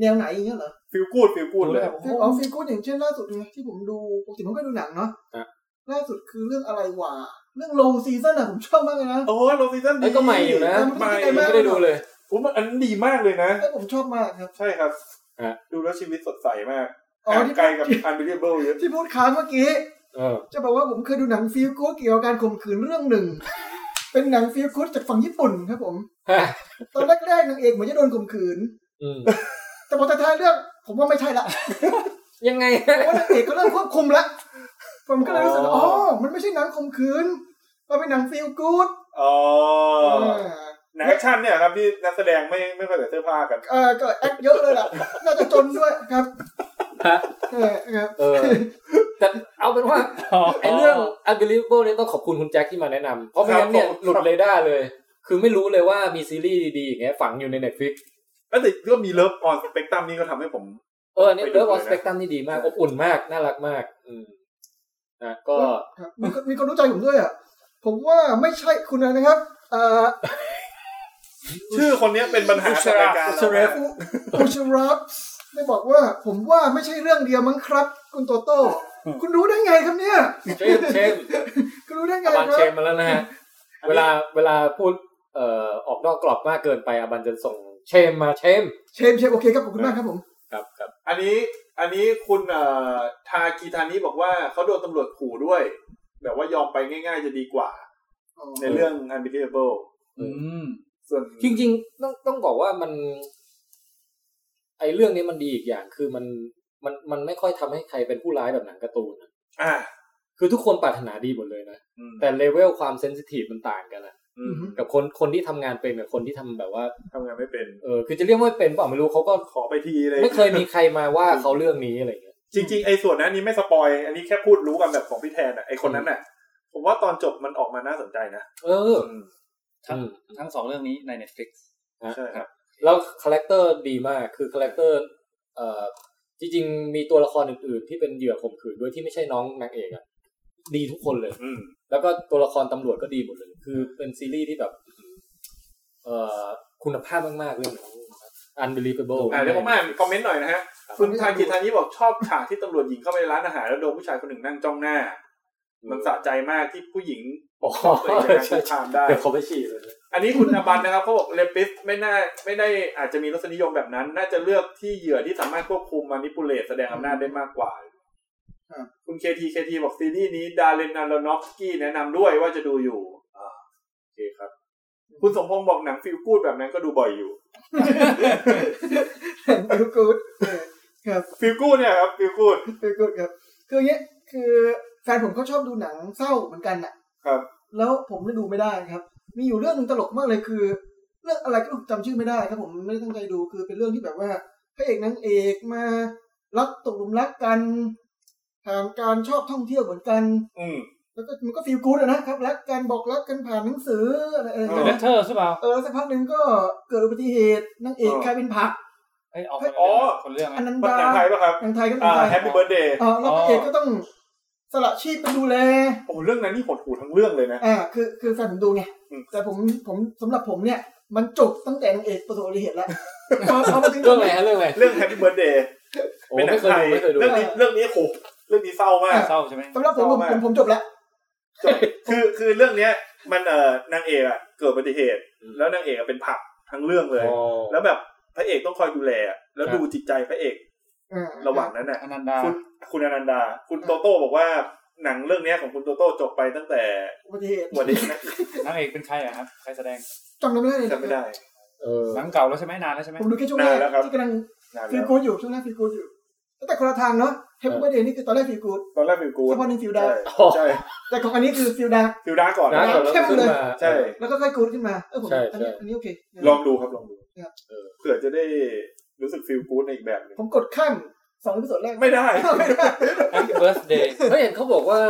Speaker 3: แนวไหนอย่างเงี้ยเหรอ
Speaker 4: ฟิลกูดฟิลกูด
Speaker 5: ดู
Speaker 4: เล
Speaker 5: แล้
Speaker 4: ยว
Speaker 5: แบบโอ้
Speaker 3: ฟิล
Speaker 5: โห
Speaker 3: ออฟฟิลกูดอย่างเช่นล่าสุดเนี่ยที่ผมดูปกติผมก็ดูหนังเนาะ
Speaker 2: อ่ะ
Speaker 3: ล่าสุดคือเรื่องอะไรวะเรื่อง low season อะผมชอบมากเลยนะ
Speaker 4: โอ้โรซีซั่น
Speaker 2: เอ้ยก็ใหม่อยู่นะ
Speaker 4: ใหม่
Speaker 3: ให
Speaker 2: ไม่ได้ดูเลย
Speaker 4: อุ้ยมันอันนั้นดีมากเลยนะ
Speaker 3: เอ้ยผมชอบมากครับ
Speaker 4: ใช่ครับ
Speaker 2: อ่ะ
Speaker 4: ดูแล้วชีวิตสดใสมาก
Speaker 3: อ๋อ
Speaker 4: ห่าง
Speaker 3: ที่
Speaker 4: ไกลกับ Unbelievable เยอะ
Speaker 3: ที่พูดค้างเมื่อกี้
Speaker 2: เออ
Speaker 3: จะบอกว่าผมเคยดูหนังฟิลกู๊ดเกี่ยวกับการข่มขืนเรื่องหนึ่ง เป็นหนังฟิลกู๊ดจากฝั่งญี่ปุ่นครับผม ตอนแรกๆนางเอกเหมือนจะโดนข่มขืน
Speaker 2: อืม
Speaker 3: แต่พอท้ายๆเรื่องผมว่าไม่ใช่ละ
Speaker 2: ยังไง
Speaker 3: เพราะว่านางเอกก็เริ่มควบคุมละ ผมก็เลยรู้สึกว่า
Speaker 2: อ๋
Speaker 3: อ๋
Speaker 2: อ
Speaker 3: อ มันไม่ใช่หนังข่มขืน มันเป็นหนังฟิลกู๊ด
Speaker 4: อ๋อ
Speaker 3: เออ
Speaker 4: หนังแอคชั่นเนี่ยครับที่นักแสดงไม่ไม่ค่อยใส่เสื้อผ้ากัน
Speaker 3: เออก็แอคเยอะเลยล่ะ น่าจะจนด้วยครับ
Speaker 2: ฮะ
Speaker 3: เออครับ
Speaker 2: เออ แต่เอาเป็น ว่าไอ้เรื่อง Unbelievable เนี่ยต้องขอบคุณคุณแจ็คที่มาแนะนำเพราะไม่งั้นเนี่ย
Speaker 4: ครับผม
Speaker 2: หลุดเรดาร์เลย คือไม่รู้เลยว่ามีซีรีส์ดีๆอย่างเงี้ยฝังอยู่ใน Netflix
Speaker 4: แล้วแต่ก็มีเลิฟออนสเปกตรัมนี่ก็ทำให้ผม
Speaker 2: เออเนี่ย
Speaker 4: ไปดู
Speaker 2: เลิฟออ
Speaker 4: เลย
Speaker 2: ส
Speaker 4: นะ
Speaker 2: เปกตัมนี่ดีมากอบอุ่นมาก น่ารักมาก อืมนะก็
Speaker 3: ครับมีคนมีคนรู้ใจผมด้วยอ่ะ ผมว่าไม่ใช่คุณอะไรนะครับ เอ่อ
Speaker 4: ชื่อคนเนี้ยเป็นปัญหาสรายการเรา
Speaker 2: อุชรา
Speaker 3: อูอูชรับได้บอกว่า ผมว่าไม่ใช่เรื่องเดียวมั้งครับ คุณโตโต้ คุณรู้ได้ไงครับเนี่ย
Speaker 2: เชมเชม
Speaker 3: คุณรู้ได้ไง
Speaker 2: อาบัน
Speaker 3: ครั
Speaker 2: เช
Speaker 3: บ
Speaker 2: มมาแล้วนะฮะ เวลาเวลาพูดเอ่อออกนอกกรอบมากเกินไปอาบันจะส่งเชมมาเชม
Speaker 3: เชมเชมโอเคครับขอบคุณมากครับผม
Speaker 2: ครับครับ
Speaker 4: อันนี้อันนี้คุณเอ่อทากีทานี้บอกว่าเขาโดนตำรวจขู่ด้วย แบบว่ายอมไปง่าย ๆ จะดีกว่า ในเรื่อง Unbelievable
Speaker 5: อืม
Speaker 4: ส่วน
Speaker 2: จริงๆต้องต้องบอกว่ามัน ไอเรื่องนี้มันดีอีกอย่าง คือมันมันมันไม่ค่อยทำให้ใครเป็นผู้ร้ายแบบหนังการ์ตูนอะ
Speaker 4: อ่า
Speaker 2: คือทุกคนปรารถนาดีหมดเลยนะ
Speaker 4: อืม
Speaker 2: แต่เลเวลความเซนซิทีฟมันต่างกันนะ
Speaker 4: อืม
Speaker 2: กับคนคนที่ทำงานเป็นกับคนที่ทำแบบว่า
Speaker 4: ทำงานไม่เป็น
Speaker 2: เออคือจะเรียกว่าเป็นเปล่าไม่รู้เขาก็
Speaker 4: ขอไปทีเลย
Speaker 2: ไม่เคยมีใครมาว่าเขาเรื่องนี้อะไรเงี้ย
Speaker 4: จริงๆไอ้ส่วนนั้นนี่ไม่สปอย อันนี้แค่พูดรู้กันแบบของพี่แทนอ่ะไอ้คนนั้นน่ะ ผมว่าตอนจบมันออกมาน่าสนใจนะ
Speaker 2: เออ
Speaker 4: อืม
Speaker 2: อืม
Speaker 5: ทั้งสองเรื่องนี้ใน Netflix
Speaker 4: ใช่ครับ
Speaker 2: แล้วคาแรคเตอร์ดีมาก คือคาแรคเตอร์เอ่อจริง ๆ มีตัวละครอื่นๆ ที่เป็นเหยื่อข่มขืนด้วยที่ไม่ใช่น้องนางเอกอะดีทุกคนเลย
Speaker 4: อืม
Speaker 2: แล้วก็ตัวละครตำรวจก็ดีหมดเลย คือเป็นซีรีส์ที่แบบ เอ่อคุณภาพมากๆเรื่องนี้ unbelievable
Speaker 4: อ่าเดี๋ยวผมอ่านคอมเมนต์หน่อยนะฮะคุณทากีทานี้บอกชอบฉากที่ตำรวจหญิงเข้าไปในร้านอาหารแล้วโดนผู้ชายคนหนึ่งนั่งจ้องหน้า มันสะใจมากที่ผู้หญิง
Speaker 2: อ๋อ
Speaker 4: ตัวเองเป็นการ
Speaker 2: ใช่
Speaker 4: คุกคามได้
Speaker 2: เดี๋ยวเขาไปฉี่เลย
Speaker 4: อันนี้คุณอบันนะครับเขาบอกเลปิสไม่น่าไม่ได้อาจจะมีรสนิยมแบบนั้น น่าจะเลือกที่เหยื่อที่สามารถควบคุมมานิปูเลตแสดงอำนาจได้มากกว่า
Speaker 3: ครับ
Speaker 4: คุณเคทีเคทีบอกซีรีส์นี้ดาเลนนารอนอฟสกี้แนะนำด้วยว่าจะดูอยู่อ่าโอเคครับ คุณสมพงษ์บอกหนังฟิลกูดแบบนั้นก็ดูบ่อยอยู่
Speaker 3: ฟิลกู๊ดเออครับ
Speaker 4: ฟิลกูดเนี่ยครับฟิลกูด
Speaker 3: ฟิลกู๊ดครับ คืออย่างเงี้ยคือแฟนผมเขาชอบดูหนังเศร้าเหมือนกันน่ะ
Speaker 4: ครับ
Speaker 3: แล้วผมได้ดูไม่ได้ครับ มีอยู่เรื่องหนึ่งตลกมากเลยคือ เรื่องอะไรก็จำชื่อไม่ได้ครับผมไม่ได้ตั้งใจดูคือเป็นเรื่องที่แบบว่าพระเอกนางเอกมารักตกหลุมรักกันทางการชอบท่องเที่ยวเหมือนกัน
Speaker 4: อืม
Speaker 3: แล้วก็มันก็ฟีลกู๊ดอะนะครับรักกันบอกรักกันผ่านหนังสืออะไรอะไร
Speaker 4: เอ
Speaker 5: เด
Speaker 4: อ
Speaker 5: ลเทอร์ใช่เปล่า
Speaker 3: เออสักพักหนึ่งก็เกิดอุบัติเหตุนางเอกกลายเป็นผัก
Speaker 5: เอ้ยออก
Speaker 4: อ๋อ
Speaker 5: คนเรื่อง
Speaker 3: อันนั้น
Speaker 4: ภา
Speaker 3: ดา
Speaker 4: ษาไทยป่ะครับ
Speaker 3: ทางไทยก็เป็
Speaker 4: อ่าน
Speaker 3: ไทย
Speaker 4: แฮปปี้เบิร์ดเดย์
Speaker 3: เออแล้วพระเอกก็ต้องสละชีพไปดูแล
Speaker 4: โอ้โหเรื่องนั้นนี่หดหูทั้งเรื่องเลยนะ
Speaker 3: อ่า คือ คือแฟนผมดูไง
Speaker 4: อืม
Speaker 3: แต่ผม ผมสำหรับผมเนี่ย มันจบตั้งแต่นางเอกประสบอุบัติเหตุ แล้วพอพอมาถึง
Speaker 2: เรื่องอะไรฮะเรื่องอะไร
Speaker 4: เรื่องแฮปปี้เบิร์ดเดย์
Speaker 2: โอ้
Speaker 4: เป็นหนั
Speaker 2: ไม่
Speaker 4: ง
Speaker 2: เคย
Speaker 4: ไท
Speaker 2: ดู
Speaker 4: ย
Speaker 2: ไม่เคยดู
Speaker 4: เรื่องนี้เรื่องนี้โหเรื่องนี้เศร้ามาก
Speaker 5: เศร้าใช่ไหม
Speaker 3: สำหรับผมผม
Speaker 4: เศร้ามาก
Speaker 3: ผมผมจบแล้ว
Speaker 4: คือคือเรื่องเนี้ยมันเอ่อนางเอกอะเกิดอุบัติเหตุ
Speaker 2: อืม
Speaker 4: แล้วนางเอกอะเป็นผักทั้งเรื่องเลย
Speaker 2: อ๋อ
Speaker 4: แล้วแบบพระเอกต้องคอยดูแลอะแล้ว
Speaker 2: ครับ
Speaker 4: ดูจิตใจพระเอก
Speaker 3: อ่า
Speaker 4: ระหว่างนั้นน่ะ
Speaker 5: อนันดา
Speaker 4: คุณคุณอนันดา คุณโตโต้บอกว่าหนังเรื่องเนี้ยของคุณโตโต้จบไปตั้งแต่
Speaker 3: อุบัติเหตุ
Speaker 4: วันนี้นะ
Speaker 5: นางเอกเป็นใครอะครับ ใครแสดง
Speaker 3: จำไม่ได้เลย
Speaker 4: จำไม่ได้
Speaker 2: เออ
Speaker 5: หนังเก่าแล้วใช่ไหมนานแล้วใช่ไหม
Speaker 3: ผมดูแค่ช่วงแรก
Speaker 4: นานแล้วครับ
Speaker 3: ที่กำลัง
Speaker 4: นาน
Speaker 3: ฟิ
Speaker 4: แล้
Speaker 3: ล
Speaker 4: ว
Speaker 3: กูดอยู่ ช่วงแรกฟิลกูดอยู่ แต่คนละทางเนาะเทป
Speaker 2: เออ
Speaker 3: เบอร์เดย์นี่คือตอนแรกฟิลกูด
Speaker 4: ตอนแรกฟิลกูด
Speaker 3: สักวันหนึ่งฟิลดา
Speaker 4: ใช่
Speaker 3: แต่ของอันนี้คือฟิลดาร์ก
Speaker 4: ฟิลดาก่อน
Speaker 2: นะ
Speaker 4: นะ
Speaker 2: เดี๋ยวเรา
Speaker 3: เข้ม
Speaker 2: ขึ้น
Speaker 3: เลย
Speaker 2: มา
Speaker 4: ใช่
Speaker 3: แล้วก็ค่อยกูดขึ้นมา เออผม
Speaker 2: ใช่
Speaker 3: อันนี้
Speaker 2: ใช่
Speaker 3: อันนี้โอเคนะ
Speaker 4: ลองดูครับลองดู
Speaker 3: ครับ
Speaker 4: เออเผื่อจะได้รู้สึกฟิลกูดในอีกแบบหนึง
Speaker 3: ผมกดข้ามสองเอพิโซดแรก
Speaker 4: ไม่ได้
Speaker 3: ไม่ได้
Speaker 5: แฮปปี้เบิร์ดเดย์
Speaker 2: เฮ้ยเห็นเขาบอกว่า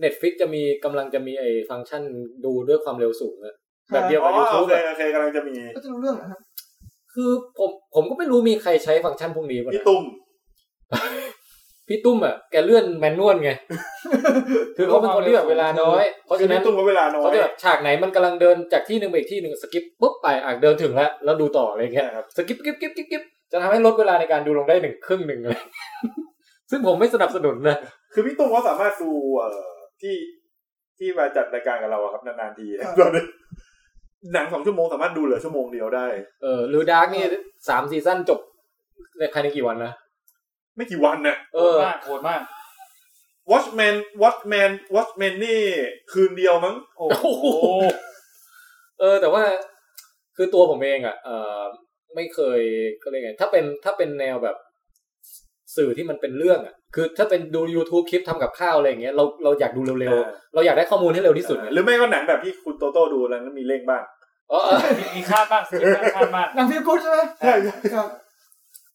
Speaker 2: เน็ตฟิกจะมีกำลังจะมีไอ้ฟังก์ชันดูด้วยความเร็วสูงอะแบบเดียว
Speaker 4: อ๋
Speaker 2: กับ
Speaker 4: อ
Speaker 2: ยู
Speaker 4: โอ
Speaker 2: ทูบ
Speaker 4: เคโอเคกำลังจะมี
Speaker 3: ก็จะรู้เรื่องนะครับ
Speaker 2: คือผมผมก็ไม่รู้มีใครใช้ฟังก์ชันพวกนี้ป่ะ
Speaker 4: พี่
Speaker 2: นะ
Speaker 4: ตุ้ม
Speaker 2: พี่ตุ้มอ่ะแกเลื่อนแมนนวล ไง คือเขาเป็นคนที่แบบเวลาน้อย เพราะ
Speaker 4: คือ
Speaker 2: ฉะนั้น
Speaker 4: พี่ตุ้มก็เวลาน้อ
Speaker 2: เขา
Speaker 4: ย
Speaker 2: จะแบบฉากไหนมันกำลังเดินจากที่หนึ่งไปอีกที่หนึ่งสกิปปุ๊บไปอ่ะเดินถึงแล้ว แล้วดูต่ออะไรเงี้ย
Speaker 4: ครับ
Speaker 2: สกิปกิปกิปกิปกิปจะทำให้ลดเวลาในการดูลงได้หนึ่งครึ่งหนึ่งเลย ซึ่งผมไม่สนับสนุนนะ
Speaker 4: คือพี่ตุ้มเขาสามารถดูเอ่อที่ที่มาจัดรายการกับเราอะครับนานๆทีนะเราเนี่ยหนังสองชั่วโมงสามารถดูเหลือชั่วโมงเดียวได้
Speaker 2: เออหรือดาร์กนี่สามซีซั่นจบในภายในกี่วันนะ
Speaker 4: ไม่กี่วันน่ะ
Speaker 2: เอ
Speaker 5: โหด
Speaker 2: อ
Speaker 5: มากโหดมาก
Speaker 4: Watchmen Watchmen Watchmen นี่คืนเดียวมั้ง
Speaker 5: โอ้
Speaker 2: โอ้โห
Speaker 5: โห
Speaker 2: เออ แต่ว่าคือตัวผมเองอ่ะเออไม่เคยก็เรียกไงถ้าเป็นถ้าเป็นแนวแบบสื่อที่มันเป็นเรื่องอ่ะ คือถ้าเป็นดู YouTube คลิปทำกับข้าวอะไรอย่างเงี้ยเราเราอยากดูเร็ว
Speaker 4: เออ
Speaker 2: ๆ เราอยากได้ข้อมูลให้เร็วที่สุด
Speaker 4: หรือไม่ก็หนังแบบที่คุณโตโต้ดูแล้วก็มีเลขบ้าง
Speaker 2: เออเออ
Speaker 5: มีมีคาดบ้างมีคาดบ้าง
Speaker 3: หนังฟิลกูดใช่ไหม
Speaker 4: ใช่
Speaker 3: ครับ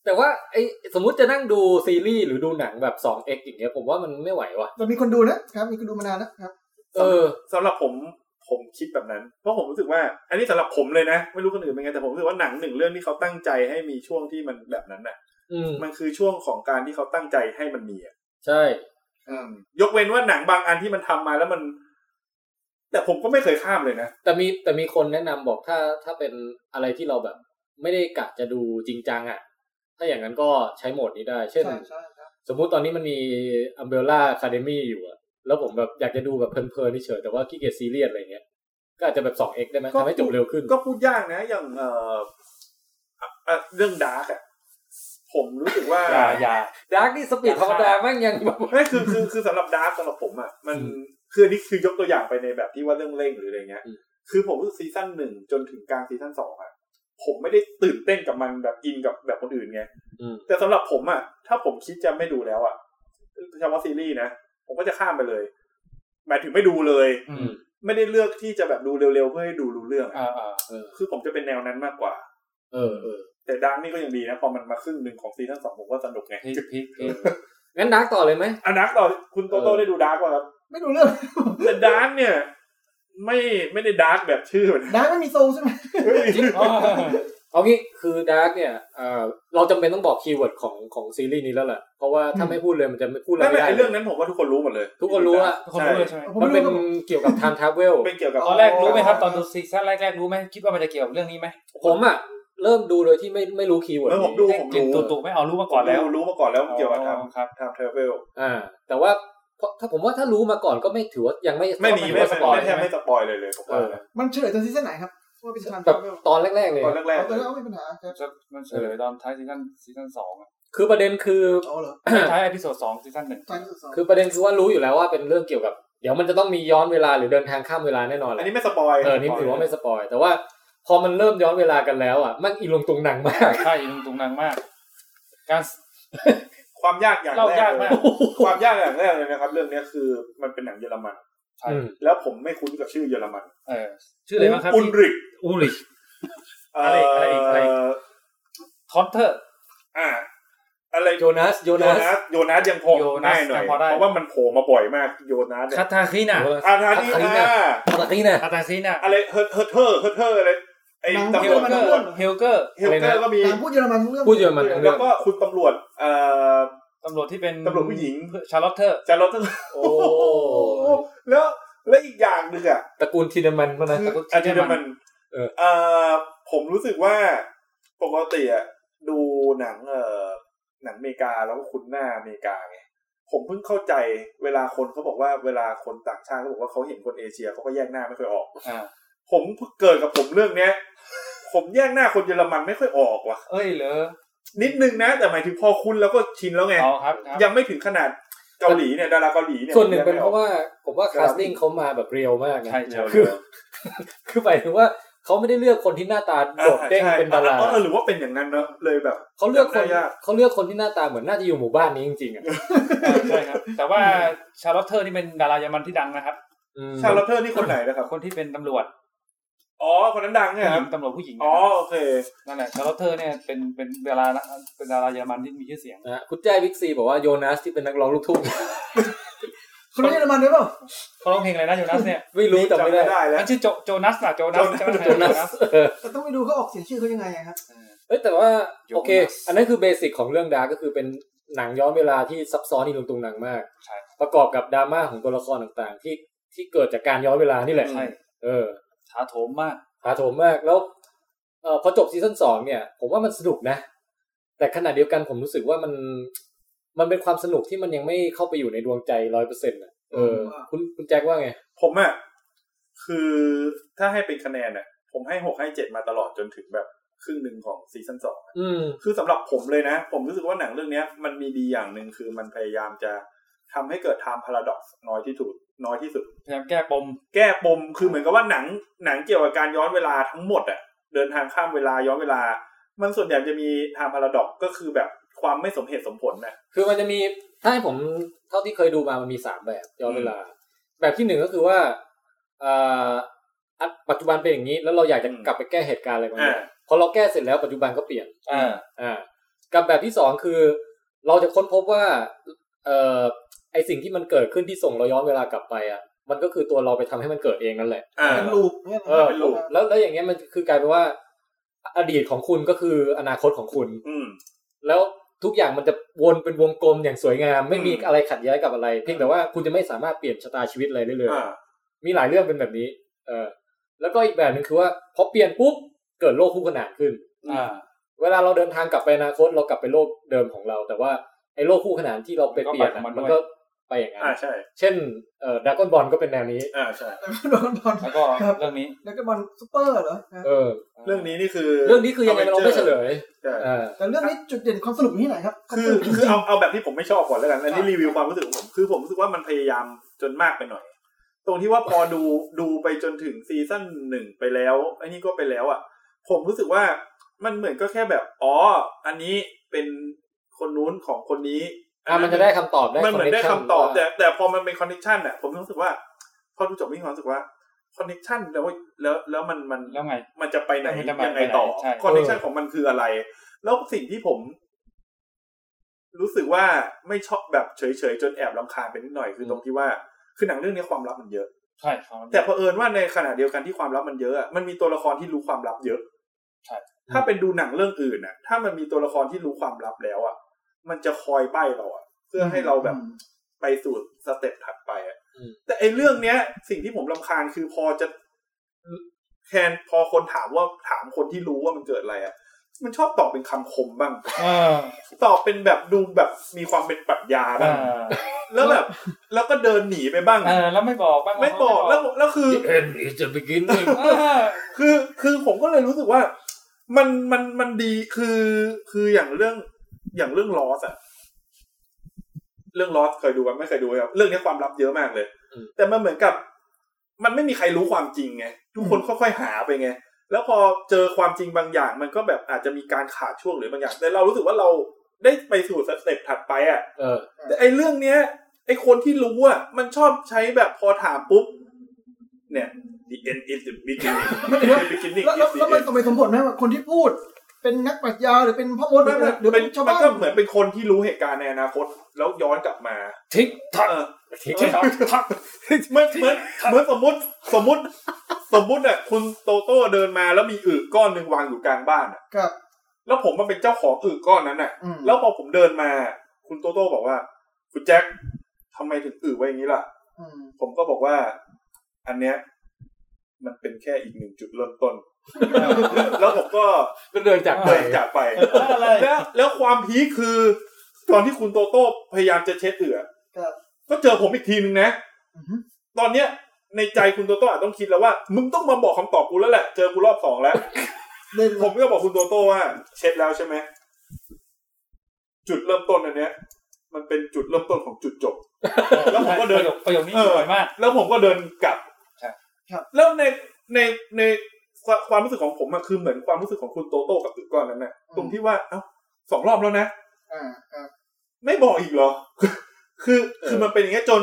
Speaker 2: แต่ว่าไอสมมติจะนั่งดูซีรีส์หรือดูหนังแบบ 2x อย่างเงี้ยผมว่ามันไม่ไหวว่ะ
Speaker 3: แต่มีคนดูนะครับมีคนดูมานานแล้วครับ
Speaker 2: เออ
Speaker 4: สำหรับผมผมคิดแบบนั้น เพราะผมรู้สึกว่า อันนี้สำหรับผมเลยนะ ไม่รู้คนอื่นเป็นไงแต่ผมรู้สึกว่าหนังหนึ่งเรื่องที่เขาตั้งใจให้มีช่วงที่มันแบบนั้นน่ะ
Speaker 2: อืม
Speaker 4: มันคือช่วงของการที่เขาตั้งใจให้มันมีอะ
Speaker 2: ใช่
Speaker 4: ยกเว้นว่าหนังบางอันที่มันทำมาแล้วมัน แต่ผมก็ไม่เคยข้ามเลยนะ
Speaker 2: แต่มีแต่มีคนแนะนำบอกถ้าถ้าเป็นอะไรที่เราแบบ ไม่ได้กะจะดูจริงจังอ่ะ ถ้าอย่างนั้นก็ใช้โหมดนี้ได้ เช่น
Speaker 3: ใช่ใช่ครับ
Speaker 2: สมมุติตอนนี้มันมีอัมเบล่าคาเดมี่อยู่อะแล้วผมแบบอยากจะดูแบบเพลินๆเฉยๆแต่ว่าขี้เกียจซีเรียสอะไรเงี้ย ก็อาจจะแบบ 2x ได้ไหม
Speaker 4: ก็
Speaker 2: ทำให้จบเร็วขึ้น
Speaker 4: ก็พูดยากนะ อย่างเอ่ออ่ะอ่ะเรื่องดาร์กอะผมรู้สึกว่า
Speaker 5: อย่าอย่า
Speaker 2: ดาร์กนี่สปีดธรรมดาแม่งยังแบบ
Speaker 4: ไม่คือคือคือสำหรับดาร์กสำหรับผมอะมัน คืออันนี้คือยกตัวอย่างไปในแบบที่ว่าเรื่องเร่งหรืออะไรเงี้ย
Speaker 2: อืม
Speaker 4: คือผมรู้สึกซีซั่นหนึ่งจนถึงกลางซีซั่นสองอะผมไม่ได้ตื่นเต้นกับมันแบบอินกับแบบคนอื่นไง
Speaker 2: อืม
Speaker 4: แต่สำหรับผมอะถ้าผมคิดจะไม่ดูแล้วอะเฉพาะซีรีส์นะผมก็จะข้ามไปเลยหมายถึงไม่ดูเลย
Speaker 5: อืม
Speaker 4: ไม่ได้เลือกที่จะแบบดูเร็วๆ เพื่อให้ดูรู้เรื่องอะ
Speaker 5: อ่าอ่า
Speaker 4: คือผมจะเป็นแนวนั้นมากกว่า
Speaker 2: เออเออ
Speaker 4: แต่ดังนี่ก็ยังดีนะ พอมันมาครึ่งหนึ่งของซีซั่นสองผมก็สนุกไง
Speaker 5: พลิกพลิก พลิก
Speaker 2: งั้นดาร์กต่อเลยไหม
Speaker 4: อันดักต่อคุณโต
Speaker 2: เอ
Speaker 4: โต้
Speaker 2: อ
Speaker 4: ได้ดูดักป่ะครับ
Speaker 3: ไม่ดูเรื่อง
Speaker 4: แต่ดักเนี่ย ไม่ไม่ได้ดักแบบชื่อมัน
Speaker 3: ดาร์กมันมีโซลใช่ไหม
Speaker 4: เฮ้ย
Speaker 5: อ๋อ
Speaker 2: เอางี้คือดาร์กเนี่ยเออเราจำเป็นต้องบอกคีย์เวิร์ดของของซีรีส์นี้แล้วแหละเพราะว่าถ้าไม่พูดเลยมันจะไม่พูดอะไร
Speaker 4: ไม่ไม่
Speaker 2: ไม่ได้
Speaker 4: ไอ
Speaker 2: เล
Speaker 4: เรื่อง
Speaker 2: ย
Speaker 4: นั้นผมว่าทุกคนรู้หมดเลย
Speaker 2: ทุกคนรู้อะ
Speaker 5: ทุกคนรู้เลยใช่ไหม
Speaker 3: ผม
Speaker 2: มัน
Speaker 3: ไม่
Speaker 2: เป็น
Speaker 3: รู้ครับ
Speaker 2: เกี่ยวกับ time travel
Speaker 4: เป็นเกี่ยวกับ
Speaker 5: ตอนแรกรู้ไหมครับ ตอนดูซีซั่นแรกๆรู้ไหมคิดว่ามันจะเกี่ยวกับเรื่องนี้ไหม
Speaker 2: ผมอะเริ่มดูโดยที่ไม่ไม่รู้คีย์เวิร์ด
Speaker 4: เมื่อผมดูผม
Speaker 5: กลิ่น
Speaker 4: รู้
Speaker 5: ตุ่ๆไม่เอารู้มาก่อนแล้ว
Speaker 4: รู้รู้มาก่อนแล้วเกี่ยวกับท
Speaker 5: อ๋อครับ
Speaker 4: ำทำทราเวล
Speaker 2: อ่า แต่ว่าเพราะถ้าผมว่าถ้ารู้มาก่อนก็ไม่ถือว่ายังไม่
Speaker 4: ไม่มี
Speaker 2: ถือ
Speaker 4: ไม่
Speaker 2: ว่าส
Speaker 4: ไม่
Speaker 2: ปอย
Speaker 4: ไม่แท
Speaker 2: ใช่
Speaker 4: บ
Speaker 2: ไหม
Speaker 4: ไม่สปอยเลยเลยผมว่านะ
Speaker 3: มันเฉลยตอนซีซั่นไหนครับว่าเป็นทาง
Speaker 2: แบบตอนแรก ๆ เลย
Speaker 4: ตอนแรก
Speaker 3: เอา
Speaker 4: ๆ
Speaker 3: ตอนนั้
Speaker 4: เลย
Speaker 3: นเอาไม่มีปัญหาครับ
Speaker 5: มันเฉลยตอนท้ายซีซั่นซีซั่นสองอะ
Speaker 2: คือประเด็นคือ
Speaker 3: เอาเหรอ
Speaker 5: ท้ายเอพิโซดสองซีซั่นหนึ่ง
Speaker 3: ตอนที่สอง
Speaker 2: คือประเด็นคือว่ารู้อยู่แล้วว่าเป็นเรื่องเกี่ยวกับ เดี๋ยวมันจะต้องมีย้อนเวลาหรือเดินทางข้ามเวลาแน่นอนแห
Speaker 4: อั
Speaker 2: ละ
Speaker 4: นนี้ไม่สปอย
Speaker 2: เออนี่ถือว่าไม่สปอย แต่ว่าพอมันเริ่มย้อนเวลากันแล้วอ่ะมันอีลงตุงหนังมาก
Speaker 5: ใช่ลุงตุงนางมาก การ
Speaker 4: ความยากอย่างแรก
Speaker 5: เล่ายาก
Speaker 4: เล
Speaker 5: มาย ก
Speaker 4: ความยากอย่างแรกเลยนะครับ เรื่องเนี้ยคือมันเป็นหนังเยอรมัน
Speaker 5: ใช่
Speaker 2: อืม
Speaker 4: แล้วผมไม่คุ้นกับชื่อเยอรมัน
Speaker 5: เออชื่ออะไรบ้างครับ
Speaker 4: อุนริก
Speaker 5: อุลริช อะไรอีกอะไรอีกอะไรอีก
Speaker 4: เ
Speaker 5: ทอนเทอร์
Speaker 4: อ่า อะไร
Speaker 2: โยนัส โย
Speaker 4: โย
Speaker 2: นัส
Speaker 4: นัสโยนัสยังพอ
Speaker 5: โยนัส
Speaker 4: ง่ายหน่อย
Speaker 5: ยัง
Speaker 4: เพ
Speaker 5: พอได้
Speaker 4: ราะว่ามันโผล่มาบ่อยมากโยนัสเนี่
Speaker 5: คายทาคิน่า
Speaker 4: อาทานี
Speaker 2: คาทานี
Speaker 4: อา
Speaker 2: น่า ตอนนี้นะ
Speaker 5: คาทาคิน่า
Speaker 4: อะไรเฮอร์เฮอร์เทอร์เฮอร์เทอร์อะไรไอ้
Speaker 5: เฮ
Speaker 4: ตำร
Speaker 5: ล
Speaker 4: วจ
Speaker 5: เกอ
Speaker 4: ตำรวจ
Speaker 5: ร์เฮลเกอร์
Speaker 4: เฮลเกอร์ก็มี
Speaker 3: หนังพูดเยอรมันทุกเรื่อง
Speaker 2: พูดเยอรมันทั้ง
Speaker 4: แล้
Speaker 2: เรื่อ
Speaker 4: ว
Speaker 2: ง
Speaker 4: ก็คุณตำรวจเอ่อ
Speaker 5: ตำรวจที่เป็น
Speaker 4: ตำรวจผู้หญิง
Speaker 5: ชาร์ลอตเทอร์
Speaker 4: จารถทั้ง
Speaker 2: โอ้
Speaker 4: แล้วแล้วอีกอย่างหนึ่งอะ
Speaker 2: ตระกูลทีเดอร์มันมานะ
Speaker 4: คืออาทิตย์เดียวมัน
Speaker 2: เออ
Speaker 4: เอ่อผมรู้สึกว่าปกติอะดูหนังเอ่อหนังอเมริกาแล้วก็คุ้นหน้าอเมริกาไงผมเพิ่งเข้าใจเวลาคนเขาบอกว่าเวลาคนต่างชาติเขาบอกว่าเขาเห็นคนเอเชียเขาก็แยกหน้าไม่ค่อยออก
Speaker 5: อ่า
Speaker 4: ผมเกิดกับผมเรื่องเนี้ย ผมแยกหน้าคนเยอรมันไม่ค่อยออกว่ะ
Speaker 5: เอ้ยเหรอ
Speaker 4: นิดนึงนะ แต่หมายถึงพอคุ้นแล้วก็ชินแล้วไง
Speaker 5: เอาครับครับ
Speaker 4: ยังไม่ถึงขนาดเกาหลีเนี่ยดาราเกาหลีเนี่ย
Speaker 2: ส่วนหนึ่งเป็น
Speaker 4: ผมแยกไม่
Speaker 2: เพ
Speaker 4: ออก
Speaker 2: ราะว่าผมว่า
Speaker 4: เวลา
Speaker 2: คาสติ้งเขามาแบบเรียวมากนะ
Speaker 5: ใช่ใช่
Speaker 2: คือคือหมายถึงว่าเขาไม่ได้เลือกคนที่หน้าตาโดดเด้ง
Speaker 4: ใช่
Speaker 2: เป็นดารา
Speaker 4: เออหรือว่าเป็นอย่างนั้นเนอะเลยแบบ
Speaker 2: เขาเลือกคน
Speaker 4: น่ายาก
Speaker 2: เขาเลือกคนที่หน้าตาเหมือนน่าจะอยู่หมู่บ้านนี้จริงๆอ่ะ
Speaker 5: ใช่ครับ แต่ว่าชาร์ลอตเทอร์นี่เป็นดาราเยอรมันที่ดังนะครับ
Speaker 2: อืม
Speaker 4: ชาร์ลอตเทอร์นี่คนไหนนะครับ
Speaker 5: คนที่เป็นตำรวจ
Speaker 4: อ๋อ คนนั้นดังเนี่ยครับ
Speaker 5: ตำรวจผู้หญิง
Speaker 4: อ๋อ โอเค
Speaker 5: นั่นแหละชาร์ลอตเทอร์เนี่ยเป็นเป็นดาราเป็นดาราเยอรมันที่มีชื่อเสียง
Speaker 2: นะฮะคุณแจ้บิ๊กซีบอกว่าโยนัสที่เป็นนักร้องลูกทุ่ง
Speaker 3: คนเยอรมันด้วยเปล่า
Speaker 5: เขาร้องเพลงอะไรนะโจนัสเนี่ย
Speaker 2: ไม่รู้แต่ไม่ได้
Speaker 4: แล้ว
Speaker 5: นั่นชื่อโจโจนัสอะโจนัส
Speaker 4: โจนัส
Speaker 5: โจนัส
Speaker 3: แต่ต้องไปดูเขาออกเสียงชื่อเขายังไงอะครับ
Speaker 2: เอ้ยแต่ว่า
Speaker 5: โยน
Speaker 2: โอเค
Speaker 5: มา
Speaker 2: อันนั้นคือเบสิกของเรื่องดาร์กก็คือเป็นหนังย้อนเวลาที่ซับซ้อนอีลุงตุงนังมาก
Speaker 5: ใช่
Speaker 2: ประกอบกับดราม่าของตัวละครต่างๆ ที่ที่เกิดจากการย้อนเวลานี่แหละ
Speaker 5: ใช่
Speaker 2: เออ
Speaker 5: ถาโถมมาก
Speaker 2: ถาโถมมากแล้วเออพอจบซีซั่นสองเนี่ย ผมว่ามันสนุกนะ แต่ขณะเดียวกันผมรู้สึกว่ามันมันเป็นความสนุกที่มันยังไม่เข้าไปอยู่ในดวงใจร้อยเปอร์เซ็นต์ะเออ คุณคุณแจ็คว่าไง
Speaker 4: ผมอ่ะคือถ้าให้เป็นคะแนนอ่ะ ผมให้หกให้เจ็ดมาตลอดจนถึงแบบครึ่งหนึ่งของซีซั่นสอง
Speaker 2: อืม
Speaker 4: คือสำหรับผมเลยนะ ผมรู้สึกว่าหนังเรื่องเนี้ย มันมีดีอย่างหนึ่งคือมันพยายามจะทำให้เกิดไทม์พาราดอกซ์น้อยที่สุดน้อยที่สุด
Speaker 5: พยายามแก้ปม
Speaker 4: แก้ปมคือเหมือนกับว่าหนังหนังเกี่ยวกับการย้อนเวลาทั้งหมดอะเดินทางข้ามเวลาย้อนเวลา มันส่วนใหญ่จะมีทางพาราดอกก็คือแบบความไม่สมเหตุสมผลนะ
Speaker 2: คือมันจะมีถ้าให้ผมเท่าที่เคยดูมามันมีสามแบบย้อนเวลา แบบที่หนึ่งก็คือว่าเอ่ออ่ะปัจจุบันเป็นอย่างนี้ แล้วเราอยากจะ
Speaker 4: อืม
Speaker 2: กลับไปแก้เหตุการณ์อะไรบางอย่าง
Speaker 4: อ่า
Speaker 2: พอเราแก้เสร็จแล้วปัจจุบันก็เปลี่ยน
Speaker 5: อ่า
Speaker 2: อ่ากับแบบที่สองคือ เราจะค้นพบว่าเอ่อไอสิ่งที่มันเกิดขึ้นที่ส่งเราย้อนเวลากลับไปอ่ะมันก็คือตัวเราไปทำให้มันเกิดเองนั่นแหละ
Speaker 4: อ่า
Speaker 3: เป็นลูปเนี่ยนะ
Speaker 2: เออ
Speaker 4: เป็นลูป
Speaker 2: แล้วแล้วอย่างเงี้ยมันคือกลายเป็นว่า อดีตของคุณก็คืออนาคตของคุณ
Speaker 4: อืม
Speaker 2: แล้วทุกอย่างมันจะวนเป็นวงกลมอย่างสวยงาม ไม่มี
Speaker 4: อืม
Speaker 2: อะไรขัดแย้งกับอะไร เพียงแต่ว่าคุณจะไม่สามารถเปลี่ยนชะตาชีวิตอะไรได้เลย
Speaker 4: อ่า
Speaker 2: มีหลายเรื่องเป็นแบบนี้ เออ แล้วก็อีกแบบหนึ่งคือว่าพอเปลี่ยนปุ๊บเกิดโลกคู่ขนานขึ้น
Speaker 5: อ่า
Speaker 2: เวลาเราเดินทางกลับไปอนาคตเรากลับไปโลกเดิมของเรา แต่ว่าไอ้โลกคู่ขนานที่เราไปเปลี่ยนอะ
Speaker 5: มัน
Speaker 2: มัน
Speaker 5: ก็ไปของมันด้วย
Speaker 2: ก็ไปอย่างนั้น
Speaker 4: อ่าใช่
Speaker 2: เช่นเอ่อดากอนบอลก็เป็นแนวนี้
Speaker 4: อ่าใช่
Speaker 3: แต่ไม่โดนบอล
Speaker 5: แล้วก็
Speaker 3: ครับ
Speaker 5: เรื่องนี้
Speaker 3: แล้วก็บอลซูเปอร์เหรอครับ
Speaker 2: เออ
Speaker 4: เรื่องนี้นี่คือ
Speaker 2: เรื่องนี้คือยังไงเราไม่เฉลย
Speaker 4: ใช่
Speaker 2: เออ
Speaker 3: แต่เรื่องนี้จุดเด่นความสนุกอยู่ที่ไหนครับ
Speaker 4: คือคือเอาเอาแบบที่ผมไม่ชอบก่อนแล้วกันอันนี้รีวิวความรู้สึกของผมคือผมรู้สึกว่ามันพยายามจนมากไปหน่อย ตรงที่ว่าพอดูดูไปจนถึงซีซั่นหนึ่งไปแล้วไอ้นี่ก็ไปแล้วอ่ะ ผมรู้สึกว่ามันเหมือนก็แค่แบบ อ๋อ อันนี้เป็นคนนู้นของคนนี้
Speaker 2: อ่ะมันจะได้คำตอบได้
Speaker 4: มันเหมือนได้คำ
Speaker 2: connection
Speaker 4: ตอบ แต่
Speaker 2: ว่า
Speaker 4: แต่พอมันเป็นคอนเนคชันอ่ะผมรู้สึกว่า พอดูจบมีความรู้สึกว่าคอนเนคชันแล้วแล้วแล้วมันมัน
Speaker 5: แล้วไง
Speaker 4: มันจะไปไหน
Speaker 5: มัน
Speaker 4: ยั
Speaker 5: จะมาง
Speaker 4: ไงต่อ
Speaker 5: ไปไหนใช่
Speaker 4: คอนเนคชันของมันคืออะไร แล้วสิ่งที่ผม รู้สึกว่าไม่ชอบแบบเฉยๆ จนแอบลำคาญไปนิดหน่อยคือตรงที่ว่า คือหนังเรื่องนี้ความลับมันเยอะ
Speaker 5: ใช่ครับ
Speaker 4: แต่เผอิญว่าในขณะเดียวกันที่ความลับมันเยอะอะมันมีตัวละครที่รู้ความลับเยอะ
Speaker 5: ใช่
Speaker 4: ถ้าเป็นดูหนังเรื่องอื่นน่ะ ถ้ามันมีตัวละครที่รู้ความลับแล้วอ่ะ มันจะคอยใบ้เราอ่ะ เพื่อให้เราแบบ ไปสู่สเต็ปถัดไปอะ
Speaker 2: อืม
Speaker 4: แต่ไอ้เรื่องเนี้ย สิ่งที่ผมรำคาญคือพอจะแทนพอคนถามว่าถามคนที่รู้ว่ามันเกิดอะไรอะมันชอบตอบเป็นคำคมบ้าง
Speaker 5: อ่า
Speaker 4: ตอบเป็นแบบดูแบบมีความเป็นปรัชญาบ้า
Speaker 5: อ่าง
Speaker 4: แล้วแบบ แล้วก็เดินหนีไปบ้าง
Speaker 5: เออแล้วไม่บอกบ้าง
Speaker 4: ไม่บอกแล้วแล้วคือ
Speaker 1: The end is the beginning
Speaker 5: อ่า
Speaker 4: คือคือผมก็เลยรู้สึกว่า มันมันมันดีคือคืออย่างเรื่องอย่างเรื่องลอสอะเรื่องลอสเคยดูกันไม่เคยดูครับเรื่องนี้ความลับเยอะมากเลย
Speaker 2: อืม
Speaker 4: แต่มันเหมือนกับ มันไม่มีใครรู้ความจริงไงทุกคนค่อยๆหาไปไง แล้วพอเจอความจริงบางอย่าง มันก็แบบอาจจะมีการขาดช่วงหรือบางอย่าง แต่เรารู้สึกว่าเราได้ไปสู่สเต็ปถัดไปอะ
Speaker 2: เออ
Speaker 4: แต่ไอ้เรื่องเนี้ยไอ้คนที่รู้อ่ะมันชอบใช้แบบพอถามปุ๊บ เนี่ย the end is the beginning
Speaker 3: มัน
Speaker 4: the beginning
Speaker 3: แล้ว
Speaker 4: is
Speaker 3: แล้ว
Speaker 4: the
Speaker 3: แล้วมัน
Speaker 4: end
Speaker 3: สมเหตุสมผลไหมว่าคนที่พูด เป็นนักปรัชญาหรือเป็นพ่อมดหรือ
Speaker 4: ไม่ไม่
Speaker 3: หรือ
Speaker 4: เป็
Speaker 3: เป็น นชาว
Speaker 4: มัน
Speaker 3: บ้าน
Speaker 4: ก็เหมือนเป็นคนที่รู้เหตุการณ์ในอนาคต แล้วย้อนกลับมา
Speaker 2: ทิกทัก
Speaker 4: เอ อ
Speaker 2: ทิก
Speaker 4: เออเหมือนเหมือนเหมือนสมมติสมมติ สมมติอ่ะคุณโตโต้เดินมาแล้วมีอึก้อนหนึ่งวางอยู่กลางบ้านอ่ะ
Speaker 3: ครับ
Speaker 4: แล้วผมมาเป็นเจ้าของอึก้อนนั้นอ่ะ
Speaker 3: อืม
Speaker 4: แล้วพอผมเดินมา คุณโตโต้บอกว่า คุณแจ็คทำไมถึงอึไว้อย่างนี้ล่ะ
Speaker 3: อืม
Speaker 4: ผมก็บอกว่า อันเนี้ย มันเป็นแค่อีกหนึ่งจุดเริ่มต้น แล้วผมก็
Speaker 2: ก็เดินจากไป
Speaker 4: เดินจากไป
Speaker 5: อะไร
Speaker 4: แล้วแล้วความพีคคือ ตอนที่คุณโตโต้พยายามจะเช็ดเอือ
Speaker 3: ครับ
Speaker 4: ก็เจอผมอีกทีนึงนะ
Speaker 3: อือฮึ
Speaker 4: ตอนเนี้ย ในใจคุณโตโต้อาจต้องคิดแล้วว่า มึงต้องมาบอกคำตอบกูแล้วแหละ เจอกูรอบสองแล้ว
Speaker 3: เล่น
Speaker 4: ผมก็บอกคุณโตโต้ว่า เช็ดแล้วใช่ไหมจุดเริ่มต้นอันเนี้ย มันเป็นจุดเริ่มต้นของจุดจบ แล้วผมก็เดิน
Speaker 5: ประโยคประโยคนี้บ่อยมาก
Speaker 4: แล้วผมก็เดินกลับ
Speaker 5: ใช่
Speaker 4: ครับ แล้วในในในความความรู้สึกของผมอะคือเหมือนความรู้สึกของคุณโตโต้กับตึกก้อนนั้นนะตรงที่ว่า เอ้าสองรอบแล้วนะ
Speaker 3: อ่าครับ
Speaker 4: ไม่บอกอีกเหร อ คือคือมันเป็นอย่างเงี้ยจน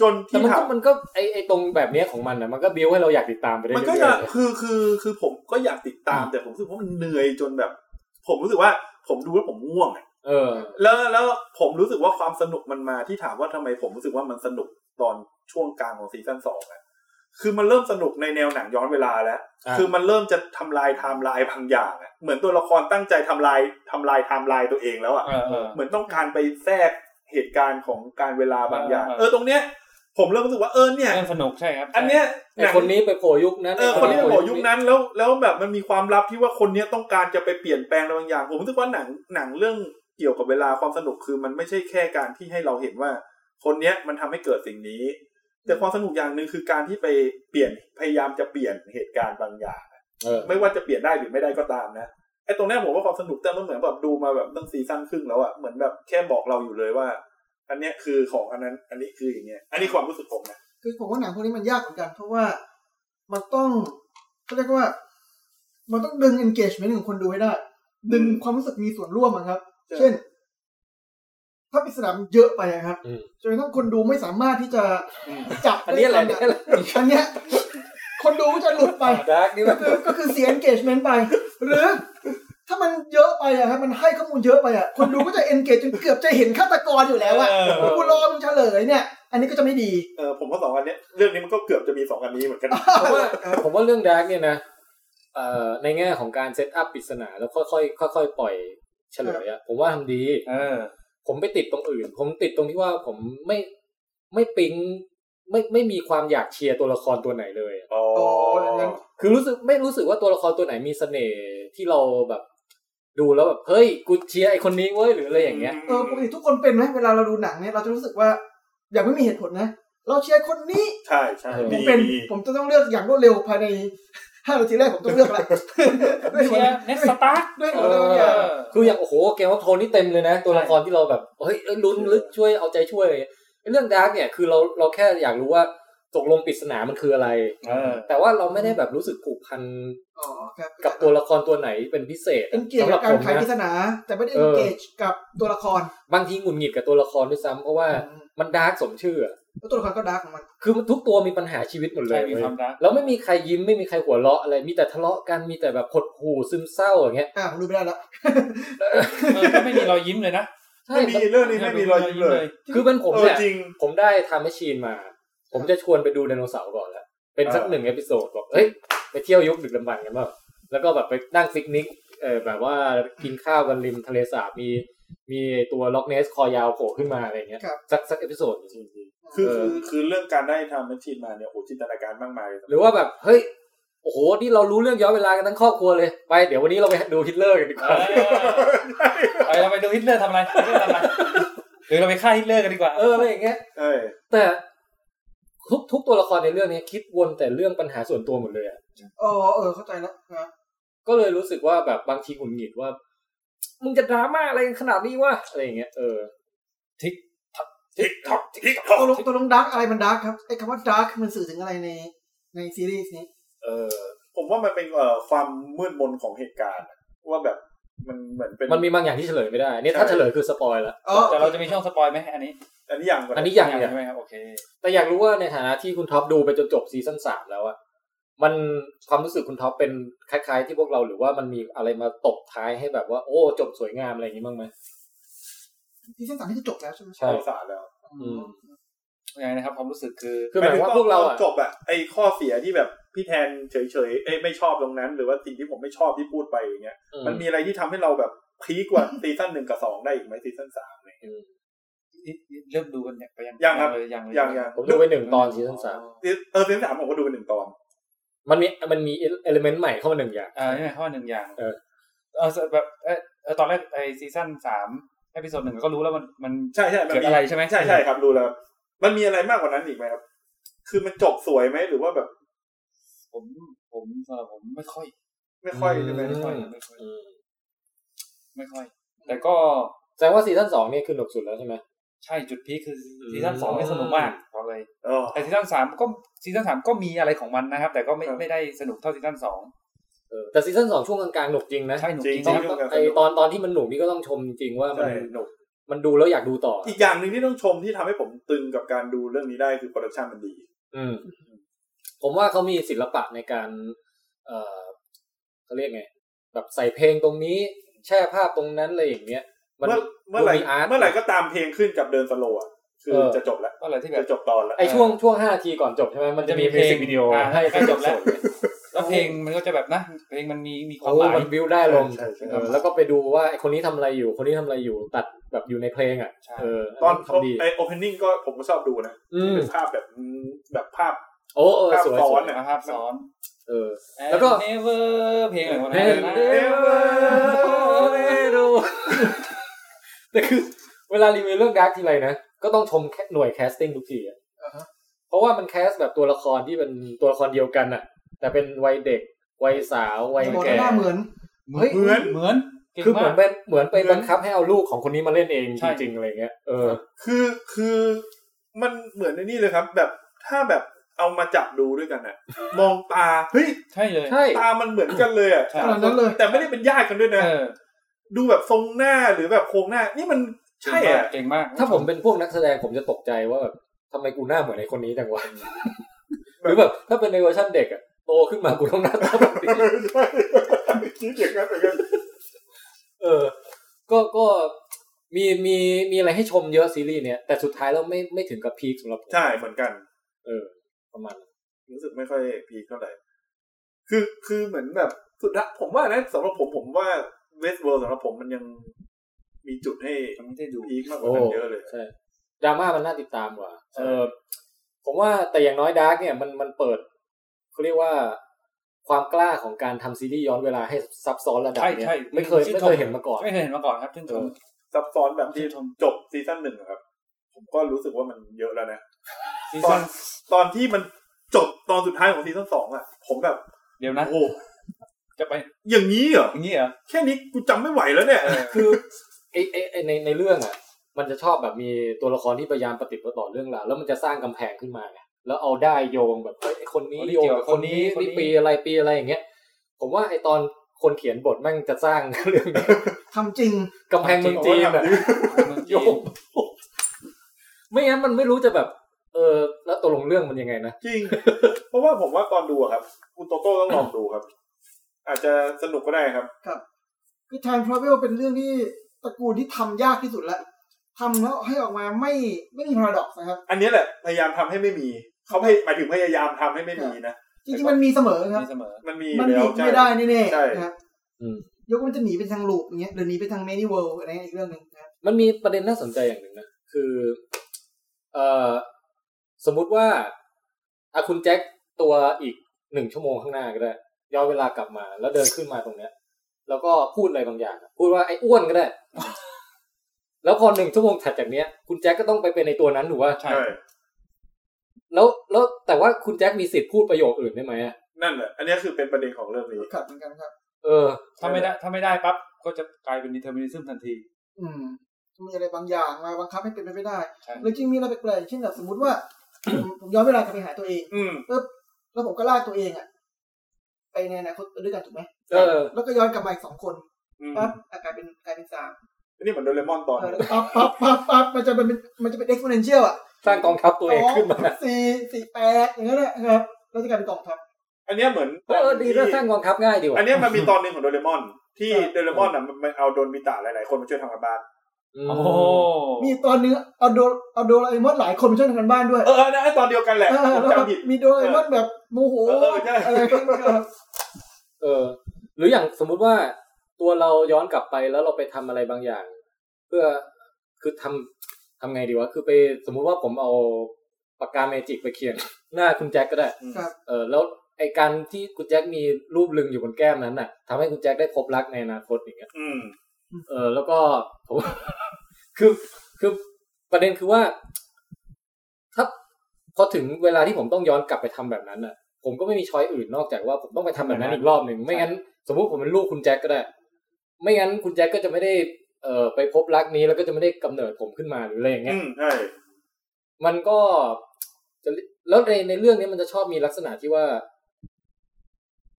Speaker 4: จน
Speaker 2: แต่
Speaker 4: ที่
Speaker 2: มัน
Speaker 4: ถา
Speaker 2: ก็
Speaker 4: ม
Speaker 2: มันก็ไอไอตรงแบบเนี้ยของมันนะมันก็บิวให้เราอยากติดตามไปได้
Speaker 4: มัน
Speaker 2: เรื่
Speaker 4: ก็
Speaker 2: อย
Speaker 4: อยาก
Speaker 2: ๆ
Speaker 4: คือคือคือผมก็อยากติดตาม แต่ผมรู้สึกว่ามันเหนื่อยจนแบบ ผมรู้สึกว่า ผมดูแล้วผมง่วงอะ
Speaker 2: เออ
Speaker 4: แล้วแล้วผมรู้สึกว่าความสนุกมันมาที่ถามว่าทำไมผมรู้สึกว่ามันสนุกตอนช่วงกลางของซีซั่นสองอะคือมันเริ่มสนุกในแนวหนังย้อนเวลาแล้ว
Speaker 2: อ่ะ
Speaker 4: คือมันเริ่มจะทำลายไทม์ไลน์บางอย่างอะเหมือนตัวละครตั้งใจทำลายทำลายไทม์ไลน์ตัวเองแล้วอะ
Speaker 5: เออเออ
Speaker 4: เหมือนต้องการไปแทรกเหตุการณ์ของการเวลาบางอย่าง
Speaker 5: เออ
Speaker 4: เออตรงเนี้ย ผมเริ่มรู้สึกว่าเออเนี่ย
Speaker 5: เรื่องสนุกใช่ครับ
Speaker 4: อันเนี้ย
Speaker 2: ไอคนนี้ไปโผล่ยุคนั้น
Speaker 4: เออคนนี้โผล่ยุคนั้นแล้วแล้วแบบมันมีความลับที่ว่าคนเนี้ยต้องการจะไปเปลี่ยนแปลงอะไรบางอย่าง ผมรู้สึกว่าหนังหนังเรื่องเกี่ยวกับเวลาความสนุกคือมันไม่ใช่แค่การที่ให้เราเห็นว่า คนเนี้ยมันทำให้เกิดสิ่งนี้ แต่ความสนุกอย่างหนึ่งคือการที่ไปเปลี่ยนพยายามจะเปลี่ยนเหตุการณ์บางอย่าง
Speaker 2: เออ
Speaker 4: ไม่ว่าจะเปลี่ยนได้หรือไม่ได้ก็ตามนะไอ้ตรงเนี้ยผมว่าความสนุกแต่มันเหมือนแบบดูมาแบบตั้งซีซั่นครึ่งแล้วอะเหมือนแบบแค่บอกเราอยู่เลยว่า อันเนี้ยคือของอันนั้น อันนี้คืออย่างเงี้ยอันนี้ความรู้สึกผมนะ
Speaker 3: คือผมว่าหนังพวกนี้มันยากเหมือนกัน เพราะว่ามันต้องเขาเรียกว่า มันต้องดึง engagement ของคนดูให้ได้ ดึงความรู้สึกมีส่วนร่วมอะครับ เช่น ถ้าปริศนามันเยอะไปอะครับ
Speaker 2: อืม
Speaker 3: จนกระทั่งคนดูไม่สามารถที่จะจับ
Speaker 2: อันนี้อะไร
Speaker 3: ทั
Speaker 2: เนี่ย
Speaker 3: อะอันเนี้ยคนดูก็จะหลุดไป
Speaker 2: ดาร์กนี่
Speaker 3: ก็
Speaker 2: มัน
Speaker 3: คือก็คือเสีย engagement ไป หรือ ถ้ามันเยอะไปอะครับมันให้ข้อมูลเยอะไปอะคนดูก็จะ engage จนเกือบจะเห็นฆาตกรอยู่แล้วอะ
Speaker 5: เออ
Speaker 3: กูรอมึงเฉลยเนี่ย อันนี้ก็จะไม่ดี
Speaker 4: เออผมว่าสองอันเนี้ยเรื่องนี้มันก็เกือบจะมีสองอันนี้เหมือนกัน
Speaker 2: ผมว่าผมว่าเรื่องดาร์กเนี่ยนะเอ่อในแง่ของการเซตอัพปริศนาแล้วค่อยๆค่อยๆปล่อยเฉลยอะผมว่าทำดี
Speaker 5: เออ
Speaker 2: ผมไปติดตรงอื่น ผมติดตรงที่ว่าผมไม่ไม่ปิ๊งไม่ไม่มีความอยากเชียร์ตัวละครตัวไหนเลยอะ
Speaker 4: อ๋อ
Speaker 3: อย่างนั้น
Speaker 2: คือรู้สึกไม่รู้สึกว่าตัวละครตัวไหนมีเสน่ห์ที่เราแบบ ดูแล้วแบบเฮ้ยกูเชียร์ไอคนนี้เว้ยหรืออะไรอย่างเงี้ย
Speaker 3: เออปกติทุกคนเป็นไหมเวลาเราดูหนังเนี่ยเราจะรู้สึกว่า อย่างไม่มีเหตุผลนะ เราเชียร์คนนี้
Speaker 4: ใช่ใช่
Speaker 2: เออ
Speaker 3: ผ
Speaker 4: ดี
Speaker 3: มเป็น
Speaker 4: ดี
Speaker 3: ผมจะต้องเลือกอย่างรวดเร็วภายในห้านาทีแรกผมต้องเลือก ละด้วย
Speaker 5: เชียร์เนสสตาร์
Speaker 3: ด้วยอะไรบางอย่าง
Speaker 2: คืออย่างโอ้โหเกมวอลโทนนี่เต็มเลยนะ ตัวละครที่เราแบบเฮ้ยเอ้ยลุ้นลึกช่วยเอาใจช่วยอะไรเงี้ยเรื่องดาร์กเนี่ยคือเราเราแค่อยากรู้ว่าตกลงปริศนามันคืออะไร
Speaker 5: เออ
Speaker 2: แต่ว่าเราไม่ได้แบบรู้สึกผูกพัน
Speaker 3: อ๋อครับ
Speaker 2: กับตัวละครตัวไหนเป็นพิเศษ
Speaker 3: เป็นเกียรติ
Speaker 2: สำห
Speaker 3: กั
Speaker 2: รั
Speaker 3: บบ กา
Speaker 2: ผ
Speaker 3: ร
Speaker 2: ม
Speaker 3: ขายป
Speaker 2: นะ
Speaker 3: ริศนาแต่ไม่ได้
Speaker 2: เออ
Speaker 3: engage กับตัวละคร
Speaker 2: บางทีหงุดหงิดกับตัวละครด้วยซ้ำเพราะว่ามันดาร์กสมชื่ออะ
Speaker 3: แล้วตัวละครก็ดาร์กของมัน
Speaker 2: คือมันทุกตัวมีปัญหาชีวิตหมดเลย
Speaker 5: ใช่มีความดาร์ก
Speaker 2: แล้วไม่มีใครยิ้มไม่มีใครหัวเราะอะไรมีแต่ทะเลาะกันมีแต่แบบหดหู่ซึมเศร้าอย่างเงี้ย
Speaker 3: อ่าผมดูไม่ได้ละ
Speaker 5: เออก็ไม่มีรอยยิ้มเลยนะ
Speaker 2: ใช่
Speaker 4: ไม่มีเรื่องนี้ไม่มีรอยยิ้มเลย
Speaker 2: คือเป็นผม
Speaker 4: เออ
Speaker 2: เนี่ย
Speaker 4: จริง
Speaker 2: ผมได้ทำแมชชีนมา ผมจะชวนไปดูไดโนเสาร์ก่อนแล้ว เป็นสัก
Speaker 4: เออ
Speaker 2: หนึ่งเอพิโซดบอกเฮ้ย ไปเที่ยวยุคดึกดำบรรพ์กันบ้างแล้วก็แบบไปนั่งปิกนิกเออแบบว่ากินข้าวกันริมทะเลสาบมี มีตัวล็อกเนสคอยาวโผล่ขึ้นมาอะไรเงี้ย
Speaker 3: ครับ
Speaker 2: สักสักเอพิโซด
Speaker 4: คือ
Speaker 2: เอ
Speaker 4: คือ อคือเรื่องการได้ทำแมชชีนมาเนี่ยโอ้โหจินตนาการมากมายเลย
Speaker 2: หรือว่าแบบ เฮ้ย โอ้โห นี่เรารู้เรื่องย้อนเวลากันทั้งครอบครัวเลย ไป เดี๋ยววันนี้เราไปดูฮิตเลอร์กันดีกว่า
Speaker 5: ไปเราไปดูฮิตเลอร์ทำอะไรฮิตเลอร์ทำอะไรหรือเราไปฆ่าฮิตเลอร์กันดีกว่า
Speaker 2: เอออะไรอย่างเงี้ย
Speaker 4: ใช่
Speaker 2: แต่ทุกทุกตัวละครในเรื่องเนี้ยคิดวนแต่เรื่องปัญหาส่วนตัวหมดเลยอะ
Speaker 3: อ๋อเออเข้าใจแล้วนะ
Speaker 2: ก็เลยรู้สึกว่าแบบบางทีหงุดหงิดว่า มึงจะดราม่าอะไรกันขนาดนี้วะอะไรอย่างเงี้ยเออ
Speaker 4: ทิกท็อกทิกท็อก
Speaker 3: ตัวลงตัวลงดาร์กอะไรมันดาร์กครับไอ้คำว่าดาร์กมันสื่อถึงอะไรในในซีรีส์นี้
Speaker 4: เออผมว่ามันเป็นเอ่อความมืดมนของเหตุการณ์อะว่าแบบมันเหมือนเป็น
Speaker 2: มันมีบางอย่างที่เฉลยไม่ได้เนี่ยถ้าเฉลยคือสปอยละ
Speaker 3: อ๋อ
Speaker 5: แต่เราจะมีช่องสปอยไหมอันนี้
Speaker 4: อันนี้อย่างก่อน
Speaker 2: อันนี้อย่าง
Speaker 5: ยัง
Speaker 2: เนี่ย
Speaker 5: ใช่ไหมครับโอเค
Speaker 2: แต่อยากรู้ว่าในฐานะที่คุณท็อปดูไปจนจบซีซั่นสามแล้วอะมันความรู้สึกคุณท็อปเป็นคล้ายๆ ที่พวกเราหรือว่ามันมีอะไรมาตบท้ายให้แบบว่า โอ้จบสวยงามอะไรอย่างงี้บ้างไหม
Speaker 3: ซีซั่นสามที่จะจบแล้วใช่ไหม
Speaker 2: ใช่
Speaker 4: ใช่สารแล้ว
Speaker 2: อืม
Speaker 5: ยังไงนะครับความรู้สึกคือ
Speaker 2: คือหมายความว่าพวกเราอะ
Speaker 4: จบอะไอข้อเสียที่แบบพี่แทนเฉยๆเอ้ยไม่ชอบตรงนั้น หรือว่าสิ่งที่ผมไม่ชอบที่พูดไปอย่างเงี้ย
Speaker 2: อื
Speaker 4: มันมีอะไรที่ทำให้เราแบบพีกกว่า ซีซั่นหนึ่งกับสองได้อีกไหมซีซั่นสามเนี่ย
Speaker 5: เริ่มดูกันเนี่ยไปยัง
Speaker 4: ยังครับ
Speaker 5: เลยยังเลย
Speaker 4: อย่างอย่าง
Speaker 2: ผมดูไปหนึ่งตอนซีซั่นสาม
Speaker 4: เออซีซั่นสามผมก็ดูไปหนึ่งตอน
Speaker 2: มันมีมันมีเอลเมนต์ใหม่เข้ามาหนึ่งอย่าง
Speaker 5: เออนี่หมายความว่าหนึ่งอย่าง
Speaker 2: เออ
Speaker 5: เออแบบเออเออตอนแรกไอซีซั่นสามเอพิโซดหนึ่งก็รู้แล้วมันมัน
Speaker 4: ใช่ใช่มัน
Speaker 5: เกิด
Speaker 4: มี
Speaker 5: อะไรใช่ไหม
Speaker 4: ใช่ใช่ครับดูแล้ว มันมีอะไรมากกว่านั้นอีกไหมครับ คือมันจบสวยไหมหรือว่าแบบ
Speaker 5: ผมผมสำหรับผมไม่ค่อย
Speaker 4: ไม่ค่อยใช่ไหม
Speaker 5: ไม่ค่อย
Speaker 2: อืม
Speaker 5: ไม่ค่อย
Speaker 2: อืม
Speaker 5: ไม่ค่อย แต่ก็
Speaker 2: แสดงว่าซีซั่นสองเนี่ยคือหนุกสุดแล้วใช่ไหม
Speaker 5: ใช่จุดพีคคือซีซั่นสองไม่สนุกมากบอกเลย
Speaker 4: เออ
Speaker 5: แต่ซีซั่นสามก็ซีซั่นสามก็มีอะไรของมันนะครับ แต่ก็ไม่
Speaker 4: ครับ
Speaker 5: ไม่ได้สนุกเท่าซีซั่นสอง
Speaker 2: เออแต่ซีซั่นสองช่วงกลางๆหนุกจริงนะ
Speaker 5: ใช่หนุกจริง
Speaker 4: จริง
Speaker 5: ครับ
Speaker 4: นุกอะ
Speaker 2: ไอ
Speaker 4: สนุก
Speaker 2: ตอนตอนที่มันหนุกนี่ก็ต้องชมจริงๆว่ามั
Speaker 4: ใช่
Speaker 2: น
Speaker 4: หนุก
Speaker 2: มันดูแล้วอยากดูต่ออ
Speaker 4: อีกอย่างหนึ่งที่ต้องชมที่ทำให้ผมตึงกับการดูเรื่องนี้ได้คือโปรดักชันมันดี
Speaker 2: อืม ผมว่าเขามีศิลปะในการ เออเขาเรียกไง แบบใส่เพลงตรงนี้ แช่ภาพตรงนั้นอะไรอย่างเงี้ย มัน
Speaker 4: เมื่อเมื่อไหร่
Speaker 2: มีอาร์ต
Speaker 4: เมื่อไหร่ก็ตามเพลงขึ้นกับเดินสโลว์อะคือ
Speaker 2: เออ
Speaker 4: จะจบแล้ว
Speaker 5: อะไรที่แบบ
Speaker 4: จะจบตอนแล้ว
Speaker 2: ไอช่วงช่วงห้านาทีก่อนจบใช่ไหมมันจะมี
Speaker 5: จะมี
Speaker 2: เพลง
Speaker 5: เพลง
Speaker 2: วิดีโอ
Speaker 5: อ่าให้ให้จบแล้ว
Speaker 2: สดๆ
Speaker 5: แล้วเพลงมันก็จะแบบนะเพลงมันมีมีความ
Speaker 2: โอ้
Speaker 5: หมาย
Speaker 2: มันวิวได้ลมณ์
Speaker 4: ใช่ใช่
Speaker 2: เออแล้วก็ไปดูว่าไอคนนี้ทำอะไรอยู่ คนนี้ทำอะไรอยู่ตัดแบบอยู่ในเพลงอ่ะ
Speaker 5: ใช่
Speaker 2: เออ
Speaker 4: ตอน
Speaker 2: ทำดี
Speaker 4: ไอโอเพนนิ่งก็ผมก็ชอบดูนะ
Speaker 2: อืม
Speaker 4: เป็นภาพแบบแบบภาพ
Speaker 2: โอ้เออสวยส
Speaker 4: ภาพซ้อ
Speaker 2: วย
Speaker 4: นอะ
Speaker 5: ภาพซ้อน
Speaker 2: เออ
Speaker 5: And
Speaker 2: แล้วก็
Speaker 5: never เพลงอะไรวะนะ
Speaker 2: แต่คือเวลารีวิวเรื่องดาร์กทีไรนะ ก็ต้องชมแค่หน่วยแคสติ้งทุกทีอะ
Speaker 3: อ่าฮะ
Speaker 2: เพราะว่ามันแคสแบบตัวละครที่เป็นตัวละครเดียวกันอะแต่เป็นวัยเด็ก วัยสาว วัย
Speaker 3: จะบอก
Speaker 2: แก่
Speaker 3: ว่าหน้าเหมือน
Speaker 5: เหมือน
Speaker 4: เหมือน
Speaker 5: เหมือนก่ง
Speaker 2: คือเหมือน
Speaker 5: าก
Speaker 2: เป็นเหมือนไปบังคับให้เอาลูกของคนนี้มาเล่นเอง
Speaker 5: ใช่
Speaker 2: จริงๆอะไรเงี้ยเออ
Speaker 4: คือคือมันเหมือนในนี่เลยครับ แบบถ้าแบบเอามาจับดูด้วยกันอะมองตาเฮ้ย
Speaker 5: ใช่เลย
Speaker 2: ใช่
Speaker 4: ตามันเหมือนกันเลยอะ
Speaker 5: ใช่
Speaker 3: ขนาดนั้นเลย
Speaker 4: แต่ไม่ได้เป็นญาติกันด้วยนะ
Speaker 5: เออ
Speaker 4: ดูแบบทรงหน้าหรือแบบโครงหน้า นี่มันใช่อะ
Speaker 5: เก่งมาก
Speaker 2: ถ้าผมเป็นพวกนักแสดงผมจะตกใจว่าแบบทำไมกูหน้าเหมือนไอ้คนนี้จังวะ หรือแบบถ้าเป็นในเวอร์ชันเด็กอะโตขึ้นมากูต้องหน้าตาแบบนี้
Speaker 4: ใช่คิดอย่างนั้นเหมือนกัน
Speaker 2: เออ ก็ ก็มีมี มีอะไรให้ชมเยอะซีรีส์เนี้ย แต่สุดท้ายแล้วไม่ ไม่ถึงกับพีคสำหรับผม
Speaker 4: ใช่เหมือนกัน
Speaker 2: เออ ประมาณนั้น
Speaker 4: รู้สึกไม่ค่อยพีคเท่าไหร่ คือ คือเหมือนแบบ สุดท้ายผมว่านะสำหรับผมผมว่าเวสเวิร์สำหรับผมมันยังมีจุดให้
Speaker 5: ผมไม่ได้ดู
Speaker 4: พีคมากกว่านั้นเยอะเลย
Speaker 2: ใช่ ดราม่ามันน่าติดตามกว่า
Speaker 4: ใช่
Speaker 2: เออ ผมว่าแต่อย่างน้อยดาร์กเนี่ย มัน มันเปิดเขาเรียกว่าความกล้าของการทำซีรีส์ย้อนเวลาให้ซับซ้อนระดับ
Speaker 5: ใช่
Speaker 2: เนี้ย
Speaker 5: ใช่
Speaker 2: ไม่เคย
Speaker 5: ชื่
Speaker 2: ไม่
Speaker 5: ช
Speaker 2: เคยเห็นมาก่อน
Speaker 5: ไม่เคยเห็นมาก่อนครับชื่นชม
Speaker 4: ซับซ้อนแบบที่
Speaker 5: ชื่นชม
Speaker 4: จบซีซั่นหนึ่งอะครับ ผมก็รู้สึกว่ามันเยอะแล้วนะ
Speaker 5: ซี
Speaker 4: ตอ
Speaker 5: ซั่
Speaker 4: น
Speaker 5: น
Speaker 4: ตอนที่มันจบตอนสุดท้ายของซีซั่นสองอะผมแบบ
Speaker 5: เดี๋ยวนะ
Speaker 4: โอ้
Speaker 5: จะไป
Speaker 4: อย่างนี้เหรอ
Speaker 5: อย่างนี้เหรอ
Speaker 4: แค่นี้กูจำไม่ไหวแล้วเนี่ย
Speaker 2: คือ ไอไอไอใน ในเรื่องอ่ะ มันจะชอบแบบมีตัวละครที่พยายามปฏิดประต่อเรื่องราว แล้วมันจะสร้างกำแพงขึ้นมาไง แล้วเอาได้โยงแบบเอ้ยไอ้คนนี้โยงกับคนนี้นี่ปีอะไรปีอะไรอย่างเงี้ย ผมว่าไอตอนคนเขียนบทแม่งจะสร้าง เรื่องนี้
Speaker 3: ทำจริง
Speaker 2: กำแพงเมืองจีนอะ
Speaker 5: มึง
Speaker 2: โยง ไม่งั้นมันไม่รู้จะแบบ เออ แล้วตกลงเรื่องมันยังไงนะ
Speaker 4: จริง เพราะว่าผมว่าตอนดูอะครับ คุณโตโต้ต้องลองดูครับ อาจจะสนุกก็ได้ครับ
Speaker 3: คือ time travel เป็นเรื่องที่ตระกูลที่ทำยากที่สุดแล้วทำแล้วให้ออกมาไม่ไม่มี paradox นะครับ
Speaker 4: อันเนี้ยแหละพยายามทำให้ไม่มี เขาไม่หมายถึงพยายามทำให้ไม่มีนะ
Speaker 3: จริงๆมันมีเสมอครับ
Speaker 5: มีเสมอ
Speaker 4: มันมี
Speaker 3: มันห
Speaker 4: แล้
Speaker 3: นี
Speaker 4: วใช่
Speaker 3: ไม่ได้แน่
Speaker 4: ใช่
Speaker 3: ๆนะครับ
Speaker 2: อืม
Speaker 3: ยกเว้นจะหนีไปทางลูปอย่างเงี้ยหรือหนีไปทาง many world อะไรเงี้ยอีกเรื่องหนึ่งนะครับ
Speaker 2: มันมีประเด็นน่าสนใจอย่างหนึ่งนะ คือ เออสมมุติว่าอาคุณแจ็คตัวอีกหนึ่งชั่วโมงข้างหน้าก็ได้ ย้อนเวลากลับมา แล้วเดินขึ้นมาตรงเนี้ย แล้วก็พูดอะไรบางอย่าง พูดว่าไอ้อ้วนก็ได้ แล้วพอหนึ่งชั่วโมงถัดจากเนี้ย คุณแจ็คก็ต้องไปเป็นในตัวนั้นถูกป่ะ
Speaker 5: ใช่
Speaker 4: ใช่
Speaker 2: แล้วแล้วแต่ว่าคุณแจ็คมีสิทธิ์พูดประโยคอื่นได้ไหมอะ
Speaker 4: นั่นแหละ อันเนี้ยคือเป็นประเด็นของเรื่องนี้
Speaker 3: ขัดเหมือนกันครับ
Speaker 2: เออ
Speaker 5: ถ้าไม่ได้ถ้าไม่ได้ปั๊บก็จะกลายเป็น determinism ทันที
Speaker 3: อืมมีอะไรบางอย่างมาบังคับให้เป็นไปไม่ได้
Speaker 5: ใช่
Speaker 3: หรือจริงมีอะไรแปลกๆเช่นแบบสมมติว่า ผมผมย้อนเวลากลับไปหาตัวเอง
Speaker 4: อืม
Speaker 3: ปุ๊บแล้วผมก็ลากตัวเองอะไปในอนาคตด้วยกันถูกไหม
Speaker 2: เออ
Speaker 3: แล้วก็ย้อนกลับมาอีกสองคน
Speaker 4: อืม
Speaker 3: ปั๊บอ่ะกลายเป็นกลายเป็นสาม
Speaker 4: อันนี้เหมือนโดเรมอนตอน
Speaker 3: เออแล้วก็ปั๊บปั๊บปั๊บปั๊บมันจะเป็นมันจะเป็น exponential อ่ะ
Speaker 2: สร้างกองทัพตัวเองขึ้นมา
Speaker 3: สองสี่สี่แปดอย่างนั้นแหละครับแล้วจะกลายเป็นกล่องทัพ
Speaker 4: อันเนี้ยเหมือน
Speaker 2: เออดีแล้วสร้างกองทัพง่ายดีว่ะ
Speaker 4: อันเนี้ยมันมีตอนหนึ่งของโดเรมอน ที่
Speaker 3: ใช่
Speaker 4: โดเรมอนอ่ะมันมันเอาโดนบิตะหลายๆคนมาช่วยทำกันบ้าน
Speaker 2: อืม
Speaker 5: โอ้
Speaker 3: มีตอนนึงเอาโดเอาโดราเอมอนหลายคนมาช่วยทำกันบ้านด้วย
Speaker 4: เออเออนะไอ้ตอนเดียวกันแหละ
Speaker 3: เออ
Speaker 4: ผม
Speaker 3: แล้วก็
Speaker 4: จำผิด
Speaker 3: มีโดราเอมอนแบบโมโห
Speaker 4: เออใช่
Speaker 3: อะไรอย่างเงี้ยครับ
Speaker 2: เออหรืออย่างสมมุติว่าตัวเราย้อนกลับไปแล้วเราไปทำอะไรบางอย่าง เพื่อคือทำทำไงดีวะคือไปสมมุติว่าผมเอาปากกาเมจิกไปเขียน หน้าคุณแจ็คก็ได้
Speaker 3: ครับ
Speaker 2: เออแล้วไอการที่คุณแจ็คมีรูปลึงอยู่บนแก้มนั้นน่ะทำให้คุณแจ็คได้พบรักในอนาคตอย่างเงี้ย
Speaker 4: อืม
Speaker 2: เออแล้วก็ ผม คือคือประเด็นคือว่า ถ้าพอถึงเวลาที่ผมต้องย้อนกลับไปทำแบบนั้นน่ะ ผมก็ไม่มีช้อยอื่นนอกจากว่าผมต้องไปทำแบบนั้นอีกรอบหนึ่งไม่งั้น สมมุติผมเป็นลูกคุณแจ็คก็ได้ ไม่งั้นคุณแจ็คก็จะไม่ได้เอ่อไปพบรักนี้แล้วก็จะไม่ได้กำเนิดผมขึ้นมาหรืออะไรอย่างเงี้
Speaker 4: อื
Speaker 2: ย
Speaker 4: มใช่
Speaker 2: มันก็จะแล้วในในเรื่องนี้มันจะชอบมีลักษณะที่ว่า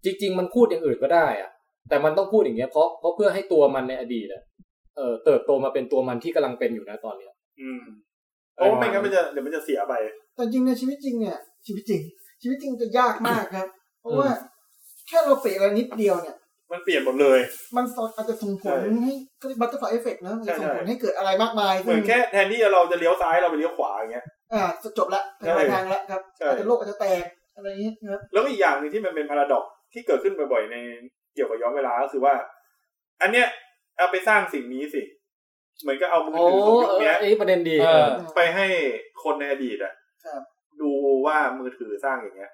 Speaker 2: จริง ๆ มันพูดอย่างอื่นก็ได้อะแต่มันต้องพูดอย่างเงี้ยเพราะเพราะเพื่อให้ตัวมันในอดีตอะเอ่อเติบโตมาเป็นตัวมันที่กำลังเป็นอยู่นะตอนเนี้ย
Speaker 4: อืมเพราะว่าไม่งั้นมันจะเดี๋ยวมันจะเสียไป
Speaker 3: แต่จริงในชีวิตจริงเนี่ย ชีวิตจริง ชีวิตจริงจะยากมากครับ เพราะว่าแค่เราเปะอะไรนิดเดียวเนี่ย
Speaker 4: มันเปลี่ยนหมดเลย
Speaker 3: มันสอดอาจจะส่งผล
Speaker 4: ใช่
Speaker 3: ให้ก็บัตเตอร์ฟลายเอฟเฟกต์นะมันจะ
Speaker 4: ใช่
Speaker 3: ส่งผล
Speaker 4: ใช่
Speaker 3: ให้เกิดอะไรมากมาย
Speaker 4: เหมือนแค่แทนที่เราจะเลี้ยวซ้ายเราไปเลี้ยวขวาอย่างเงี้ย
Speaker 3: อ่าจบละ
Speaker 4: ใช่
Speaker 3: ไปทางละครับ
Speaker 4: ใช่
Speaker 3: อาจจะโลกอาจจะแตกอะไรอย่างเงี้ยนะครับ
Speaker 4: แล้วก็อีกอย่างหนึ่งที่มันเป็นพาราดอกที่เกิดขึ้นบ่อยๆในเกี่ยวกับย้อนเวลาก็คือว่า อันเนี้ยเอาไปสร้างสิ่งนี้สิ เหมือนก็เอามือ
Speaker 2: โอ้
Speaker 4: ถือของยุค
Speaker 2: เอ
Speaker 4: เนี้
Speaker 2: อย ไอ้ประเด็นดี
Speaker 5: เออ
Speaker 4: ไปให้คนในอดีตอะ
Speaker 3: ครับ
Speaker 4: ดูว่ามือถือสร้างอย่างเงี้ย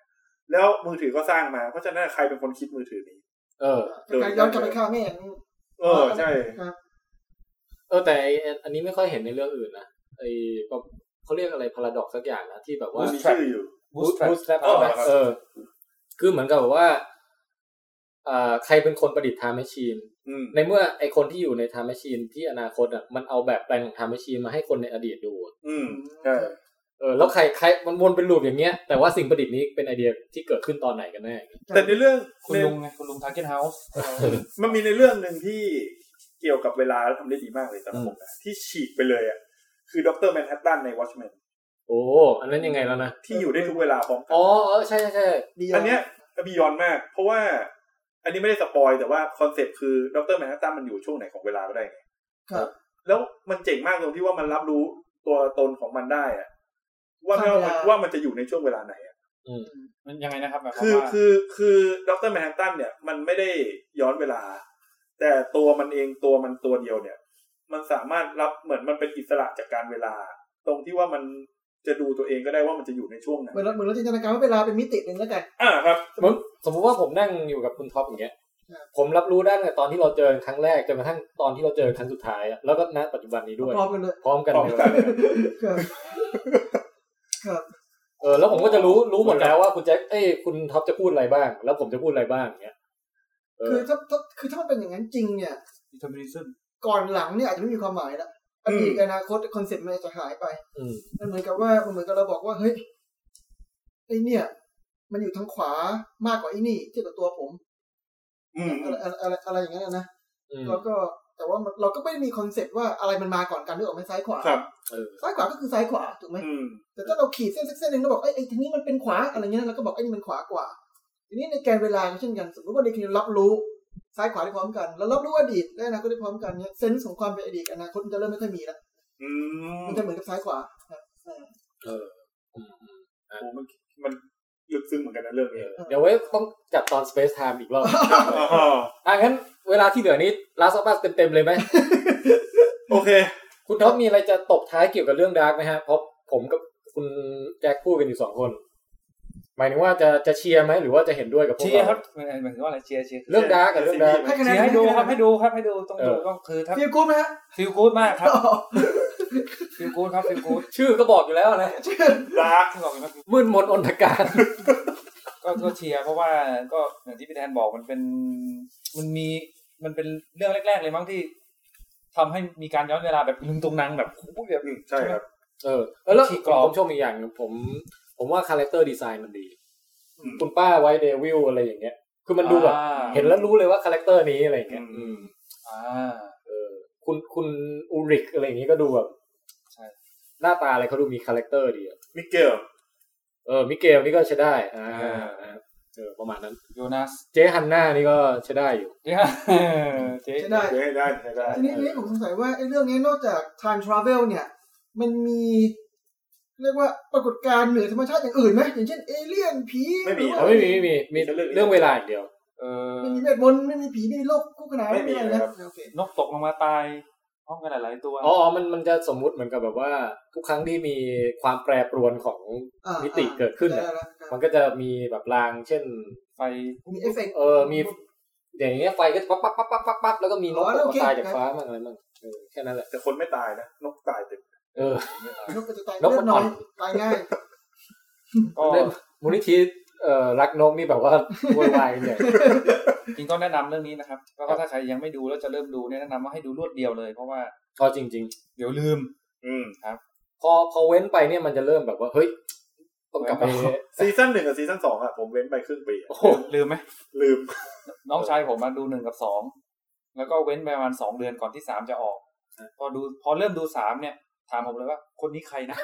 Speaker 4: แล้วมือถือก็สร้างมาเพราะฉะนั้นใครเป็นคนคิดมือถือนี้
Speaker 2: เออ
Speaker 4: เออ
Speaker 3: การย้อนกลับไปฆ่าแม่อย่างนี้
Speaker 4: เออใช่
Speaker 3: ครับ
Speaker 2: เออแต่ไอ้อันนี้ไม่ค่อยเห็นในเรื่องอื่นนะไอ้แบบเขาเรียกอะไรพาราดอกสักอย่างนะที่แบบว่า
Speaker 4: มันมีชื่ออยู่
Speaker 5: Bootstrap
Speaker 2: บูสแลป
Speaker 4: อ๋อครับ
Speaker 2: เออ คือเหมือนกับแบบว่าเอ่อใครเป็นคนประดิษฐ์ไทม์แมชชีน
Speaker 4: อืม
Speaker 2: ในเมื่อไอคนที่อยู่ในไทม์แมชชีนที่อนาคตอ่ะมันเอาแบบแปลนของไทม์แมชชีนมาให้คนในอดีตดูอะ
Speaker 4: อืมใช่
Speaker 2: เออแล้วใครใครมันวนเป็นลูปอย่างเงี้ย แต่ว่าสิ่งประดิษฐ์นี้เป็นไอเดียที่เกิดขึ้นตอนไหนกันแน่
Speaker 4: แต่ในเรื่อง
Speaker 5: คุณ
Speaker 4: ใน
Speaker 5: ลุงไงคุณลุงทาร์เก็ตเฮาส์
Speaker 4: มันมีในเรื่องหนึ่งที่เกี่ยวกับเวลาแล้วทำได้ดีมากเลยสำหรั
Speaker 2: อื
Speaker 4: บ
Speaker 2: ม
Speaker 4: ผมนะที่ฉีกไปเลยอ่ะคือด็อกเตอร์แมนฮัตตันในวอชแมน
Speaker 2: โอ้ อันนั้นยังไงแล้วนะ
Speaker 4: ที่อยู่ได้ทุกเวลาพร้อมกั
Speaker 2: อ๋
Speaker 4: น
Speaker 2: อเออใช่ใช่ใช่
Speaker 3: ดี
Speaker 4: อันเนี้ยบียอนมาก เพราะว่าอันนี้ไม่ได้สปอยแต่ว่าคอนเซปต์คือดรแมนฮัตตันมันอยู่ช่วงไหนของเวลาก็ได้ไง
Speaker 3: ครับ
Speaker 4: แล้วมันเจ๋งมากตรงที่ว่ามันรับรู้ตัวตนของมันได้อะว่าไม่ว่ามันว่ามันจะอยู่ในช่วงเวลาไหนอะ
Speaker 5: มันยังไงนะครับหมายความ
Speaker 4: คือ
Speaker 5: ว่า
Speaker 4: คือคือดรแมนฮัตตันเนี่ย มันไม่ได้ย้อนเวลา แต่ตัวมันเองตัวมันตัวเดียวเนี่ย มันสามารถรับเหมือนมันเป็นอิสระจากการเวลา ตรงที่ว่ามันจะดูตัวเองก็ได้ว่ามันจะอยู่ในช่วงไหน
Speaker 3: เหมือนเราเหมือนเราจินตนาการว่าเวลาเป็นมิติหนึ่งแล้วกัน
Speaker 4: อ่าครับ
Speaker 2: สมมติสมมติว่าผมนั่งอยู่กับคุณท็อปอย่างเงี้ย
Speaker 3: ครับ
Speaker 2: ผมรับรู้ได้ตั้งแต่ตอนที่เราเจอกันครั้งแรกจนกระทั่งตอนที่เราเจอกันครั้งสุดท้ายอะแล้วก็ณปัจจุบันนี้ด้วย
Speaker 3: พร้อมกันเลย
Speaker 2: พร้อมกัน
Speaker 4: พร้อม
Speaker 2: เลย
Speaker 4: กัน
Speaker 3: ครับครับ
Speaker 2: เออแล้วผมก็จะรู้รู้หมดแล้วว่าคุณแจ็คเอ้ยคุณท็อปจะพูดอะไรบ้าง แล้วผมจะพูดอะไรบ้างเงี้ยเอ
Speaker 3: คือ
Speaker 2: อ
Speaker 3: ถ้าถ้าคือถ้ามันเป็นอย่างนั้นจริงเนี่ย
Speaker 5: ดิทอมินิซึม
Speaker 3: ก่อนหลังเนี่ยอาจจะไม่มีความหมายละอดีตกับอนาคตคอนเซ็ปต์มันอาจจะหายไป
Speaker 2: อืม
Speaker 3: มันเหมือนกับว่ามันเหมือนกับเราบอกว่าเฮ้ยไอเนี่ย มันอยู่ทางขวามากกว่าไอ้นี่เทียบกับตัวผม
Speaker 4: อืม
Speaker 3: อะไรอะไรอะไรอะไรอย่างเงี้ยนะ
Speaker 2: อืม
Speaker 3: แล้วก็แต่ว่ามันเราก็ไม่ได้มีคอนเซ็ปต์ว่าอะไรมันมาก่อนกันหรือออกไหมซ้ายขวา
Speaker 4: ครับ
Speaker 2: เออ
Speaker 3: ซ้ายขวาก็คือซ้ายขวาถูกไหม
Speaker 4: อืม
Speaker 3: แต่ถ้าเราขีดเส้นสักเส้นหนึ่งเราบอกไอ้ยไอ้ทีนี้มันเป็นขวาอะไรเงี้ยเราก็บอกไอ้นี่มันขวากว่า ทีนี้ในแกนเวลาก็เช่นกันสมมติว่าเด็กคนหนึ่งรับรู้ซ้ายขวาได้พร้อมกันแล้วรับรู้อดีตและอนาคตได้พร้อมกันเนี่ยเซนส์ของความเป็นอดีตกับอนาคตมันจะเริ่มไม่ค่อยมีละ
Speaker 4: อืม
Speaker 3: มันจะเหมือนกับซ้ายขวาครับอ่า
Speaker 2: เอออืมอืม
Speaker 4: โอ้มันมันลึกซึ้งเหมือนกันนะเรื่อง
Speaker 2: เอ
Speaker 4: นี้
Speaker 2: อเดี๋ยวไว้ต้องจัดตอน Space Time อีกรอบ
Speaker 4: อ๋อ
Speaker 2: อ่ะงั้นเวลาที่เหลือนี้ Last of Us เต็มๆเลยไหม
Speaker 4: โอเค
Speaker 2: คุณท็อปมีอะไรจะตบท้ายเกี่ยวกับเรื่องดาร์กไหมฮะเพราะผมกับคุณแจ็คพูดกันอยู่สองคน หมายถึงว่าจะจะเชียร์ไหมหรือว่าจะเห็นด้วยกับพวก
Speaker 5: เชียร์ครับ
Speaker 2: เรา
Speaker 5: หมายหมายถึงว่าอะไรเชียร์เชียร์
Speaker 2: เรื่องดาร์กกับเรื่องดาร์ก
Speaker 3: ให้คะแน
Speaker 5: เชีย
Speaker 3: น
Speaker 5: ร์ให้ดูครับ
Speaker 3: ให้
Speaker 5: ให้ดูครับให้ดูต้องดูต้องคือถ้า
Speaker 3: ฟิลกู๊ดไหมฮะ
Speaker 5: ฟิลกู๊ดมากครับฟิลกู๊ดครับฟิลกู๊ด
Speaker 2: ชื่อก็บอกอยู่แล้วนะ
Speaker 4: ดาร์ก
Speaker 5: ที่บอกอยู่ว่า
Speaker 2: มืดมนอนต การ
Speaker 5: ก็ก็เชียร์เพราะว่าก็อย่างที่พี่แทนบอกมันเป็นมันมีมันเป็นเรื่องแรก ๆ เลยมั้งที่ทำให้มีการย้อนเวลาแบบลุงตรงนังแบบโอ้โหแบบ
Speaker 4: ใช่ครับ
Speaker 2: เออแล้วแล้ว
Speaker 5: ที่
Speaker 2: ผม
Speaker 5: กรอบ
Speaker 2: ผมชมอีกอย่างหนึ่งผม ผมว่าคาแรคเตอร์ดีไซน์มันดี
Speaker 4: อืม
Speaker 2: คุณป้าไวท์เดวิลอะไรอย่างเงี้ย คือมันดูแบบ
Speaker 5: อ่า
Speaker 2: เห็นแล้วรู้เลยว่าคาแรคเตอร์นี้อะไรอย่างเงี้ย
Speaker 4: อืม
Speaker 5: อ่า
Speaker 2: เออ คุณคุณอูริกอะไรอย่างงี้ก็ดูแบบ
Speaker 5: ใช่
Speaker 2: หน้าตาอะไรเขาดูมีคาแรคเตอร์ดีอะ
Speaker 4: มิเกล
Speaker 2: เออมิเกลนี่ก็ใช้ได้อ่าเออประมาณนั้น
Speaker 5: โยนัส
Speaker 2: เจ๊ฮันน่านี่ก็ใช้ได้อยู่
Speaker 5: เนี่ยเจ๊
Speaker 3: ใช่ได้
Speaker 4: ได้ได้ได้ได้
Speaker 3: ทีนี้ทีนี้ผมสงสัยว่าไอ้เรื่องนี้นอกจาก time travel เนี่ย มันมี เรียกว่าปรากฏการณ์เหนือธรรมชาติอย่างอื่นไหมอย่างเช่นเอเลี่ยนผี
Speaker 4: ไม่มี
Speaker 2: เอาไม่มีไม่มีมี
Speaker 4: มีแต่เรื่อง
Speaker 2: เรื่องเวลาอย่างเดียว
Speaker 5: เออ
Speaker 3: ไม่มีเวทมนต์ไม่มีผีไม่มีโลกคู่ขนาน
Speaker 4: ไม่มี
Speaker 3: อะร
Speaker 4: นะ
Speaker 3: นะครับ โอเคน
Speaker 5: กตกลงมาตายพร้อมกันหลายๆตัว
Speaker 2: อ๋ออ๋อมันมันจะสมมุติเหมือนกับแบบว่า ทุกครั้งที่มีความแปรปรวนของ
Speaker 3: อ่า
Speaker 2: มิติเกิดขึ้น
Speaker 3: ได้
Speaker 2: อะ
Speaker 3: แล้วค
Speaker 2: มั
Speaker 3: รับ
Speaker 2: นก็จะมีแบบราง เช่น
Speaker 5: ไฟ
Speaker 3: มีเอฟเฟกต์
Speaker 2: เออมีอย่างเงี้ยไฟก็จะปั๊บปั๊บปั๊บปั๊บปั๊บปั๊บแล้วก็มีนก
Speaker 3: อ๋อ
Speaker 2: ต
Speaker 3: แล้
Speaker 2: ก
Speaker 3: วโอเค
Speaker 2: มาตายจากฟ้ามั่งอะไรมั่งเออแค่นั้นแหละ
Speaker 4: แต่คนไม่ตายนะ นกตายเต็ม
Speaker 2: เออ
Speaker 3: นกกระจะตาย
Speaker 2: นกมั
Speaker 3: เลือด
Speaker 2: น
Speaker 3: น้อย
Speaker 2: อ่อน
Speaker 3: ตายง่าย
Speaker 5: ก็
Speaker 2: เล่นมูลนิธิเอ่อรักนกนี่แบบว่า โวยวายกันใหญ่
Speaker 5: จริงก็แนะนำเรื่องนี้นะครับแล้วก็ถ้าใครยังไม่ดูแล้วจะเริ่มดูเนี่ยแนะนำว่าให้ดูรวดเดียวเลย เพราะว่า
Speaker 2: ก็จริง
Speaker 5: เดี๋ยวลืม
Speaker 4: อืม
Speaker 2: ๆ พอพอเว้นไปเนี่ยมันจะเริ่มแบบว่าเฮ้ยต้องกลับไป
Speaker 5: เว้นไป
Speaker 4: ซีซั่นหนึ่งกับซีซั่นสองอะผมเว้นไปครึ่งปีอะ
Speaker 2: โอ้โห
Speaker 5: ลืมไหม
Speaker 4: ลืม
Speaker 5: น้องชายผมมาดูหนึ่งกับสองแล้วก็เว้นไปประมาณสองเดือนก่อนที่สามจะออก พอดูพอเริ่มดูสามเนี่ย ถามผมเลยว่าคนนี้ใครนะ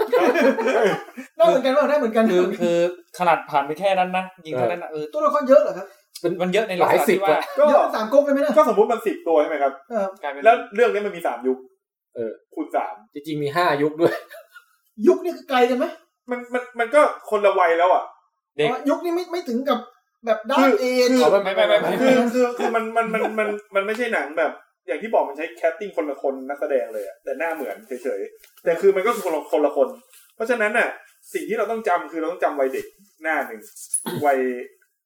Speaker 3: น่าเหมือนกันว่าได้เหมือนกัน
Speaker 5: คือคือขนาดผ่านไปแค่นั้นนะยิง
Speaker 2: เออ
Speaker 5: เท่านั้นนะเออ
Speaker 3: ตัวละครเยอะเหรอครับ
Speaker 2: เป็น
Speaker 5: มันเยอะใน
Speaker 2: หลาย
Speaker 5: กษณะ
Speaker 2: สิบ
Speaker 5: ที่ว่า
Speaker 2: อะ
Speaker 4: ก็
Speaker 3: เยอะเป็นสามก๊กเลยไหมเนี่ย
Speaker 4: ก็สมมติมันสิบตัวใช่ไหมครับ
Speaker 3: ครับ
Speaker 5: กลายเป็น
Speaker 4: แล้วเรื่องนี้มันมีสามยุค
Speaker 2: เออ
Speaker 4: คูณสาม
Speaker 2: จริงๆมีห้ายุคด้วย
Speaker 3: ยุคนี้คือไกลกันไหม
Speaker 4: มันมันมันก็คนละวัยแล้วอ่ะ
Speaker 5: เด็ก
Speaker 3: อ๋อยุคนี้ไม่ไม่ถึงกับแบบด้า
Speaker 4: คื
Speaker 3: น
Speaker 4: อ
Speaker 3: เอจ
Speaker 2: เอาไม่ไม่ไม่
Speaker 5: ไม่
Speaker 2: ไม่
Speaker 4: คือคือคือมันมันมันมันมันไม่ใช่หนังแบบ อย่างที่บอกมันใช้แคสติ้งคนละคนนักแสดงเลยอะแต่หน้าเหมือนเฉยๆแต่คือมันก็คือคนละคนละคน เพราะฉะนั้นน่ะ สิ่งที่เราต้องจำคือเราต้องจำวัยเด็กหน้าหนึ่งวัย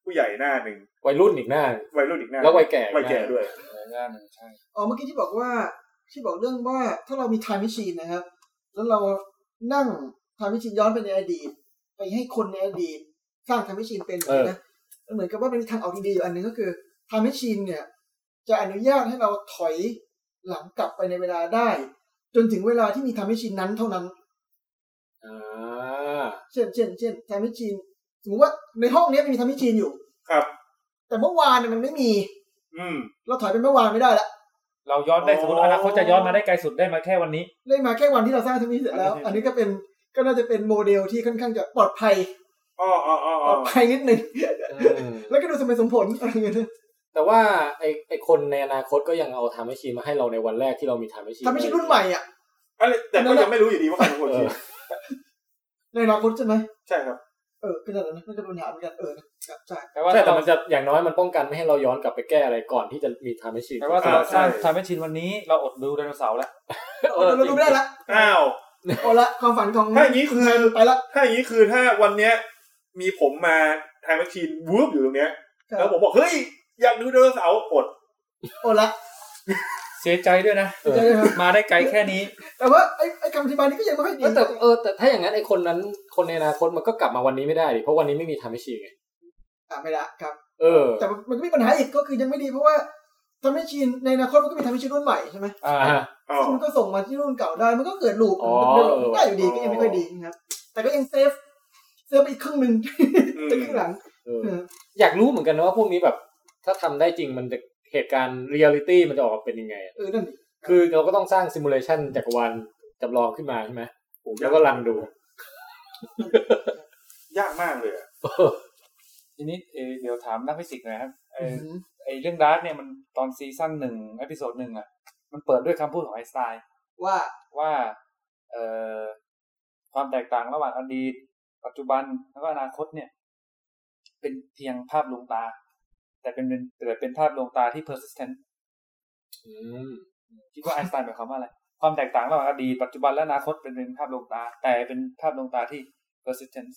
Speaker 4: ผู้ใหญ่หน้าหนึ่ง
Speaker 2: วัยรุ่นอีกหน้า
Speaker 4: วัยรุ่นอีกหน้า
Speaker 2: แล้ววัยแก่
Speaker 4: วัยแก่ด้วย
Speaker 5: หน้าหนึ่งใช่
Speaker 3: อ๋อเมื่อกี้ที่บอกว่าที่บอกเรื่องว่าถ้าเรามีไทม์มิชีนนะครับ แล้วเรานั่งไทม์มิชีนย้อนไปในอดีต ไปให้คนในอดีต สร้างไทม์มิชีนเป็นอย่างนี้นะมันเหมือนกับว่าเป็นทางออกที่ดีอยู่อันหนึ่งก็คือไทม์มิชีนเนี่ย จะอนุญาตให้เราถอยหลังกลับไปในเวลาได้ จนถึงเวลาที่มีไทม์มิชีนนั้นเท่านั้น
Speaker 2: อ่า
Speaker 3: เช่น เช่น เช่นไทม์มิชีนสมมติว่าในห้องเนี้ยมันมีไทม์มิชีนอยู่
Speaker 4: ครับ
Speaker 3: แต่เมื่อวานเนี่ยมันไม่มี
Speaker 4: อืม
Speaker 3: เราถอยไปเมื่อวานไม่ได้ละ
Speaker 5: เราย้อนได้สมมติ
Speaker 4: อ๋ออ
Speaker 5: อนาคตจะย้อนมาได้ไกลสุดได้มาแค่วันนี้
Speaker 3: เล่นมาแค่วันที่เราสร้างทวีตเสร็จแล้ว อันนี้ก็เป็นก็น่าจะเป็นโมเดลที่ค่อนข้างจะปลอดภัย
Speaker 4: อ๋ออ๋ออ๋อ
Speaker 3: ป
Speaker 4: อ๋
Speaker 3: ล
Speaker 4: อ
Speaker 3: อดภัยนิดนึง
Speaker 2: อืม
Speaker 3: แล้วก็ดูสมเหตุสมผลอะไรอย่างเงี้ยนะ
Speaker 2: แต่ว่าไอไอคนในอนาคตก็ยังเอาทำให้ชีนมาให้เราในวันแรกที่เรามีทำให้ชีน
Speaker 3: ทำให้ชิ้นรุ่นใหม่อ่ะ
Speaker 4: อะไรแต่ก็ยังไม่รู้อยู่ดีว่าใครเป็นคนคิด
Speaker 2: เออ
Speaker 3: ในอนาคตใช่ไหม
Speaker 4: ใช่ครับ
Speaker 3: เออก็นั่นแหละนะน่าจะเป็นปัญหาเหมือนกันเออนะครับใช่
Speaker 5: แปลว่า
Speaker 2: ใช่แต่
Speaker 5: เรา
Speaker 2: มันจะอย่างน้อยมันป้องกันไม่ให้เราย้อนกลับไปแก้อะไรก่อนที่จะมีทำให้ชีน
Speaker 5: แปลว่าถ้าเราสร้างทำให้ชินวันนี้เราอดดูไดโนเสาร์แล้ว
Speaker 2: เอ
Speaker 3: เอา
Speaker 2: อ
Speaker 3: เราดูไม่ได้ละ
Speaker 4: อ้าว
Speaker 3: โอาละความฝันของ
Speaker 4: ถ้าอย่างนี้คือ
Speaker 3: ไปละ
Speaker 4: ถ้าอย่างนี้คือถ้าวันเนี้ย มีผมมาไทม์แมชชีนวูบอยู่ตรงเนี้ย
Speaker 3: ครับ
Speaker 4: แล้วผมบอกเฮ้ยอยากดูไดโนเสาร์อด
Speaker 3: โอาละ
Speaker 5: เสียใจด้วยนะ
Speaker 2: เออ
Speaker 3: ใช่ไหมครับ
Speaker 5: มาได้ไกลแค่นี้
Speaker 3: แต่ว่าไอ้ไอ้คำอธิบายนี้ก็ยังไม่ค่อยดี
Speaker 2: เออแต่เออแต่ถ้าอย่างนั้นไอคนนั้นคนในอนาคตมันก็กลับมาวันนี้ไม่ได้ดิเพราะวันนี้ไม่มีทำให้ชีไง
Speaker 3: อ่ะไม่ละครับ
Speaker 2: เออ
Speaker 3: แต่มันก็มีปัญหาอีกก็คือยังไม่ดีเพราะว่าทำให้ชินในอนาคตมันก็มีทำให้ชินรุ่นใหม่ใช่ไหม
Speaker 5: อ่า
Speaker 2: อ่า
Speaker 4: อ๋อ
Speaker 3: ซึ่งมันก็ส่งมาที่รุ่นเก่าได้ มันก็เกิดลูป
Speaker 2: อ๋อ
Speaker 3: เดิมๆได้อยู่ดี
Speaker 4: เอ
Speaker 3: ก็
Speaker 4: อ
Speaker 3: ยังไม่ค่อยดีนะครับ แต่ก็ยังเซฟ เซฟไปอีกครึ่งหนึ่ง
Speaker 4: อืม
Speaker 3: จะครึ่งหลัง
Speaker 2: เออ อยากรู้เหมือนกันนะว่าพวกนี้แบบ ถ้าทำได้จริงมันจะเหตุการณ์เรียลิตี้มันจะออกมาเป็นยังไงอะ
Speaker 3: เออ นั่นดิ
Speaker 2: คือเราก็ต้องสร้างซิมูเลชันจักรวาลจำลองขึ้นมาใช่ไหมแล้วก็รันดู
Speaker 4: ยากมากเลยอะ
Speaker 5: ทีนี้เอ่อเดี๋ยวถามนักฟิสิกส์หน่อยครับเอ่
Speaker 3: อื
Speaker 5: อ
Speaker 3: ม
Speaker 5: ไอเรื่องดาร์กเนี่ยมันตอนซีซั่นหนึ่งอพิโซดหนึ่งอ่ะ มันเปิดด้วยคำพูดของไอน์สไตน์
Speaker 3: ว่า
Speaker 5: ว่าเอ่อความแตกต่างระหว่างอดีต ปัจจุบันแล้วก็อนาคตเนี่ย เป็นเพียงภาพลวงตา แต่เป็นเป็นแต่เป็นภาพลวงตาที่ persistent
Speaker 2: อืม
Speaker 5: คิดว่าไอน์สไตน์หมายความว่าอะไร ความแตกต่างระหว่างอดีตปัจจุบันและอนาคตเป็นเป็นภาพลวงตา แต่เป็นภาพลวงตาที่ persistent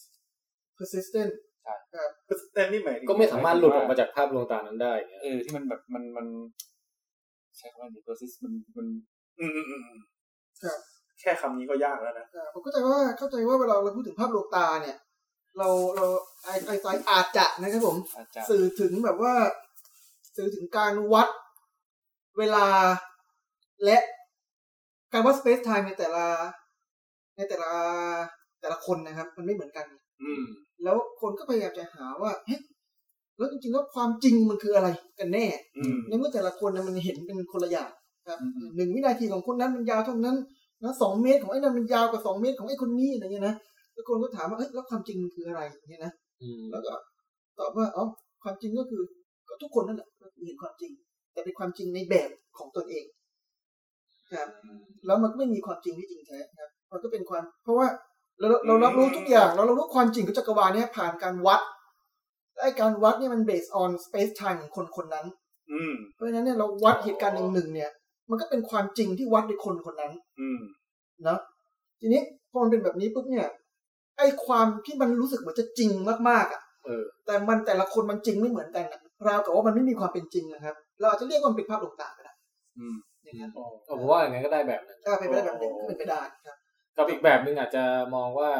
Speaker 3: persistent
Speaker 4: แต่นี่หมายถึง
Speaker 2: ก็ไม่สามารถหลุดออกมาจากภาพลวงตานั้นได้เนี่ย
Speaker 5: เออที่มันแบบมันมันใช้คำว่าอะไรดี persist มันมัน
Speaker 4: อืมอืมอืมอืม
Speaker 3: ครับ
Speaker 4: แค่คำนี้ก็ยากแล้วนะ
Speaker 3: เอ่อผมเข้าใจว่า เข้าใจว่าเวลาเราพูดถึงภาพลวงตาเนี่ย เรา เราไอ้ไอ้ไอ้อาจจะนะครับผม
Speaker 5: อาจจะ
Speaker 3: สื่อถึงแบบว่า สื่อถึงการวัดเวลาและการวัด space time ในแต่ละ ในแต่ละแต่ละคนนะครับ มันไม่เหมือนกัน
Speaker 4: อืม
Speaker 3: แล้วคนก็พยายามจะหาว่าเฮ้ยแล้วจริงๆแล้วความจริงมันคืออะไรกันแน่
Speaker 4: อืม
Speaker 3: ในเมื่อแต่ละคนนะมันเห็นเป็นคนละอย่างครับหนึ่งวินาทีของคนนั้นมันยาวเท่านั้นนะสองเมตรของไอ้นั้นมันยาวกว่าสองเมตรของไอ้คนนี้อะไรเงี้ยนะแล้วคนก็ถามว่าเอ้ยแล้วความจริงมันคืออะไรอย่างเงี้ยนะ
Speaker 2: อืม
Speaker 3: แล้วก็ตอบว่าอ๋อความจริงก็คือก็ทุกคนนั่นแหละเห็นความจริง แต่เป็นความจริงในแบบของตนเองครับแล้วมันก็ไม่มีความจริงที่จริงแท้ครับ มันก็เป็นความ เพราะว่าเราเราเรารับรู้ทุกอย่างเราเรารู้ความจริงของจักรวาลเนี่ยผ่านการวัดและไอ้การวัดเนี่ยมัน based on space time ของคนคนนั้น
Speaker 4: อืม
Speaker 3: เพราะฉะนั้นเนี่ยเราวัดเหตุการณ์หนึ่งหนึ่งๆเนี่ย มันก็เป็นความจริงที่วัดในคนคนนั้น
Speaker 4: อืม
Speaker 3: เนาะทีนี้พอมันเป็นแบบนี้ปุ๊บเนี่ย ไอ้ความที่มันรู้สึกเหมือนจะจริงมากๆอ่ะ
Speaker 2: เออ
Speaker 3: แต่มันแต่ละคนมันจริงไม่เหมือนกันอะราวกับว่ามันไม่มีความเป็นจริงนะครับ เราอาจจะเรียกว่ามันเป็นภาพลวงตาก็ได้
Speaker 4: อืม
Speaker 3: อย่างนั้น
Speaker 2: เอาผมว่าอย่างนั้นก็ได้แบบนั้น
Speaker 3: ถ้าเป็นไปได้แบบหนึ่งก็เป็นไปได้ครับ
Speaker 2: กับอีกแบบหนึ่งอาจจะมองว่า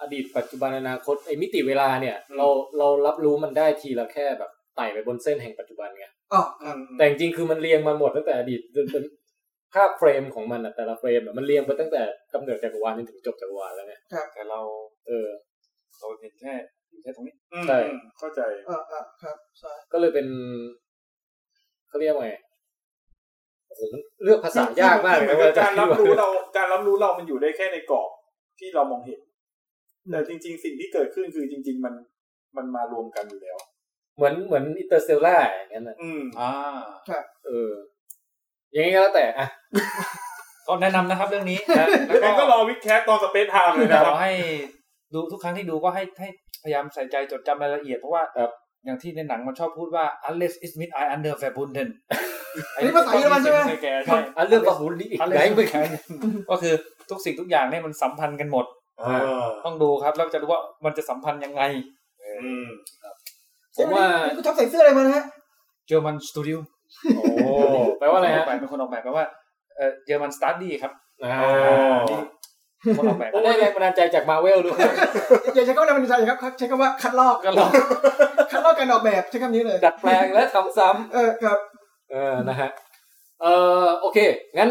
Speaker 2: อดีตปัจจุบันอนาคตไอ้มิติเวลาเนี่ย เราเรารับรู้มันได้ทีละแค่แบบไต่ไปบนเส้นแห่งปัจจุบันไง
Speaker 3: อ๋อค
Speaker 4: อื
Speaker 3: รับ
Speaker 4: ม
Speaker 2: แต่จริงๆคือมันเรียงมาหมดตั้งแต่อดีตจนจนภาพเฟรมของมันอะแต่ละเฟรมอะมันเรียงไปตั้งแต่กำเนิดจักรวาลจนถึงจบจักรวาลแล้วเนี่ย
Speaker 5: แต่เรา
Speaker 2: เออ
Speaker 5: เราเห็นแค่อยู่แค่ตรงนี้
Speaker 4: อืม
Speaker 2: ใช่
Speaker 4: อืมเข้าใจ
Speaker 3: เออเออครับใช่
Speaker 2: ก็เลยเป็นเขาเรียกว่าไงโอ้โหมันเลือกภาษายากมากเลยนะเว่าจะ
Speaker 4: การรับรู้เรา การรับรู้เรามันอยู่ได้แค่ในกรอบที่เรามองเห็น แต่จริง ๆ สิ่งที่เกิดขึ้นคือจริง ๆ มัน มันมารวมกันอยู่แล้ว
Speaker 2: เหมือนเหมือนอินเตอร์เซลล่าอย่างนั้นน่ะ
Speaker 4: อืม
Speaker 5: อ่า
Speaker 2: เอออย่างนี้ก็แล้วแต่อ่ะ
Speaker 5: ก็แนะนำนะครับเรื่องนี้นะ
Speaker 4: แล้วก็รอวิดแคสตอนสเปซไทม์เลยนะครับ
Speaker 5: ขอให้ดูทุกครั้งที่ดูก็ให้ให้พยายามใส่ใจจดจำรายละเอียดเพราะว่า
Speaker 2: ครับ
Speaker 5: อย่างที่ในหนังมันชอบพูดว่า unless it's mid I under f a b u n d e n
Speaker 3: อันนี้ภาษาเยอรมันใช่ไหม
Speaker 5: แกใช่
Speaker 2: อันเรื่องประหุนนี่อีก
Speaker 5: อัน
Speaker 2: ไหน
Speaker 5: เรื่อง
Speaker 2: มึง
Speaker 5: ก็คือทุกสิ่งทุกอย่างเนี่ยมันสัมพันธ์กันหมด
Speaker 4: เออ
Speaker 5: ต้องดูครับแล้วจะรู้ว่ามันจะสัมพันธ์ยังไง
Speaker 4: อืม
Speaker 2: ผมว่า
Speaker 3: นี่กูชอบใส่เสื้ออะไรมานะฮะ
Speaker 5: เจอมันสตูดิโอ
Speaker 2: โอ้แปลว่าอะไร
Speaker 5: ออ
Speaker 2: ฮะ
Speaker 5: กแบบเป็นคนออกแบบแปลว่าเออเจอมันสตาร์ดี้ครับ
Speaker 2: อ่า
Speaker 5: นี่คนออกแบบ
Speaker 2: ผมได้แรงบันดาลใจจากมาเวลด้วย
Speaker 3: อย่าใช้คำว่าอะไรมันใช่ครับใช้คำว่าคัดลอก
Speaker 5: ก็ลอง
Speaker 3: คัดลอกการออกแบบใช้คำนี้เลย
Speaker 2: ดัดแปลงและทำซ้ำ
Speaker 3: เออครับ
Speaker 2: เออ นะฮะ เออโอเค งั้น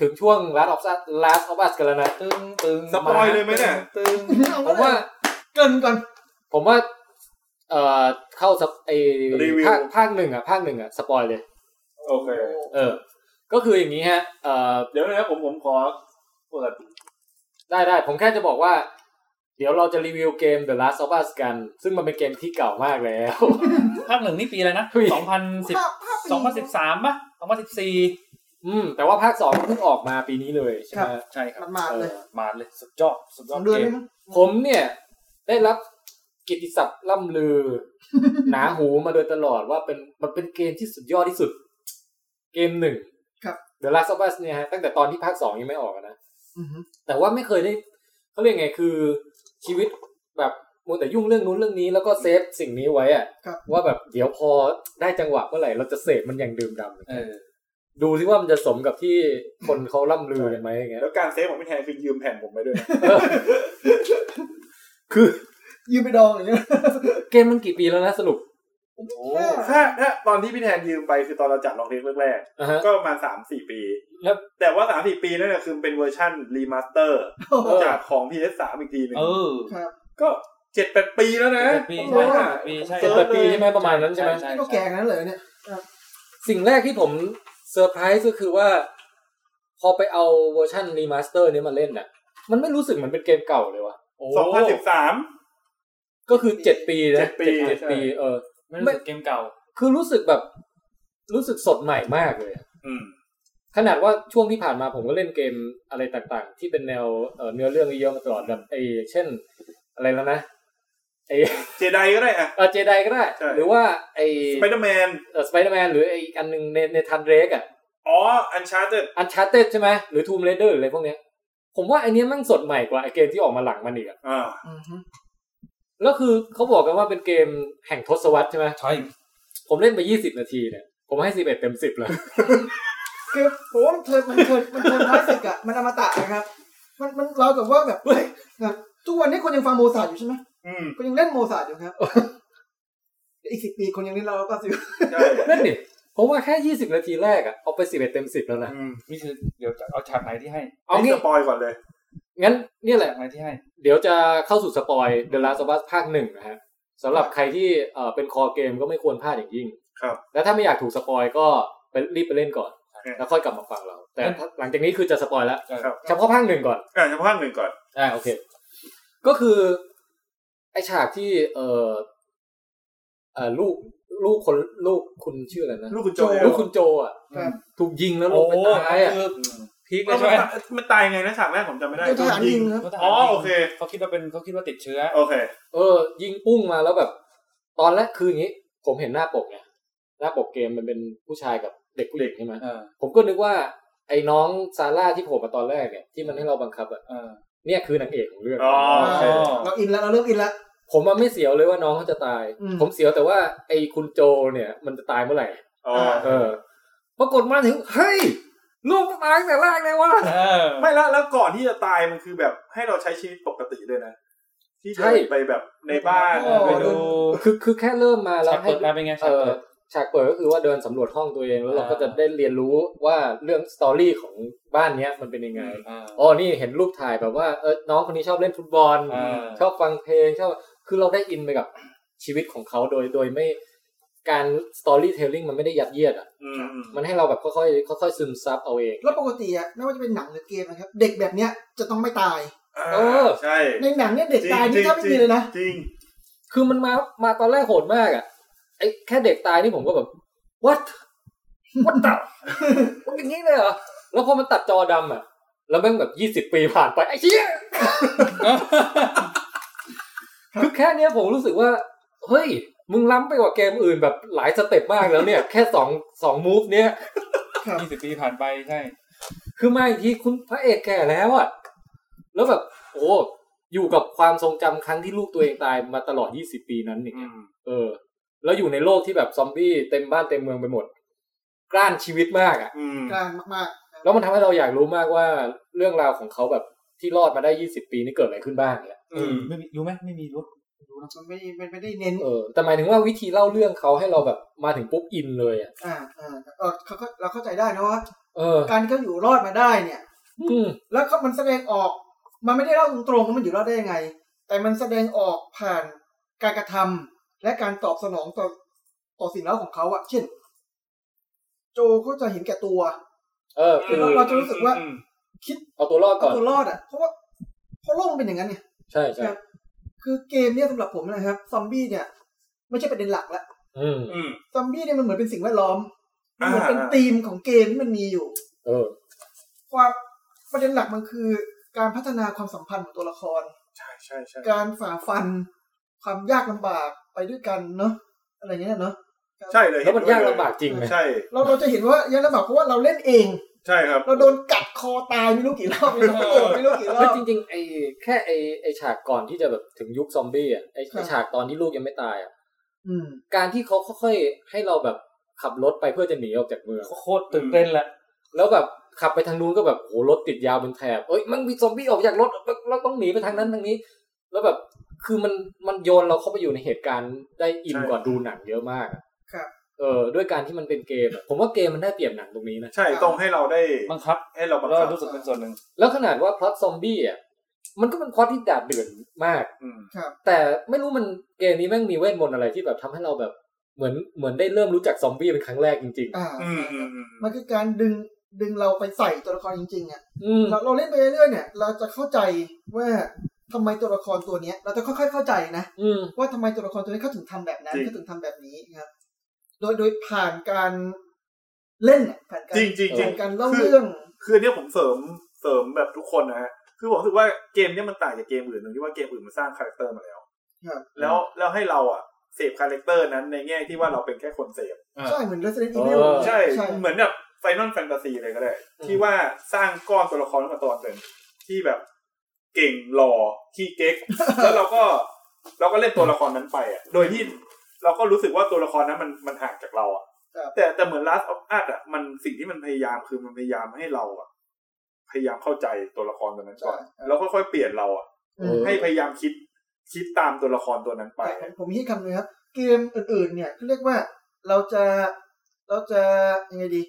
Speaker 2: ถึงช่วง Last of Us Last of Us กันแล้วนะ
Speaker 5: ตึงตึง
Speaker 4: สปอยเลยไหมเนี่ย
Speaker 5: ตึง
Speaker 3: เอา
Speaker 2: ผมว่า
Speaker 3: เกรินก่อน
Speaker 2: ผมว่า เอ่อ เข้าสปไอ
Speaker 4: รีวิว
Speaker 2: ภาคภาคหนึ่งอ่ะ ภาคหนึ่งอ่ะ สปอยเลย
Speaker 4: โอเค
Speaker 2: เออ ก็คืออย่างนี้ฮะ เอ่อ
Speaker 4: เดี๋ยวนะครับผมผมขอเปิด
Speaker 2: ได้ได้ ผมแค่จะบอกว่า เดี๋ยวเราจะรีวิวเกม The Last of Us กัน ซึ่งมันเป็นเกมที่เก่ามากแล้ว
Speaker 5: ภาคหนึ่งนี่ปีอะไรนะ
Speaker 2: อุ๊ย
Speaker 5: สองพันสิบ
Speaker 3: ภาพภาพ
Speaker 5: สองพันสิบสามป่ะสองพันสิบสี่
Speaker 2: อืม แต่ว่าภาคสองเพิ่งออกมาปีนี้เลยใช่ไหม
Speaker 5: ใช่ครับ
Speaker 3: มันมาดๆเลย
Speaker 2: เออ
Speaker 5: มาเลยสุดยอดสุดย
Speaker 3: ส
Speaker 5: อ
Speaker 3: อ
Speaker 5: ด
Speaker 3: งเดือน
Speaker 5: เก
Speaker 3: เลย
Speaker 5: ม
Speaker 3: มั้ง
Speaker 2: ผมเนี่ย ได้รับเกิตติศัพท์ล่ำลือ หนาหูมาโดยตลอดว่าเป็นมันเป็นเกมที่สุดยอดที่สุด เกมหนึ่ง
Speaker 3: ครับ
Speaker 2: The Last of Us เนี่ยฮะตั้งแต่ตอนที่ภาคสองยังไม่ออกอะนะ
Speaker 3: อือหือ
Speaker 2: แต่ว่าไม่เคยได้เขาเรียกไงคือชีวิตแบบมัวแต่ยุ่งเรื่องนู้นเรื่องนี้แล้วก็เซฟสิ่งนี้ไว้อะ
Speaker 3: ครับ
Speaker 2: ว่าแบบเดี๋ยวพอได้จังหวะเมื่อไหร่เราจะเสพมันอย่างดื่มด
Speaker 5: เออ
Speaker 2: ำดูซิว่ามันจะสมกับที่คนเขาล่ำลือกันไหมอย่างเงี้ย
Speaker 4: แล้วการเซฟของพี่แทนคือยืมแผ่นผมไปด้วยนะ
Speaker 2: คือ
Speaker 3: ยืมไปดองอย่างเงี้ย
Speaker 2: เกมมันกี่ปีแล้วนะสรุป
Speaker 4: ถ้าถ้าตอนที่พี่แทนยืมไปคือตอนเราจัดลองเทคแรก
Speaker 2: อ่าฮะ
Speaker 4: ๆก็ประมาณสามสี่ปี
Speaker 2: แล้ว
Speaker 4: แต่ว่าสามสี่ปีนั่นนะคือเป็นเวอร์ชั่นรีมาสเตอร์
Speaker 3: โอ้โห
Speaker 2: เออ
Speaker 4: จากของ PS3 อีกทีหนึ่ง
Speaker 5: เออ
Speaker 3: ครับ
Speaker 4: ก็เจ็ดแปดปีแล้วนะ
Speaker 5: เจ็ดปี
Speaker 4: ต้อง
Speaker 5: ใช่
Speaker 4: รู้อะ
Speaker 5: ปีใช่
Speaker 4: เอ
Speaker 2: เจ็ด
Speaker 4: อ
Speaker 2: แปดปีใช่ไหมประมาณนั้นใช่ไหม
Speaker 5: ใช่
Speaker 3: นี่ก็
Speaker 5: ใช่
Speaker 3: แก่ขนาดนั้นเลยเนี่ย
Speaker 2: สิ่งแรกที่ผมเซอร์ไพรส์ก็คือว่า พอไปเอาเวอร์ชันรีมาสเตอร์นี้มาเล่นน่ะ มันไม่รู้สึกเหมือนเป็นเกมเก่าเลยวะ
Speaker 4: สองพันสิบสาม
Speaker 2: ก็คือเจ็ดปีนะ
Speaker 4: เจ็ดปี
Speaker 2: เจ็ด
Speaker 4: ใช่
Speaker 2: ปี เออ
Speaker 5: ไม่รู้สึกเกมเก่า
Speaker 2: คือรู้สึกแบบ รู้สึกสดใหม่มากเลยอะ
Speaker 4: อืม
Speaker 2: ขนาดว่าช่วงที่ผ่านมาผมก็เล่นเกมอะไรต่างๆ ที่เป็นแนวเอ่อเนื้อเรื่องเยอะๆมาตลอดแบบไอเช่น อะไรแล้วนะไอ
Speaker 4: เจไดก็ได้อะ
Speaker 2: เจไดก็ได้
Speaker 4: ใช่
Speaker 2: หรือว่าไอ
Speaker 4: ไปเดอร์แมน
Speaker 2: สไปเดอร์แมนหรือไออีกอันหนึ่งในในทันเรกอะ
Speaker 4: อ๋ออันชาร์เต
Speaker 2: อันชาร์เตใช่ไหมหรือทูมเรเดอร์หรืออะไรพวกเนี้ย ผมว่าไอเนี้ยแมันสดใหม่กว่าไอเกมที่ออกมาหลังมันอีกอะ
Speaker 4: อ่า
Speaker 3: อือหือ
Speaker 2: แล้วคือเขาบอกกันว่าเป็นเกมแห่งทศวรรษใช่ไหม
Speaker 5: ใช่
Speaker 2: ผมเล่นไป 20 นาทีเนี่ย ผมให้ 11 เต็ม 10 เลย
Speaker 3: คือผมว่ามันเทิร์นมันเทิร์นมันเทิร์นคลาสสิกอะมันอมตะนะครับ มันมันเรากับว่าแบบเฮ้ยนะทุกวันนี้คนยังฟังโมซาร์ทอยู่ใช่ไหม
Speaker 4: อืม
Speaker 3: คนยังเล่นโมซาร์ทอยู่ครับเดี๋ยวอีกสิบปีคนยังเล่นเราก็สิบ
Speaker 4: ใช่
Speaker 2: นั่นดิผมว่าแค่ 20 นาทีแรกอะเอาไป 11 เต็ม 10 แล้วนะ
Speaker 4: อืม
Speaker 5: นี่คือเดี๋ยวจะเอาฉากไหนที่ให้
Speaker 2: เอา
Speaker 4: นี่
Speaker 2: งี้
Speaker 4: สปอยก่อนเลย
Speaker 2: งั้นเนี่ยแหละ
Speaker 5: ฉากไหนที่ให้
Speaker 2: เดี๋ยวจะเข้าสู่สปอยเดล a สบัสภาคหนึ่งนะฮะสำหรับใครที่เอ่อเป็นคอเกมก็ไม่ควรพลาดอย่างยิ่ง
Speaker 4: ครับ
Speaker 2: แล้วถ้าไม่อยากถูกสปอยก็ไปรีบไปเล่นก่อน
Speaker 4: โอเค
Speaker 2: แล้วค่อยกลับมาฟังเรา แต่ถ้าหลังจากนี้คือจะสปอยแล้ว
Speaker 5: เออ
Speaker 4: ครับ
Speaker 2: เฉพาะภาคหนึ่งก่อน
Speaker 4: อ่าเฉพาะภาคหนึ่งก่อน
Speaker 2: อ่าโอเค ก็คือ ไอฉากที่เออเออลูกลูกคนลูกคุณชื่ออะไรนะ
Speaker 4: ลูกคุณโจ
Speaker 2: ลูกคุณโจอ่ะ
Speaker 3: ครับ
Speaker 2: ถูกยิงแล้วลงไปตายอ่ะ
Speaker 5: คือ
Speaker 4: อืม
Speaker 5: พีคเล
Speaker 4: มั
Speaker 5: ย
Speaker 4: น
Speaker 5: ใช่ไหม
Speaker 4: มันตายไงนะฉากแรกผมจำไม่ได้
Speaker 3: โดนทหารยิงครับ
Speaker 5: เขาถาม
Speaker 4: อ๋อโอเค
Speaker 5: เขาคิดว่าเป็นเขาคิดว่าติดเชื้อ
Speaker 4: โอเค
Speaker 2: เออ ยิงปุ้งมาแล้วแบบ ตอนแรกคืออย่างนี้ ผมเห็นหน้าปกไงหน้าปกเกมมันเป็นผู้ชายกับเด็กผู้หญิงใช่ไหม
Speaker 5: เออ
Speaker 2: ผมก็นึกว่า ไอ้น้องซาร่าที่โผล่มาตอนแรกเนี่ยที่มันให้เราบังคับอ่ะ
Speaker 5: เออ
Speaker 2: เนี่ยคือนางเอกของเรื่อง
Speaker 4: อ๋อ
Speaker 5: อ๋อ
Speaker 3: โเค เราอินแล้วเราเริ่มอินแล้ว
Speaker 2: ผมมันไม่เสียวเลยว่าน้องเขาจะตาย
Speaker 3: อืม
Speaker 2: ผมเสียวแต่ว่าไอ้คุณโจเนี่ย มันจะตายเมื่อไหร่
Speaker 4: อ๋อ
Speaker 2: เออปรากฏมาถึง เฮ้ย ลูกตายตั้งแต่แรกเลยวะ
Speaker 5: เออ
Speaker 4: ไม่แล้วแล้วก่อนที่จะตายมันคือแบบให้เราใช้ชีวิตปกติเลยนะ ที่
Speaker 2: ใช่
Speaker 4: เดินไปแบบในบ้าน
Speaker 5: เออไปดู
Speaker 2: คือคือแค่เริ่มมาแล้
Speaker 5: ฉาว ก
Speaker 2: ให้
Speaker 5: เปิดมาเป็นไง
Speaker 2: เอ
Speaker 5: ฉา
Speaker 2: อ
Speaker 5: กเปิด
Speaker 2: ฉากเปิดก็คือว่าเดินสำรวจห้องตัวเองแล้วเรา
Speaker 5: อ่า
Speaker 2: ก็จะได้เรียนรู้ว่าเรื่องสตอรี่ของบ้านเนี้ยมันเป็นยังไง
Speaker 5: เออ
Speaker 2: อ๋อนี่เห็นรูปถ่ายแบบว่าเออน้องคนนี้ชอบเล่นฟุตบอล
Speaker 5: อ่า
Speaker 2: ชอบฟังเพลงชอบคือเราได้อินไปกับชีวิตของเขาโดยโดยไม่การสตอรี่เทลลิ่งมันไม่ได้ยัดเยียดอ่ะ
Speaker 4: อืมอืม
Speaker 2: มันให้เราแบบค่อยๆค่อยๆซึมซับเอาเอง
Speaker 3: แล้วปกติอะไม่ว่าจะเป็นหนังหรือเกมนะครับ เด็กแบบเนี้ยจะต้องไม่ตาย
Speaker 2: เออ
Speaker 4: ใช่
Speaker 3: ในหนังเนี่ยเด็กตายนี่แทบไม่มีเลยนะ
Speaker 4: จริง
Speaker 2: คือมันมามาตอนแรกโหดมากอ่ะ ไอ้แค่เด็กตายนี่ผมก็แบบ what what the มันอย่างนี้เลยเหรอ แล้วพอมันตัดจอดำอ่ะ แล้วแม่งแบบยี่สิบ20 ปีผ่านไป ไอ้เหี้ย คือแค่เนี้ยผมรู้สึกว่า เฮ้ย มึงล้ำไปกว่าเกมอื่นแบบหลายสเต็ปมากแล้วเนี่ย แค่สองสองมูฟเนี้ย
Speaker 3: ครับ
Speaker 5: ยี่สิบปีผ่านไปใช่
Speaker 2: คือมาอีกทีคุณพระเอกแก่แล้วอะแล้วแบบ โอ้อยู่กับความทรงจำครั้งที่ลูกตัวเองตายมาตลอด 20 ปีนั้นอย่างเงี้ยเออ แล้วอยู่ในโลกที่แบบซอมบี้เต็มบ้านเต็มเมืองไปหมด กล้านชีวิตมากอะ
Speaker 4: อืม
Speaker 3: กลางมาก
Speaker 2: แล้วมันทำให้เราอยากรู้มากว่าเรื่องราวของเขาแบบที่รอดมาได้ 20 ปีนี่เกิดอะไรขึ้นบ้างเนี่ย
Speaker 4: อืม
Speaker 5: ไม่มีรู้ไหมไม่มีรู้
Speaker 3: ๆมันไม่มันไม่ได้เน้น
Speaker 2: เออ แต่หมายถึงว่าวิธีเล่าเรื่องเขาให้เราแบบมาถึงปุ๊บอินเลยอะ
Speaker 3: อ่าอ่าเออเขาก็เราเข้าใจได้นะว่า
Speaker 2: เออ
Speaker 3: การที่เขาอยู่รอดมาได้เนี่ย
Speaker 2: อืม
Speaker 3: แล้วก็มันแสดงออก มันไม่ได้เล่าตรงๆว่ามันอยู่รอดได้ยังไง แต่มันแสดงออกผ่านการกระทำและการตอบสนองต่อต่อสิ่งเล่าของเขาอะเช่น โจก็จะเห็นแก่ตัว
Speaker 2: เออคือ
Speaker 3: เราจะรู้สึกว่า
Speaker 4: อืม
Speaker 3: คิด
Speaker 2: เอาตัวรอดก่
Speaker 3: เอา
Speaker 2: อน
Speaker 3: ตัวรอดอะเพราะว่าเพราะโลกมันเป็นอย่างนั้นเนี่ย
Speaker 2: ใช่ใช่
Speaker 3: ครับ คือเกมเนี่ยสำหรับผมนะครับ ซอมบี้เนี่ย ไม่ใช่ประเด็นหลักละ
Speaker 2: อืม
Speaker 4: อืม
Speaker 3: ซอมบี้เนี่ยมันเหมือนเป็นสิ่งแวดล้อมมั
Speaker 4: อ่า
Speaker 3: นเหมือนเป็นธีมของเกมที่มันมีอยู่
Speaker 2: เออ
Speaker 3: ความประเด็นหลักมันคือการพัฒนาความสัมพันธ์ของตัวละคร
Speaker 4: ใช่ใช่ใช่
Speaker 3: การฝ่าฟัน ความยากลำบากไปด้วยกันเนาะอะไรเงี้ยเนาะ
Speaker 4: ใช่เลย
Speaker 2: แล้วมันยากลำบากจริงไหม
Speaker 4: ใช่
Speaker 3: เราเราจะเห็นว่ายากลำบากเพราะว่าเราเล่นเอง
Speaker 4: ใช่ครับ
Speaker 3: เราโดนกัดคอตายไม่รู้กี่รอบไม่รู้กี่รอบไม่รู้กี่รอ
Speaker 2: เฮ้ย
Speaker 3: บ
Speaker 2: จริงๆไอ้แค่ไอ้ไอ้ฉากก่อนที่จะแบบถึงยุคซอมบี้อ่ะไอ้
Speaker 3: ครับ
Speaker 2: ไอ้ฉากตอนที่ลูกยังไม่ตายอ่ะ
Speaker 3: อืม
Speaker 2: การที่เขาค่อยๆให้เราแบบขับรถไปเพื่อจะหนีออกจากเมือง
Speaker 5: โคตรตื่นเต้นละ
Speaker 2: แล้วแบบขับไปทางนู้นก็แบบโหรถติดยาวเป็นแถบเอ้ยมันมีซอมบี้ออกจากรถเราต้องหนีไปทางนั้นทางนี้ แล้วแบบคือมันมันโยนเราเข้าไปอยู่ในเหตุการณ์ได้อิน
Speaker 4: ใช่
Speaker 2: กว่าดูหนังเยอะมากอะ
Speaker 3: ครับ
Speaker 2: เออด้วยการที่มันเป็นเกมอะผมว่าเกมมันได้เปรียบหนังตรงนี้นะ
Speaker 4: ใช่ต้องให้เราได้
Speaker 5: บังคับ
Speaker 4: ให้เราบัง
Speaker 5: แล้ว
Speaker 4: คับ
Speaker 5: รู้สึกเป็นส่วนหนึ่ง
Speaker 2: แล้วขนาดว่าพล็อตซอมบี้อ่ะมันก็เป็นพล็อตที่ดาบเดือนมาก
Speaker 4: อืม
Speaker 3: ครับ
Speaker 2: แต่ไม่รู้มันเกมนี้แม่งมีเวทมนต์อะไรที่แบบทำให้เราแบบเหมือนเหมือนได้เริ่มรู้จักซอมบี้เป็นครั้งแรกจริง
Speaker 3: อ่า
Speaker 4: อืมอืมอืม
Speaker 3: มันคือการดึงดึงเราไปใส่ตัวละครจริงๆอ่ะ
Speaker 2: ๆ อืม
Speaker 3: เราเราเล่นไปเรื่อยๆเนี่ย เราจะเข้าใจว่าทำไมตัวละครตัวเนี้ย เราจะค่อยๆเข้าใจนะ
Speaker 2: อืม
Speaker 3: ว่าทำไมตัวละครตัวนี้เขาถึงทำแบบนั้นเขาถึงทำแบบนี้นะครับ โดยโดยผ่านการเล่นน่ะผ่านการ
Speaker 4: จริงจริงจริ
Speaker 3: ผ่าง นการเล่าเรื่อง
Speaker 4: คืออันเนี้ยผมเสริมเสริมแบบทุกคนนะฮะคือผมรู้สึกว่าเกมเนี้ยมันต่างจากเกมอื่นตรงที่ว่าเกมอื่นมันสร้างคาแรคเตอร์มาแล้ว
Speaker 3: ครับ
Speaker 4: แล้วแล้วให้เราอ่ะเสพคาแรคเตอร์นั้นในแง่ที่ว่าเราเป็นแค่คนเสพ
Speaker 3: ใช่เหมือน Resident Evil
Speaker 4: ใช่
Speaker 3: ใช่
Speaker 4: เหมือนแบบไฟนอลแฟนตาซีเลยก็ได้ ที่ว่าสร้างก้อนตัวละครขึ้นมาตัวหนึ่งที่แบบเก่งหล่อขี้เก๊ก แล้วเราก็เราก็เล่นตัวละครนั้นไปอ่ะ โดยที่เราก็รู้สึกว่าตัวละครนั้นมันมันห่างจากเราอ่ะ
Speaker 3: ครับ
Speaker 4: แต่แต่เหมือน Last of Us อ่ะมันสิ่งที่มันพยายามคือมันพยายามให้เราอ่ะ พยายามเข้าใจตัวละครตัวนั้นก่อน
Speaker 3: ใช่
Speaker 4: แล้วค่อยๆเปลี่ยนเราอ่ะ
Speaker 3: อืม
Speaker 4: ให้พยายามคิดคิดตามตัวละครตัวนั้นไป
Speaker 3: แต่ผมผมมีคำหนึงครับ เกมอื่นๆ เนี่ยเขาเรียกว่าเราจะเราจะยังไงดี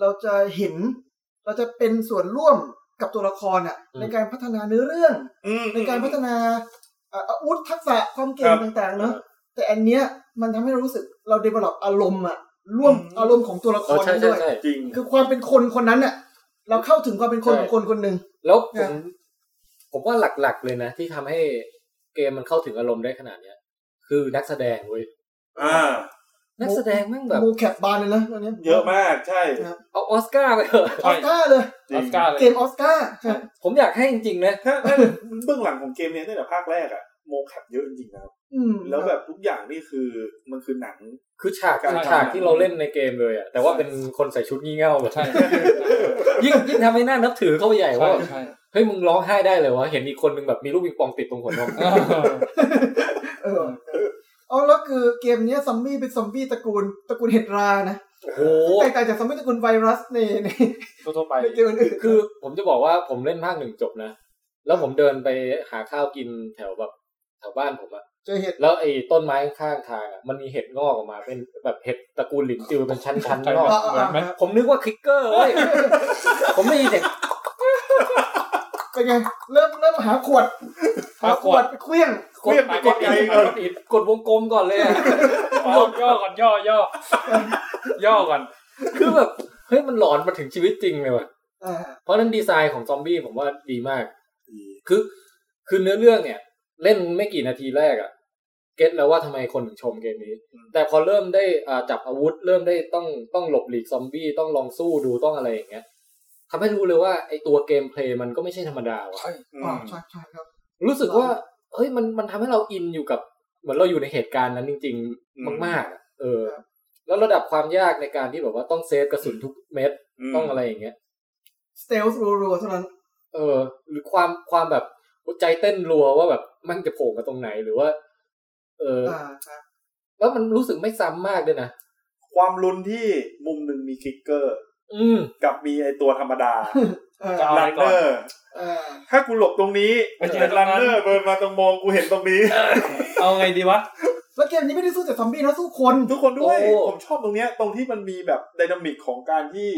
Speaker 3: เราจะเห็น เราจะเป็นส่วนร่วมกับตัวละครอ่ะ ในการพัฒนาเนื้อเรื่อง
Speaker 4: อืม
Speaker 3: ในการพัฒนาเอ่ออาวุธทักษะความเก่
Speaker 4: ค
Speaker 3: ง
Speaker 4: รับ
Speaker 3: ต่างๆเนอะแต่อันเนี้ยมันทำให้เรารู้สึกเราเดเวล็อปอารมณ์อะร่วม
Speaker 4: อืม
Speaker 3: อารมณ์ของตัวละค
Speaker 2: เออ
Speaker 3: ร
Speaker 2: ใช่
Speaker 3: นั้น
Speaker 2: ใช่
Speaker 3: ด้วย
Speaker 2: ใช่
Speaker 4: จริง
Speaker 3: คือความเป็นคนคนนั้นอะเราเข้าถึงความเป็นคน
Speaker 2: ใช่
Speaker 3: ของคนคนหนึ่ง
Speaker 2: แล้วผ
Speaker 3: นะ
Speaker 2: มผมว่าหลักๆเลยนะ ที่ทำให้เกมมันเข้าถึงอารมณ์ได้ขนาดเนี้ย คือนักแสดงเว้ย
Speaker 4: อ่า
Speaker 2: นักแสดงแม่งแบบ
Speaker 3: มูแคปบานเลยนะตอนนี้ย
Speaker 4: เยอะมากใช่
Speaker 2: เอาออสการ์ไปเถอะ
Speaker 3: ออสการ์เลย
Speaker 4: จริ
Speaker 5: อง อสการ์เลย
Speaker 3: เกมออสการ์ใช่
Speaker 2: ผมอยากให้จริงๆนะ
Speaker 4: ถ้าถ้าเบื้องหลังของเกมเนี้ยตั้งแต่ภาคแรกอะโมแคปเยอะจริงๆนะครับ
Speaker 3: อืม
Speaker 4: แล้วแบบทุกอย่างนี่คือมันคือหนัง
Speaker 2: คือฉาก
Speaker 4: การ
Speaker 2: ฉากที่เราเล่นในเกมเลยอ่ะแต่ว่าเป็นคนใส่ชุดงี่เง่าแบบ
Speaker 5: ใช่
Speaker 2: ยิ่งยิ่งทำให้หน่านับถือเข้าไปใหญ่
Speaker 5: ใช่
Speaker 2: ว่า
Speaker 5: ใช่
Speaker 2: เฮ้ยมึงร้องไห้ได้เลยวะเห็นมีคนนึงแบบมีลูกปิงปองติดตรงหัวนม
Speaker 5: เออ
Speaker 3: เออเอาแล้วคือเกมเนี้ยซอมบี้เป็นซอมบี้ตระกูลตระกูลเห็ดรานะ
Speaker 2: โอ้โห
Speaker 3: แตกต่างจากซอมบี้ตระกูลไวรัสในใน
Speaker 5: ทั่วๆไป
Speaker 3: ในเกมอื่นๆ
Speaker 2: คือผมจะบอกว่าผมเล่นภาคหนึ่งจบนะ แล้วผมเดินไปหาข้าวกินแถวแบบแถวบ้านผมอะ
Speaker 3: เจอเห็ด
Speaker 2: แล้วไอ้ต้นไม้ข้างทางอะมันมีเห็ดงอกออกมาเป็นแบบเห็ดตระกูลหลินจือเป็นชั้นๆงอก
Speaker 3: อ่าอ่าอ่า
Speaker 2: ผมนึกว่าคลิกเกอร์เว้ยผมได้ยินเสียง
Speaker 3: เป็นไงเริ่มเริ่มหาขวดหาขวดไปเคลี้ยง
Speaker 4: เครื่องไปกดไอ้เออ
Speaker 2: กดอิดกดวงกลมก่อนเลยอะ
Speaker 5: อ๋อย่อก่อนย่อย่อย่อก่อน
Speaker 2: คือแบบเฮ้ยมันหลอนมาถึงชีวิตจริงเลยว่ะ
Speaker 3: อ่า
Speaker 2: เพราะฉะนั้นดีไซน์ของซอมบี้ผมว่าดีมาก คือ คือเนื้อเรื่องเนี่ย เล่นไม่กี่นาทีแรกอะ เก็ตแล้วว่าทำไมคนถึงชมเกมนี้ แต่พอเริ่มได้อ่าจับอาวุธ เริ่มได้ต้องต้องหลบหลีกซอมบี้ต้องลองสู้ดูต้องอะไรอย่างเงี้ยทำให้รู้เลยว่าไอตัวเกมเพลย์มันก็ไม่ใช่ธรรมดาว่ะ
Speaker 4: อื
Speaker 3: อ่าม ใช่ใช่ครับ
Speaker 2: รู้สึกว่า เฮ้ย มัน มันทำให้เราอินอยู่กับ เหมือนเราอยู่ในเหตุการณ์นั้นจริง ๆ มาก ๆอะเออ
Speaker 3: ครับ
Speaker 2: แล้วระดับความยากในการที่แบบว่าต้องเซฟกระสุนทุกเม็ด ต้องอะไรอย่างเงี้ย
Speaker 3: สเตลส์รัวๆเท่านั้น
Speaker 2: เออ หรือความ ความแบบหัวใจเต้นรัวว่าแบบมันจะโผล่มาตรงไหน หรือว่า เออ
Speaker 3: อ่าครับ
Speaker 2: แล้วมันรู้สึกไม่ซ้ำมากด้วยนะ
Speaker 4: ความลุนที่มุมหนึ่งมีคิกเกอร์
Speaker 2: อืม
Speaker 4: กับมีไอตัวธรรมดา
Speaker 3: เอ่อ
Speaker 5: ก็ เอา
Speaker 4: ลั
Speaker 5: ไว้
Speaker 4: น
Speaker 5: ก่
Speaker 4: เน
Speaker 5: อน
Speaker 4: อร์
Speaker 3: อ่า
Speaker 4: ถ้ากูหลบตรงนี้
Speaker 5: ไปเจอ
Speaker 4: เป็น
Speaker 5: ตรง
Speaker 4: ลั
Speaker 5: นั้
Speaker 4: น
Speaker 5: น
Speaker 4: เนอร์เดินมาตรงมองกูเห็นตรงนี้
Speaker 5: เอาไงดีวะ
Speaker 3: แล้วเกมนี้ไม่ได้สู้แต่ซอมบี้นะสู้คน
Speaker 4: ทุกคนด้วย
Speaker 2: โอ้
Speaker 4: ผมชอบตรงเนี้ย ตรงที่มันมีแบบไดนามิกของการที่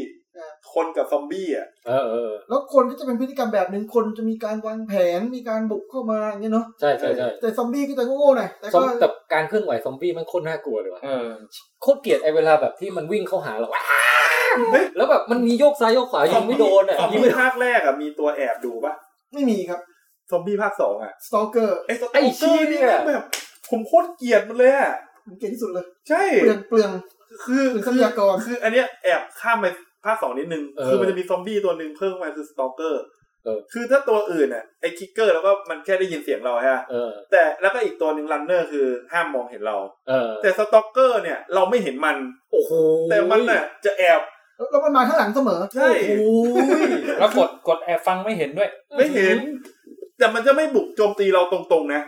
Speaker 4: คนกับซอมบี้อ่ะ
Speaker 2: เออเออเออ
Speaker 3: แล้วคนก็จะเป็นพฤติกรรมแบบหนึ่งคนจะมีการวางแผนมีการบุกเข้ามาอย่างเงี้ยเนาะ
Speaker 2: ใช่ใช่ใช่
Speaker 3: แต่ซอมบี้ก็จะโง่ๆหน่อยแต่
Speaker 2: ซอม
Speaker 3: ก็
Speaker 2: แต่การเคลื่อนไหวซอมบี้มันโคตรน่ากลัวเลยว่ะ
Speaker 5: เออ
Speaker 2: โคตรเกลียดไอ้เวลาแบบที่มันวิ่งเข้าหาเราอะ
Speaker 4: เฮ้ย
Speaker 2: แล้วแบบมันมีโยกซ้ายโยกขวายิงไม่โดนอ่ะ
Speaker 4: ซอม
Speaker 2: ยิง
Speaker 4: บี้
Speaker 2: ไม่โดน
Speaker 4: ภาคแรกอ่ะมีตัวแอบดูปะ
Speaker 3: ไม่มีครับ
Speaker 4: ซอมบี้ภาคสองอ่ะ
Speaker 3: สตอเกอร์
Speaker 4: ไอ้สตอเกอร์นี่แม่งแบบ ผมโคตรเกลียดมันเลยอ่ะ
Speaker 3: เก่งที่สุดเลย
Speaker 4: ใช่
Speaker 3: เปลืองเปลือง
Speaker 4: คือ
Speaker 3: คือทรัพยากร
Speaker 4: คืออันเนี้ยแอบข้ามไปภาคสองนิดนึง คือมันจะมีซอมบี้ตัวหนึ่งเพิ่มมาคือสตอเกอร์คือถ้าตัวอื่นอ่ะไอ้คิกเกอร์แล้วก็มันแค่ได้ยินเสียงเราฮะ
Speaker 2: เออ
Speaker 4: แต่แล้วก็อีกตัวหนึ่งรันเนอร์คือห้ามมองเห็นเรา
Speaker 2: เออ
Speaker 4: แต่สตอกเกอร์เนี่ยเราไม่เห็นมัน
Speaker 2: โอ้โห
Speaker 4: แต่มันน่ะจะแอบ
Speaker 3: แล้วแล้วมันมาข้างหลังเสมอ
Speaker 4: ใช่
Speaker 3: โอ้โห
Speaker 5: แล้วกดกดแอบฟังไม่เห็นด้วย
Speaker 4: ไม่เห็น แต่มันจะไม่บุกโจมตีเราตรงๆนะ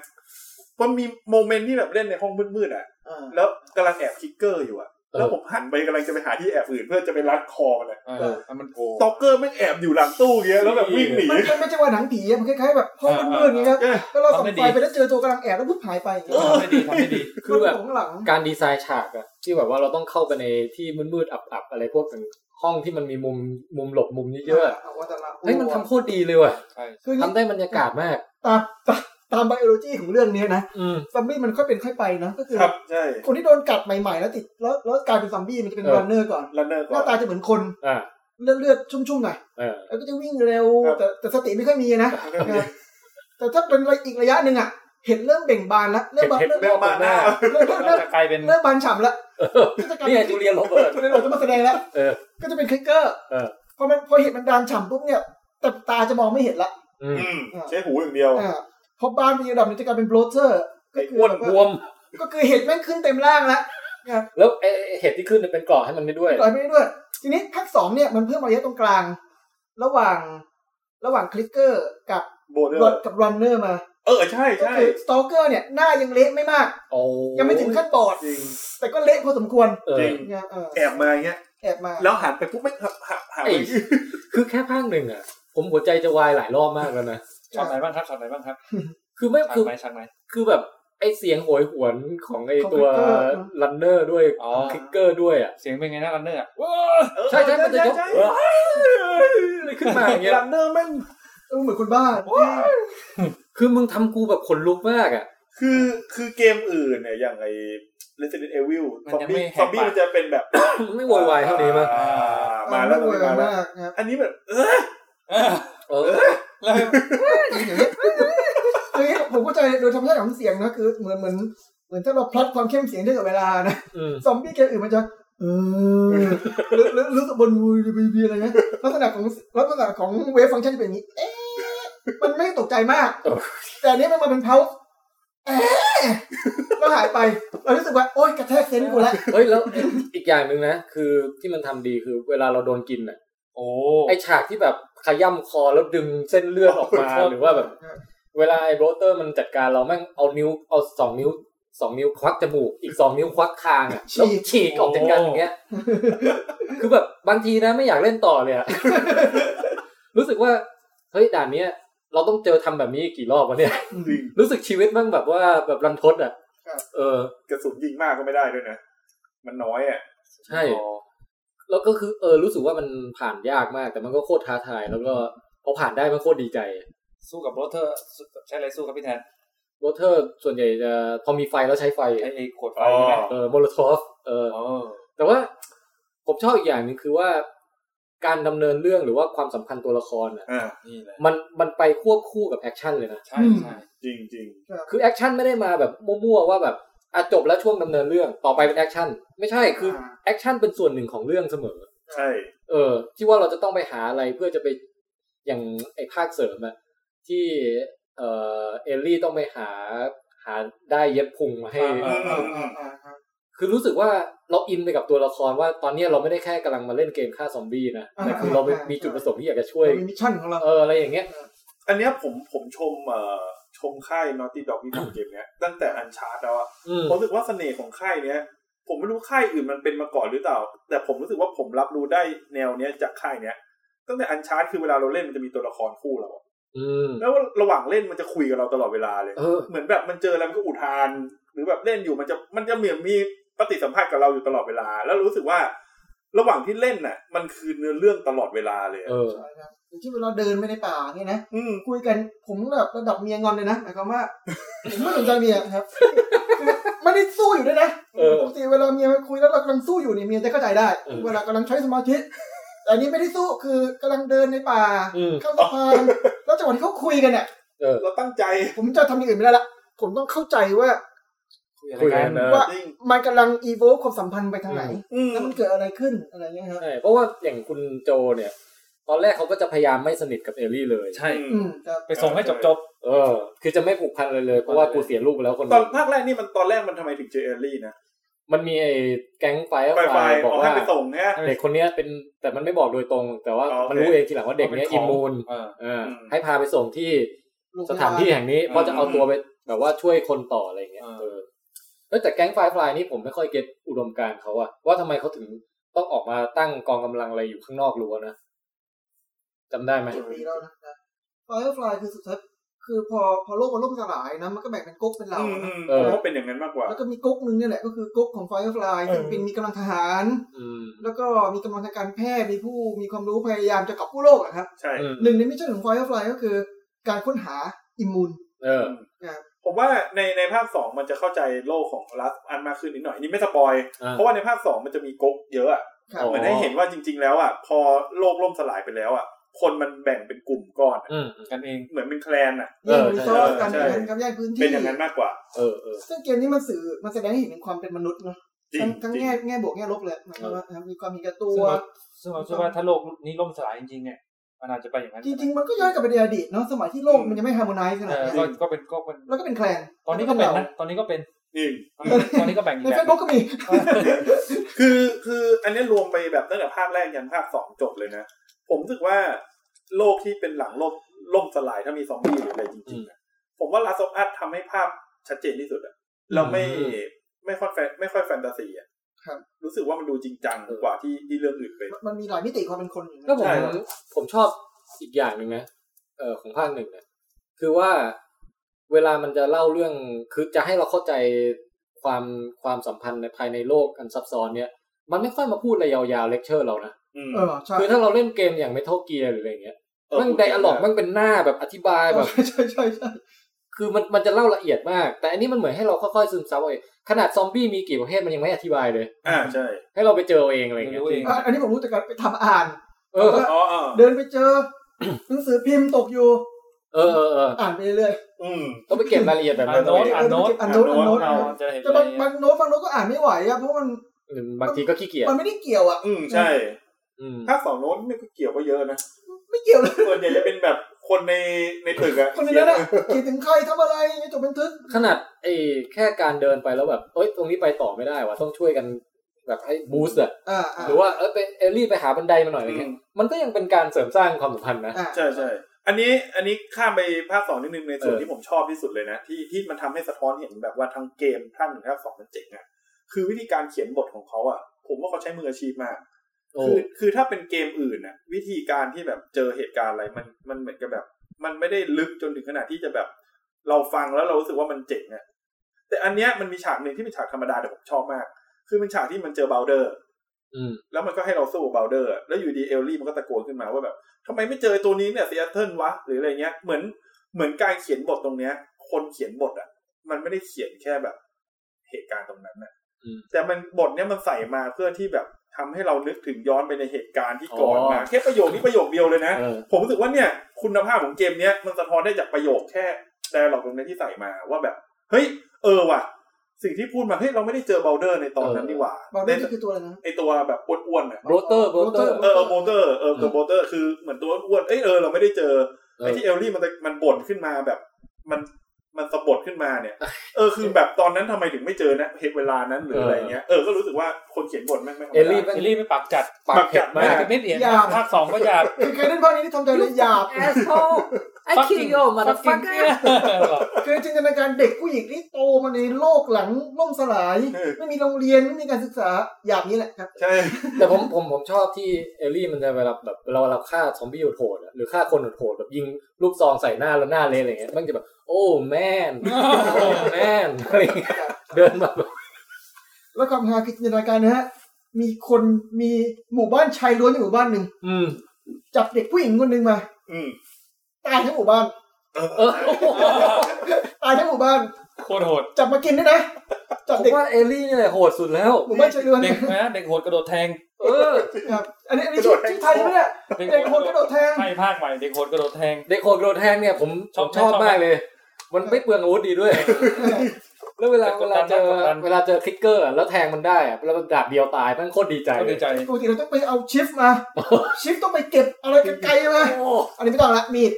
Speaker 4: มันมีโมเมนต์ที่แบบเล่นในห้องมืดๆอ่ะ
Speaker 3: อ่า
Speaker 4: แล้วกำลังแอบคิกเกอร์อยู่อ่ะ
Speaker 2: เออ
Speaker 4: แล้วผมหันไปกำลังจะไปหาที่แอบอื่นเพื่อจะไปรัดคอมันอะ
Speaker 5: เออแล้วมันโผล่
Speaker 4: สตอกเกอร์ไม่งแอบอยู่หลังตู้เงี้ยแล้วแบบวิ่งหนี
Speaker 3: มันมันไม่ใช่ว่าหนังผีอะมันคล้ายๆแบบห้องมืดๆอย่างเงี้ยครับ
Speaker 4: เออ
Speaker 3: ก็เราส่องไฟไปแล้วเจอตัวกำลังแอบแล้วปุ๊บหายไปอย่างเงี้ย
Speaker 5: ทำไม่ดีทำไม่ดี
Speaker 2: คือแบบ
Speaker 3: มันของหลัง
Speaker 2: การดีไซน์ฉากอะที่แบบว่าเราต้องเข้าไปในที่มืดๆอับๆอะไรพวกนั้นห้องที่มันมีมุมมุมหลบมุมเยอะๆอะ
Speaker 3: าวัตละ
Speaker 2: เฮ้ยมันทำโคตรดีเลยว่ะ
Speaker 3: คืออย่า
Speaker 2: ทำ
Speaker 3: งงี้
Speaker 2: ได้บรรยากาศมาก
Speaker 3: ตามตามตามไบโอโลจีของเรื่องเนี้ยนะ
Speaker 2: อืม
Speaker 3: ซอมบี้มันค่อยเป็นค่อยไปนะก็คือ
Speaker 4: ครับใช่
Speaker 3: คนที่โดนกัดใหม่ๆแล้วติดแล้วแล้วกลายเป็นซอมบี้มันจะเป็น
Speaker 2: เออ
Speaker 3: รันเนอร์ก่อน
Speaker 4: รันเนอร์
Speaker 3: ห
Speaker 4: ก่อ
Speaker 3: น้าน ตาจะเหมือนคน
Speaker 2: อ่า
Speaker 3: เลือดเลือดชุ่มๆหน่อย
Speaker 2: เออ
Speaker 3: แล้วก็จะวิ่งเร็ว
Speaker 4: ครับ
Speaker 3: แต่แต่สติไม่ค่อยมีนะนะแต่ถ้าเป็นระยะอีกระยะหนึ่งอ่ะ เห็นเริ่มเบ่งบานแล้วเริ่มบาน
Speaker 2: เห็น
Speaker 3: เริ่ม
Speaker 2: เห็น
Speaker 4: แม่งมาหน้า
Speaker 3: เริ่มเริ่ม
Speaker 5: เรา
Speaker 3: เริ่ม
Speaker 5: จะกลายเป็น
Speaker 3: เริ่มบานฉ่ำแล้วก็จะกลาย
Speaker 2: นี่ไง
Speaker 3: เป็น
Speaker 2: จูเลียนโรเบิร์ต
Speaker 3: จูเลียนโรเบิร์ตจะมาแสดงแล้ว
Speaker 2: เออ
Speaker 3: ก็จะเป็นคลิกเกอร์
Speaker 2: เออ
Speaker 3: พอมันพอเห็นมันบานฉ่ำปุ๊บเนี่ยแต่ตาจะมองไม่เห็นละ
Speaker 2: อืม
Speaker 4: อืมใช้หูอย่างเดียว
Speaker 3: อ่าพอบ้านมีระดับหนี้จะกลายเป็นโบลเตอร์ ก็คือ
Speaker 2: อ้วน
Speaker 3: แบบ
Speaker 2: บ
Speaker 3: ว่าว
Speaker 2: ม
Speaker 3: ก็คือเห็ดแม่งขึ้นเต็มร่างแล้ว
Speaker 2: แล้วไอ้ไอ้เห็ดที่ขึ้นเนี่ยเป็นเกราะให้มันไม่ด้วย
Speaker 3: ปล่อยไม่ได้ด้วย ทีนี้ภาคสองเนี่ยมันเพิ่มระยะตรงกลาง ระหว่างระหว่างคลิกเกอร์กับ
Speaker 4: โบเดอ
Speaker 3: รถ
Speaker 4: ร์
Speaker 3: กับรันเนอร์มา
Speaker 4: เออใช่
Speaker 3: ก็
Speaker 4: ใช่
Speaker 3: คือสตอเกอร์เนี่ยหน้ายังเละไม่มาก
Speaker 2: โอ้
Speaker 3: ยังไม่ถึงขั้นบอด
Speaker 4: จริง
Speaker 3: แต่ก็เละพอสมควร
Speaker 2: เออ
Speaker 4: จริง
Speaker 3: เนี่ยเออ
Speaker 4: แอบมาอย่างเงี้ย
Speaker 3: แอบมา
Speaker 4: แล้วหันไปปุ๊บไม่หักหักหัก
Speaker 2: ไอ้คือแค่ภาคหนึ่งอะผมหัวใจจะวายหลายรอบมากแล้วนะ
Speaker 5: ช็อตไหนบ้างครับช็อตไหนบ้างครับ
Speaker 2: คือไม่
Speaker 5: ฉาก
Speaker 2: คือ
Speaker 5: ไหนฉากไหน
Speaker 2: คือแบบไอเสียงโหยหวนของไอตัวรันเนอร์ด้วย
Speaker 5: อ๋อ
Speaker 2: คลิกเกอร์ด้วยอ่ะ
Speaker 5: เสียงเป็นไงนะรันเนอร์อะ
Speaker 2: ใช่ใช่มันจะยก
Speaker 4: ใช่
Speaker 2: เอออะไรขึ้นมา อย่างเงี้ย
Speaker 4: ลันเนอร์แม่ง
Speaker 3: เออเหมือนคนบ้า
Speaker 2: คือมึงทำกูแบบขนลุกมากอ่ะ
Speaker 4: คือคือเกมอื่นเนี่ยอย่างไอ้ Resident Evil
Speaker 5: มัน
Speaker 4: ซอม
Speaker 5: ยังไม่
Speaker 4: บี้
Speaker 5: แห
Speaker 4: ซอก มบี้
Speaker 5: ปาก
Speaker 4: มันจะเป็นแบบ
Speaker 2: ไม่โวยวายเท่านี้มั้ง
Speaker 4: อ่มาแล้ว
Speaker 3: เออ
Speaker 4: มา
Speaker 3: ไเวอร์
Speaker 4: แล้วมาแล้ว
Speaker 3: มากนะครับ
Speaker 4: อันนี้แบบเออ
Speaker 5: เออ
Speaker 2: เออ
Speaker 5: แล้ว
Speaker 3: คือผมเข้าใจโดยธรรมชาติของเสียงนะคือเหมือนเหมือนเหมือนถ้าเราพลัดความเข้มเสียงได้กับเวลานะ
Speaker 2: อืม
Speaker 3: ซอมบี้เกมอื่นมันจะเออหรือหรือหรือสบนวูบีบีอะไรเงี้ยลักษณะของลักษณะของเวฟฟังก์ชันจะเป็นอย่างนี้ เอ๊ะมันไม่ตกใจมาก แต่อันนี้มันมาเป็นเพาส์เอ๊ะแล้วหายไปเรารู้สึกว่า โอ๊ยกระแทกเซนส์กูละ
Speaker 2: เฮ้ยแล้วอีกอย่างหนึ่งนะ คือที่มันทำดีคือเวลาเราโดนกินอ่ะ
Speaker 5: โอ้
Speaker 2: ไอฉากที่แบบขย่ำคอแล้วดึงเส้นเลือดออกมาหรือว่าแบบ เวลาไอ้โบรเตอร์มันจัดการเราแม่งเอานิ้วเอาสองนิ้วสองนิ้วควักจมูกอีกสองนิ้วควักคางอ่ะแล้วฉีกออกจากกันอย่างเงี้ย คือแบบบางทีนะไม่อยากเล่นต่อเลย อะ รู้สึกว่าเฮ้ยด่านเนี้ย เราต้องเจอทำแบบนี้กี่รอบวะ เนี่ย
Speaker 4: จริง
Speaker 2: รู้สึกชีวิตมั่งแบบว่าแบบรันทดอ่ะเออ
Speaker 4: กระสุนยิงมากก็ไม่ได้ด้วยนะ มันน้อยอ่ะ
Speaker 2: ใช่ แล้วก็คือเออรู้สึกว่ามันผ่านยากมาก แต่มันก็โคตรท้าทาย แล้วก็พอผ่านได้มันโคตรดีใจ
Speaker 5: สู้กับโรเตอร์ใช้อะไรสู้ครับพี่แทน
Speaker 2: โบรเตอร์ส่วนใหญ่จะพอมีไฟแล้วใช้ไฟ
Speaker 5: ไอ้ไอ้ขวดไฟ
Speaker 4: อ๋อ
Speaker 5: ใช่ไหม
Speaker 2: เออโมโลทอฟเออ
Speaker 5: เออ
Speaker 2: แต่ว่าผมชอบอีกอย่างหนึ่งคือว่า การดำเนินเรื่องหรือว่าความสำคัญตัวละครน่ะ
Speaker 4: อ่า
Speaker 5: นี่แหละ
Speaker 2: มันมันไปควบคู่กับแอคชั่นเลยนะ
Speaker 5: ใช่ใช่
Speaker 4: จริงจริง
Speaker 2: คือแอคชั่นไม่ได้มาแบบมั่วๆว่าแบบอ่ะจบแล้วช่วงดำเนินเรื่องต่อไปเป็นแอคชั่นไม่ใช่คืออา แอคชั่นเป็นส่วนหนึ่งของเรื่องเสมอ
Speaker 4: ๆใช่
Speaker 2: เออ ที่ว่าเราจะต้องไปหาอะไรเพื่อจะไปอย่างไอ้ภาคเสริมอะที่เออเอลลี่ต้องไปหาหาได้เย็บพุงมาให้
Speaker 5: เออ
Speaker 3: อ่าอ่าอ่าครับ
Speaker 2: คือรู้สึกว่าเราอินไปกับตัวละครว่าตอนเนี้ยเราไม่ได้แค่กำลังมาเล่นเกมฆ่าซอมบี้นะแต่คือเรามีจุดประสงค์ที่อยากจะช่วย
Speaker 3: เรามีมิชชั่นของเรา
Speaker 2: เอออะไรอย่างเงี้ย
Speaker 4: อันเนี้ยผมผมชมเอ่อชมค่ายนอตตี้ด็อกที่ทำเกมเนี้ยตั้งแต่อันชาร์ดแล้วอะ
Speaker 2: อืม
Speaker 4: ผมรู้สึกว่าเสน่ห์ของค่ายเนี้ย ผมไม่รู้ค่ายอื่นมันเป็นมาก่อนหรือเปล่า แต่ผมรู้สึกว่าผมรับรู้ได้แนวเนี้ยจากค่ายเนี้ย ตั้งแต่อันชาร์ดคือเวลาเราเล่นมันจะมีตัวละครคู่เราอะ
Speaker 2: อืม
Speaker 4: แล้วระหว่างเล่นมันจะคุยกับเราตลอดเวลาเลย
Speaker 2: เออ
Speaker 4: เหมือนแบบมันเจออะไรมันก็อุทาน หรือแบบเล่นอยู่มันจะมันจะเหมือนมีปฏิสัมพันธ์กับเราอยู่ตลอดเวลา แล้วรู้สึกว่า ระหว่างที่เล่นน่ะ มันคือเนื้อเรื่องตลอดเวลาเลยอะ
Speaker 2: เออ
Speaker 3: ใช่ครับอย่างเช่นเวลาเดินไปในป่าเนี่ยนะ
Speaker 4: อืม
Speaker 3: คุยกันผมแบบระดับเมียงอนเลยนะหมายความว่า ผมไม่สนใจเมียครับ คือไม่ได้สู้อยู่ด้วยนะ
Speaker 2: เออ
Speaker 3: ปกติเวลาเมียมาคุยแล้วเรากำลังสู้อยู่เนี่ยเมียจะเข้าใจได้
Speaker 2: เออ
Speaker 3: เวลากำลังใช้สมาธิแต่อันนี้ไม่ได้สู้คือกำลังเดินในป่า
Speaker 2: อืม
Speaker 3: ข้ามสะพานแล้วจังหวะที่เขาคุยกันเนี่ย
Speaker 2: เออ
Speaker 4: เราตั้งใจ
Speaker 3: ผมจะทำอย่างอื่นไม่ได้ละผมต้องเข้าใจว่า
Speaker 2: คุยกันเออ
Speaker 3: ว่า
Speaker 4: จริง
Speaker 3: มันกำลังอีโวความสัมพันธ์ไปทางไหน
Speaker 4: อืม
Speaker 3: แล้วมันเกิดอะไรขึ้นอะไรเงี้ยครับ
Speaker 2: ใช่เพราะว่าอย่างคุณโจเนี่ย ตอนแรกเขาก็จะพยายามไม่สนิทกับเอลลี่เลย
Speaker 5: ใช่
Speaker 4: อื
Speaker 3: อื
Speaker 4: ม
Speaker 3: มครับ
Speaker 5: ไปส่งให้จบจบ
Speaker 2: เออ คือจะไม่ผูกพันเลยเลย เพราะว่ากูเสียลูกไปแล้วคนห
Speaker 4: ตอน
Speaker 2: นึ่ง
Speaker 4: ภาคแรกนี่มันตอนแรกมันทำไมถึงเจอเอลลี่นะ
Speaker 2: มันมีไอ้แก๊งไฟร์
Speaker 4: ไฟ
Speaker 2: ไฟ
Speaker 4: ไฟ
Speaker 2: ร์บอก
Speaker 4: เอาให้
Speaker 2: ว่า
Speaker 4: ไปส่งเนี่ย
Speaker 2: เด็กคนเนี้ยเป็นแต่มันไม่บอกโดยตรง แต่ว่า
Speaker 4: อ๋อโอเค
Speaker 2: มันรู้เองทีหลังว่า
Speaker 5: ๆ
Speaker 2: เด็กเนี้ยอิมมูน
Speaker 5: เออ
Speaker 2: เออให้พาไปส่งที่
Speaker 3: โรงพ
Speaker 2: ส
Speaker 3: ยบล
Speaker 2: ถานที่แห่งนี้เพราะจะเอาตัวไปแบบว่าช่วยคนต่ออะไรอย่างเงี้ย
Speaker 5: อ่า
Speaker 2: เออเอ้ยแต่แก๊งไฟร์ไฟร์นี่ผมไม่ค่อยเก็ตอุดมการณ์เขาอะว่าทำไมเขาถึงต้องออกมาตั้งกองกำลังอะไรอยู่ข้างนอกรั้วนะจำได้ไหม
Speaker 3: เจ็ดปีแล้วนะครับไฟฟลายคือสุดท้ายคือพอพอโลกมันล่มสลายนะมันก็แบ่งเป็นก๊กเป็นเหล่า
Speaker 4: อืม
Speaker 3: นะ
Speaker 4: อืม
Speaker 2: เออ
Speaker 4: ผมว่าเป็นอย่างนั้นมากกว่า
Speaker 3: แล้วก็มีก๊กหนึ่งเนี่ยแหละก็คือก๊กของไฟฟลายซึ่งเป็นมีกำลังทหาร
Speaker 2: อืม
Speaker 3: แล้วก็มีกำลังทางการแพทย์มีผู้มีความรู้พยายามจะกอบกู้โลกอะครับ
Speaker 4: ใช่
Speaker 2: อืม
Speaker 3: หนึ่งในมิชชั่นของไฟฟลายก็คือ การค้นหาอิมมูน
Speaker 2: เออ
Speaker 3: นะครับ
Speaker 4: ผมว่าในในภาคสองมันจะเข้าใจโลกของลัสอันมากขึ้นนิดหน่อยอันนี่ไม่สปอย
Speaker 2: อ่า
Speaker 4: เพราะว่าในภาคสองมันจะมีก๊กเยอะอะ
Speaker 3: ครับ
Speaker 2: อ๋อ
Speaker 4: เหมือนให้เห็นว่าจริง ๆ แล้วอ่ะพอโลกล่มสลายไปแล้วอ่ะคนมันแบ่งเป็นกลุ่มก้อนอะ
Speaker 2: อืม
Speaker 5: กันเอง
Speaker 4: เหมือนเป็นแคลนอ่ะ
Speaker 2: เอ
Speaker 3: เรื่อ
Speaker 2: อง ใช่
Speaker 3: รีซอสการ
Speaker 4: ใช่
Speaker 3: แข่งขันการแย่งพื้น
Speaker 4: เป็
Speaker 3: ที่
Speaker 4: นอย่างนั้นมากกว่า
Speaker 2: เออเออ
Speaker 3: ซึ่งเกมนี้มันสื่อมันแสดงให้เห็นถึงความเป็นมนุษย์เนอะ
Speaker 4: จริง
Speaker 3: ทั้งทั้ง
Speaker 4: จริง
Speaker 3: แง่แง่บวกแง่ลบเลยนะครับมีความมีกระตัว
Speaker 5: ซึ่งเราเชื่อว่าถ้าโลกนี้ล่มสลายจริงๆเนี่ยมันอาจจะไปอย่างนั้น
Speaker 3: จริง ๆ มันก็ย้อนกลับไปในอดีตเนาะสมัยที่โลกมันยังไม่ฮาร์โมไนซ์ข
Speaker 5: เอ
Speaker 3: นาด
Speaker 5: อ
Speaker 3: เนี้ย
Speaker 5: ก็ก็เป็นก็เป็น
Speaker 3: แล้วก็เป็นแคลน
Speaker 5: ตอนนี้ก็เป็นนะตอนนี้ก็เป็น
Speaker 4: จริง
Speaker 5: ตอนนี้ก็แบ่งอีก
Speaker 3: ใน
Speaker 5: แบ
Speaker 3: เฟ
Speaker 5: บ
Speaker 3: ซบุ๊กก็มี
Speaker 4: คือคืออันนี้รวมไปแบบตั้งแต่ภาคแรกยันภาคสองจบเลยนะ ผมรู้สึกว่าโลกที่เป็นหลังโลกล่มสลายถ้ามีซอมบี้หรืออะไรจริงๆอะผมว่าลาซอฟอัตทำให้ภาพชัดเจนที่สุดอ่ะเราไม่
Speaker 2: อืม
Speaker 4: ไม่ค่อยแฟนไม่ค่อยแฟนตาซีอ่ะ
Speaker 3: ครับ
Speaker 4: รู้สึกว่ามันดูจริงจังกว่าที่ที่เรื่องอื่นไป
Speaker 3: มันมีหลายมิติความเป็นคนอยู่นะ
Speaker 2: แล้วผม
Speaker 4: ใช่ครับ
Speaker 2: ผมชอบอีกอย่างหนึ่งนะเออของภาคหนึ่งเนี่ยคือว่าเวลามันจะเล่าเรื่องคือจะให้เราเข้าใจความความสัมพันธ์ในภายในโลกอันซับซ้อนเนี่ย มันไม่ค่อยมาพูดอะไรยาวๆเลคเชอร์เรานะ
Speaker 4: อืม
Speaker 3: เออใช่
Speaker 2: คือถ้าเราเล่นเกมอย่าง Metal Gear หรืออะไรเงี้ย
Speaker 4: เออ
Speaker 2: มันไดอะล็อกมันเป็นหน้าแบบอธิบายแบบ
Speaker 3: ใช่ใช่ใช่ใช่
Speaker 2: คือมันมันจะเล่าละเอียดมาก แต่อันนี้มันเหมือนให้เราค่อยๆซึมซับเอาเองขนาดซอมบี้มีกี่ประเภทมันยังไม่อธิบายเลย
Speaker 4: อ่าใช่
Speaker 2: ให้เราไปเจอเอาเองอะไรเงี้ย
Speaker 5: รู้เอง
Speaker 3: อ่ะอันนี้ผมรู้จากการไปทำอ่าน
Speaker 2: เออ
Speaker 4: อ๋ออ๋อ
Speaker 3: เดินไปเจอ หนังสือพิมพ์ตกอยู่
Speaker 2: เออเออเออ
Speaker 3: อ่านไปเรื่อย
Speaker 4: อืม
Speaker 2: ต้องไปเก็บรายละเอียดแบบ
Speaker 5: อ่า
Speaker 2: นั้น
Speaker 5: น
Speaker 2: เอา
Speaker 5: โน้ต
Speaker 2: เอง
Speaker 5: อ่านโน้ต
Speaker 3: อ่านโน้ตอ่านโน้ต
Speaker 5: เราจะเห็น
Speaker 3: แต่
Speaker 5: อะไร
Speaker 3: บางบางโน้ตบางโน้ตก็อ่านไม่ไหวอะเพราะมัน
Speaker 2: หรือบางทีก็ขี้เกียจ
Speaker 3: มันไม่ได้เกี่ยวอะ
Speaker 4: อืมใช่
Speaker 2: อืม
Speaker 4: ภาคสองโน้นไม่ก็เกี่ยวก็เยอะนะ
Speaker 3: ไม่เกี่ยวเลย
Speaker 4: ส่วนใหญ่จะเป็นแบบคนในในตึกอะ
Speaker 3: คนในนั้นอะเขียนถึงใครทำอะไรจดบันทึก
Speaker 2: ขนาดไอ้แค่การเดินไปแล้วแบบ เอ้ย ตรงนี้ไปต่อไม่ได้วะต้องช่วยกันแบบให้บูสต์อะ
Speaker 3: อ่าอ่า
Speaker 2: หรือว่าเออไปเอลลี่ไปหาบันไดมาหน่อยอะไร
Speaker 4: อื
Speaker 2: เงี้
Speaker 4: ม
Speaker 2: ย มันก็ยังเป็นการเสริมสร้างความสัมพันธ์นะ
Speaker 3: อ่า
Speaker 4: ใช่ใช่ อันนี้อันนี้ข้ามไปภาคสองนิดนึงในส่วน
Speaker 2: เออ
Speaker 4: ที่ผมชอบที่สุดเลยนะ ที่ที่มันทำให้สะท้อนเห็นแบบว่าทั้งเกมภาคหนึ่งภาคสองมันเจ๋งอะคือวิธีการเขียนบทของเขาอะผมว่าเขาใช้มืออาชีพมาก
Speaker 2: โอ้
Speaker 4: คือคือถ้าเป็นเกมอื่นน่ะ วิธีการที่แบบเจอเหตุการณ์อะไรมันมันเหมือนกับแบบ มันไม่ได้ลึกจนถึงขนาดที่จะแบบ เราฟังแล้วเรารู้สึกว่ามันเจ๋งอะแต่อันเนี้ยมันมีฉากหนึ่งที่เป็นฉากธรรมดาแต่ผมชอบมาก คือเป็นฉากที่มันเจอเบลเดอร์
Speaker 2: อืม
Speaker 4: แล้วมันก็ให้เราสู้เบลเดอร์อะแล้วอยู่ดีเอลลี่มันก็ตะโกนขึ้นมาว่าแบบทำไมไม่เจอไอ้ตัวนี้เนี่ยซีแอตเทิลวะหรืออะไรเงี้ยเหมือนเหมือนการเขียนบทตรงเนี้ย คนเขียนบทอ่ะ มันไม่ได้เขียนแค่แบบเหตุการณ์ตรงนั้นนะ
Speaker 2: อืม
Speaker 4: แต่มันบทเนี้ยมันใส่มาเพื่อที่แบบทำให้เรานึกถึงย้อนไปในเหตุการณ์ที่ก่อนมา
Speaker 2: อ๋อ
Speaker 4: แค่ประโยคนี้ประโยคเดียวเลยนะ
Speaker 2: เออ
Speaker 4: ผมรู้สึกว่าเนี่ย คุณภาพของเกมเนี้ยมันสะท้อนได้จากประโยคแค่ แดร์หลอกตรงนี้ที่ใส่มาว่าแบบ เฮ้ย เออว่ะ สิ่งที่พูดมาเฮ้ยเราไม่ได้เจอเบลเดอร์ในตอนนั้นดีกว่า
Speaker 3: บอล
Speaker 4: ใน
Speaker 3: นี่คือตัวอะไรนะ
Speaker 4: ไอตัวแบบอ้วนๆอ่ะ
Speaker 2: โบรเตอร์โบรเตอร์
Speaker 4: เออเออโบลเดอร์เออตัวโบลเดอร์คือเหมือนตัวอ้วนๆเอ้ยเออเราไม่ได้เจอ
Speaker 2: เออ
Speaker 4: ไอที่เอลลี่มันมันบ่นขึ้นมาแบบมันมันสะบดขึ้นมาเนี่ย เออคือแบบตอนนั้นทำไมถึงไม่เจอนะเหตุเวลานั้นหรืออะไรเงี้ยเออก็รู้สึกว่าคนเขียนบทแม่งไม่ธรรม
Speaker 2: เอล
Speaker 4: ดา
Speaker 2: ลี่
Speaker 5: ซีรีส์ไม่ปากจัด
Speaker 2: ปากเผ็ด
Speaker 5: ไม่
Speaker 2: มาก
Speaker 5: ไม่เปลี่ยน
Speaker 3: หยาบ
Speaker 5: ภาคสองก็หยาบ
Speaker 3: คือเคยเล่นภาคนี้ที่ทำใจเลยหยาบ
Speaker 6: asshole I kill you motherfucker
Speaker 3: คือจินตนาการเด็กผู้หญิงที่โตมาในโลกหลังล่มสลาย
Speaker 4: เออ
Speaker 3: ไม่มีโรงเรียนไม่มีการศึกษาหยาบนี้แหละครับ
Speaker 4: ใช่
Speaker 2: แต่ผมผมผมชอบที่เอลลี่มันจะเวลาแบบเราเราฆ่าซอมบี้โหดๆอะหรือฆ่าคนโหดๆแบบยิงลูกซองใส่หน้าแล้วหน้าเละอะไรเงี้ยมันจะแบบ โอ้แมนโอ้แมน อะไรเงี้ยเดินมาแบบ
Speaker 3: แล้วความฮาคือจินตนาการนะฮะ มีคนมีหมู่บ้านชายล้วนอยู่หมู่บ้านหนึ่ง
Speaker 2: อืม
Speaker 3: จับเด็กผู้หญิงคนหนึ่งมา
Speaker 4: อืม
Speaker 3: ตายทั้งหมู่บ้าน
Speaker 2: เออโอ้โห
Speaker 3: ตายทั้งหมู่บ้าน
Speaker 5: โคตรโหด
Speaker 3: จับมากินด้วยนะ จับ
Speaker 2: ผม
Speaker 3: เด็ก
Speaker 2: ว่าเอลลี่เนี่ยแหละโหดสุดแล้ว
Speaker 3: หมู่บ้านชายล้วน
Speaker 5: เด็กนะเด็กโหดกระโดดแทง
Speaker 2: เออ
Speaker 3: ครับ อันนี้อันนี้ชื่อชื่อไทยใช่ไหมเนี่ยเด็กคนกระโดดแทง
Speaker 5: ใช่ภาคใหม่เด็กโหดกระโดดแทง
Speaker 2: เด็กโหดโดนแทงเนี่ยผมผ
Speaker 5: ชอบ
Speaker 2: มชอบ
Speaker 5: ชอบ
Speaker 2: มากเลย มันไม่เปลืองอาวุธดีด้วย แล้วเวลาเวลา
Speaker 5: แต่กดดัน
Speaker 2: เจอ
Speaker 5: มากกดดัน
Speaker 2: เวลาเจอคลิกเกอร์อะแล้วแทงมันได้อะแล้วมันดาบเดียวตายมันโคตรดีใจ
Speaker 5: ก็
Speaker 2: เล
Speaker 5: ดี
Speaker 2: ย
Speaker 5: ใจ
Speaker 3: ปกติเราต้องไปเอาชิฟมา ชิฟต้องไปเก็บอะไรไกลๆมา
Speaker 2: โอ้
Speaker 3: อันนี้ไม่ต้องละมีด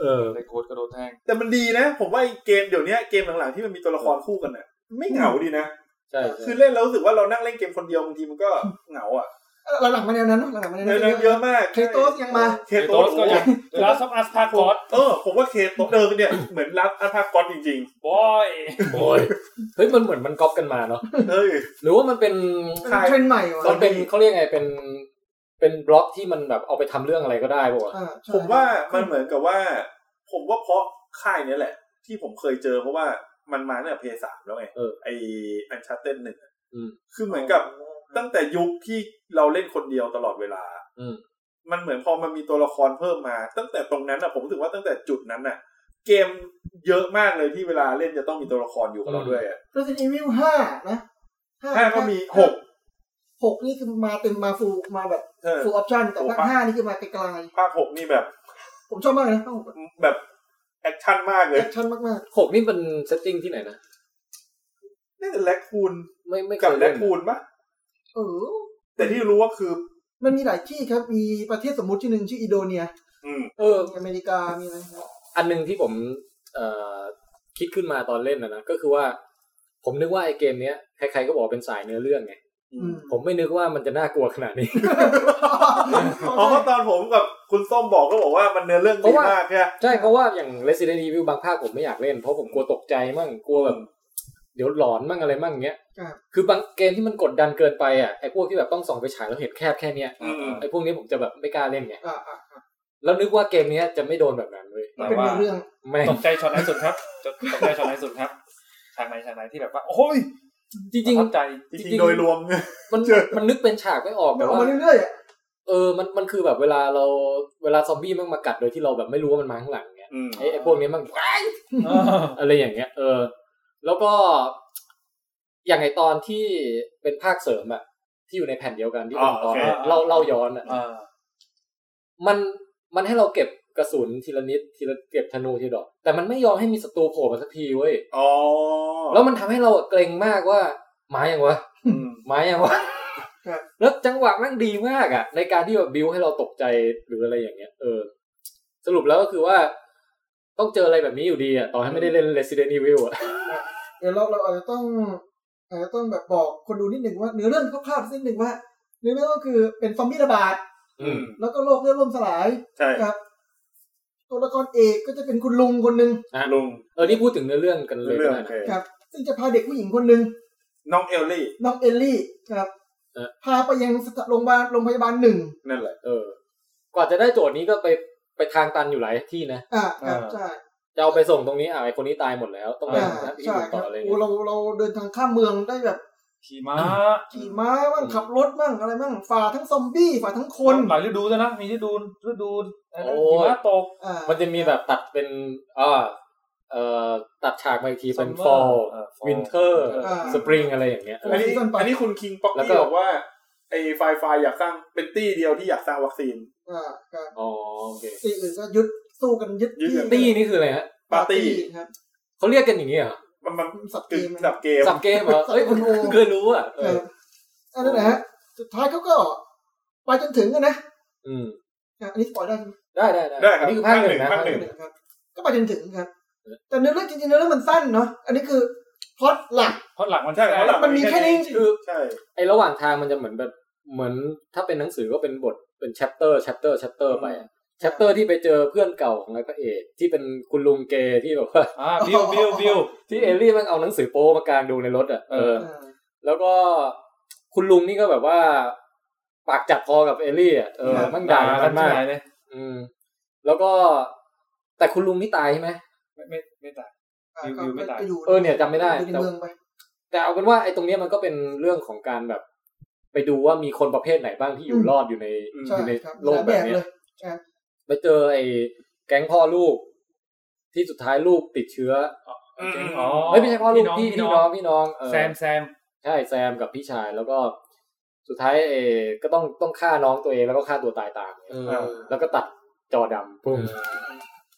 Speaker 2: เออ
Speaker 5: เด็กโหดกระโดดแทง
Speaker 4: แต่มันดีนะ ผมว่าไอ้เกมเดี๋ยวเนี้ยเกมหลังๆที่มันมีตัวละครคู่กันเนี่ยไม่เหงาดีนะ
Speaker 2: ใช่
Speaker 4: คื
Speaker 2: ใช่
Speaker 4: อเล่นแล้วรู้สึกว่าเรานั่งเล่นเกมคนเดียวบางทีมันก็เหงาอ่ะ
Speaker 3: หลังๆมาแนวนั้นเนอะหลังๆมาแนว
Speaker 4: เนื้
Speaker 3: นั้
Speaker 4: อน เรื่องเยอะมาก
Speaker 3: เคโตสยังมา
Speaker 4: เค
Speaker 5: เด
Speaker 4: โต
Speaker 5: โต
Speaker 4: ส
Speaker 5: สก็ยังลาซับอัสภาคกอด
Speaker 4: เออ ผมว่าเคโตสเออเนี่ยเหมือนรับอันภาคกอนจริง
Speaker 5: บอย
Speaker 2: โอ้ยเฮ้ยมันเหมือนมันก๊อปกันมาเนาะ
Speaker 4: ๆเอ้ย
Speaker 2: หรือว่ามันเป็น
Speaker 3: เป็นเทรนด์ใหม่
Speaker 4: ตอ
Speaker 2: มัน น
Speaker 3: วะ
Speaker 2: เป็น
Speaker 4: นี้
Speaker 2: เขาเรียกไงเป็นเป็นบล็อกที่มันแบบเอาไปทำเรื่องอะไรก็ได้ป่ะ
Speaker 3: อ่าใช่
Speaker 4: ผมว่ามันเหมือนกับว่า ผมว่าเพราะค่ายเนี้ยแหละ ที่ผมเคยเจอเพราะว่ามันมาตั้งแต่เพย์สามแล้วไง
Speaker 2: เออ
Speaker 4: ไออันชาเต้นหนึ่งอะ
Speaker 2: อืม
Speaker 4: คือเหมือนกับตั้งแต่ยุคที่เราเล่นคนเดียวตลอดเวลา
Speaker 2: อืม
Speaker 4: มันเหมือนพอมันมีตัวละครเพิ่มมา ตั้งแต่ตรงนั้นอ่ะผมรู้สึกว่าตั้งแต่จุดนั้นอ่ะ เกมเยอะมากเลยที่เวลาเล่นจะต้องมีตัวละครอยู่กับเราด้วยอะ
Speaker 3: Resident Evil ห้านะ
Speaker 4: ห้าก็มีหก
Speaker 3: หกนี่คือมาเต็มมาฟูมาแบบ
Speaker 4: เออ
Speaker 3: ฟูออปชั่นแต่ว่า
Speaker 4: โอ้ปะ
Speaker 3: ห้านี่คือมาไกล
Speaker 4: ภาคหกนี่แบบ
Speaker 3: ๆผมชอบมากเลยนะภาคหก
Speaker 4: แบบแอคชั่นมากเล
Speaker 3: แอย คชั่นมาก
Speaker 2: หกนี่เป็นเซตติ้งที่ไหนนะ
Speaker 4: นี่แต่แลคคูน
Speaker 2: ไม่ไม่เค
Speaker 4: กับ
Speaker 2: ย
Speaker 4: แล
Speaker 2: เล่
Speaker 4: คน คูนปะ
Speaker 3: ๆเออ
Speaker 4: แต่ที่รู้ว่าคือ
Speaker 3: มันมีหลายที่ครับ มีประเทศสมมุติที่หนึ่งชื่ออินโดเนีย
Speaker 4: อืม
Speaker 2: เออ
Speaker 3: มีอเมริกามีอะไรครับ
Speaker 2: อันหนึ่งที่ผมเอ่อคิดขึ้นมาตอนเล่นนะนะก็คือว่า ผมนึกว่าไอเกมเนี้ยใครๆก็บอกเป็นสายเนื้อเรื่องไง
Speaker 3: อืม
Speaker 2: ผมไม่นึกว่ามันจะน่ากลัวขนาดนี้
Speaker 4: อ๋อเพราะตอนผมกับคุณส้มบอกก็บอกว่ามันเนื้อเรื่อง
Speaker 2: เพ
Speaker 4: ดี
Speaker 2: ราะว่า
Speaker 4: มากแค่ย
Speaker 2: ใช่เพราะว่าอย่าง Resident Evil บางภาคผมไม่อยากเล่น เพราะผมกลัวตกใจมั่งกลัวแบบเดี๋ยวหลอนมั่งอะไรมั่งอย่างเงี้ยคือบางเกมที่มันกดดันเกินไปอ่ะไอพวกที่แบบต้องส่องไปฉายแล้วเห็นแคบแค่เนี้ย
Speaker 4: อืม
Speaker 2: ไอพวกนี้ผมจะแบบไม่กล้าเล่นไง
Speaker 3: อ่าอ่า
Speaker 2: แล้วนึกว่าเกมเนี้ยจะไม่โดนแบบนั้นเลย
Speaker 3: เป็นเนื้อเรื่อง
Speaker 2: แม่ง
Speaker 5: ตกใจช็อตไหนสุดครับตกตกใจช็อตไหนสุดครับฉากไหนฉากไหนที่แบบว่าโอ้ย
Speaker 2: จริง
Speaker 5: ประทับใจ
Speaker 4: จ
Speaker 2: จริ
Speaker 4: ริ
Speaker 2: ง
Speaker 4: ง
Speaker 2: ๆ
Speaker 4: ๆโดยรวม
Speaker 2: ๆ มัน
Speaker 4: เจอ
Speaker 2: มันนึกเป็นฉากไม่ออก
Speaker 3: มั
Speaker 2: แต่
Speaker 3: นออก
Speaker 2: ว่า
Speaker 3: มาเรื่อยๆอ่ะ
Speaker 2: เออมันมันคือแบบเวลาเราเวลาซอมบี้มันมากัดโดยที่เราแบบไม่รู้ว่ามันมาข้างหลังเนี้ย
Speaker 4: อืม
Speaker 2: ไอ้ไอ้พวกนี้มันว้ายอะไรอย่างเงี้ย เออ แล้วก็ อย่างไอตอนที่เป็นภาคเสริมอะที่อยู่ในแผ่นเดียวกันที่เป็นตอน
Speaker 5: อ๋อโอเค
Speaker 2: เล่าเล่าย้อนอะ
Speaker 5: เออ
Speaker 2: มันมันให้เราเก็บกระสุนทีละนิดทีละเก็บธนูทีละดอก แต่มันไม่ยอมให้มีศัตรูโผล่มาสักทีเว้ย
Speaker 4: อ๋อ
Speaker 2: แล้วมันทำให้เราอะเกรงมากว่าหมาอย่างวะ
Speaker 4: อืม
Speaker 2: ไม้อะวะ
Speaker 3: ครับ
Speaker 2: แล้วจังหวะแม่งดีมากอะในการที่แบบบิวให้เราตกใจหรืออะไรอย่างเงี้ย เออ สรุปแล้วก็คือว่า ต้องเจออะไรแบบนี้อยู่ดีอะต่อให้ไม่ได้เล่น Resident Evil อะ
Speaker 3: เดี๋ยวเราเราอาจจะต้องอาจจะต้องแบบบอกคนดูนิดหนึ่งว่าเนื้อเรื่องคร่าวๆสักนิดหนึ่งว่าเนื้อเรื่องก็คือเป็นซอมบี้ระบาด
Speaker 4: อืม
Speaker 3: แล้วก็โลกเรื่องล่มสลาย
Speaker 4: ใช่
Speaker 3: ครับ ตัวละครเอกก็จะเป็นคุณลุงคนหนึ่ง
Speaker 4: ลุง
Speaker 2: เออนี่พูดถึงเนื้อเรื่องกันเลย
Speaker 4: เรื่อง
Speaker 2: ก็ได้
Speaker 4: โอเค
Speaker 2: นะ
Speaker 3: ครับ ซึ่งจะพาเด็กผู้หญิงคนหนึ่ง
Speaker 4: น้องเอลลี่
Speaker 3: น้องเอลลี่ครับ
Speaker 2: เออ
Speaker 3: พาไปยังสถานโรงพยาบาลโรงพยาบาลหนึ่ง
Speaker 4: นั่นแหละ
Speaker 2: เออ กว่าจะได้โจทย์นี้ก็ไปไปทางตันอยู่หลายที่นะ
Speaker 3: อ่าครับใช่
Speaker 2: จะเอาไปส่งตรงนี้อ่ะไอคนนี้ตายหมดแล้ว ต้องไป
Speaker 3: อ่า
Speaker 2: ทางที่
Speaker 3: ใช่
Speaker 2: อื่น
Speaker 3: ค
Speaker 2: ต่
Speaker 3: รั
Speaker 2: อบ อะไรอย่าง
Speaker 3: โอ้
Speaker 2: เงี้ย
Speaker 3: เราเราเดินทางข้ามเมืองได้แบบ
Speaker 5: ขี่ม้า
Speaker 3: ขี่ม้าบ้างขับรถบ้างอะไรบ้างฝ่าทั้งซอมบี้ฝ่าทั้งคน
Speaker 5: หลายฤดูด้วยนะ มีฤดูฤดูอะไรนะ
Speaker 2: โอ้
Speaker 5: ขี่ม้าตก
Speaker 3: อ่า
Speaker 2: มันจะมีแบบตัดเป็นอ่าเอ่อตัดฉากมาอีกทีเป็น
Speaker 5: Summer
Speaker 2: fall
Speaker 5: เออ fall
Speaker 2: winter
Speaker 5: เออ
Speaker 2: spring อะไรอย่างเงี้ย
Speaker 4: อันนี้อันนี้คุณคิงป๊อก
Speaker 2: แล้ว
Speaker 4: กี้
Speaker 2: ก็
Speaker 4: บอกว่าไอ้ไฟไฟอยากสร้างเป็นตี้เดียวที่อยากสร้างวัคซีน
Speaker 3: อ่าครับ
Speaker 2: อ๋อโอเค
Speaker 3: ตีอื่นก็ยึดสู้กันยึด
Speaker 4: ยึดกัน
Speaker 2: ตี้นี่คืออะไรฮะ
Speaker 3: ป
Speaker 4: ปาร์ตี้
Speaker 3: ครับ
Speaker 2: เขาเรียกกันอย่างนี้เหรอ
Speaker 4: มันมัน
Speaker 3: สับเก
Speaker 4: กึ่ง
Speaker 3: มนะค
Speaker 4: ดั
Speaker 3: รับบ
Speaker 4: เกม
Speaker 2: สับเกมเหรอเอ้ยเพิ่งเคยรู้อ่ะเอ
Speaker 3: เอ
Speaker 2: อ
Speaker 3: ออันนั้นแหละฮะสุดท้ายเขาก็ไปจนถึงอะนะ
Speaker 2: อืม
Speaker 3: อ่ะอันนี้สปอยได้ใช่ไหม
Speaker 2: ได้ได้
Speaker 4: ได้ครับ
Speaker 2: นี่คือภาคหนึ่งนะ
Speaker 4: ภาคหนึ่ง
Speaker 3: ครับก็ไปจนถึงครับ แต่เนื้อเรื่องจริงๆเนื้อเรื่องมันสั้นเนาะอันนี้คือพล็อตหลัก
Speaker 5: เพราะหลังมัน
Speaker 4: ใช่เพราะหลัง
Speaker 3: มันมีแค่นี้จริง
Speaker 2: คือ
Speaker 4: ใช่
Speaker 2: ไอ้ระหว่างทางมันจะเหมือนแบบเหมือนถ้าเป็นหนังสือก็เป็นบทเป็น chapter chapter chapter ไปอะ chapter ที่ไปเจอเพื่อนเก่าของนายพระเอกที่เป็นคุณลุงเกย์ที่แบบว่า
Speaker 5: อ่าบิวบิวบิว
Speaker 2: ที่เอลลี่มันเอาหนังสือโป้มากางดูในรถอ่ะ เออ
Speaker 5: เอ
Speaker 3: อ่า
Speaker 2: แล้วก็คุณลุงนี่ก็แบบว่า ปากจัดคอกับเอลลี่อ่ะ เออ
Speaker 3: ครับ
Speaker 2: มันด่ากันมาก
Speaker 5: เลย
Speaker 2: อืม แล้วก็ แต่คุณลุงนี่ตายใช่ไหม
Speaker 5: ไม่ไม่ไม่ตาย
Speaker 3: อ่า
Speaker 5: วิ
Speaker 3: ก็
Speaker 5: ววิวไม่ตาย
Speaker 3: ก็
Speaker 2: เออเนี่ยจำไม่ได้
Speaker 3: อยู่ใน
Speaker 2: แต่
Speaker 3: เมืองไป
Speaker 2: แต่เอาเป็นว่าไอ้ตรงเนี้ยมันก็เป็นเรื่องของการแบบ ไปดูว่ามีคนประเภทไหนบ้างที่อยู่
Speaker 3: อืม
Speaker 2: รอดอยู่ใน
Speaker 3: ใช่
Speaker 2: อยู่ใน
Speaker 3: ครับ
Speaker 2: โลก
Speaker 3: หาย
Speaker 2: แบบ
Speaker 3: เล
Speaker 2: เนี้ย
Speaker 3: ย
Speaker 2: ไปเจอไอ้แก๊งพ่อลูก ที่สุดท้ายลูกติดเชื้อ
Speaker 4: อืม
Speaker 5: อ๋อ
Speaker 2: อเฮ้ยไม่ใช่พ่อลูก
Speaker 5: พี่
Speaker 2: พี่
Speaker 5: น้
Speaker 2: พี่
Speaker 5: อง
Speaker 2: น้องพี่น้องเออ
Speaker 5: แซมแซม
Speaker 2: ใช่แซมกับพี่ชายแล้วก็สุดท้ายเออก็ต้องต้องฆ่าน้องตัวเองแล้วก็ฆ่าตัวตายตาม
Speaker 1: เออ
Speaker 2: แล้วก็ตัดจอดำปุ้ม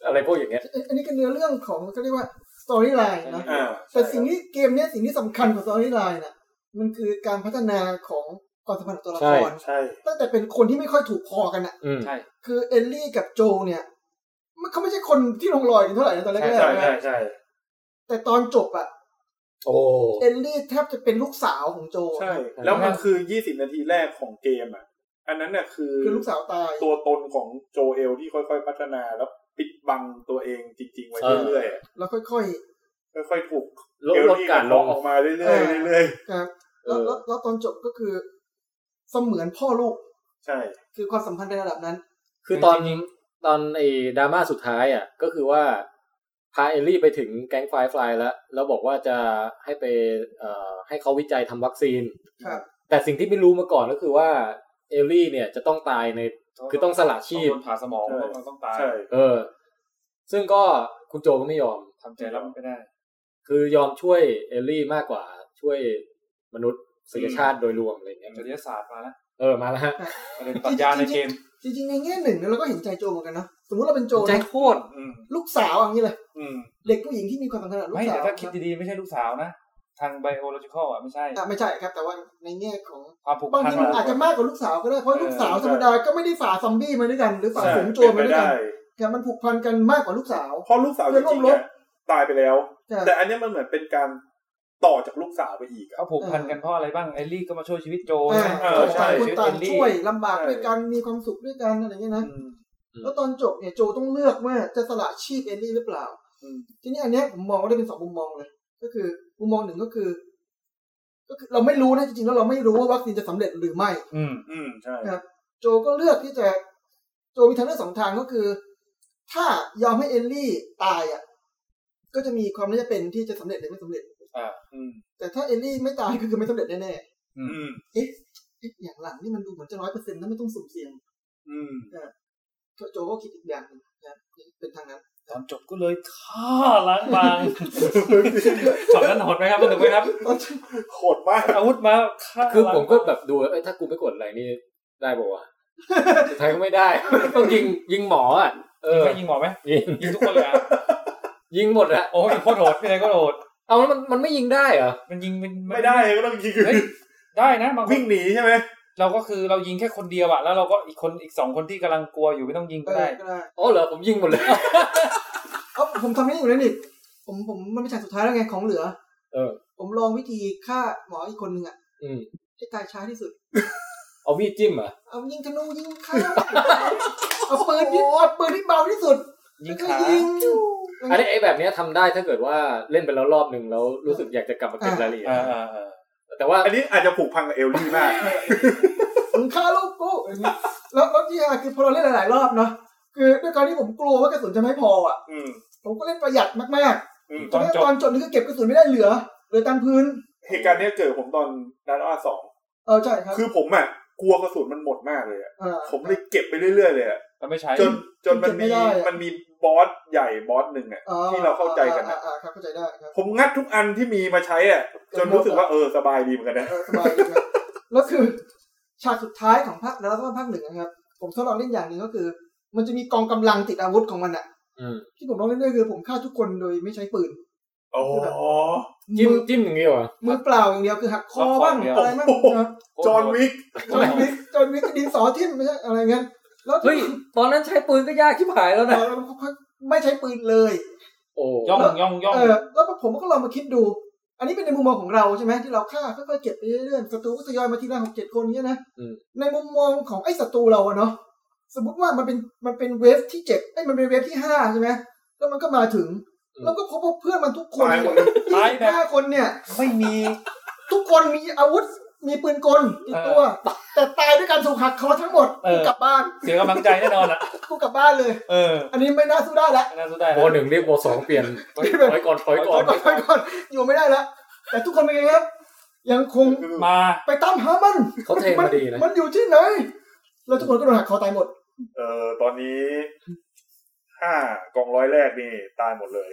Speaker 2: อะไรพวกอย่างเงี้ย
Speaker 3: อันนี้ก็เนื้อเรื่องของเขาเรียกว่าสตอรี่ไลน์นะ
Speaker 4: อ่า
Speaker 3: แต่สิ่งที่เกมเนี้ยสิ่งที่สำคัญของสตอรี่ไลน์น่ะ มันคือการพัฒนาของความสัมพันธ์ของตัวละคร
Speaker 4: ใช่
Speaker 3: ตั้งแต่เป็นคนที่ไม่ค่อยถูกพอกันน่ะ
Speaker 2: อืม
Speaker 5: ใช่
Speaker 3: คือเอลลี่กับโจเนี่ยมันเขาไม่ใช่คนที่ลงรอยกันเท่าไหร่นะตอนแรก
Speaker 5: ใ
Speaker 3: ๆ
Speaker 4: ใช่
Speaker 5: ช่
Speaker 4: ใช่
Speaker 3: นะ
Speaker 4: ใช่
Speaker 3: แต่ตอนจบอ่ะ
Speaker 2: โอ้
Speaker 3: เอลลี่แทบจะเป็นลูกสาวของโจ
Speaker 4: ใช่ แล้วมันคือยี่สิบนาทีแรกของเกมอ่ะ อันนั้นน่ะคือ
Speaker 3: คือลูกสาวตาย
Speaker 4: ตัวตนของโจเอลที่ค่อยๆพัฒนาแล้วปิดบังตัวเองจริง ๆ ไว้เรื่อย
Speaker 3: แล้วค่อย
Speaker 4: ๆค่อยๆถูก
Speaker 2: ลด
Speaker 4: เอล
Speaker 2: ลด
Speaker 4: ลี่
Speaker 2: การล
Speaker 4: ล
Speaker 2: ง
Speaker 4: ออกมาเรื่อยๆเรื่อย
Speaker 3: ๆครับ
Speaker 2: เอ
Speaker 3: แล้ว
Speaker 2: อ
Speaker 3: แล้วแล้วตอนจบก็คือเสมือนพ่อลูก
Speaker 4: ๆใช่
Speaker 3: คือความสัมพันธ์ในระดับนั้น
Speaker 2: คือตอนตอนไอ้ดราม่าสุดท้ายอ่ะ ก็คือว่าพาเอลลี่ไปถึงแก๊งไฟฟลายแล้ว แล้วบอกว่าจะให้ไปเอ่อให้เขาวิจัยทำวัคซีน
Speaker 3: ครับ
Speaker 2: แต่สิ่งที่ไม่รู้มาก่อนก็คือว่าเอลลี่เนี่ยจะต้องตายในคือต้องสละชีพ
Speaker 5: ต้องโดนผ่าสมองต้องต้องตาย
Speaker 4: ใช่
Speaker 2: เออ ซึ่งก็คุณโจก็ไม่ยอม
Speaker 5: ทำใจรับมันไม่ได้
Speaker 2: คือยอมช่วยเอลลี่มากกว่าช่วยมนุษย์สยชาติโดยรวมอะไรเงี้ย
Speaker 5: จริยศาสตร์มาแล้ว
Speaker 2: เออมาแล้วฮะ
Speaker 5: ประเด็นปรัชญาในเกม
Speaker 3: จริงๆในแง่หนึ่งเนี่ยเราก็เห็นใจโจเหมือนกันเนาะสมมติเราเป็นโจ
Speaker 2: ใจ
Speaker 3: นะ
Speaker 2: โคตร
Speaker 4: อืม
Speaker 3: ลูกสาวอย่างนี้เลย
Speaker 4: อืม
Speaker 3: เด็กผู้หญิงที่มีความสัมพันธ์กับลู
Speaker 5: ไม่
Speaker 3: กสา
Speaker 5: แต่
Speaker 3: ว
Speaker 5: ถ้าคิดดีๆ ไม่ใช่ลูกสาวนะ ทางไบโอโลจิคอลอ่ะ ไม่ใช่
Speaker 3: อ่ะไม่ใช่ครับ แต่ว่าในแง่ของ
Speaker 5: ความผูก
Speaker 3: บาง
Speaker 5: พัน
Speaker 3: ทีมัน
Speaker 5: อะ
Speaker 3: อาจจะมากกว่าลูกสาวก็ได้ เพราะลูกสาว
Speaker 4: เออ
Speaker 3: ธรรมดาก็ไม่ได้ฝ่าซอมบี้มาด้วยกัน หรือฝ่าฝูงโจรมาด้วยกัน
Speaker 4: ใช่
Speaker 3: แต่มันผูกพันกันมากกว่าลูกสาว
Speaker 4: เพราะลูกสาวจริงๆเนี่ยตายไปแล้ว
Speaker 3: แต่
Speaker 4: แต่อันเนี้ยมันเหมือนเป็นการต่อจากลูกสาวไปอีกอะ
Speaker 5: เขาผูกพันกันเพราะอะไรบ้างเอลลี่ก็มาช่วยชีวิตโจ
Speaker 3: อ่า
Speaker 5: นะ
Speaker 4: เออใช่
Speaker 3: ต่างคน
Speaker 5: ชีวิต
Speaker 3: ต่า
Speaker 5: เอง ลลี่
Speaker 3: ช่วยลำบากด้วยกันมีความสุขด้วยกันอะไรอย่างเงี้ยนะ
Speaker 4: อืม
Speaker 3: แล้วตอนจบเนี่ยโจต้องเลือกว่าจะสละชีพเอลลี่หรือเปล่า
Speaker 4: อืม
Speaker 3: ทีนี้อันเนี้ยผมมองว่าได้เป็นสองมุมมองเลย ก็คือมุมมองหนึ่งก็คือ ก็คือเราไม่รู้นะจริงๆแล้วเราไม่รู้ว่าวัคซีนจะสำเร็จหรือไม่
Speaker 5: อืม
Speaker 4: อืมใช่
Speaker 3: โจก็เลือกที่จะโจมีทางเลือกสองทางก็คือ ถ้ายอมให้เอลลี่ตายอ่ะก็จะมีความน่าจะเป็นที่จะสำเร็จหรือไม่สำเร็จ
Speaker 4: อืม
Speaker 3: แต่ถ้าเอลลี่ไม่ตายก็คือไม่สำเร็จแน่
Speaker 4: อืม
Speaker 3: ๆเอ๊ะอย่างหลังนี่มันดูเหมือนจะร้อยเปอร์เซ็นต์แล้วไม่ต้องสุ่มเสี่ยง
Speaker 4: อืม
Speaker 3: โจก็คิดอีกอย่างหนึงนะเป็นทางนั้น
Speaker 5: ตอนจบก็เลยฆ่าล้าง บางช็อตนั้นโหดไหมครับสนุกไหมครับ
Speaker 4: โหดมาก
Speaker 5: อาวุธมาฆ่า
Speaker 2: คือผมก็
Speaker 5: ล้าง
Speaker 2: แบบดูเอ้ยถ้ากูไม่กดอะไรนี่ได้ป่วะสุดท้ายก็ไม่ได้ ต้องยิงยิงหมออ่ะเออบ
Speaker 5: างยิงหมอไหม
Speaker 2: ยิง
Speaker 5: ยิงทุกคนเลยอะ
Speaker 2: ยิงหมดอะ
Speaker 5: โอ้ยโคตรโหดพี่นายก็โหด
Speaker 2: เอาแล้วมันมันไม่ยิงได้เหรอ
Speaker 5: มันยิงมันน
Speaker 4: ไม่ได้ก็ต้องยิง
Speaker 5: เฮ้ยได้นะบางคน
Speaker 4: วิ่งหนีใช่ไหม
Speaker 5: เราก็คือเรายิงแค่คนเดียวอะแล้วเราก็อีกคนอีกสองคนที่กำลังกลัวอยู่ไม่ต้องยิงก็ได้
Speaker 3: ก็ได้
Speaker 2: อ๋อเหรอผมยิงหมดเลย
Speaker 3: เอ้าผมทำไม่ได้อยู่แล้วนี่ผมผมมันเป็นฉากสุดท้ายแล้วไงของเหลือ
Speaker 2: เออ
Speaker 3: ผมลองวิธีฆ่าหมออีกคนหนึ่งอ่ะ
Speaker 2: อืม
Speaker 3: ให้ตายช้าที่สุด
Speaker 2: เอามีดจิ้มเหรอ่ะ
Speaker 3: เอายิงธนูยิงข้าว เอาปืนที่เอาปืนที่เบาที่สุด
Speaker 5: ยิง
Speaker 3: แล้วก็
Speaker 5: ขา
Speaker 3: ยิง
Speaker 2: อันนี้ไอ้แบบเนี้ยทำได้ถ้าเกิดว่าเล่นไปแล้วรอบหนึ่งแล้วรู้สึกอยากจะกลับมาเก็บรายละเอียด
Speaker 5: อ่าอ่าอ่า
Speaker 2: แต่ว่า
Speaker 4: อันนี้อาจจะผูกพันกับเอลลี่มาก
Speaker 3: มึงฆ่าลูกกูอย่างนี้แล้วแล้วที่ฮาคือพอเราเล่นหลาย ๆ รอบเนาะคือด้วยการที่ผมกลัวว่ากระสุนจะไม่พออ่ะ
Speaker 4: อืม
Speaker 3: ผมก็เล่นประหยัดมาก
Speaker 4: อืม
Speaker 3: ๆตอนนี้ตอนจบนี่คือเก็บกระสุนไม่ได้เหลือเหลือตามพื้น
Speaker 4: เหตุการณ์เนี้ยเกิดผมตอนดาร์ดอสอง
Speaker 3: เออใช่ครับ
Speaker 4: คือผมอ่ะกลัวกระสุนมันหมดมากเลยอะ
Speaker 3: เออ
Speaker 4: ผมเลยเก็บไปเรื่อยๆเลยอะ
Speaker 5: เราไม่ใช้
Speaker 4: จนจนมัน
Speaker 3: เก็บ
Speaker 4: มี
Speaker 3: ไม่ได้อะ
Speaker 4: มันมีบอสใหญ่บอสหนึ่งอ่ะ
Speaker 3: ออ
Speaker 4: ที่เราเข้าใจกันอะ
Speaker 3: อ่าๆๆครับเข้าใจได้ครับ
Speaker 4: ผมงัดทุกอันที่มีมาใช้อ่ะ จนรู้สึกว่าเออสบายดีเหมือนกันนะ
Speaker 3: เออสบายดีครับแล้วคือฉากสุดท้ายของภาคแล้วก็ภาคหนึ่งนะครับ ผมทดลองเล่นอย่างหนึ่งก็คือ มันจะมีกองกำลังติดอาวุธของมันอ่ะ
Speaker 2: อืม
Speaker 3: ที่ผมลองเล่นด้วยคือผมฆ่าทุกคนโดยไม่ใช้ปืน
Speaker 4: โอ้โห
Speaker 2: จิ้ม
Speaker 3: มือ
Speaker 2: จิ้มอย่างเดียวเหรอ่ะ
Speaker 3: มือเปล่าอย่างเดียวคือหักคอบ้าง
Speaker 5: หักคออย่าง
Speaker 3: อะไร
Speaker 5: เดียว
Speaker 3: บ้าง
Speaker 4: โอ้โห
Speaker 3: นะครับ
Speaker 4: จอห์นวิก
Speaker 3: จนวิกจนวิกก็ดินสอทิ่มไม่ใช่อะไรเงี้ยแล้ว
Speaker 6: เฮ้ย ตอนนั้นใช้ปืนก็ยากชิบหายแล้วนะ
Speaker 3: แล้วมันค่อยๆไม่ใช้ปืนเลย
Speaker 2: โอ้
Speaker 5: ย่องย่องย่อง
Speaker 3: เออแล้วผมก็ลองมาคิดดู อันนี้เป็นในมุมมองของเราใช่ไหมที่เราฆ่าค่อยๆเก็บไปเรื่อยๆศัตรูก็ทยอยมาทีละหกเจ็ดคนเงี้ยนะในมุมมองของไอ้ศัตรูเราอะเนาะสมมติว่ามันเป็นมันเป็นเวฟที่เจ็ดไอ้ยมันเป็นเวฟที่ห้าใช่ไหมแล้วมันก็มาถึง แล้วก็พบว่าเพื่อนมันทุกคน
Speaker 4: ตายหมดเลย
Speaker 3: ยี่สิบห้าคนเนี่ย
Speaker 5: ไม่มี
Speaker 3: ทุกคนมีอาวุธมีปืนกลติดตัว แต่ตายด้วยการถูกหักคอทั้งหมดกูกลับบ้าน
Speaker 5: เสียกำลังใจแน่นอนอ่ะ
Speaker 3: กูกลับบ้านเลย
Speaker 5: เออ
Speaker 3: อันนี้ไม่น่าสู้ได้แล้ว
Speaker 5: น่าสู้ได้
Speaker 2: โม
Speaker 5: นะ
Speaker 2: หนึ่งเรียกโมสองเปลี่ยนถอยก่อนถอยก่
Speaker 3: ถ
Speaker 2: อ
Speaker 3: อน ยก่อนถอยก่อนอยู่ ไม่ได้แล้ว แต่ทุกคนเป็นไงครับ ยังคง
Speaker 5: มา
Speaker 3: ไปตามหามัน
Speaker 2: เขาเทมาดีนะ
Speaker 3: มันอยู่ที่ไหน แล้วทุกคนก็โดนหักคอตายหมด
Speaker 4: เออตอนนี้ห้ากองร้อยแรกนี่ตายหมดเลย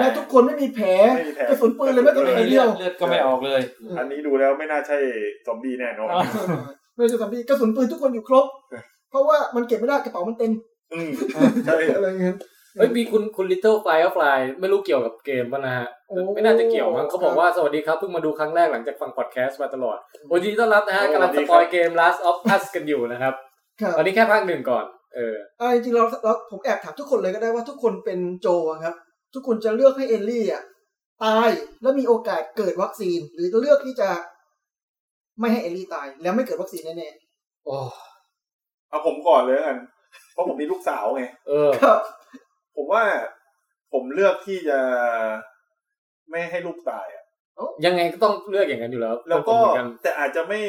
Speaker 3: และทุกคนไม่มีแผล
Speaker 4: ไม่มีแผล
Speaker 3: กระสุนปืนเลยแม้แต่
Speaker 5: ไม่
Speaker 3: นิด
Speaker 5: เลื
Speaker 3: เดี
Speaker 5: อ
Speaker 3: ยว
Speaker 5: ดเลือดก็ไม่ออกเลย
Speaker 4: อันนี้ดูแล้วไม่น่าใช่ซอมบี้แน่นอน
Speaker 5: อ่า
Speaker 3: ไม่ใช่สัมพีกระสุนปืนทุกคนอยู่ครบ เพราะว่ามันเก็บไม่ได้กระเป๋ามันเต็ม
Speaker 4: อืมใช่
Speaker 3: อะไรเงี้ย
Speaker 2: เฮ้ยมีคุณคุณลิตเติ้ลไฟก็ไฟไม่รู้เกี่ยวกับเกมป่ะนะฮะ
Speaker 3: โอ้
Speaker 2: ไม่น่าจะเกี่ยวมั้งเขาบอกว่าสวัสดีครับเพิ่งมาดูครั้งแรกหลังจากฟังพอดแคสต์มาตลอดโอ้ยยินดีต้อนรับนะฮะกำลังสปอยเกม Last of Us กันอยู่นะครับ
Speaker 3: ครับ
Speaker 2: ตอนนี้แค่ภาคหนึ่งก่อน เออ
Speaker 3: อ่าจริงๆเราเราผมแอบถามทุกคนเลยก็ได้ว่าทุกคนเป็นโจอะครับ ทุกคนจะเลือกให้เอลลี่อ่ะตายแล้วมีโอกาสเกิดวัคซีน หรือจะเลือกที่จะ ไม่ให้เอลลี่ตาย แล้วไม่เกิดวัคซีนแน่
Speaker 2: โอ้
Speaker 4: เอาผมก่อนเลยละกัน เพราะผมมีลูกสาวไง
Speaker 2: เออ
Speaker 3: ๆครับ
Speaker 4: ผมว่าผมเลือกที่จะ ไม่ให้ลูกตายอะ
Speaker 2: ยังไงก็ต้องเลือกอย่างนั้นอยู่แล้ว
Speaker 4: แล้วก็
Speaker 2: เหมือนน
Speaker 4: แต่อาจจะไม่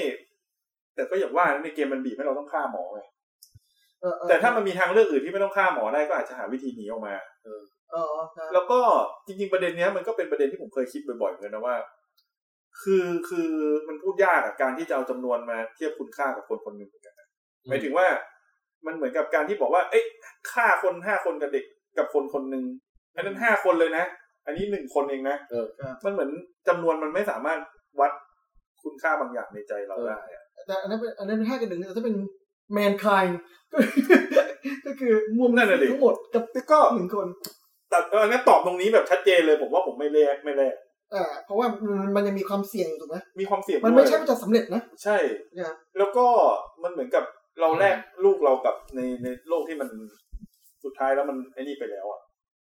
Speaker 4: แต่ก็อย่างว่านะในเกมมันบีบให้เราต้องฆ่าหมอไง
Speaker 3: เออเออ
Speaker 4: แต่ถ้ามันมีทางเลือกอื่นที่ไม่ต้องฆ่าหมอได้ก็อาจจะหาวิธีหนีออกมา
Speaker 3: เออครับ
Speaker 4: แล้วก็จริง ๆ ประเด็นเนี้ยมันก็เป็นประเด็นที่ผมเคยคิดบ่อยๆเหมือนกันนะว่า คือคือมันพูดยากอะการที่จะเอาจำนวนมาเทียบคุณค่ากับคนคนหนึ่งเหมือนกันนะหมายถึงว่ามันเหมือนกับการที่บอกว่า เอ้ยฆ่าคนห้าคนกับเด็กกับคนคนหนึ่งอันนั้นห้าคนเลยนะ อันนี้หนึ่งคนเองนะมันเหมือนจำนวนมันไม่สามารถวัดคุณค่าบางอย่างในใจเราได้อะ
Speaker 3: แต่อันนั้นเป็นอันนั้นเป็นห้ากันหนึ่งแต่ถ้าเป็นแมนคาย ก็คือมวมทั้งหมดกับ
Speaker 4: แต่ก็
Speaker 3: หนึ่งคน
Speaker 4: แต่เอออันนั้นตอบตรงนี้แบบชัดเจนเลย ผมว่าผมไม่แลกไม่แลก
Speaker 3: อ่าเพราะว่ามันมันยังมีความเสี่ยงอยู่ถูกไหม
Speaker 4: มีความเสี่ยง
Speaker 3: มันไม่
Speaker 4: ด้วย
Speaker 3: ใช่ว่าจะสำเร็จนะ
Speaker 4: ใช่
Speaker 3: ครับ
Speaker 4: แล้วก็มันเหมือนกับเราแลกลูกเรากับในในโลกที่มันสุดท้ายแล้วมันไอ้นี่ไปแล้วอ่ะ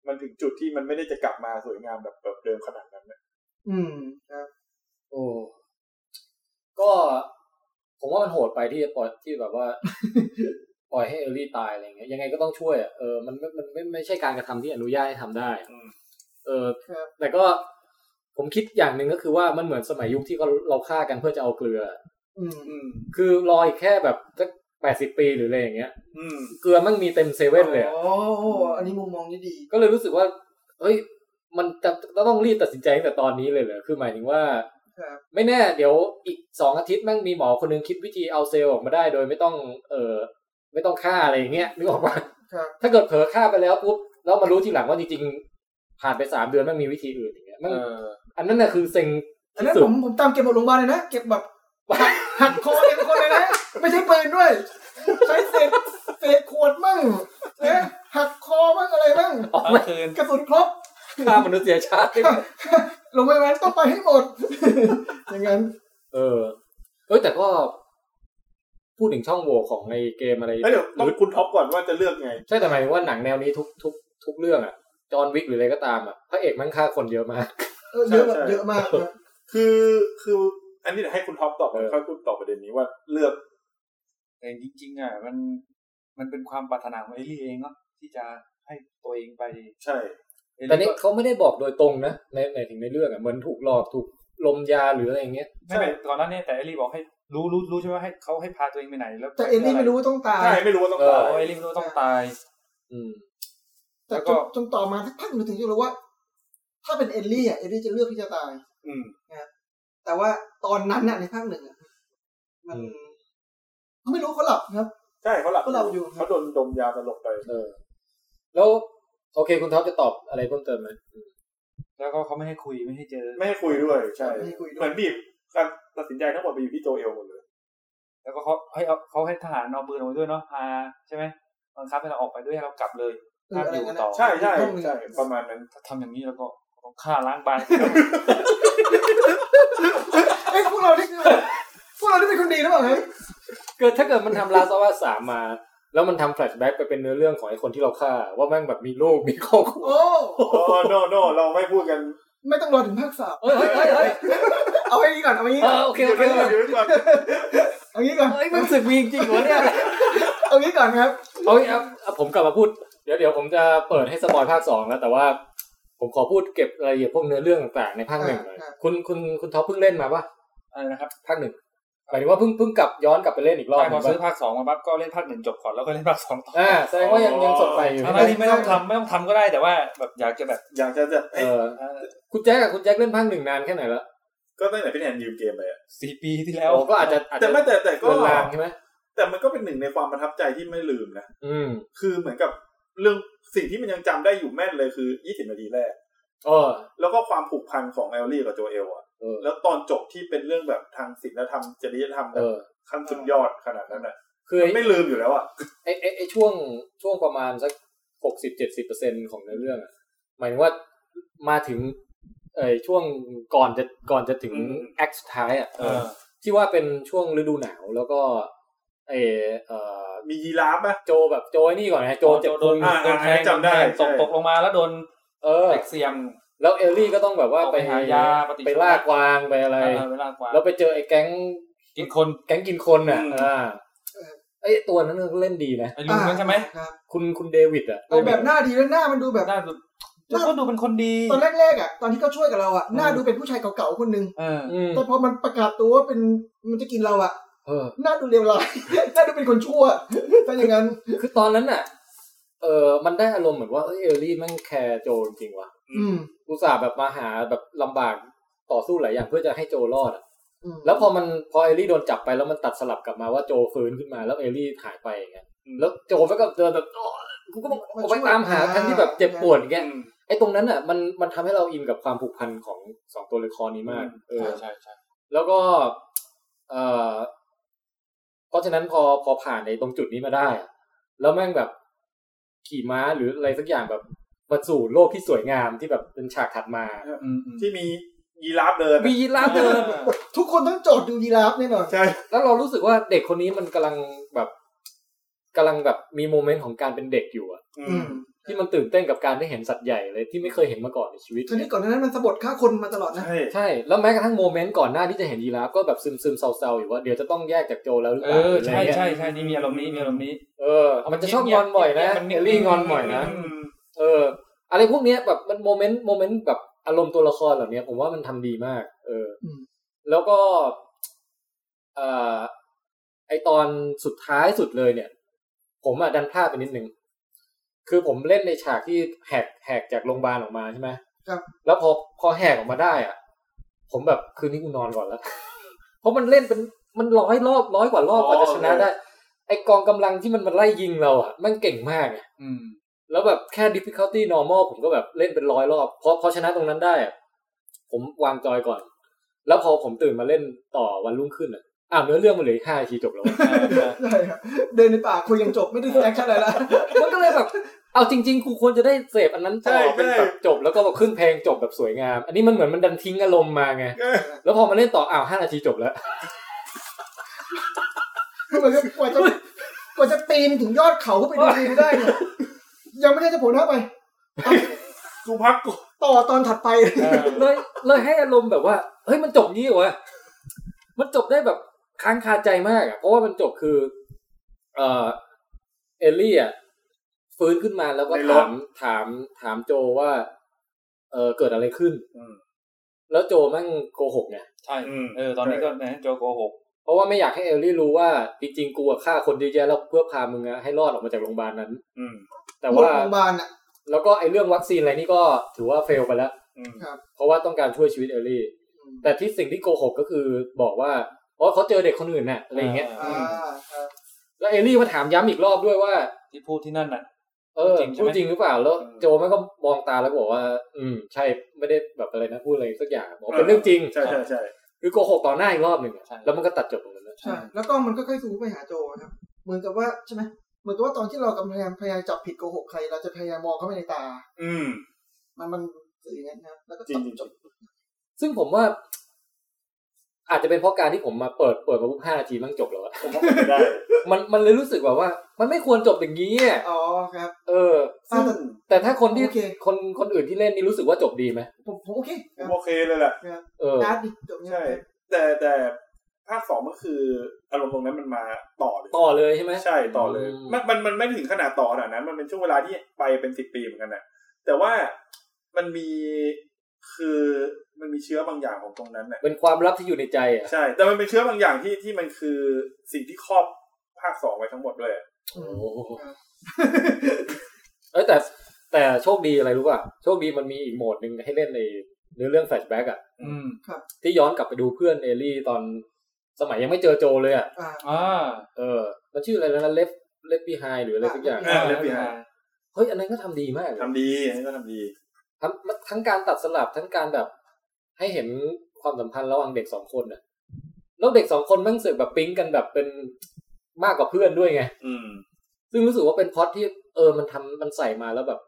Speaker 4: มันถึงจุดที่มันไม่ได้จะกลับมาสวยงามแบบแบบเดิมขนาดนั้นนะ
Speaker 3: อืมครับ
Speaker 2: โอ้ ก็ ผมว่ามันโหดไปที่จะปล่อยที่แบบว่า ปล่อยให้เอลลี่ตายอะไรเงี้ย ยังไงก็ต้องช่วยอะเออ มันไม่มันไม่ไม่ใช่การกระทำที่อนุญาตให้ทำได้
Speaker 4: อืม
Speaker 2: เออ
Speaker 3: ครับ
Speaker 2: แต่ก็ผมคิดอย่างหนึ่งก็คือว่ามันเหมือนสมัยยุคที่เขาเราฆ่ากันเพื่อจะเอาเกลือ
Speaker 3: อืม
Speaker 4: อืม
Speaker 2: คือรออีกแค่แบบสักแปดสิบปีหรืออะไรอย่างเงี้ย
Speaker 4: อืม
Speaker 2: เกลือมันมีเต็มเซเว่นเลยอะ
Speaker 3: อ๋ออันนี้มุมมองนี่ดี
Speaker 2: ก็เลยรู้สึกว่า เฮ้ย มันจะจะต้องรีบตัดสินใจตั้งแต่ตอนนี้เลยเหรอ คือหมายถึงว่า
Speaker 3: ครับ
Speaker 2: ไม่แน่เดี๋ยวอีกสองอาทิตย์แม่งมีหมอคนหนึงคิดวิธีเอาเซลล์ออกมาได้โดยไม่ต้อง เออไม่ต้องฆ่าอะไรอย่างเงี้ยนึกออกปะ
Speaker 3: ครับ
Speaker 2: ถ้าเกิดเผลอฆ่าไปแล้วปุ๊บแล้วมารู้ทีหลังว่าจริงๆผ่านไปสามเดือนแม่งมีวิธีอื่นอย่างเงี้ยแม่ง
Speaker 5: เออ
Speaker 2: อันนั้นน่ะคือเซ็ง
Speaker 3: อัน
Speaker 2: ที่
Speaker 3: นั้น
Speaker 2: สุ
Speaker 3: ผ
Speaker 2: ด
Speaker 3: มผมตามเก็บหมดโรงพยาบาลเลยนะ เก็บแบบหักหักคอเองทุกคนเลยนะ ไม่ใช่ปืนด้วย ใช้เศษเศษขวดมั่งนะหักคอมั่งอะไรมั่ง
Speaker 2: ออก
Speaker 5: ทั้
Speaker 2: มาง
Speaker 5: คืน
Speaker 3: กระสุนครบ
Speaker 2: ฆ่ามนุษย ชาติได้หมด
Speaker 3: โรงพยาบาลต้องไปให้หมด อย่างนั้น
Speaker 2: เออ เอ้ยแต่ก็ พูดถึงช่องโหว่ของในเกมอะไร
Speaker 4: เอ้ยเดี๋ยว
Speaker 2: ห
Speaker 4: ต้อง
Speaker 2: รือ
Speaker 4: คุณท็อปก่อนว่าจะเลือกไง
Speaker 2: ใช่แต่หมายถึงว่าหนังแนวนี้ทุกทุกทุกเรื่องอะจอห์นวิกหรืออะไรก็ตามอะพระเอกมันฆ่าคนเยอะมาก
Speaker 3: เออเยอะแบบ
Speaker 4: ใช่ใช่
Speaker 3: เยอะมากครับ
Speaker 4: คือคืออันนี้เดี๋ยวให้คุณท็อปตอบก่อน
Speaker 2: เออ
Speaker 4: ค่อยพูดตอบประเด็นนี้ว่าเลือก
Speaker 5: แต่จริงๆอ่ะมันมันเป็นความปรารถนาของเอลลี่เองเนาะที่จะให้ตัวเองไป
Speaker 4: ใช่
Speaker 5: เอล
Speaker 2: แต่นี่
Speaker 5: ลี่ก็
Speaker 2: เขาไม่ได้บอกโดยตรงนะในในถึงในเรื่องอะเหมือนถูกหลอกถูกลมยาหรืออะไรอย่างเงี้ย
Speaker 5: ไม่เป็นก่อนหน้านี้แต่เอลลี่บอกให้รู้รู้รู้ใช่ไหมว่าให้เขาให้พาตัวเองไปไหนแล้ว
Speaker 3: แต่เอลลี่ไม่รู้ว่าต้องตาย
Speaker 4: ใช่ไม่รู้ว่าต้องตาย
Speaker 5: เออเอลลี่ไม่รู้ว่าต้องตาย
Speaker 2: อืม
Speaker 3: แต่
Speaker 5: แล้ว
Speaker 3: จ
Speaker 5: ก็
Speaker 3: นจนต่อมาสักพักหนึ่งถึงจะรู้ว่า ถ้าเป็นเอลลี่อ่ะเอลลี่จะเลือกที่จะตาย
Speaker 4: อืม
Speaker 3: แต่ว่าตอนนั้นน่ะในภาคหนึ่งอะมัน
Speaker 2: อืม
Speaker 3: เขาไม่รู้เขาหลับครับ
Speaker 4: ใช่เขาหลับ
Speaker 3: เขาหลับอยู่
Speaker 4: เขาโดนดมยาสลบไป
Speaker 2: เออ แล้วโอเคคุณท็อปจะตอบอะไรเพิ่มเติมไหม
Speaker 5: แล้วก็เขาไม่ให้คุยไม่ให้เจอ
Speaker 4: ไม่ให้คุยด้วยใช่
Speaker 3: ไม่ให้คุยด้วย
Speaker 4: เหมือนบีบการตัดสินใจทั้งหมดไปอยู่ที่โจเอลหมดเลย
Speaker 5: แล้วก็เขาให้เอาเขาให้ทหารเอาปืนออกไปด้วยเนาะพาใช่ไหมบังคับให้เราออกไปด้วยให้เรากลับเลย
Speaker 3: เอออะไรเงี้ย
Speaker 5: ต่
Speaker 3: นะ
Speaker 5: อ
Speaker 4: ใช่ใช่
Speaker 3: ห้องหนึ่ง
Speaker 4: ใช่ประมาณนั้น
Speaker 5: ถ้าทำอย่างนี้แล้วก็ต้องฆ่าล้างบ าง
Speaker 3: เอ้ยพวกเรานี่คือแบบพวกเรานี่เป็นคนดีหรือเปล่าเฮ้ย
Speaker 2: เกิดถ้าเกิดมันทำลาซาว่าสามมา แล้วมันทำแฟลชแบ็กไปเป็นเนื้อเรื่องของไอ้คนที่เราฆ่า ว่าแม่งแบบมีลูกมีครอบครัว
Speaker 3: โอ้
Speaker 4: โอ้โนโนเราไม่พูดกัน
Speaker 3: ไม่ต้องรอถึงภาคสาม
Speaker 6: เฮ้ยเฮ้ยเฮ้ยเฮ้ย
Speaker 3: เอาไว้นี้ก่อนเอาไว้นี้
Speaker 6: เอ
Speaker 3: ก่อ
Speaker 6: อนโอเคโอเคโอเค
Speaker 4: ดี๋ยวก่อน
Speaker 3: เอางี้ก่อน
Speaker 6: เฮ้ยมันศึกมีจริงเหรอเนี่ย
Speaker 3: เอางี้ก่อนครับ
Speaker 2: เอาอย่างนี้ครับเอาผมกลับมาพูดเดี๋ยวเดี๋ยวผมจะเปิดให้สปอยภาคสองแล้วแต่ว่า ผมขอพูดเก็บรายละเอียดพวกเนื้อเรื่องต่างๆในภาคหนึ่งหน่อย
Speaker 3: อ่าครับ
Speaker 2: คุณคุณคุณท็อปเพิ่งเล่นมาปะ
Speaker 5: อะไรนะครับ
Speaker 2: ภาคหนึ่งหมายถึงว่าเพิ่งเพิ่งกลับย้อนกลับไปเล่นอีกรอบ
Speaker 5: ใช่พอ
Speaker 2: หนึ่งปะ
Speaker 5: ซื้อภาคสองมาปั๊บก็เล่นภาคหนึ่งจบก่อนแล้วก็เล่นภาคสองต่อ
Speaker 2: อ่าแสดงว่ายังยังสดใสอยู่
Speaker 5: ทั้งที่ไม่ต้องทำไม่ต้องทำก็ได้แต่ว่าแบบอยากจะแบบ
Speaker 4: อยากจะจะ
Speaker 2: เอ
Speaker 4: เอ้ย
Speaker 2: อคุณแจ็คอะคุณแจ็คเล่นภาคหนึ่งนานแค่ไหนแล้ว
Speaker 4: ก็ตั้งแต่พี่แอนยืมเกมไปอะ
Speaker 5: สี่ปีที่แล้ว
Speaker 2: โอ้ก็อาจจะอาจ
Speaker 4: แต่
Speaker 2: จะ
Speaker 4: ไม่แต่แต่ก็
Speaker 2: เกินลางใช่ไหม
Speaker 4: แต่มันก็เป็นหนึ่งในความประทับใจที่ไม่ลืมนะ
Speaker 2: อืม
Speaker 4: คือเหมือนกับเรื่องสิ่งที่มันยังจำได้อยู่แม่นเลยคือ 20 นาทีแรก
Speaker 2: เออ
Speaker 4: แล้วก็ความผูกพันของแอลลี่กับโจเอลอ่ะ
Speaker 2: เออ
Speaker 4: แล้วตอนจบที่เป็นเรื่องแบบทางศีลธรรมจริยธรรมแบ
Speaker 2: เอบ อ
Speaker 4: ขั้นสุดยอดขนาดนั้นอ่ะ
Speaker 2: คือไอ้
Speaker 4: ไม่ลืมอยู่แล้วอ่ะ
Speaker 2: ไอ้ไอ้ไอ้ช่วงช่วงประมาณสักหกสิบเจ็ดสิบเปอร์เซ็นของเนื้อเรื่องอะหมายถึงว่ามาถึงไอ้ช่วงก่อนจะก่อนจะถึง
Speaker 4: อืม
Speaker 2: แอคสุดท้ายอะ
Speaker 5: เออ
Speaker 2: ที่ว่าเป็นช่วงฤดูหนาวแล้วก็ไอ้เอ่อ
Speaker 4: มียีราฟป่ะ
Speaker 2: โจแบบโจไอ้นี่ก่อนนะโจเจ็บ
Speaker 5: โด
Speaker 2: พุ
Speaker 5: น
Speaker 2: ง
Speaker 4: อ่า
Speaker 5: โดนแทง
Speaker 4: จำได้
Speaker 5: ตก
Speaker 4: ใช่
Speaker 5: ตกลงมาแล้วโดน
Speaker 2: เออ
Speaker 5: เด็กเสียง
Speaker 2: แล้วเอลลี่ก็ต้องแบบว่า
Speaker 5: ออก
Speaker 2: ไป
Speaker 5: ไปหายาปฏิชีวนะ
Speaker 2: ไปล่ากวางไปอะไร
Speaker 5: เออเวลากว่า
Speaker 2: แล้วไปเจอไอ้แก๊ง
Speaker 5: กินคน
Speaker 2: แก๊งกินคนอ่ะ
Speaker 4: อืม
Speaker 2: อ่าไอ้ตัวนั้นก็เล่นดีนะ
Speaker 5: ไอ้ลุงนั้นใช่ไหม
Speaker 3: ครับ
Speaker 2: คุณคุณเดวิดอ่ะ
Speaker 3: ออกแบบหน้าดีแล้วหน้ามันดูแบบ
Speaker 5: หน้าดูแล้วก็ดูเป็นคนดี
Speaker 3: ตอนแรกๆอ่ะตอนที่เขาช่วยกับเราอ่ะหน้าดูเป็นผู้ชายเก่าๆคนหนึ่ง
Speaker 5: เออ
Speaker 2: อืม
Speaker 3: แต่พอมันประกาศตัวว่าเป็นมันจะกินเราอ่ะ
Speaker 2: เออ
Speaker 3: หน้าดูเลวร้าย หน้าดูเป็นคนชั่วถ้าอย่างนั้น
Speaker 2: คือตอนนั้นน่ะ เออมันได้อารมณ์เหมือนว่าเอ้ยเอลลี่แม่งแคร์โจจริงวะ
Speaker 3: อืม
Speaker 2: อุตส่าห์แบบมาหาแบบลำบากต่อสู้หลายอย่างเพื่อจะให้โจรอดอะ
Speaker 3: อืม
Speaker 2: แล้วพอมันพอเอลลี่โดนจับไปแล้วมันตัดสลับกลับมาว่าโจฟื้นขึ้นมาแล้วเอลลี่หายไปอย่างเงี้ย แล้วโจมันก็เดินแบบโอ้กูก็ต้องออกไปตามหาทั้งที่แบบเจ็บปวดอย่างเงี้ย ไอ้ตรงนั้นน่ะมันมันทำให้เราอินกับความผูกพันของสองตัวละครนี้มาก เออ
Speaker 5: ใช่ใช่
Speaker 2: แล้วก็ เอ่อ เพราะฉะนั้นพอพอผ่านในตรงจุดนี้มาได้อะแล้วแม่งแบบขี่ม้าหรืออะไรสักอย่างแบบบรรสู่โลกที่สวยงามที่แบบเป็นฉากถัดมา
Speaker 5: อืมอืม
Speaker 4: ที่มียีราฟเดินอะ
Speaker 2: มียีราฟเดิน
Speaker 3: ทุกคนต้องโจทย์ดูยีราฟแน่นอน
Speaker 4: ใช่
Speaker 2: แล้วเรารู้สึกว่าเด็กคนนี้มันกำลังแบบกำลังแบบมีโมเมนต์ของการเป็นเด็กอยู่อะ
Speaker 4: อื
Speaker 3: อื
Speaker 4: ม
Speaker 3: ม
Speaker 2: ที่มันตื่นเต้นกับการได้เห็นสัตว์ใหญ่เลยที่ไม่เคยเห็นมาก่อนในชีวิต
Speaker 3: ทีนี้ก่อนหนานั้นมันสะบดฆ่าคนมาตลอดนะ
Speaker 4: ใช่
Speaker 2: ใช่ แล้วแม้กระทั่งโมเมนต์ก่อนหน้าที่จะเห็นยีราฟก็แบบซึมซึมๆเศร้าๆอยู่ว่าเดี๋ยวจะต้องแยกจากโจแล้วหรือ
Speaker 5: เอ
Speaker 2: เปล่า
Speaker 5: อ
Speaker 2: อะไร
Speaker 5: ใช่
Speaker 2: เงี้ย
Speaker 5: ใช่ใช่นี่มีอารมณ์นี้มีอารมณ์นี้
Speaker 2: เออ มันจะชอบงอนบ่อยนะ
Speaker 5: มันนิ่
Speaker 2: เองล
Speaker 5: ๆ
Speaker 2: ลี่งอนบ่อยนะ
Speaker 4: อืม
Speaker 2: เออ อะไรพวกเนี้ยแบบมันโมเมนต์โมเมนต์แบบอารมณ์ตัวละครเหล่าเนี้ย ผมว่ามันทำดีมาก เออ
Speaker 3: อืม
Speaker 2: แล้วก็เอ่อไอตอนสุดท้ายสุดเลยเนี่ย ผมอะดันพลาดไปนิดนึง คือผมเล่นในฉากที่แหกแหกจากโรงพยาบาลออกมาใช่ไหม
Speaker 3: ครับ
Speaker 2: แล้วพอพอแหกออกมาได้อ่ะ ผมแบบคืนนี้กูนอนก่อนแล้ว เพราะมันเล่นเป็นมันร้อยรอบร้อยกว่ารอบกว่าจะชนะได้ ไอกองกำลังที่มันมาไล่ยิงเราอ่ะมันเก่งมากอะ
Speaker 5: อืม
Speaker 2: แล้วแบบแค่ difficulty normal ผมก็แบบเล่นเป็นร้อยรอบเพราะเพราะชนะตรงนั้นได้อะผมวางจอยก่อน แล้วพอผมตื่นมาเล่นต่อวันรุ่งขึ้นอ่ะอ้าวเนื้อเรื่องมันเหลืออีกห้านาทีจบแล้วอะ
Speaker 5: เออเออ
Speaker 3: ใช่ครับเดินในป่าคุยยังจบไม่ได้แอคชั่นอะไรละ
Speaker 2: มันก็เลยแบบ เอาจริงๆกูควรจะได้เสพอันนั้นต่อเป็นแบบจบแล้วก็แบบขึ้นเพลงจบแบบสวยงาม อันนี้มันเหมือนมันดันทิ้งอารมณ์มาไง
Speaker 4: เออ
Speaker 2: แล้วพอมาเล่นต่ออ้าวห้านาทีจบแล้ว
Speaker 3: คือมันก็กว่าจะกว่าจะปีนถึงยอดเขา ขึ้นไปดูวิวได้เนี่ยยังไม่ได้จะโผล่หน้าไปเอา
Speaker 4: กูพักกู
Speaker 3: ต่อตอนถัดไป
Speaker 5: เออ
Speaker 2: เลยเลยให้อารมณ์แบบว่าเฮ้ยมันจบงี้เหรอวะมันจบได้แบบค้างคาใจมากอะเพราะว่ามันจบคือ เออเอลลี่อ่ะฟื้นขึ้นมาแล้วก็ถามถามถามโจว่า เออเกิดอะไรขึ้น
Speaker 4: อืม
Speaker 2: แล้วโจแมั่งโกหกไง
Speaker 5: ใช่
Speaker 4: อืม
Speaker 5: เออ ตอนนี้ก็นะโจโกหก
Speaker 2: เพราะว่าไม่อยากให้เอลลี่รู้ว่าจริงๆกูอะฆ่าคนเยอะแยะแล้วเพื่อพามึงอะให้รอดออกมาจากโรงพยาบาลนั้น
Speaker 4: อืม
Speaker 2: แต่ว่า
Speaker 3: โรงพยาบาลอ่ะ
Speaker 2: แล้วก็ไอ้เรื่องวัคซีนอะไรนี่ก็ถือว่าเฟลไปแล้ว
Speaker 4: อืม
Speaker 2: เพราะว่าต้องการช่วยชีวิตเอลลี่
Speaker 3: อืม
Speaker 2: แต่ที่สิ่งที่โกหกก็คือบอกว่าอ๋อเขาเจอเด็กคนอื่นน่ะอะไรอย่างเงี้ย
Speaker 3: อ่าครับ
Speaker 2: แล้วเอลลี่มาถามย้ำอีกรอบด้วยว่า
Speaker 5: ที่พูดที่นั่นน่ะ
Speaker 2: เออ
Speaker 5: จริงใช่ไหม
Speaker 2: พูดจริงหรือเปล่า แล้วโจมันก็มองตาแล้วก็บอกว่า อืม ใช่ ไม่ได้แบบอะไรนะพูดอะไรสักอย่างบอกเป็นเรื่องจริง
Speaker 4: ใช่ใช่ใช่
Speaker 2: คือโกหกต่อหน้าอีกรอบหนึ่งอะแล้วมันก็ตัดจบตรงนั้นนะ
Speaker 3: ใช่ แล้วกล้องมันก็ค่อยซูมไปหาโจครับ เหมือนกับว่าใช่ไหม เหมือนกับว่าตอนที่เรากำลังพยายามจับผิดโกหกใคร เราจะพยายามมองเข้าไปในตา
Speaker 4: อืม
Speaker 3: มันมันสื่ออย่างนั้นนะครับแล้วก็
Speaker 4: จริงจริง
Speaker 3: จบ
Speaker 2: ซึ่งผมว่า อาจจะเป็นเพราะการที่ผมมาเปิดเปิดมาปุ๊บห้านาทีมันจบแล้วอะ
Speaker 4: ผมว่าเป็นไปได้
Speaker 2: มันมันเลยรู้สึกแบบว่า มันไม่ควรจบอย่างนี้อะ
Speaker 3: อ๋อครับ
Speaker 2: เออซึ่
Speaker 3: อ่ะ
Speaker 2: ง
Speaker 3: แต่
Speaker 2: แต่ถ้าคนที่
Speaker 3: โอเค
Speaker 2: คนคนอื่นที่เล่นนี่รู้สึกว่าจบดีไหม
Speaker 3: ผมผมโอเคค
Speaker 4: ผ
Speaker 3: รั
Speaker 4: ม
Speaker 3: บ
Speaker 4: โอเคเลยแหละ
Speaker 2: เออ
Speaker 3: การ์ดดิจบเนี่ย
Speaker 4: ใช่ แต่แต่ภาคสองก็คืออารมณ์ตรงนั้นมันมาต่อเลย
Speaker 2: ต่อเลยใช่ไหม
Speaker 4: ใช่ต่อเลย
Speaker 2: อืม
Speaker 4: มันมันมันไม่ถึงขนาดต่อขนาดนั้น มันเป็นช่วงเวลาที่ไปเป็นสิบปีเหมือนกันนะแต่ว่ามันมีคือมันมีเชื้อบางอย่างของตรงนั้นน่ะ
Speaker 2: เป็นความลับที่อยู่ในใจอ่ะ
Speaker 4: ใช่ แต่มันเป็นเชื้อบางอย่างที่ที่มันคือสิ่งที่ครอบภาคสองไว้ทั้งหมดด้วย
Speaker 3: อื
Speaker 2: โอ้
Speaker 3: ม
Speaker 2: โห
Speaker 3: ครับ
Speaker 2: เอ้ยแต่แต่โชคดีอะไรรู้ป่ะ โชคดีมันมีอีกโหมดหนึ่งให้เล่นในเนื้อเรื่องแฟลชแบ็กอ่ะ
Speaker 5: อืม
Speaker 2: ที่ย้อนกลับไปดูเพื่อนเอลลี่ตอนสมัยยังไม่เจอโจเลยอ่ะ
Speaker 3: อ่า
Speaker 5: อ่า
Speaker 2: เออ มันชื่ออะไรแล้วนะเลฟเลฟบีไฮหรืออะไรสักอย่าง
Speaker 3: อ่า
Speaker 4: เรื่องปีห้า
Speaker 2: เฮ้ย อันนั้นก็ทำดีมากเลย
Speaker 4: ทำดีอันนี้ก็ทำดี
Speaker 2: ทั้งทั้งการตัดสลับทั้งการแบบ ให้เห็นความสัมพันธ์ระหว่างเด็กสองคนน่ะ แล้วเด็กสองคนแม่งเสือกแบบปิ๊งกันแบบเป็นมากกว่าเพื่อนด้วยไง
Speaker 4: อืม
Speaker 2: ซึ่งรู้สึกว่าเป็นพล็อดที่เออมันทำมันใส่มาแล้วแบบ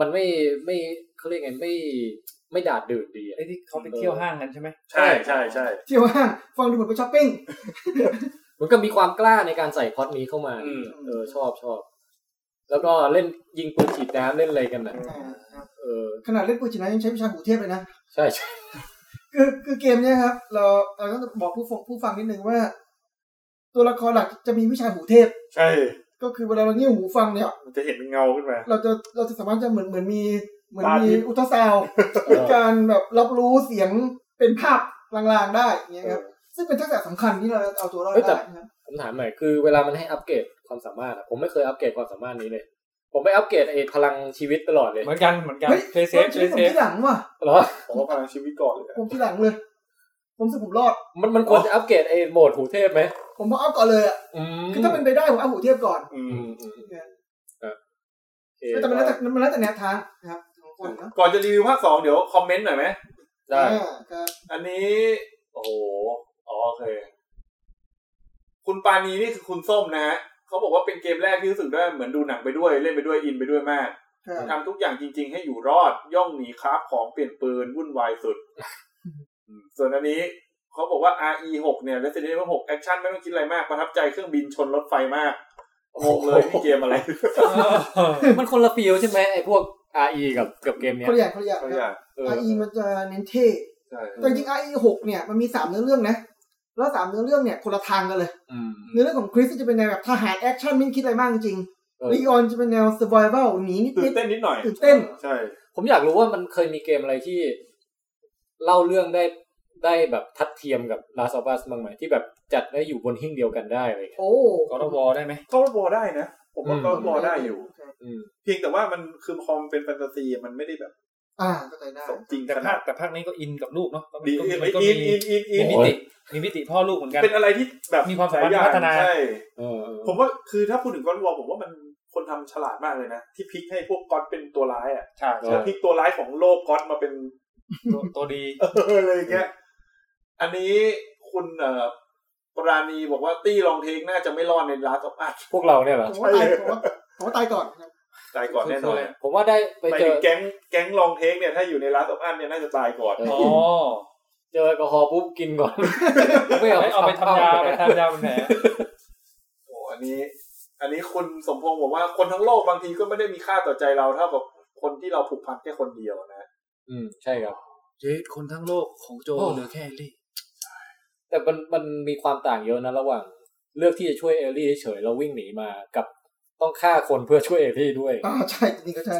Speaker 2: มันไม่ไม่เขาเรียกไงไม่ไม่ดาดดืดดีอะ
Speaker 5: ไอ้ที่เขาไปเที่ยวห้างกันใช่ไหม
Speaker 4: ใช่ใช่ใช่
Speaker 3: เที่ยวห้างฟังดูเหมือนไปช้อปปิ้ง
Speaker 2: มันก็มีความกล้าในการใส่พล็อดนี้เข้ามา
Speaker 4: อืม
Speaker 2: เออชอบชอบ แล้วก็เล่นยิงปืนฉีดน้ำเล่นอะไรกันนะ
Speaker 3: อ่าครับ
Speaker 2: เออ
Speaker 3: ขนาดเล่นปืนฉีดน้ำยังใช้วิชาหูเทียบเลยนะ
Speaker 2: ใช่ใช่
Speaker 3: คือคือเกมเนี้ยครับ เราเราต้องบอกผู้ฟังผู้ฟังนิดนึงว่า ตัวละครหลักจะมีวิชาหูเทพ
Speaker 4: ใช่
Speaker 3: ก็คือเวลาเราเงี่ยหูฟังเนี่ย
Speaker 4: มันจะเห็นเป็นเงาขึ้นมา
Speaker 3: เราจะเราจะสามารถจะเหมือนเหมือนมีเหมือนมี
Speaker 4: ตาทิพย์
Speaker 3: อุลตราซาวด์หรือการแบบรับรู้เสียงเป็นภาพลางๆได้อย่างเงี้ยครับซึ่งเป็นทักษะสำคัญที่เราเอาตัวรอดได้นะครับ
Speaker 2: ผมถามหน่อยคือเวลามันให้อัปเกรดความสามารถอะผมไม่เคยอัปเกรดความสามารถนี้เลย ผมไปอัปเกรดไอ้พลังชีวิตตลอดเลย
Speaker 5: เหมือนกันเหมือนกัน
Speaker 3: เฮ้ย
Speaker 5: เคยเซฟ
Speaker 3: ชี
Speaker 5: เค
Speaker 3: วิตผม
Speaker 5: ยเซฟ
Speaker 3: ที่หลังว่ะ
Speaker 2: เหรอ
Speaker 4: ผมว่าพลังชีวิตก่อนเลย
Speaker 3: ผมที่หลังเลย ผมรู้สึกผมรอด
Speaker 2: มันมันควรจะอัปเกรดไอ้โหมดหูเทพไหม
Speaker 3: ผมมาเอาก่อนเลยอ่ะ
Speaker 2: อืม
Speaker 3: คือถ้าเป็นไปได้ผมเอาหูเทียบก่อน
Speaker 4: อื
Speaker 2: อื
Speaker 4: ม
Speaker 2: มอืมอืมครับโอเค
Speaker 3: แต่มันแล้วแต่มันแล้วแต่แนวทางนะครับของคนเนอะ
Speaker 4: ก่อนจะรีวิวภาคสองเดี๋ยวคอมเมนต์หน่อยไหม
Speaker 2: ได้
Speaker 3: อ่าครับ
Speaker 4: อันนี้ โอ้โหอ๋อโอเค คุณปานีนี่คือคุณส้มนะฮะเขาบอกว่าเป็นเกมแรกที่รู้สึกได้เหมือนดูหนังไปด้วย เล่นไปด้วยอินไปด้วยมาก
Speaker 3: ครับ
Speaker 4: ทำทุกอย่างจริง ๆ ให้อยู่รอดย่องหนีค้าของเปลี่ยนปืนวุ่นวายสุดอืมส่วนอันนี้เขาบอกว่า RE 6เนี่ย Resident Evil 6 Action ไม่ต้องคิดอะไรมากประทับใจเครื่องบินชนรถไฟมากงงเลยนี่เกม อะไร
Speaker 5: เออ
Speaker 2: มันคนละฟีลใช่ไหมไอ้พวก RE กับกับเกมเนี้ย
Speaker 3: คนละอย่างคนละอย่าง
Speaker 4: ตัว
Speaker 3: ค
Speaker 4: อ
Speaker 3: รับ
Speaker 4: ย่างเออ
Speaker 3: RE มันจะเน้นเท่
Speaker 4: ใช่
Speaker 3: แต่จริง RE หกเนี่ยมันมีสามเนื้อเรื่องนะ แล้วสามเนื้อเรื่องเนี่ยคนละทางกันเลย
Speaker 2: อืม
Speaker 3: เนื้อเรื่องของคริสจะเป็นแนวแบบทหารแอคชั่นไม่คิดอะไรมากจริง
Speaker 2: เออ
Speaker 3: ลีออนจะเป็นแนว survival หนีนิด
Speaker 4: ตื่
Speaker 3: นิ
Speaker 4: น
Speaker 3: ด
Speaker 4: เต้นนิดหน่อย
Speaker 3: ตื่นเต้น
Speaker 4: ใช่
Speaker 2: ผมอยากรู้ว่ามันเคยมีเกมอะไรที่ เล่าเรื่องได้ได้แบบทัดเทียมกับ Last of Us บ้างไหมที่แบบจัดได้อยู่บนหิ้งเดียวกันได้อะไรอย่างเงี้ย
Speaker 3: โอ้
Speaker 5: กอร์ดวอได้ไหม
Speaker 4: ก็รอได้นะผมว่า
Speaker 2: อืม
Speaker 4: ก็รอได้อยู่
Speaker 3: ครับ
Speaker 2: อืม
Speaker 4: เพียงแต่ว่ามันคือพอมนเป็นแฟนตาซีมันไม่ได้แบบ
Speaker 3: อ่าเข้าใจได้
Speaker 4: สมจริง
Speaker 5: แต่
Speaker 4: ข
Speaker 5: ภา
Speaker 4: นา
Speaker 5: ค
Speaker 4: ด
Speaker 5: แต่ภาคนี้ก็อินกับลูกเนาะก็มั
Speaker 4: ดี
Speaker 5: ก็
Speaker 4: อิน
Speaker 5: มันก็
Speaker 4: อิ
Speaker 5: มี
Speaker 4: นอินอินอิน
Speaker 5: มี
Speaker 2: โ
Speaker 5: มิติมีมิติพ่อลูกเหมือนกัน
Speaker 4: เป็นอะไรที่แบบ
Speaker 5: มีความสัมพันธ์
Speaker 4: หลยอย่ง
Speaker 5: พัฒนา
Speaker 4: ใช่
Speaker 2: เออเออ
Speaker 4: ผมว่าคือถ้าพูดถึงก้อนวอลผมว่ามันคนทำฉลาดมากเลยนะ ที่พลิกให้พวกก๊อตเป็นตัวร้ายอ่ะ
Speaker 5: ใช่
Speaker 4: แล้วพลิกตัวร้ายของโลกก๊อตมาเป็น
Speaker 5: ตัวตัวดี
Speaker 4: เอออะไรอย่างเงี้ยอันนี้คุณเอ่อปราณีบอกว่าตี้ลองเทคน่าจะไม่รอดในลาสออฟอัด
Speaker 2: พวกเราเนี่ยเหรอ
Speaker 3: ผมว่าตาย
Speaker 4: ใช่เลย
Speaker 3: ผมว่าผมว่าตายก่อนครับ
Speaker 4: ตายก่อนแน่นอน
Speaker 2: ผมว่าได้ไป
Speaker 4: หมาย
Speaker 2: เจ
Speaker 4: ถึ
Speaker 2: อง
Speaker 4: แก๊งแก๊งลองเทคเนี่ยถ้าอยู่ในลาสออฟอัดเนี่ยน่าจะตายก่อน
Speaker 2: เอ
Speaker 5: อ๋อ
Speaker 2: อเจอแอลกอฮอล์ปุ๊บกินก่อน ไม่เอา
Speaker 5: เฮ้ยเอาไปทำยาไปทำยาเป็นแผล
Speaker 4: โอ้อันนี้ อันนี้คุณสมพงศ์บอกว่าคนทั้งโลกบางทีก็ไม่ได้มีค่าต่อใจเราเท่ากับคนที่เราผูกพันแค่คนเดียวนะ
Speaker 2: อืมใช่ครับ
Speaker 5: เจดคนทั้งโลกของโจ
Speaker 2: โอ้
Speaker 5: เหลือแค่เอลลี่
Speaker 2: แต่มันมันมีความต่างเยอะนะระหว่าง เลือกที่จะช่วยเอลลี่เฉยๆแล้ววิ่งหนีมากับต้องฆ่าคนเพื่อช่วยเอลลี่ด้วย
Speaker 3: อ่าใช่จริงๆก็ใช่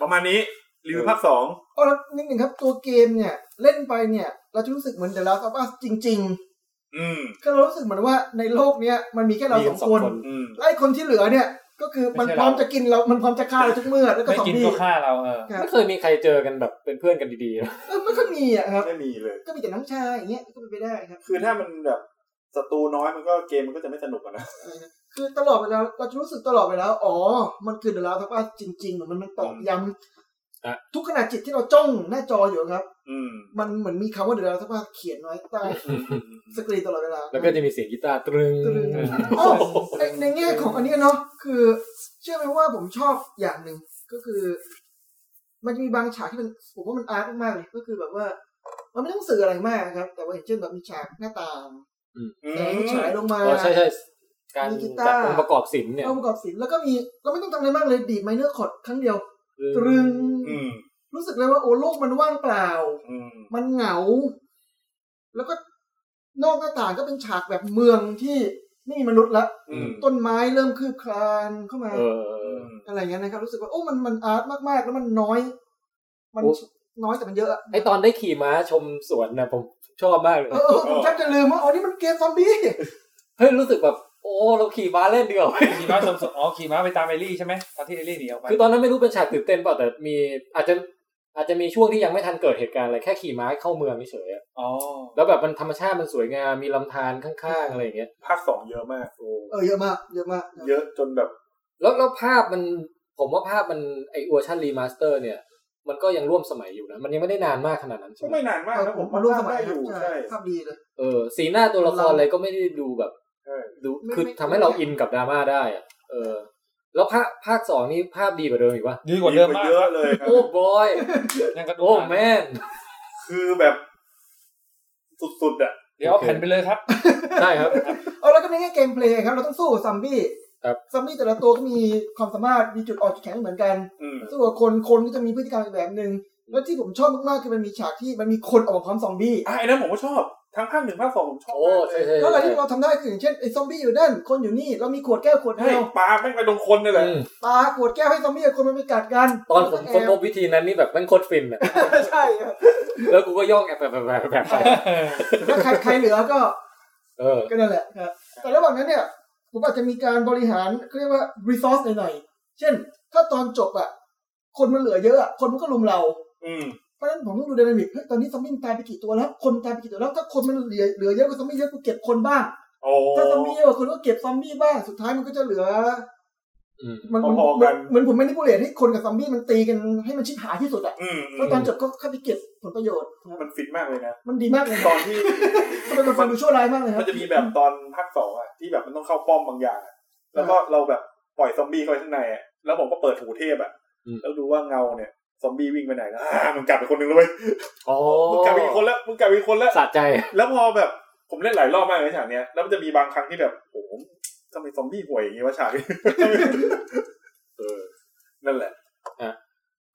Speaker 4: ประมาณนี้รีวิวภาคสอง
Speaker 3: อ๋อแล้วนิดหนึ่งครับตัวเกมเนี่ย เล่นไปเนี่ย เราจะรู้สึกเหมือน The Last of Us จริง
Speaker 4: อืม
Speaker 3: ๆ ก็เรารู้สึกเหมือนว่าในโลกเนี้ยมันมีแค่เรา
Speaker 2: มี
Speaker 3: ส
Speaker 2: กั
Speaker 3: อน ง
Speaker 2: สอง
Speaker 3: คน
Speaker 2: คน
Speaker 4: อืม
Speaker 3: และไอ้คนที่เหลือเนี่ย ก็คือมัน
Speaker 5: ไม่
Speaker 3: พ
Speaker 5: ใช่เรา
Speaker 3: ร้อมจะกินเรา มันพร้อมจะฆ่าเราทุกเมื่อแล้วก็
Speaker 5: ไม่
Speaker 3: ซอม
Speaker 5: กิน
Speaker 3: บี้
Speaker 5: ก็ฆ่าเราเออ
Speaker 3: ครับ
Speaker 2: ไม่เคยมีใครเจอกันแบบเป็นเพื่อนกันดีๆนะ
Speaker 3: เออไม่ค่อยมีอ่ะครับ
Speaker 4: ไม่มีเลย
Speaker 3: ก็มีแต่น้องชายอย่างเงี้ยก็เป็นไปได้ครับ
Speaker 4: คือถ้ามันแบบศัตรูน้อยมันก็เกมมันก็จะไม่สนุกอะนะ
Speaker 3: คือตลอดเวลาเราจะรู้สึกตลอดเวลาอ๋อ มันคือเดลาทับอาจริงๆเหมือนมันมันตอกย้ำ
Speaker 2: อ่ะ
Speaker 3: ทุกขณะจิตที่เราจ้องหน้าจออยู่ครับ
Speaker 4: อืม
Speaker 3: มันเหมือนมีคำว่าเดือดร้อนสักว่าเขียนไว้ใต้สกรีนตลอดเวลา
Speaker 2: แล้วก็จะมีเสียงกีตาร์ตรึง
Speaker 3: ตรึง โอ้ในในแง่ของอันเนี้ยเนาะคือเชื่อไหมว่าผมชอบอย่างหนึ่งก็คือ มันจะมีบางฉากที่มันผมว่ามันอาร์ตมากๆเลยก็คือแบบว่า มันไม่ต้องสื่ออะไรมากครับ แต่ว่าอย่างเช่นแบบมีฉากหน้าต่างแสงฉายลงมา
Speaker 2: อ๋อใช่ใช่การ
Speaker 3: มีกีตาร์
Speaker 2: จัดองค์ประกอบศิลป์เนี่ย
Speaker 3: เอาประกอบศิลป์แล้วก็มีเราไม่ต้องทำอะไรมากเลยดีดไมเนอร์คอร์ดครั้งเดียวตรึง
Speaker 4: อืม
Speaker 3: รู้สึกเลยว่าโอ้โลกมันว่างเปล่า
Speaker 4: อืม
Speaker 3: มันเหงา แล้วก็นอกหน้าต่างก็เป็นฉากแบบเมืองที่ไม่มีมนุษย์ละ
Speaker 4: อืม
Speaker 3: ต้นไม้เริ่มคืบคลานเข้ามา
Speaker 2: เอ
Speaker 4: อื
Speaker 2: อ
Speaker 4: ม
Speaker 3: อะไรเงี้ยนะครับรู้สึกว่าโอ้มันมันอาร์ตมากๆ แล้วมันน้อย มัน
Speaker 2: โอ้
Speaker 3: น้อยแต่มันเยอะอะ
Speaker 2: ไอตอนได้ขี่ม้าชมสวนนะผมชอบมากเลย
Speaker 3: เออเออผมแทบจะลืมว่าอ๋อนี่มันเกมซอมบี้
Speaker 2: เฮ้ยรู้สึกแบบ โอ้เราขี่ม้าเล่นดีกว่า
Speaker 5: ขี่ม้าสมสมอ๋อขี่ม้าไปตามเอลลี่ใช่ไหมตอนที่เอลลี่หนีออกไป
Speaker 2: คือตอนนั้นไม่รู้เป็นฉากตื่นเต้นเปล่าแต่มีอาจจะอาจจะมีช่วงที่ยังไม่ทันเกิดเหตุการณ์อะไรแค่ขี่ม้าเข้าเมืองเฉยๆอะ
Speaker 5: อ๋อ
Speaker 2: แล้วแบบมันธรรมชาติมันสวยงามมีลำธารข้างๆอะไรอย่างเงี้ย
Speaker 4: ภาคสองเยอะมาก
Speaker 3: เออเยอะมากเยอะมาก
Speaker 4: เยอะจนแบบ
Speaker 2: แล้วแล้วภาพมันผมว่าภาพมันไอเวอร์ชันรีมาสเตอร์เนี่ย มันก็ยังร่วมสมัยอยู่นะมันยังไม่ได้นานมากขนาดนั้นใช่
Speaker 4: ก็
Speaker 2: ไหม
Speaker 4: ไม่นานมากนะผม
Speaker 3: มาร่วมสมัย
Speaker 4: ได้อยู่
Speaker 3: ครับ
Speaker 4: ใช่
Speaker 3: ภาพดีเลย
Speaker 2: เออสีหน้าตัวละครอะไรก็ไม่ได้ดูแบบ
Speaker 4: ใช่
Speaker 2: ดู
Speaker 3: ไม่
Speaker 2: คือ
Speaker 3: ไม่
Speaker 2: ทำให้เราอินกับดราม่าได้อะเออ แล้วภาคภาคสองนี่ภาพดีกว่าเดิมอีกวะ
Speaker 5: ดีกว่าเดิมมาก
Speaker 4: เยอะเลยครับ
Speaker 2: โอ้บอย
Speaker 5: ยังกระดู
Speaker 2: โอ้
Speaker 5: ก
Speaker 2: แมน
Speaker 4: คือแบบ สุดๆอ่ะ
Speaker 5: เดี๋ยวเอาแผ่นไปเลยครับ
Speaker 2: ใช่ครับ
Speaker 3: เอาแล้วก็ในแง่เกมเพลย์ครับเราต้องสู้กับซอมบี้
Speaker 2: ครับ
Speaker 3: ซอมบี้แต่ละตัวก็มีความสามารถมีจุดอ่อนจุดแข็งไม่เหมือนกัน
Speaker 4: อืม
Speaker 3: สู้กับคนคนก็จะมีพฤติกรรมอีกแบบหนึ่งแล้วที่ผมชอบมากๆคือมันมีฉากที่มันมีคนออกมาพร้อมซอมบี้
Speaker 4: อ่ะไอ้นั้นผมก็ชอบ ทั้งภาคหนึ่งภาคสองผมชอบ
Speaker 2: โอ้
Speaker 4: มากเล
Speaker 2: ใช่
Speaker 4: ย
Speaker 2: ใช่
Speaker 3: แล้วอะไรที่เราทำได้คืออย่างเช่นไอ้ซอมบี้อยู่นั่นคนอยู่นี่เรามีขวดแก้วขวด
Speaker 4: เฮ้ย
Speaker 3: เดียว
Speaker 4: ปลาไม่งไปโดนคนนี่แหละ
Speaker 2: อืม
Speaker 3: ปาขวดแก้วให้ซอมบี้กับคนมันไปกัดกัน
Speaker 2: ตอนผมค้นพบวิธีนั้นนี่แบบแม่งโคตรฟินอะ
Speaker 3: ใช่ครับ
Speaker 2: แล้วกูก็ย่องแอบแบบแบบแบบไป
Speaker 3: ถ้าใครใครเหลือก็
Speaker 2: เออ
Speaker 3: ก็นั่นแหละครับแต่ระหว่างนั้นเนี่ยผมอาจจะมีการบริหารเขาเรียกว่า resource หน่อยๆเช่น ถ้าตอนจบอ่ะคนมันเหลือเยอะอะคนมันก็ลุมเรา
Speaker 4: อืม
Speaker 3: เพราะฉะนั้นผมต้องดูไดนามิกเฮ้ยตอนนี้ซอมบี้มันตายไปกี่ตัวแล้ว คนตายไปกี่ตัวแล้วถ้าคนมันเหลือเหลือเยอะกว่าซอมบี้เยอะกูเก็บคนบ้าง
Speaker 4: โอ้
Speaker 3: ถ้าซอมบี้เยอะกว่าคนก็เก็บซอมบี้บ้างสุดท้ายมันก็จะเหลือ
Speaker 2: อืม
Speaker 3: มันมัน
Speaker 4: พอๆกัน
Speaker 3: เหมือนผมไม่ได้พูดเลยให้คนกับซอมบี้มันตีกันให้มันชิบหายที่สุดอะ
Speaker 4: อืมอื
Speaker 3: แล้ว
Speaker 4: ม
Speaker 3: ตอนจบก็เข้าไปเก็บผลประโยชน์นะครับ
Speaker 4: มันฟินมากเลยนะ
Speaker 3: มันดีมากเลย
Speaker 4: ตอนที่
Speaker 3: มันเป็นความดูชั่วร้ายมากเลยครั
Speaker 4: มัน
Speaker 3: บ
Speaker 4: จะมีแบบตอนภาคสองอ่ะ ที่แบบมันต้องเข้าป้อมบางอย่างอะแล้วก็เราแบบปล่อยซอมบี้เข้าไปข้างในอะแล้วผมก็เปิดหูเทพอ่ะ
Speaker 2: อืม
Speaker 4: แล้วดูว่าเงาเนี่ย ซอมบี้วิ่งไปไหนแล้วอ่ามึงกลับไปคนนึงแล้วเว้ย
Speaker 2: โอ้
Speaker 4: มึงกลับไปอีกคนแล้วมึงกลับไปอีกคนแล้ว
Speaker 2: สะใจ
Speaker 4: แล้วพอแบบผมเล่นหลายรอบมากเลยฉากเนี้ย แล้วมันจะมีบางครั้งที่แบบโอ้โหทำไมซอมบี้ห่วยอย่างงี้วะฉากนี้ เออ นั่นแหละ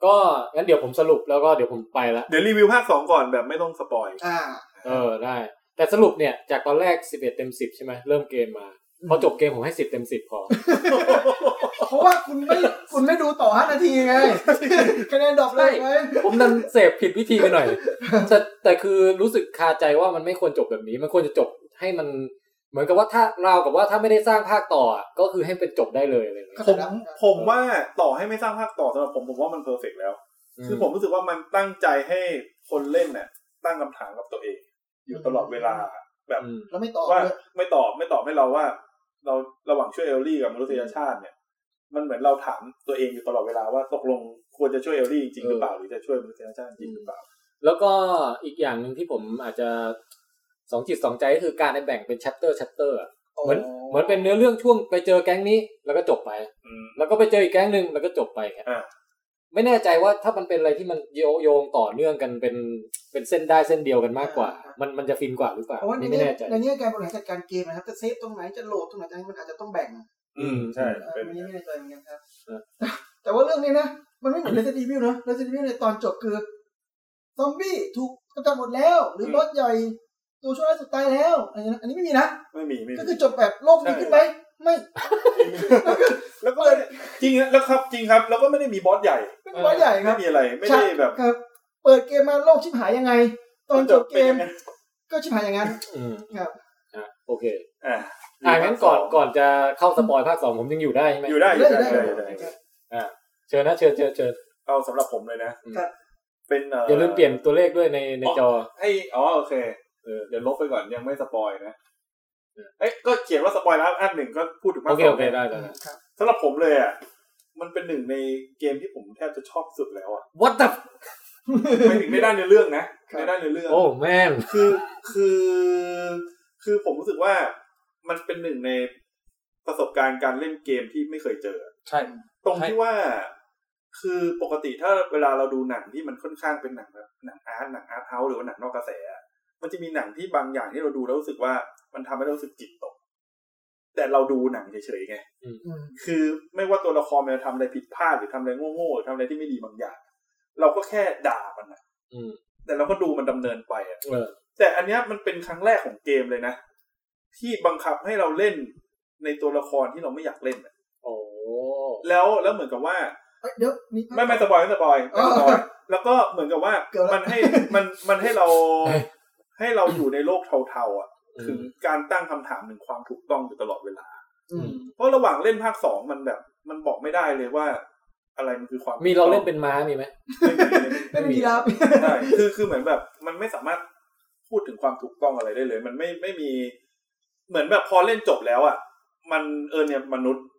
Speaker 2: ก็งั้นเดี๋ยวผมสรุปแล้วก็เดี๋ยวผมไปละ
Speaker 4: เดี๋ยวรีวิวภาคสองก่อนแบบไม่ต้องสปอย
Speaker 3: อ่า
Speaker 2: เออได้ แต่สรุปเนี่ยจากตอนแรก 11 เต็ม 10 ใช่ไหมเริ่มเกมมาพอจบเกมผมให้ 10 เต็ม 10 พอ
Speaker 3: เพราะว่าคุณไม่คุณไม่ดูต่อห้านาทีไงคะแนนดรอปเลยไหม
Speaker 2: ผมนันเสพผิดวิธีไปหน่อย แต่แต่คือรู้สึกคาใจว่ามันไม่ควรจบแบบนี้ มันควรจะจบให้มัน เหมือนกับว่าถ้าเราวกับว่าถ้าไม่ได้สร้างภาคต่ออะก็คือให้เป็นจบได้เลยอะไรอย่างเงี้ย
Speaker 4: ผมผมว่าต่อให้ไม่สร้างภาคต่อสำหรับผมผมว่ามันเพอร์เฟกแล้ว คือผมรู้สึกว่ามันตั้งใจให้คนเล่นเนี่ยตั้งคำถามกับตัวเอง อยู่ตลอดเวลาแบบ
Speaker 2: อืม
Speaker 3: แล้วไม่ต่อ
Speaker 4: ว่า
Speaker 3: เลย
Speaker 4: ไม่ตอบไม่ตอบให้เราว่า เราระหว่างช่วยเอลลี่กับมนุษยชาติเนี่ย มันเหมือนเราถามตัวเองอยู่ตลอดเวลาว่าตกลงควรจะช่วยเอลลี่จริงหรือเปล่าหรือจะช่วยมนุษยชาติจริงหรือเปล่า
Speaker 2: แล้วก็อีกอย่างหนึ่งที่ผมอาจจะสองจิตสองใจก็คือการได้แบ่งเป็น chapter chapter อะเหมือนเหมือนเป็นเนื้อเรื่องช่วงไปเจอแก๊งนี้แล้วก็จบไป
Speaker 4: อืม
Speaker 2: แล้วก็ไปเจออีกแก๊งหนึ่งแล้วก็จบไปอย่างเงี้ย
Speaker 4: อ่า
Speaker 2: ไม่แน่ใจว่าถ้ามันเป็นอะไรที่มันโยโยงต่อเนื่องกันเป็นเป็นเส้นได้เส้นเดียวกันมากกว่า มันมันจะฟินกว่าหรือเปล่า
Speaker 3: เพราะว่าใน
Speaker 2: นี่ไม่
Speaker 3: แง่
Speaker 2: แน่ใจ
Speaker 3: ในแง่การบริหารจัดการเกมนะครับจะเซฟตรงไหนจะโหลดตรงไหนจะให้มันอาจจะต้องแบ่ง
Speaker 4: อืมใช่
Speaker 3: เออ
Speaker 4: เป็น
Speaker 3: อันนี้ไม่แน่ใจเหมือนกันครับ
Speaker 2: เออ
Speaker 3: แต่แต่ว่าเรื่องนี้นะ มันไม่เหมือน Resident Evil นะ Resident Evil ในตอนจบคือ ซอมบี้ถูกกำจัดหมดแล้ว หรือ
Speaker 4: อืม
Speaker 3: บอสใหญ่ ตัวช่วยร้ายสุดตายแล้วอะไรอย่างเงี้ยนะอันนี้ไม่มีนะ
Speaker 4: ไม่มีไม่
Speaker 3: ก็
Speaker 4: มี
Speaker 3: คือจบแบบโลกดี
Speaker 4: ใช่
Speaker 3: ขึ้นไหมไม่
Speaker 4: แล้วก็จริงนะแล้วครับจริงครับ แล้วก็ไม่ได้มีบอสใหญ่
Speaker 3: ไม่มีบอสใหญ่ค
Speaker 4: ไม่
Speaker 3: รับ
Speaker 4: มีอะไรไม่ได้แบบ
Speaker 3: ครับ เปิดเกมมาโลกชิบหายยังไง ตอนจบเกม ก็ชิบหายอย่างนั้น
Speaker 2: อืม
Speaker 3: ครับ
Speaker 2: อ่ะโอเค
Speaker 4: อ่า
Speaker 2: อ่างั้นก่อนก่อนจะเข้าสปอยภาคสองผมยังอยู่ได้ใช่ไหม
Speaker 4: อยู่ได้อยู่
Speaker 3: ได้
Speaker 4: ได้
Speaker 3: ได้
Speaker 4: อยู่ได้อ
Speaker 3: ได้
Speaker 4: ยู่ได้
Speaker 3: ครับ
Speaker 2: เชิญนะเชิญเชิญเชิญ
Speaker 4: เอาสำหรับผมเลยนะครับ เป็นเ
Speaker 2: อย่าลืมเปลี่ยนตัวเลขด้วยในในจอ
Speaker 4: ให้อ๋อโอเคเออเดี๋ยวลบไปก่อนยังไม่สปอยนะเอ้ยก็เขียนว่าสปอยแล้วอันหนึ่งก็พูดถึงภา
Speaker 2: โอ
Speaker 4: ค
Speaker 2: เค
Speaker 4: สอ
Speaker 2: โอง เคได้ได้ได้
Speaker 4: สำหรับผมเลยอ่ะ มันเป็นหนึ่งในเกมที่ผมแทบจะชอบสุดแล้วอ่ะ
Speaker 2: what the
Speaker 4: ไม่ถึงในด้านในอเรื่องนะในด้านในอเรื่อง
Speaker 2: โอ้แม่น
Speaker 4: คือคือคือผมรู้สึกว่ามันเป็นหนึ่งในประสบการณ์การเล่นเกมที่ไม่เคยเจอ
Speaker 5: ใช่
Speaker 4: ตรง
Speaker 5: ใช่
Speaker 4: ที่ว่า คือปกติถ้าเวลาเราดูหนังที่มันค่อนข้างเป็นหนังแบบหนังอาร์ตหนังอาร์ตเฮาส์หรือว่าหนังนอกกระแสอะมันจะมีหนังที่บางอย่างที่เราดูแล้วรู้สึกว่ามันทำให้เรารู้สึกจิตตก แต่เราดูหนังเฉยๆไง
Speaker 3: อืม
Speaker 4: คือไม่ว่าตัวละครมันจะทำอะไรผิดพลาดหรือทำอะไรโง่ๆหรือทำอะไรที่ไม่ดีบางอย่าง เราก็แค่ด่ามันนะ
Speaker 2: อืม
Speaker 4: แต่เราก็ดูมันดำเนินไปอะ
Speaker 2: เออ
Speaker 4: แต่อันเนี้ยมันเป็นครั้งแรกของเกมเลยนะ ที่บังคับให้เราเล่นในตัวละครที่เราไม่อยากเล่นอะ
Speaker 2: โอ้
Speaker 4: แล้วแล้วเหมือนกับว่า
Speaker 3: เอ้ยเดี๋ยวนี่
Speaker 4: ไม่ไม่สปอยไม่สปอยไม่สปอย
Speaker 3: อ๋อ
Speaker 4: แล้วก็เหมือนกับว่า
Speaker 3: เกือบแล้ว
Speaker 4: มันให้มันมันให้เราให้เราอยู่ในโลกเทาๆอ่ะ
Speaker 2: อื
Speaker 4: ถึง
Speaker 2: ม
Speaker 4: การตั้งคำถามถึงความถูกต้องอยู่ตลอดเวลา
Speaker 3: อืม
Speaker 4: เพราะระหว่างเล่นภาคสองมันแบบ มันบอกไม่ได้เลยว่า อะไรมันคือความ
Speaker 2: มีเราเล่นเป็นม้ามีไหม
Speaker 4: ไม่
Speaker 3: ไม่
Speaker 4: มีเลย
Speaker 3: มีครับ
Speaker 4: ใช่คือคือเหมือนแบบมันไม่สามารถพูดถึงความถูกต้องอะไรได้เลย มันไม่ไม่มี เหมือนแบบพอเล่นจบแล้วอ่ะมันเออเนี่ยมนุษย์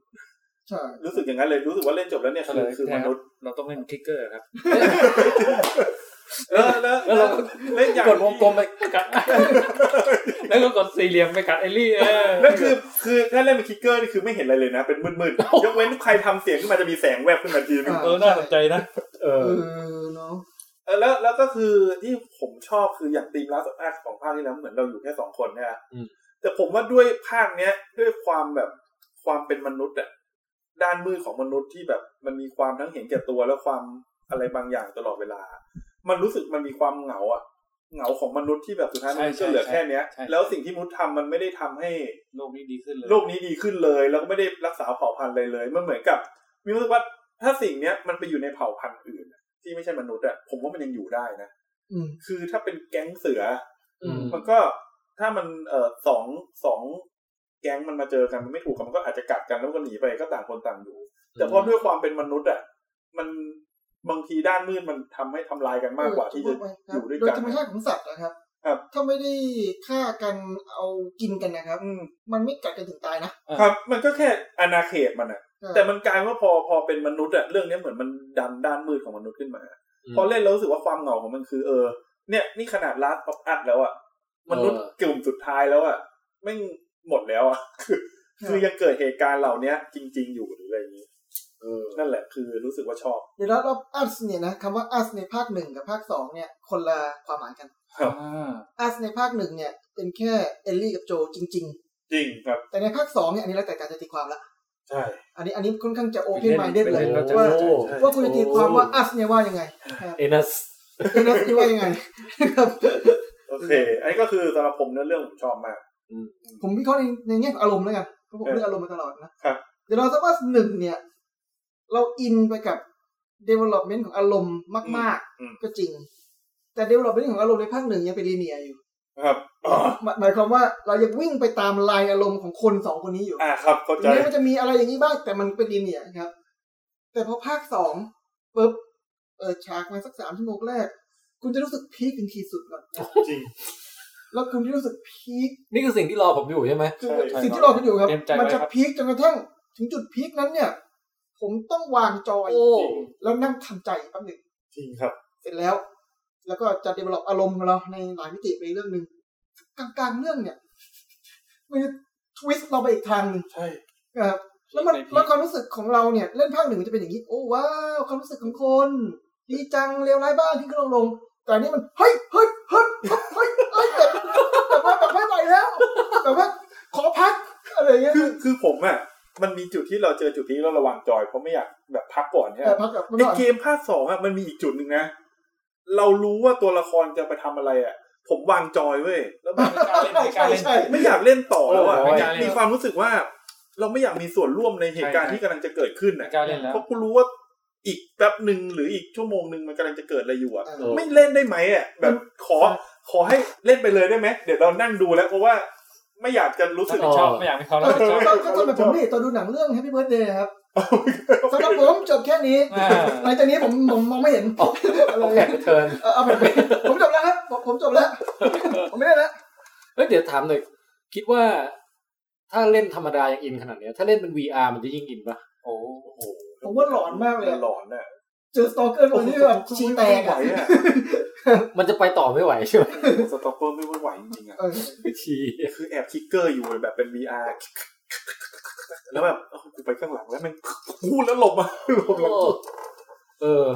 Speaker 3: ใช่
Speaker 4: รู้สึกอย่างนั้นเลยรู้สึกว่าเล่นจบแล้วเนี่ยคือ
Speaker 5: เฉลย
Speaker 4: คือ
Speaker 5: แท้
Speaker 4: มนุษย์
Speaker 5: เราต้องเล่นคลิกเกอร์ครับ
Speaker 4: แล้วแล้ว
Speaker 5: แล้วเรา
Speaker 4: เล่นอย่าง
Speaker 5: กดวงกลมไปกัด แล้วก็กดสี่เหลี่ยมไปกัดไอรี่เออ
Speaker 4: นั่นคือคือถ้าเล่นเป็นคิกเกอร์นี่คือไม่เห็นอะไรเลยนะ เป็นมืดๆยกเว้นใครทำเสียงขึ้นมาจะมีแสงแวบขึ้นมาทีนึง
Speaker 5: เออน่าสนใจนะ
Speaker 2: เอ
Speaker 3: เอ
Speaker 2: อ
Speaker 3: อเนาะ
Speaker 4: เออแล้วแล้วก็คือที่ผมชอบคืออย่างทีมลาสต์อาร์ของภาคที่แล้วเหมือนเราอยู่แค่สองคนเนี่ยนะ
Speaker 2: อืม
Speaker 4: แต่ผมว่าด้วยภาคเนี้ยด้วยความแบบความเป็นมนุษย์อะด้านมืดของมนุษย์ที่แบบมันมีความทั้งเห็นแก่ตัวและความอะไรบางอย่างตลอดเวลา มันรู้สึกมันมีความเหงาอะเหงาของมนุษย์ที่แบบสุดท้าย
Speaker 5: ใช่
Speaker 4: มันก็เหลือ
Speaker 5: ใช่
Speaker 4: แค่เนี้ย
Speaker 5: ใช่
Speaker 4: แล้วสิ่งที่มนุษย์ทำมันไม่ได้ทำให้
Speaker 5: โลกนี้ดีขึ้นเลย
Speaker 4: โลกนี้ดีขึ้นเลยแล้วก็ไม่ได้รักษาเผ่าพันธุ์อะไรเลย มันเหมือนกับมีรู้สึกว่าถ้าสิ่งเนี้ยมันไปอยู่ในเผ่าพันธุ์อื่นอะที่ไม่ใช่มนุษย์อะผมว่ามันยังอยู่ได้นะ
Speaker 3: อืม
Speaker 4: คือถ้าเป็นแก๊งเสือ
Speaker 2: อืม
Speaker 4: มันก็ถ้ามันเอ่อสองสองแก๊งมันมาเจอกันมันไม่ถูกกันมันก็อาจจะกัดกันแล้วมันก็หนีไปก็ต่างคนต่างอยู่ แต่พอด้วยความเป็นมนุษย์อะมันบางทีด้านมืดมันทำให้ทำลายกันมากกว่าที่จะ
Speaker 3: เจะ
Speaker 4: อยู่ด้วยกัน
Speaker 3: โดยธรรมชาติของสัตว์นะครับ
Speaker 4: ครับ
Speaker 3: ถ้าไม่ได้ฆ่ากันเอากินกันนะครับ
Speaker 4: อืม
Speaker 3: มันไม่กัดกันถึงตายนะครับ
Speaker 4: มันก็แค่อาณาเขตมันอะ
Speaker 3: เออ
Speaker 4: แต่มันกลายว่าพอพอเป็นมนุษย์อะเรื่องเนี้ยเหมือนมันดันด้านมืดของมนุษย์ขึ้นมา
Speaker 2: อืม
Speaker 4: พอเล่นแล้วรู้สึกว่าความเหงาของมันคือเออ เนี่ยนี่ขนาดลาสออฟอัดแล้วอะมนุษย์
Speaker 2: เออ
Speaker 4: กลุ่มสุดท้ายแล้วอะไม่งหมดแล้วอะ คือคือยังเกิดเหตุการณ์เหล่าเนี้ย จริง ๆ อยู่หรืออะไรอย่างนี้
Speaker 2: เออ
Speaker 4: นั่นแหละคือรู้สึกว่าชอบ
Speaker 3: เดี๋ยวเราเราอัสเนี่ยนะคำว่าอัสในภาคหนึ่งกับภาคสองเนี่ย คนละความหมายกัน
Speaker 4: ครับ
Speaker 5: อ่า
Speaker 3: อัสในภาคหนึ่งเนี่ย เป็นแค่เอลลี่กับโจจริง
Speaker 4: จริงครับ
Speaker 3: ๆ แต่ในภาคสองเนี่ยอันนี้แล้วแต่การจะตีความละ
Speaker 4: ใช่
Speaker 3: อันนี้อันนี้ค่อนข้างจะโอเพนไมเด็ดเลย
Speaker 2: โอ้โห
Speaker 3: ว่าว่าคุณจะตีความว่าอัสเนี่ยว่ายังไงครับ
Speaker 2: เอนัส
Speaker 3: เอลลี่ว่ายังไงครับ
Speaker 4: โอเค อันนี้ก็คือสำหรับผมเนื้อเรื่องผมชอบมาก
Speaker 3: ผมวิเคราะห์ในในแง่ของอารมณ์แล้วกันเพราะผม
Speaker 4: เออ
Speaker 3: เลือกอารมณ์มาตลอดนะครับ เดี๋ยวเราสักว่าหนึ่งเนี่ย เราอินไปกับ development ของอารมณ์มาก
Speaker 4: อืม
Speaker 3: ๆ ก็จริง แต่ development ของอารมณ์ในภาคหนึ่งยังเป็นลีเนียอยู่
Speaker 4: ครับ อ๋อ
Speaker 3: หมายหมายความว่าเรายังวิ่งไปตามลายอารมณ์ของคนสองคนนี้อยู่
Speaker 4: อ่าครับเข้าใจ
Speaker 3: ถึงแม้มันจะมีอะไรอย่างนี้บ้างแต่มันเป็นลีเนียครับ แต่พอภาคสองปุ๊บเออฉากมาสักสามชั่วโมงแรก คุณจะรู้สึกพีคถึงขีดสุดก่อน
Speaker 4: จริง
Speaker 3: แล้วคุณจะรู้สึกพีค
Speaker 2: นี่คือสิ่งที่รอผมอยู่ใช่ไหม
Speaker 3: คือ
Speaker 4: ใช่
Speaker 3: สิ่งที่รอคุณอยู่ครับ
Speaker 5: เตรียมใจ
Speaker 3: มัน
Speaker 5: ไว้ค
Speaker 3: จะ
Speaker 5: รับ
Speaker 3: พีคจนกระทั่งถึงจุดพีคนั้นเนี่ย ผมต้องวางจอย
Speaker 2: โอ้
Speaker 3: แล้วนั่งทำใจแป๊บหนึ่ง
Speaker 4: จริงครับ
Speaker 3: เสร็จแล้ว แล้วก็จะ develop อารมณ์ของเราในหลายมิติไปเรื่องหนึ่งกลางกลางๆเรื่องเนี่ย มันจะ twist เราไปอีกทางหนึ่ง
Speaker 4: ใช่
Speaker 3: นะครับแล้วมัน
Speaker 5: ในพีค
Speaker 3: แล้วความรู้สึกของเราเนี่ย เล่นภาคหนึ่งมันจะเป็นอย่างนี้ โอ้ว้าวความรู้สึกของคน ดีจังเลวร้ายบ้างที่ขึ้นลงลงแต่อันนี่มันเฮ้ยเฮ้ยเฮ้ยเฮ้ยเฮ้ยเฮ้ยแบบแบบว่าแบบไม่ไหวแล้วแบบว่าขอพักอะไรอย่างเงี้ย
Speaker 4: คือคือผมอ่ะมันมีจุดที่เราเจอจุดที่เราระวังจอยเพราะไม่อยากแบบพักก่อนใช่ไห
Speaker 3: เอ
Speaker 4: ม
Speaker 3: อพักกับมัน
Speaker 4: ไอ
Speaker 3: ก่อน
Speaker 4: เกมภาคสองอ่ะมันมีอีกจุดหนึ่งนะ เรารู้ว่าตัวละครจะไปทำอะไรอ่ะ ผมวางจอยเว้ยแล้วแบบ
Speaker 5: การเล่นใน
Speaker 3: ใช่
Speaker 5: การเล่น
Speaker 3: ใช่
Speaker 4: ไม่อยากเล่นต่อแล้วอ่ะ
Speaker 2: โอ้ย
Speaker 4: มีความรู้สึกว่า เราไม่อยากมีส่วนร่วมในเหตุการณ์
Speaker 5: ใช่
Speaker 4: ที่กำลังจะเกิดขึ้นอ่ะ
Speaker 5: ไม่กล้าเล่นแล้ว
Speaker 4: เพราะกูรู้ว่าอีกแป๊บหนึ่งหรืออีกชั่วโมงหนึ่งมันกำลังจะเกิดอะไรอยู่อ่ะ
Speaker 3: เออ
Speaker 2: เออ
Speaker 4: ไม่เล่นได้ไหมอ่ะแบบขอ
Speaker 3: ใช่
Speaker 4: ขอให้เล่นไปเลยได้ไหมเดี๋ยวเรานั่งดูแล้วเพราะว่าไม่อยากจะรู้สึก
Speaker 5: ไม่ชอบไม่อยากมีความ
Speaker 3: เอ
Speaker 5: รั
Speaker 3: อ
Speaker 5: บผิดชอบ
Speaker 3: ก็ก็สำหรับผมนี่ตอนดูหนังเรื่อง Happy Birthday ครับสำหรับผมจบแค่นี้
Speaker 5: อ่า
Speaker 3: หลังจากนี้ผมผมมองไม่เห็นอะไร
Speaker 2: แขกเทิร์น
Speaker 3: เออเอาแบบผมจบแล้วครับผมผมจบแล้ว ผมไม่ได้แล้ว
Speaker 2: เฮ้ยเดี๋ยวถามหน่อยคิดว่า ถ้าเล่นธรรมดายังอินขนาดเนี้ยถ้าเล่นเป็น VR มันจะยิ่งอินปะ
Speaker 5: โอ้
Speaker 4: โอ้โห
Speaker 3: ผมว่าหลอนมากเลย
Speaker 4: หล
Speaker 3: อะ
Speaker 4: อนอ่ะ
Speaker 3: เจอสตอเกอร์ตัวนี้แบบชีแตก
Speaker 4: ไม่ไหว
Speaker 3: อะ
Speaker 4: อ่ะ
Speaker 2: มันจะไปต่อไม่ไหวใช่ไหม
Speaker 4: สต็อกเกอร์ไม่ไหวจริงๆอ่ะ
Speaker 3: เออ
Speaker 2: ชี
Speaker 4: คือแอบคิกเกอร์อยู่แบบเป็น VR แล้วแบบเอ้ากูไปข้างหลังแล้วมันพูดแล้วหลบมา หลบหลัง
Speaker 2: เออ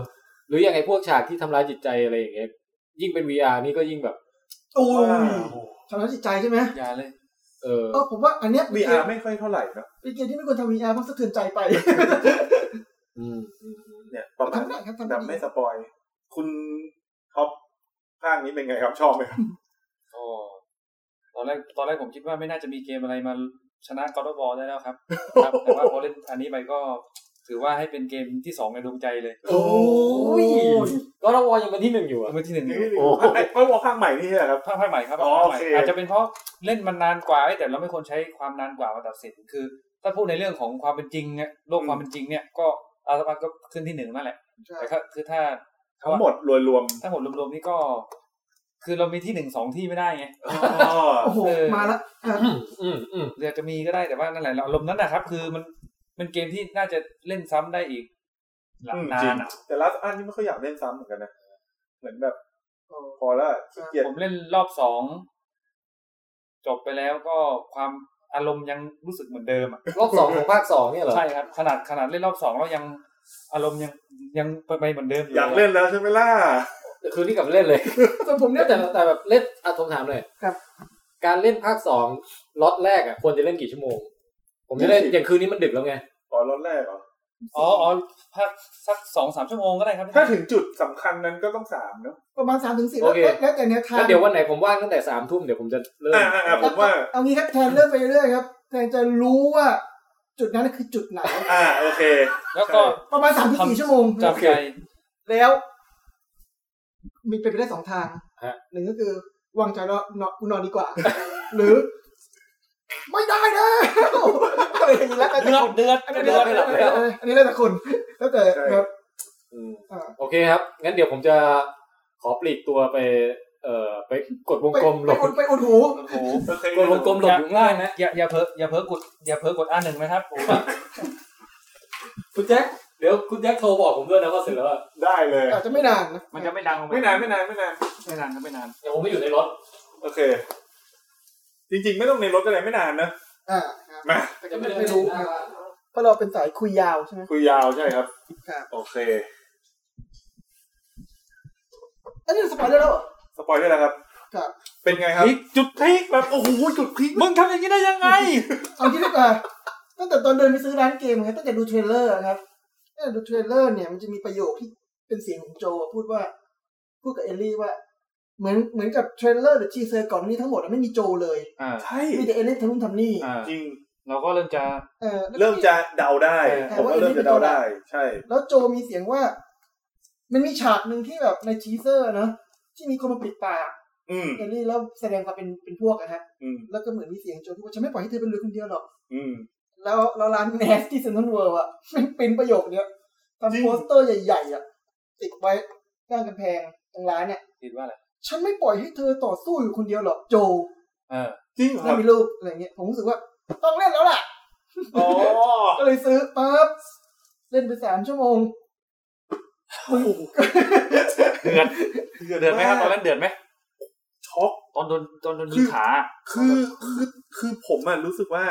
Speaker 2: หรืออย่างไอ้พวกฉากที่ทำร้ายจิตใจอะไรอย่างเงี้ยยิ่งเป็น VR นี่ก็ยิ่งแบบ
Speaker 3: โอ้ย
Speaker 4: ว้าว
Speaker 3: ทำร้ายจิตใจใช่ไหม
Speaker 5: อย่าเลย
Speaker 2: เออ
Speaker 3: เออผมว่าอันเนี้ยเป็นเก
Speaker 4: VR
Speaker 3: ม
Speaker 4: ไม่ค่อยเท่าไหร่เนอะ
Speaker 3: เป็นเกมที่ไม่ควรทำ VR เพราะสะเทือนใจไป
Speaker 2: อืม
Speaker 4: เนี่ยประมาณ
Speaker 3: ทำได้ครับทำ
Speaker 4: แบ
Speaker 3: ได้
Speaker 4: บไม่สปอย คุณท็อปภาคนี้เป็นไงครับชอบไหมครับ
Speaker 5: โอ้ตอนแรกตอนแรกผมคิดว่าไม่น่าจะมีเกมอะไรมาชนะ God of War ได้แล้วครับครับ แต่ว่าพอเล่นอันนี้ไปก็ถือว่าให้เป็นเกมที่สองในดวงใจเลย
Speaker 3: โอ้ย
Speaker 2: ก็ระวอยังเป็นที่หนึ่งอยู่อะ
Speaker 5: เมื่อที่หนึ่งอยู่
Speaker 2: โอ้โห
Speaker 4: ไอ้วอลภาคใหม่นี่เหรอครับ
Speaker 5: ภาคใหม่ครับ
Speaker 4: อ๋อ
Speaker 5: ภาคใหม่
Speaker 4: โอเค
Speaker 5: อาจจะเป็นเพราะเล่นมันนานกว่าเอ้ยแต่เราไม่ควรใช้ความนานกว่ามาตัดสินคือ ถ้าพูดในเรื่องของความเป็นจริงเนี่ยโลกความเป็นจริงเนี่ยก็อาตมันก็ขึ้นที่หนึ่งนั่นแหละ
Speaker 3: ใช่
Speaker 5: แต่ก็คือถ้า
Speaker 4: ทั้งหมดรวม
Speaker 5: ถ้าหมดรวมๆนี่ก็ คือเรามีที่หนึ่งสองที่ไม่ได้ไง
Speaker 4: ๆอ๋อ
Speaker 3: โอ้โห
Speaker 5: เออ
Speaker 3: มาละอ่ะ
Speaker 2: อืมอืมอืม
Speaker 5: เรือจะมีก็ได้แต่ว่านั่นแหละอารมณ์นั้นนะครับ คือมันเป็นเกมที่น่าจะเล่นซ้ำได้อีกหลัง
Speaker 4: อืม
Speaker 5: นา
Speaker 4: จริง
Speaker 5: นอะ
Speaker 4: แต่ล a สอันนี่ไม่ค่อยอยากเล่นซ้ำเหมือนกันนะ เหมือนแบบ
Speaker 3: โอ้
Speaker 4: พอแล้วอะขี้เกียจ
Speaker 5: ผมเล่นรอบสองจบไปแล้วก็ความอารมณ์ยังรู้สึกเหมือนเดิมอะ
Speaker 2: รอบสองของภาคสองเนี่ยเหรอ
Speaker 5: ใช่ครับขนาดขนาดเล่นรอบสองแล้วยังอารมณ์ยังยังไปไปเหมือนเดิม
Speaker 4: อยากเล่นแล้วใช่ไหมล่ะ
Speaker 2: คือนี่กลับไปเล่นเลย
Speaker 3: แต่ผม
Speaker 2: เนี่
Speaker 3: เนี่ย ย
Speaker 2: แต่
Speaker 3: แต่
Speaker 2: แต่แบบเล่นอ่ะผมถามเลย
Speaker 3: ครับ
Speaker 2: การเล่นภาคสองล็อตแรกอ่ะควรจะเล่นกี่ชั่วโมง ผมจะเล่น
Speaker 4: ยี่สิบ
Speaker 2: อย่างคืนนี้มันดึกแล้วไง
Speaker 4: ตอนรอบแรกเหรอ
Speaker 5: อ๋ออ๋อพักสักสองสามชั่วโมงก็ได้ครับ
Speaker 4: ถ้าถึงจุดสำคัญนั้นก็ต้องสามเนอะ
Speaker 3: ประมาณสามถึงสี่
Speaker 2: โอเค
Speaker 3: แล้วแต่แนวทาง
Speaker 2: แล้วเดี๋ยววันไหนผมว่างตั้งแต่สามทุ่มเดี๋ยวผมจะเริ่ม
Speaker 4: อ่าอ่าผมว่า
Speaker 3: เอางี้ครับแทนเลื่อนไปเรื่อยครับแทนจะรู้ว่าจุดนั้นคือจุดไหน
Speaker 4: อ่าโอเค
Speaker 5: แล้วก็
Speaker 3: ประมาณสามถึงสี่ชั่วโมง
Speaker 5: จับใจ
Speaker 3: แล้วมีเป็นไปได้สองทาง
Speaker 2: ฮะ
Speaker 3: หนึ่งก็คือวางใจแล้วนอนกูนอนดีกว่า หรือ ไม่ได้นะ อะไรอย่างนี้แล้วแต่
Speaker 5: เดือด
Speaker 3: คน
Speaker 5: เดือด
Speaker 3: อันนี้
Speaker 5: เดือด
Speaker 3: แล้วแต่คนอันนี้แล้วแต่คนแล้วแต่
Speaker 4: ใช่
Speaker 3: ครับ
Speaker 2: อืม
Speaker 3: อ่า
Speaker 2: โอเคครับ งั้นเดี๋ยวผมจะขอปลีกตัวไป เอ่อไปกดวง
Speaker 3: ไป
Speaker 2: กลมหล
Speaker 3: ไป
Speaker 2: บ
Speaker 3: อุดไปอุดหู
Speaker 5: โอ้โห
Speaker 4: โอเค
Speaker 2: กดวงกลมหลบอยู่ข้างล่างนะ
Speaker 5: อย่าอย่าเพ้ออย่าเพ้อกดอย่าเพ้อกดอ่านหนึ่งนะครับโอ้โห
Speaker 2: คุณแจ็คเดี๋ยวคุณแจ็คโทรบอกผมด้วยนะว่าเสร็จแล้วอะ
Speaker 4: ได้เลย
Speaker 3: อาจจะไม่นานนะ
Speaker 5: มันจะไม่ดังลงป
Speaker 4: ไม่นานไม่นานไม่นาน
Speaker 5: ไม่นานครับไม่นาน
Speaker 2: เดี๋ยวผมไม่อยู่ในรถ
Speaker 4: โอเค จริง ๆ ไม่ต้องในรถก็ได้ไม่นานนะ
Speaker 3: อ่าครับ
Speaker 4: มา
Speaker 3: แต่ก็ไม่รู้อ่าเพราะเราเป็นสายคุยยาวใช่ไหม
Speaker 4: คุยยาวใช่ครับ
Speaker 3: ครับ
Speaker 4: โอเค
Speaker 3: อันนี้เราสปอยได้แล้วเหรอ
Speaker 4: สปอยได้แล้วครับ
Speaker 3: ครับ
Speaker 4: เป็นไงครับ จุดพลิกแบบโอ้โหจุดพลิก
Speaker 5: มึงทำอย่างนี้ได้ยังไง
Speaker 3: เอาที่ดีกว่าตั้งแต่ตอนเดินไปซื้อร้านเกมครับตั้งแต่ดูเทรลเลอร์ครับตั้งแต่ดูเทรลเลอร์เนี่ยมันจะมีประโยคที่เป็นเสียงของโจอะพูดว่า พูดกับเอลลี่ว่า เหมือนเหมือนกับเทรลเลอร์หรือทีเซอร์ก่อนนี้ทั้งหมดอะไม่มีโจเลย
Speaker 5: อ่า
Speaker 4: ใช่
Speaker 3: มีแต่เอลลี่ทำนู่นทำนี่
Speaker 5: อ่า
Speaker 4: จริง
Speaker 5: เราก็เริ่มจะ
Speaker 3: เออแล้วก็
Speaker 4: เริ่มจะเดาได้
Speaker 3: แต่
Speaker 4: ผม
Speaker 3: ว่า
Speaker 4: ก็เริ่มจะเดาได้ ใช่
Speaker 3: แล้วโจมีเสียงว่า มันมีฉากหนึ่งที่แบบในทีเซอร์เนอะที่มีคนมาปิดปาก
Speaker 4: อืม
Speaker 3: เอลลี่แล้วแสดงความเป็นเป็นพวกอะฮะ
Speaker 4: อืม
Speaker 3: แล้วก็เหมือนมีเสียงโจที่ว่าฉันไม่ปล่อยให้เธอเป็นเลยคนเดียวหรอก
Speaker 4: อืม
Speaker 3: แล้วแล้วร้านแนสที่เซ็นทรัลเวิลด์อ่ะ มันเป็นประโยคเนี้ยทำโปสเตอร์ใหญ่ๆอ่ะ ติดไว้ข้างกำแพงตรงร้านเนี่ย
Speaker 5: คิดว่าอะไร
Speaker 3: ฉันไม่ปล่อยให้เธอต่อสู้อยู่คนเดียวหรอกโจ
Speaker 5: เออ
Speaker 4: จริงเหรอค
Speaker 3: แล้
Speaker 4: รั
Speaker 3: ว
Speaker 4: บ
Speaker 3: มีรูปอะไรเงี้ยผมรู้สึกว่า ต้องเล่นแล้วล่ะ
Speaker 4: อ๋อ
Speaker 3: ก็เลยซื้อปั๊บเล่นไปสามชั่วโมง
Speaker 5: เดือดเดือดไหมครับตอนนั้นเดือดไหม
Speaker 4: ช็อก
Speaker 5: ตอนโดนตอนโดนยิงขา
Speaker 4: คือคือคือผมอะรู้สึกว่า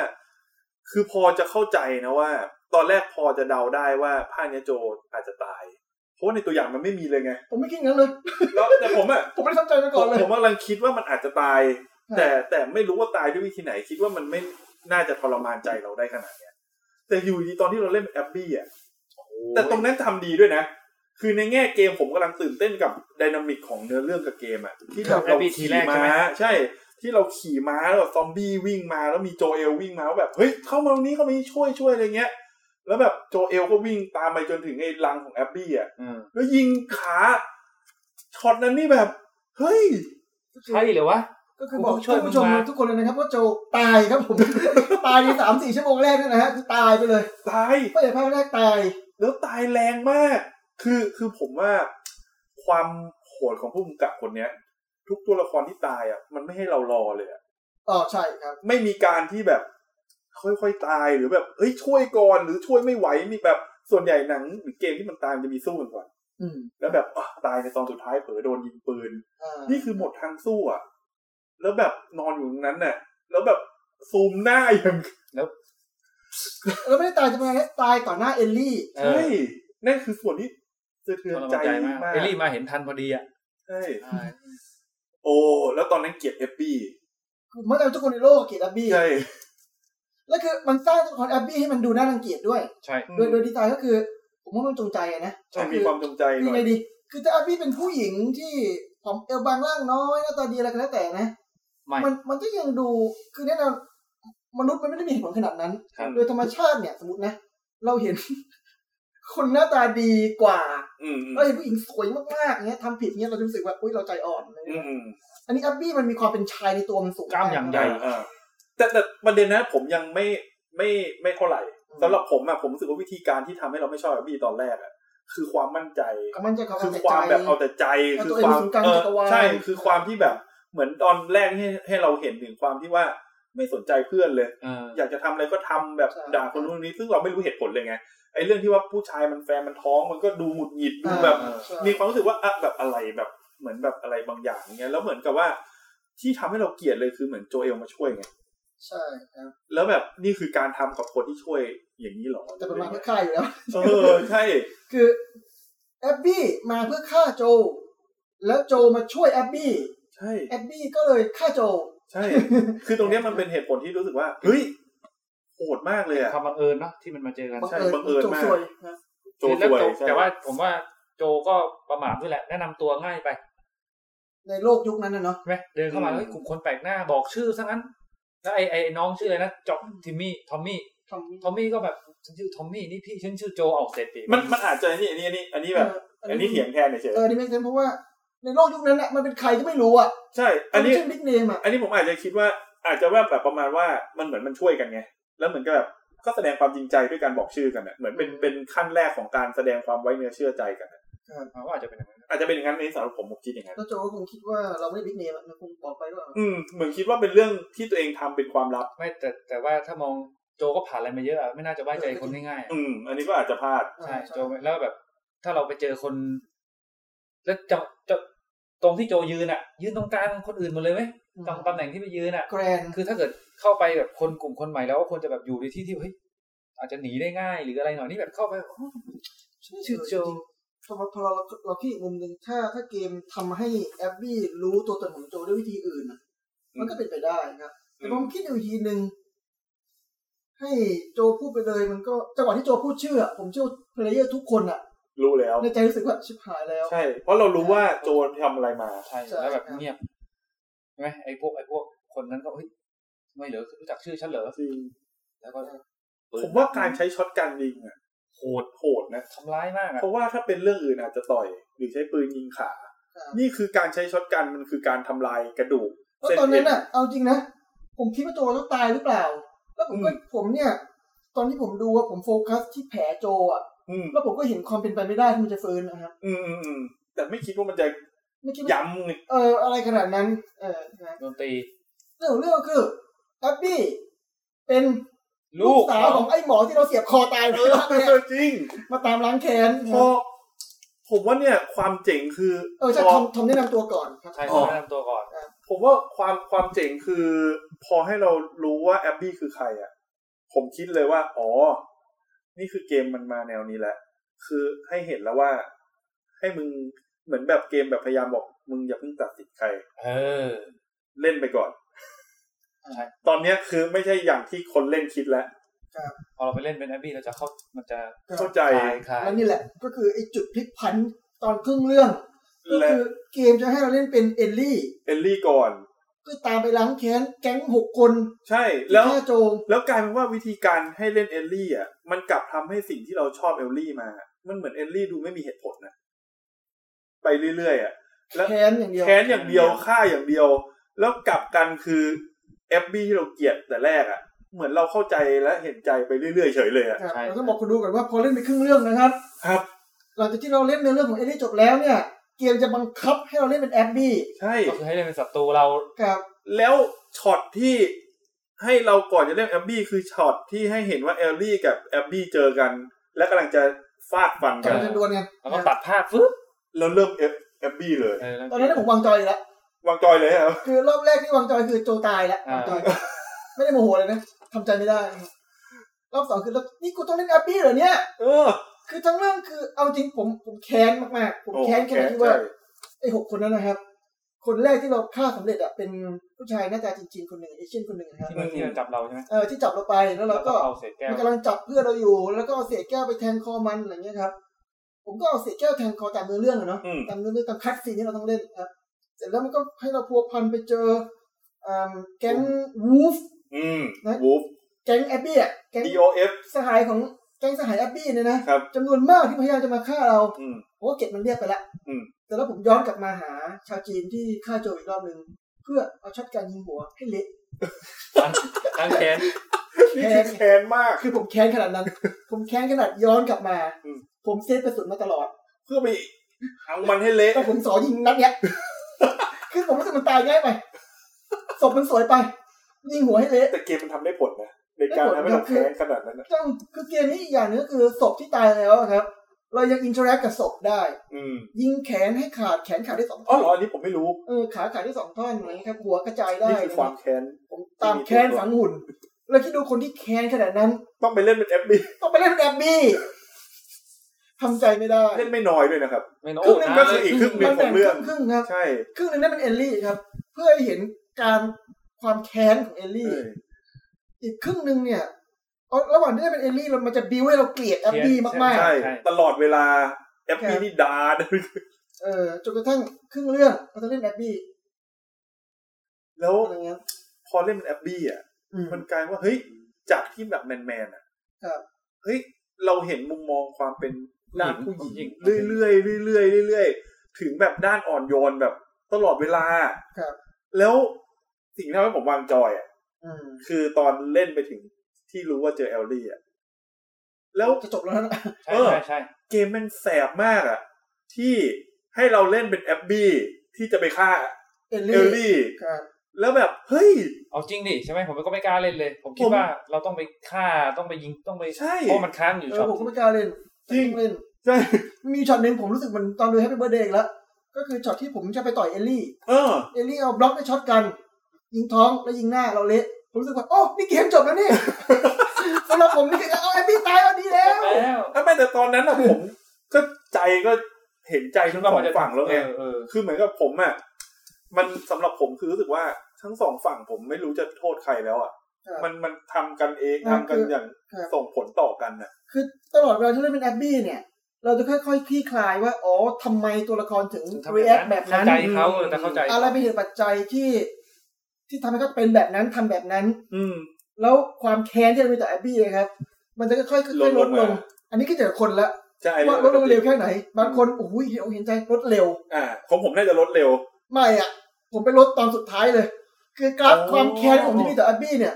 Speaker 4: คือพอจะเข้าใจนะว่า ตอนแรกพอจะเดาได้ว่าภาคเนี้ยโจอาจจะตาย เพราะว่าในตัวอย่างมันไม่มีเลยไง
Speaker 3: ผมไม่คิดงั้นเลย
Speaker 4: แล้วแต่ผมอะ
Speaker 3: ผมไม่ได้ตั้งใจมาก่อนเลย
Speaker 4: ผมกำลังคิดว่ามันอาจจะตาย
Speaker 3: ครับ
Speaker 4: แต่แต่ไม่รู้ว่าตายด้วยวิธีไหน คิดว่ามันไม่น่าจะทรมานใจเราได้ขนาดเนี้ยแต่อยู่ดีตอนที่เราเล่นแอบบี้อะแต่ตรงนั้นทำดีด้วยนะ คือในแง่เกมผมกำลังตื่นเต้นกับไดนามิกของเนื้อเรื่องกับเกมอะที่แบบเรา
Speaker 5: Abby ที
Speaker 4: ขี่
Speaker 5: แรกใช่
Speaker 4: ม้า
Speaker 5: ไหม
Speaker 4: ใช่ ที่เราขี่ม้าแล้วแบบซอมบี้วิ่งมาแล้วมีโจเอลวิ่งมาแล้วแบบเฮ้ยเข้ามาตรงนี้เข้ามานี่ช่วยช่วยอะไรเงี้ย แล้วแบบโจเอลก็วิ่งตามไปจนถึงไอ้รังของแอบบี้อะ
Speaker 5: เออ
Speaker 4: แล้วยิงขาช็อตนั้นนี่แบบ เฮ้ย
Speaker 5: ใช่เหรอวะ
Speaker 3: ก็คือบอก
Speaker 5: กูช่
Speaker 3: ท่า
Speaker 5: วย
Speaker 3: น
Speaker 5: มึง
Speaker 3: ผู้ชม
Speaker 5: มา
Speaker 3: ทุกคนเลยนะครับ ว่าโจตายครับผม ตายในสามสี่ชั่วโมงแรกเนี่ยนะฮะคือตายไปเลย
Speaker 4: ตาย
Speaker 3: ไม่ใช่ภาคแรกตาย
Speaker 4: แล้วตายแรงมาก คือคือผมว่าความโหดของผู้กำกับคนเนี้ย ทุกตัวละครที่ตายอ่ะ มันไม่ให้เรารอเลยอ่ะ
Speaker 3: อ๋อใช่ครับ
Speaker 4: ไม่มีการที่แบบ ค่อยๆตายหรือแบบเฮ้ยช่วยก่อนหรือช่วยไม่ไหวมีแบบ ส่วนใหญ่หนังหรือเกมที่มันตายมันจะมีสู้กันก่อน
Speaker 3: อืม
Speaker 4: แล้วแบบอ่ะตายในตอนสุดท้ายเผลอโดนยิงปืน
Speaker 3: อ่า
Speaker 4: นี่คือหมดทางสู้อ่ะ แล้วแบบนอนอยู่ตรงนั้นน่ะ แล้วแบบซูมหน้าอย่าง
Speaker 3: แล้วไม่ได้ตายจะมาแล้วตายต่อหน้าเอลลี่
Speaker 5: เออ
Speaker 4: ใช่นั่นคือส่วนที่สะเทือน
Speaker 5: ทร
Speaker 4: ใจ
Speaker 5: มานใจมาม
Speaker 4: ากก
Speaker 5: เอลลี่มาเห็นทันพอดีอ่ะ
Speaker 4: ใช่
Speaker 2: ใช่
Speaker 4: โอ้ แล้วตอนนั้นเกลียดเอฟบี้
Speaker 3: คือมันเอาทุกคนในโลกเกลียดอับบี้
Speaker 4: ใช่
Speaker 3: แล้วคือมันสร้างตัวละครอับบี้ให้มันดูน่ารังเกียจด้วย
Speaker 5: ใช่
Speaker 3: โดยโดยดีไซน์ก็คือ ผมว่ามันจงใจอะนะ
Speaker 4: ใช่มีความจงใจห
Speaker 3: คือ
Speaker 4: น่อ
Speaker 3: ไง
Speaker 4: ย
Speaker 3: ดี คือถ้าอับบี้เป็นผู้หญิงที่ผอมเอวบางร่างน้อยหน้าตาดีอะไรก็แล้วแต่นะ
Speaker 5: ไม่
Speaker 3: มันมันก็ยังดูคือแน่นอนมนุษย์มันไม่ได้มีเหตุผลขนาดนั้น
Speaker 5: ครับ
Speaker 3: โดยธรรมชาติเนี่ย สมมตินะ เราเห็น คนหน้าตาดีกว่า
Speaker 4: อืมอืม
Speaker 3: เราเห็นผู้หญิงสวยมากๆเงี้ยทำผิดเงี้ยเราจะรู้สึกว่าอุ้ยเราใจอ่อนอะไร
Speaker 4: อื
Speaker 3: เงี้
Speaker 4: ม
Speaker 3: ย
Speaker 4: อืม
Speaker 3: อันนี้อับบี้มันมีความเป็นชายในตัวมันสูง
Speaker 5: กล้ามอย่างใหญ่
Speaker 4: อ่าแต่แต่ประเด็นนะผมยังไม่ไม่ไม่เท่าไหร่สำหรับผมอะผมรู้สึกว่าวิธีการที่ทำให้เราไม่ชอบแบบบี้ตอนแรกอะคือความมั่นใจ
Speaker 3: ก็มันใจะเขา
Speaker 4: คือ
Speaker 3: แต่
Speaker 4: ความ
Speaker 3: ใจ
Speaker 4: แบบเอาแต่ใจ
Speaker 3: เอา
Speaker 4: คื
Speaker 3: ตั
Speaker 4: อ
Speaker 3: วเอง
Speaker 4: ความ
Speaker 3: เป็นศูนย์กลาง
Speaker 4: เออ
Speaker 3: จักรวาล
Speaker 4: ใช่คือความที่แบบเหมือนตอนแรกให้ให้เราเห็นถึงความที่ว่าไม่สนใจเพื่อนเลย
Speaker 5: เออ
Speaker 4: อยากจะทำอะไรก็ทำแบบ
Speaker 3: ใช่
Speaker 4: ด่าคนนู้นคนนี้ซึ่งเราไม่รู้เหตุผลเลยไงไอ้เรื่องที่ว่าผู้ชายมันแฟนมันท้องมันก็ดูหงุดหงิดดูแบบ
Speaker 3: อ่าใช่
Speaker 4: มีความรู้สึกว่าอะแบบอะไรแบบเหมือนแบบอะไรบางอย่างอย่างเงี้ยแล้วเหมือนกับว่าที่ทำให้เราเกลียดเลยคือเหมือนโจเอลมาช่วยไง
Speaker 3: ใช่ครับ
Speaker 4: แล้วแบบนี่คือการทำกับคนที่ช่วยอย่างนี้เหรอ
Speaker 3: แต่มันมาเพื่อฆ่าอยู่แล้ว
Speaker 4: เออใช่
Speaker 3: คือแอบบี้มาเพื่อฆ่าโจ แล้วโจมาช่วยแอบบี้
Speaker 4: ใช่
Speaker 3: แอบบี้ก็เลยฆ่าโจ
Speaker 4: ใช่ คือตรงเนี้ยมันเป็นเหตุผลที่รู้สึกว่าเฮ้ยโหดมากเลยอะ
Speaker 5: ความบังเอิญเนาะที่มันมาเจอกัน
Speaker 3: บัง
Speaker 4: ใช่
Speaker 3: เอิญ
Speaker 4: บังเอิญ
Speaker 3: โจ
Speaker 4: มาก
Speaker 3: ซวยนะ
Speaker 4: โจช่วยใช่
Speaker 5: แต่ว่าผมว่าโจก็ประมาทด้วยแหละ แนะนำตัวง่ายไป
Speaker 3: ในโลกยุคนั้นนะเนาะ
Speaker 5: ใช่ไหมเดินเข้ามาเฮ้ยกลุ่มคนแปลกหน้าบอกชื่อซะงั้นแล้วไอ้ไอ้น้องชื่ออะไรนะจอกทิมมี่ทอมมี่
Speaker 3: ทำ
Speaker 5: ทอมมี่ก็แบบฉันชื่อทอมมี่นี่พี่ฉันชื่อโจออกเสร็จดิ
Speaker 4: มันมันอาจจะนี่อันนี้อันนี้อันนี้แบบ อันนี้เถียงแทนเฉย
Speaker 3: เออนี่ไม่เซนเพราะว่าในโลกยุคนั้นแหละมันเป็นใครก็ไม่รู้อ่ะ
Speaker 4: ๆใช่ อันนี้
Speaker 3: มัชื่อบิ๊กเนมอ่ะ
Speaker 4: อันนี้ผมอาจจะคิดว่า อาจจะว่าแบบประมาณว่ามันเหมือนมันช่วยกันไงแล้วเหมือนกับแบบก็แสดงความจริงใจด้วยการบอกชื่อกันอะเหมือนเป็นเป็นขั้นแรกของการแสดงความไว้เนื้อเชื่อใจกันอะ
Speaker 5: มันก็อาจจะเป็นอย่างนั้น
Speaker 4: อาจจะเป็นอย่างนั้นในสำหรับผมผมคิดอย่างนั้น
Speaker 3: แล้วโจก็คงคิดว่าเราไม่ได้บิ๊กเนมอะมันคงบอกไปว่า
Speaker 4: อืมเหมือนคิดว่าเป็นเรื่องที่ตัวเองทำเป็นความลับ
Speaker 5: ไม่แต่แต่ว่าถ้ามองโจก็ผ่านอะไรมาเยอะอะไม่น่าจะไว้ใจคนง่ายๆอะ
Speaker 4: อืม อันนี้ก็อาจจะพลาด
Speaker 5: ใช่โจแล้วแบบ ถ้าเราไปเจอคน แล้วจะจะตรงที่โจยืนอ่ะ ยืนตรงกลางคนอื่นหมดเลยไหมตรงตำแหน่งที่ไปยืนอ่ะ
Speaker 3: แกรน
Speaker 5: คือถ้าเกิดเข้าไปแบบคนกลุ่มคนใหม่แล้วก็ควรจะแบบอยู่ในที่ที่เฮ้ยอาจจะหนีได้ง่ายหรืออะไรหน่อยนี่แบบเข้าไปอ๋อชื่อโจ
Speaker 3: พอพอเราเราคิดอีกมุมหนึ่งถ้าถ้าเกมทำให้แอบบี้รู้ตัวตนของโจด้วยวิธีอื่นอะมันก็เป็นไปได้ครับ แต่ผมคิดอยู่ทีหนึ่งให้โจพูดไปเลยมันก็จังหวะที่โจพูดชื่ออะผมเชื่อว่าเพลเยอร์ทุกคนอ่ะ
Speaker 4: รู้แล้ว
Speaker 3: ในใจรู้สึกว่าชิบหายแล้ว
Speaker 4: ใช่ เพราะเรารู้ว่าโจรทำอะไรมา
Speaker 5: ใช่
Speaker 3: ใช่
Speaker 5: แล้วแบบเงียบใช่ไหมไอ้พวกไอ้พวกคนนั้นก็เฮ้ยไม่เหลือรู้จักชื่อฉันเหรอแล้วก็
Speaker 4: ผมว่าการใช้ช็อตกันยิงอ่ะโหดโหดนะ
Speaker 5: ทำร้ายมากอ่ะ
Speaker 4: เพราะว่าถ้าเป็นเรื่องอื่นอาจจะต่อย หรือใช้ปืนยิงขา
Speaker 3: ครับ
Speaker 4: นี่คือการใช้ช็อตกันมันคือการทำลายกระดูก
Speaker 3: แล้ว
Speaker 4: เส้น
Speaker 3: ตอน
Speaker 4: เอ็
Speaker 3: นั้น นอ่ะ เอาจริงนะ ผมคิดว่าโจต้องตายหรือเปล่า แล้วผมก็ผมเนี่ย ตอนที่ผมดูอะผมโฟกัสที่แผลโจอ่ะ
Speaker 4: อืม
Speaker 3: แล้วผมก็เห็นความเป็นไปไม่ได้ที่มันจะฟื้นนะครับ
Speaker 4: อืมอืมอืมแต่ไม่คิดว่ามันจะ
Speaker 3: ไม่คิดว่า
Speaker 4: ย้ำไง
Speaker 3: เอออะไรขนาดนั้น เออนะ
Speaker 5: โดนตี
Speaker 3: เรื่องของเรื่องก็คือแอบบี้เป็น
Speaker 5: ลูก
Speaker 3: สาวของไอ้หมอที่เราเสียบคอตายไปแล้วเนี่ย
Speaker 4: จริง
Speaker 3: มาตามล้างแค้น
Speaker 4: พอผมว่าเนี่ยความเจ๋งคือ
Speaker 3: เออใช่
Speaker 4: พ
Speaker 3: ทอมทอมแนะนำตัวก่อนครับ
Speaker 5: ใช่
Speaker 4: อ๋อ
Speaker 5: เขาแนะนำตัวก่อน
Speaker 4: ผมว่าความความเจ๋งคือ พอให้เรารู้ว่าแอบบี้คือใครอ่ะ ผมคิดเลยว่า อ๋อ นี่คือเกมมันมาแนวนี้แหละ คือให้เห็นแล้วว่า ให้มึงเหมือนแบบเกมแบบพยายามบอก มึงอย่าเพิ่งตัดสินใคร
Speaker 5: เออ
Speaker 4: เล่นไปก่อน
Speaker 5: ใช่
Speaker 4: ตอนเนี้ยคือไม่ใช่อย่างที่คนเล่นคิดแล้ว
Speaker 5: พอเราไปเล่นเป็นแอบบี้เราจะเข้ามันจะ
Speaker 3: ครับ
Speaker 4: เข้าใจ
Speaker 5: คลายคลาย
Speaker 3: แล้วนี่แหละก็คือไอ้จุดพลิกผันตอนครึ่งเรื่องก็
Speaker 4: และ
Speaker 3: คือเกมจะให้เราเล่นเป็นเอลลี่
Speaker 4: เอลลี่ก่อน
Speaker 3: เพื่อตามไปล้างแค้นแก๊งหกคน
Speaker 4: ใช่
Speaker 3: ที่
Speaker 4: แล้ว
Speaker 3: ฆ่าโจง
Speaker 4: แล้วกลายเป็นว่าวิธีการให้เล่นเอลลี่อ่ะ มันกลับทำให้สิ่งที่เราชอบเอลลี่มา มันเหมือนเอลลี่ดูไม่มีเหตุผลนะไปเรื่อยๆอ่ะ แล้ว
Speaker 3: แค้นอย่างเดียว
Speaker 4: แค้นอย่างเดียวฆ่าอย่างเดียว แล้วกลับกันคือแอบบี้ที่เราเกลียดแต่แรกอะ่ะ เหมือนเราเข้าใจและเห็นใจไปเรื่อยๆเฉยเลยอะ่ะ
Speaker 3: ครับเราต้องบอกคนดูก่อนว่าพอเล่นไปครึ่งเรื่องนะครับ
Speaker 4: ครับ
Speaker 3: หลังจากที่เราเล่นเนื้อเรื่องของเอลลี่จบแล้วเนี่ย เกมจะบังคับให้เราเล่นเป็นแอบบี้
Speaker 4: ใช่
Speaker 5: ก็คือให้เล่นเป็นศัตรูเรา
Speaker 3: ครับ
Speaker 4: แล้วช็อตที่ให้เราก่อนจะเล่นแอบบี้คือช็อตที่ให้เห็นว่าแอลลี่กับแอบบี้เจอกัน และกำลังจะฟาดฟัน
Speaker 3: ตอ
Speaker 4: กัน น
Speaker 3: นั้นจะดวลกัน
Speaker 5: แล้วก็ตัดภาพฟึ๊บ
Speaker 4: แล้วเริ่มเอฟเอฟบี้เลย
Speaker 5: เออแล้ว
Speaker 3: ตอนนั้นผมวางจอยแล้ว
Speaker 4: วางจอยเลยครับ
Speaker 3: คือรอบแรกที่วางจอยคือโจตายแล้ววางจอยไม่ได้โมโหเลยนะทำใจไม่ได้ครับรอบสองคือแล้วนี่กูต้องเล่นแอปปี้เหรอเนี่ย
Speaker 4: เออ
Speaker 3: คือทั้งเรื่องคือเอาจริงผมผมแค้นมากๆ ผมแค้นแค่ที่ว่า ไอ้หกคนนั้นนะครับ คนแรกที่เราฆ่าสำเร็จอะเป็นผู้ชายหน้าตาจีนๆคนหนึ่งเอเชียนคนหนึ่งนะครับ
Speaker 5: ที่มันที่มันจับเราใช่ไหม
Speaker 3: เออที่จับเราไปแล้วเรา
Speaker 5: แล้วก็
Speaker 3: ก็
Speaker 5: เอาเศษแก้ว
Speaker 3: มันกำลังจับเพื่อนเราอยู่ แล้วก็เอาเศษแก้วไปแทงคอมันอะไรเงี้ยครับ ผมก็เอาเศษแก้วแทงคอตามเนื้อเรื่องอะเนาะ
Speaker 4: อืม
Speaker 3: ตามเนื้อเรื่องตามคัดซีนที่เราต้องเล่นครับ เสร็จแล้วมันก็ให้เราพัวพันไปเจออ่าแก๊งวูฟ
Speaker 4: อืม
Speaker 3: นะ
Speaker 4: วูฟ
Speaker 3: แก๊งแอบบี้อะแก๊ง
Speaker 4: DOF
Speaker 3: สหายของแก๊งสหายแอบบี้เนี่ยนะครับ จำนวนมากที่พยายามจะมาฆ่าเรา
Speaker 4: อืม
Speaker 3: ผมก็เก็บมันเรียบไปละ
Speaker 4: อืม
Speaker 3: แต่แล้วผมย้อนกลับมาหาชาวจีนที่ฆ่าโจอีกรอบหนึ่งเพื่อเอาช็อตการยิงหัวให้เละ
Speaker 5: ทั้งแขน
Speaker 4: นี่คือแค้นมาก
Speaker 3: คือผมแค้นข นาดนั้น ผมแค้นขนาดย้อนกลับมา
Speaker 4: อืม
Speaker 3: ผมเซฟกระสุนมาตลอด
Speaker 4: เพื่อไปเอามันให้เละ
Speaker 3: แล้วผมสอยิงนัดเนี้ย คือผมรู้สึกมันตายง่ายไปศพมันสวยไป ยิงหัวให้เละ
Speaker 4: แต่เกมมันทำได้ผลนะในการทำให้เราแค้นขนาดนั้นนะ
Speaker 3: จังคือเกมนี้อีกอย่างหนึงก็คือศพที่ตายแล้วอะครับ เรายังอินเทอร์แอคกับศพได้
Speaker 4: อืม
Speaker 3: ยิงแขนให้ขาดแขนขาดได้สอง
Speaker 4: อ๋
Speaker 3: ท่อ
Speaker 4: อ
Speaker 3: น
Speaker 4: เหรออันนี้ผมไม่รู้
Speaker 3: เออขาขาดได้สองท่อนอะไรเงี้ยครับหัวกระจายได้
Speaker 4: นี่คือความแค้น
Speaker 3: ผมตามแค้นฝังหุ่น แล้วคิดดูคนที่แค้นขนาดนั้น
Speaker 4: ต้องไปเล่นเป็นเอฟบี
Speaker 3: ต้องไปเล่นแอบบี้ทำใจไม่ได้
Speaker 4: เล่นไม่น้อยด้วยนะครับ
Speaker 5: ไม่น้อย
Speaker 4: ครึ่งหนึ่งก็คืออีกครึ่งหนึ่งของเรื่อง
Speaker 3: มันแบ่ครึ่งๆครับ
Speaker 4: ใช่
Speaker 3: ครึ่งหนึงนั่นเป็นเอลลี่ครับ เพื่อให้เห็นการความแค้นของเอล
Speaker 4: เอ
Speaker 3: ลี่
Speaker 4: อ
Speaker 3: อีกครึ่งหนึงเนี่ยเอาระหว่างที่ได้เป็นเอลลี่เรามันจะบิวให้เราเกลียดแอบบี้มาก
Speaker 4: ใช่ตลอดเวลาเอฟบีนี่ด่า
Speaker 3: ๆเออจนกระทั่งครึ่งเรื่องเราจะเล่นแอบบี้
Speaker 4: แล้ว
Speaker 3: อะไรเงี้ย
Speaker 4: พอเล่นเป็นแอบบี้อ่ะ
Speaker 3: อืม
Speaker 4: มันกลายว่าเฮ้ยจากที่แบบแมนแมนๆอ่ะ
Speaker 3: ครับ
Speaker 4: เฮ้ยเราเห็นมุมมองความเป็นด้านผู้
Speaker 5: ผู้
Speaker 4: ห
Speaker 5: ห
Speaker 4: ญิ
Speaker 5: ญิ
Speaker 4: ง
Speaker 5: ง
Speaker 4: เรื่อยๆเรื่อยๆเรื่อยๆถึงแบบด้านอ่อนโยนแบบตลอดเวลา
Speaker 3: ครับ
Speaker 4: แล้วสิ่งที่ทำให้ผมวางจอยอ่ะ
Speaker 3: อืม
Speaker 4: คือตอนเล่นไปถึงที่รู้ว่าเจอแอลลี่อ่ะแล้ว
Speaker 3: จะจบแล้วนะ
Speaker 5: ใช่
Speaker 4: เออ
Speaker 5: ใช่ใช่
Speaker 4: เกมแมันแสบมากอ่ะ ที่ให้เราเล่นเป็นแอบบี้ที่จะไปฆ่า
Speaker 3: เอล
Speaker 4: เอ
Speaker 3: ลี่
Speaker 4: ลลี่
Speaker 3: ครับ
Speaker 4: แล้วแบบ เฮ้ย
Speaker 5: เอาจริงดิใช่ไหมผมก็ไม่กล้าเล่นเลย ผมคิด
Speaker 4: ผม
Speaker 5: ว่าเราต้องไปฆ่าต้องไปยิงต้องไป
Speaker 4: ใช่
Speaker 5: เพราะมันค้างอยู่
Speaker 3: เอ
Speaker 5: ช็
Speaker 3: อ
Speaker 5: อต
Speaker 3: ผมก็ไม่กล้าเล่น
Speaker 4: จริง
Speaker 3: ต้องเล่น
Speaker 4: ใช่
Speaker 3: มีช็อตหนึ่งผมรู้สึกมันตอนดูแฮปปี้เบิร์ดเดย์อีกแล้ว ก็คือช็อตที่ผมจะไปต่อยเอลลี่
Speaker 4: เออ
Speaker 3: เอลลี่เอาบล็อกไปช็อตกัน ยิงท้องแล้วยิงหน้าเราเละ ผมรู้สึกว่า โอ้ นี่เกมจบแล้วนี่ สำหรับผมนี่คือเอาแอลลี่ตายเอาดีแล้ว
Speaker 5: แล้ว
Speaker 4: ถ้าไม่แต่ตอนนั้นอะผม ก็ใจก็เห็นใจทั้งสองฝั่งแล้วไง
Speaker 5: เออเออ
Speaker 4: คือเหมือนกับผมอะมันสำหรับผมคือรู้สึกว่าทั้งสองฝั่งผมไม่รู้จะโทษใครแล้วอะ
Speaker 3: ครับ
Speaker 4: มันมันทำกันเอง
Speaker 3: ครับ
Speaker 4: ทำกันอย่างส่งผลต่อกันน่ะ
Speaker 3: คือตลอดเวลาที่เล่นเป็นแอบบี้เนี่ย เราจะค่อยๆคลี่คลายว่า อ๋อทำไมตัวละครถึง
Speaker 5: ทำ
Speaker 3: รีแอคแบบนั้น
Speaker 5: เข้าใจเขาเออแต่เข้าใจ
Speaker 3: อะไรเป็นเหตุปัจจัยที่ ที่ทำให้เขาเป็นแบบนั้นทำแบบนั้น
Speaker 4: อืม
Speaker 3: แล้วความแค้นที่เรามีต่อแอบบี้นะครับ มันจะค่อยๆค่อยๆล
Speaker 4: ล
Speaker 3: ด
Speaker 4: ด
Speaker 3: ล
Speaker 4: ล
Speaker 3: ง
Speaker 4: ง
Speaker 3: อันนี้ก็เจอคนละ
Speaker 4: ใช่
Speaker 3: ว่าลดลงเร็วแค่ไหน บางคนโอ้ยเห็นอกเห็นใจลดเร็ว
Speaker 4: อ่าของผมน่าจะลดเร็ว
Speaker 3: ไม่อ่ะ ผมไปลดตอนสุดท้ายเลย คือกราฟ
Speaker 4: โอ้
Speaker 3: ความแค้นของผมที่มีต่ออับบี้เนี่ย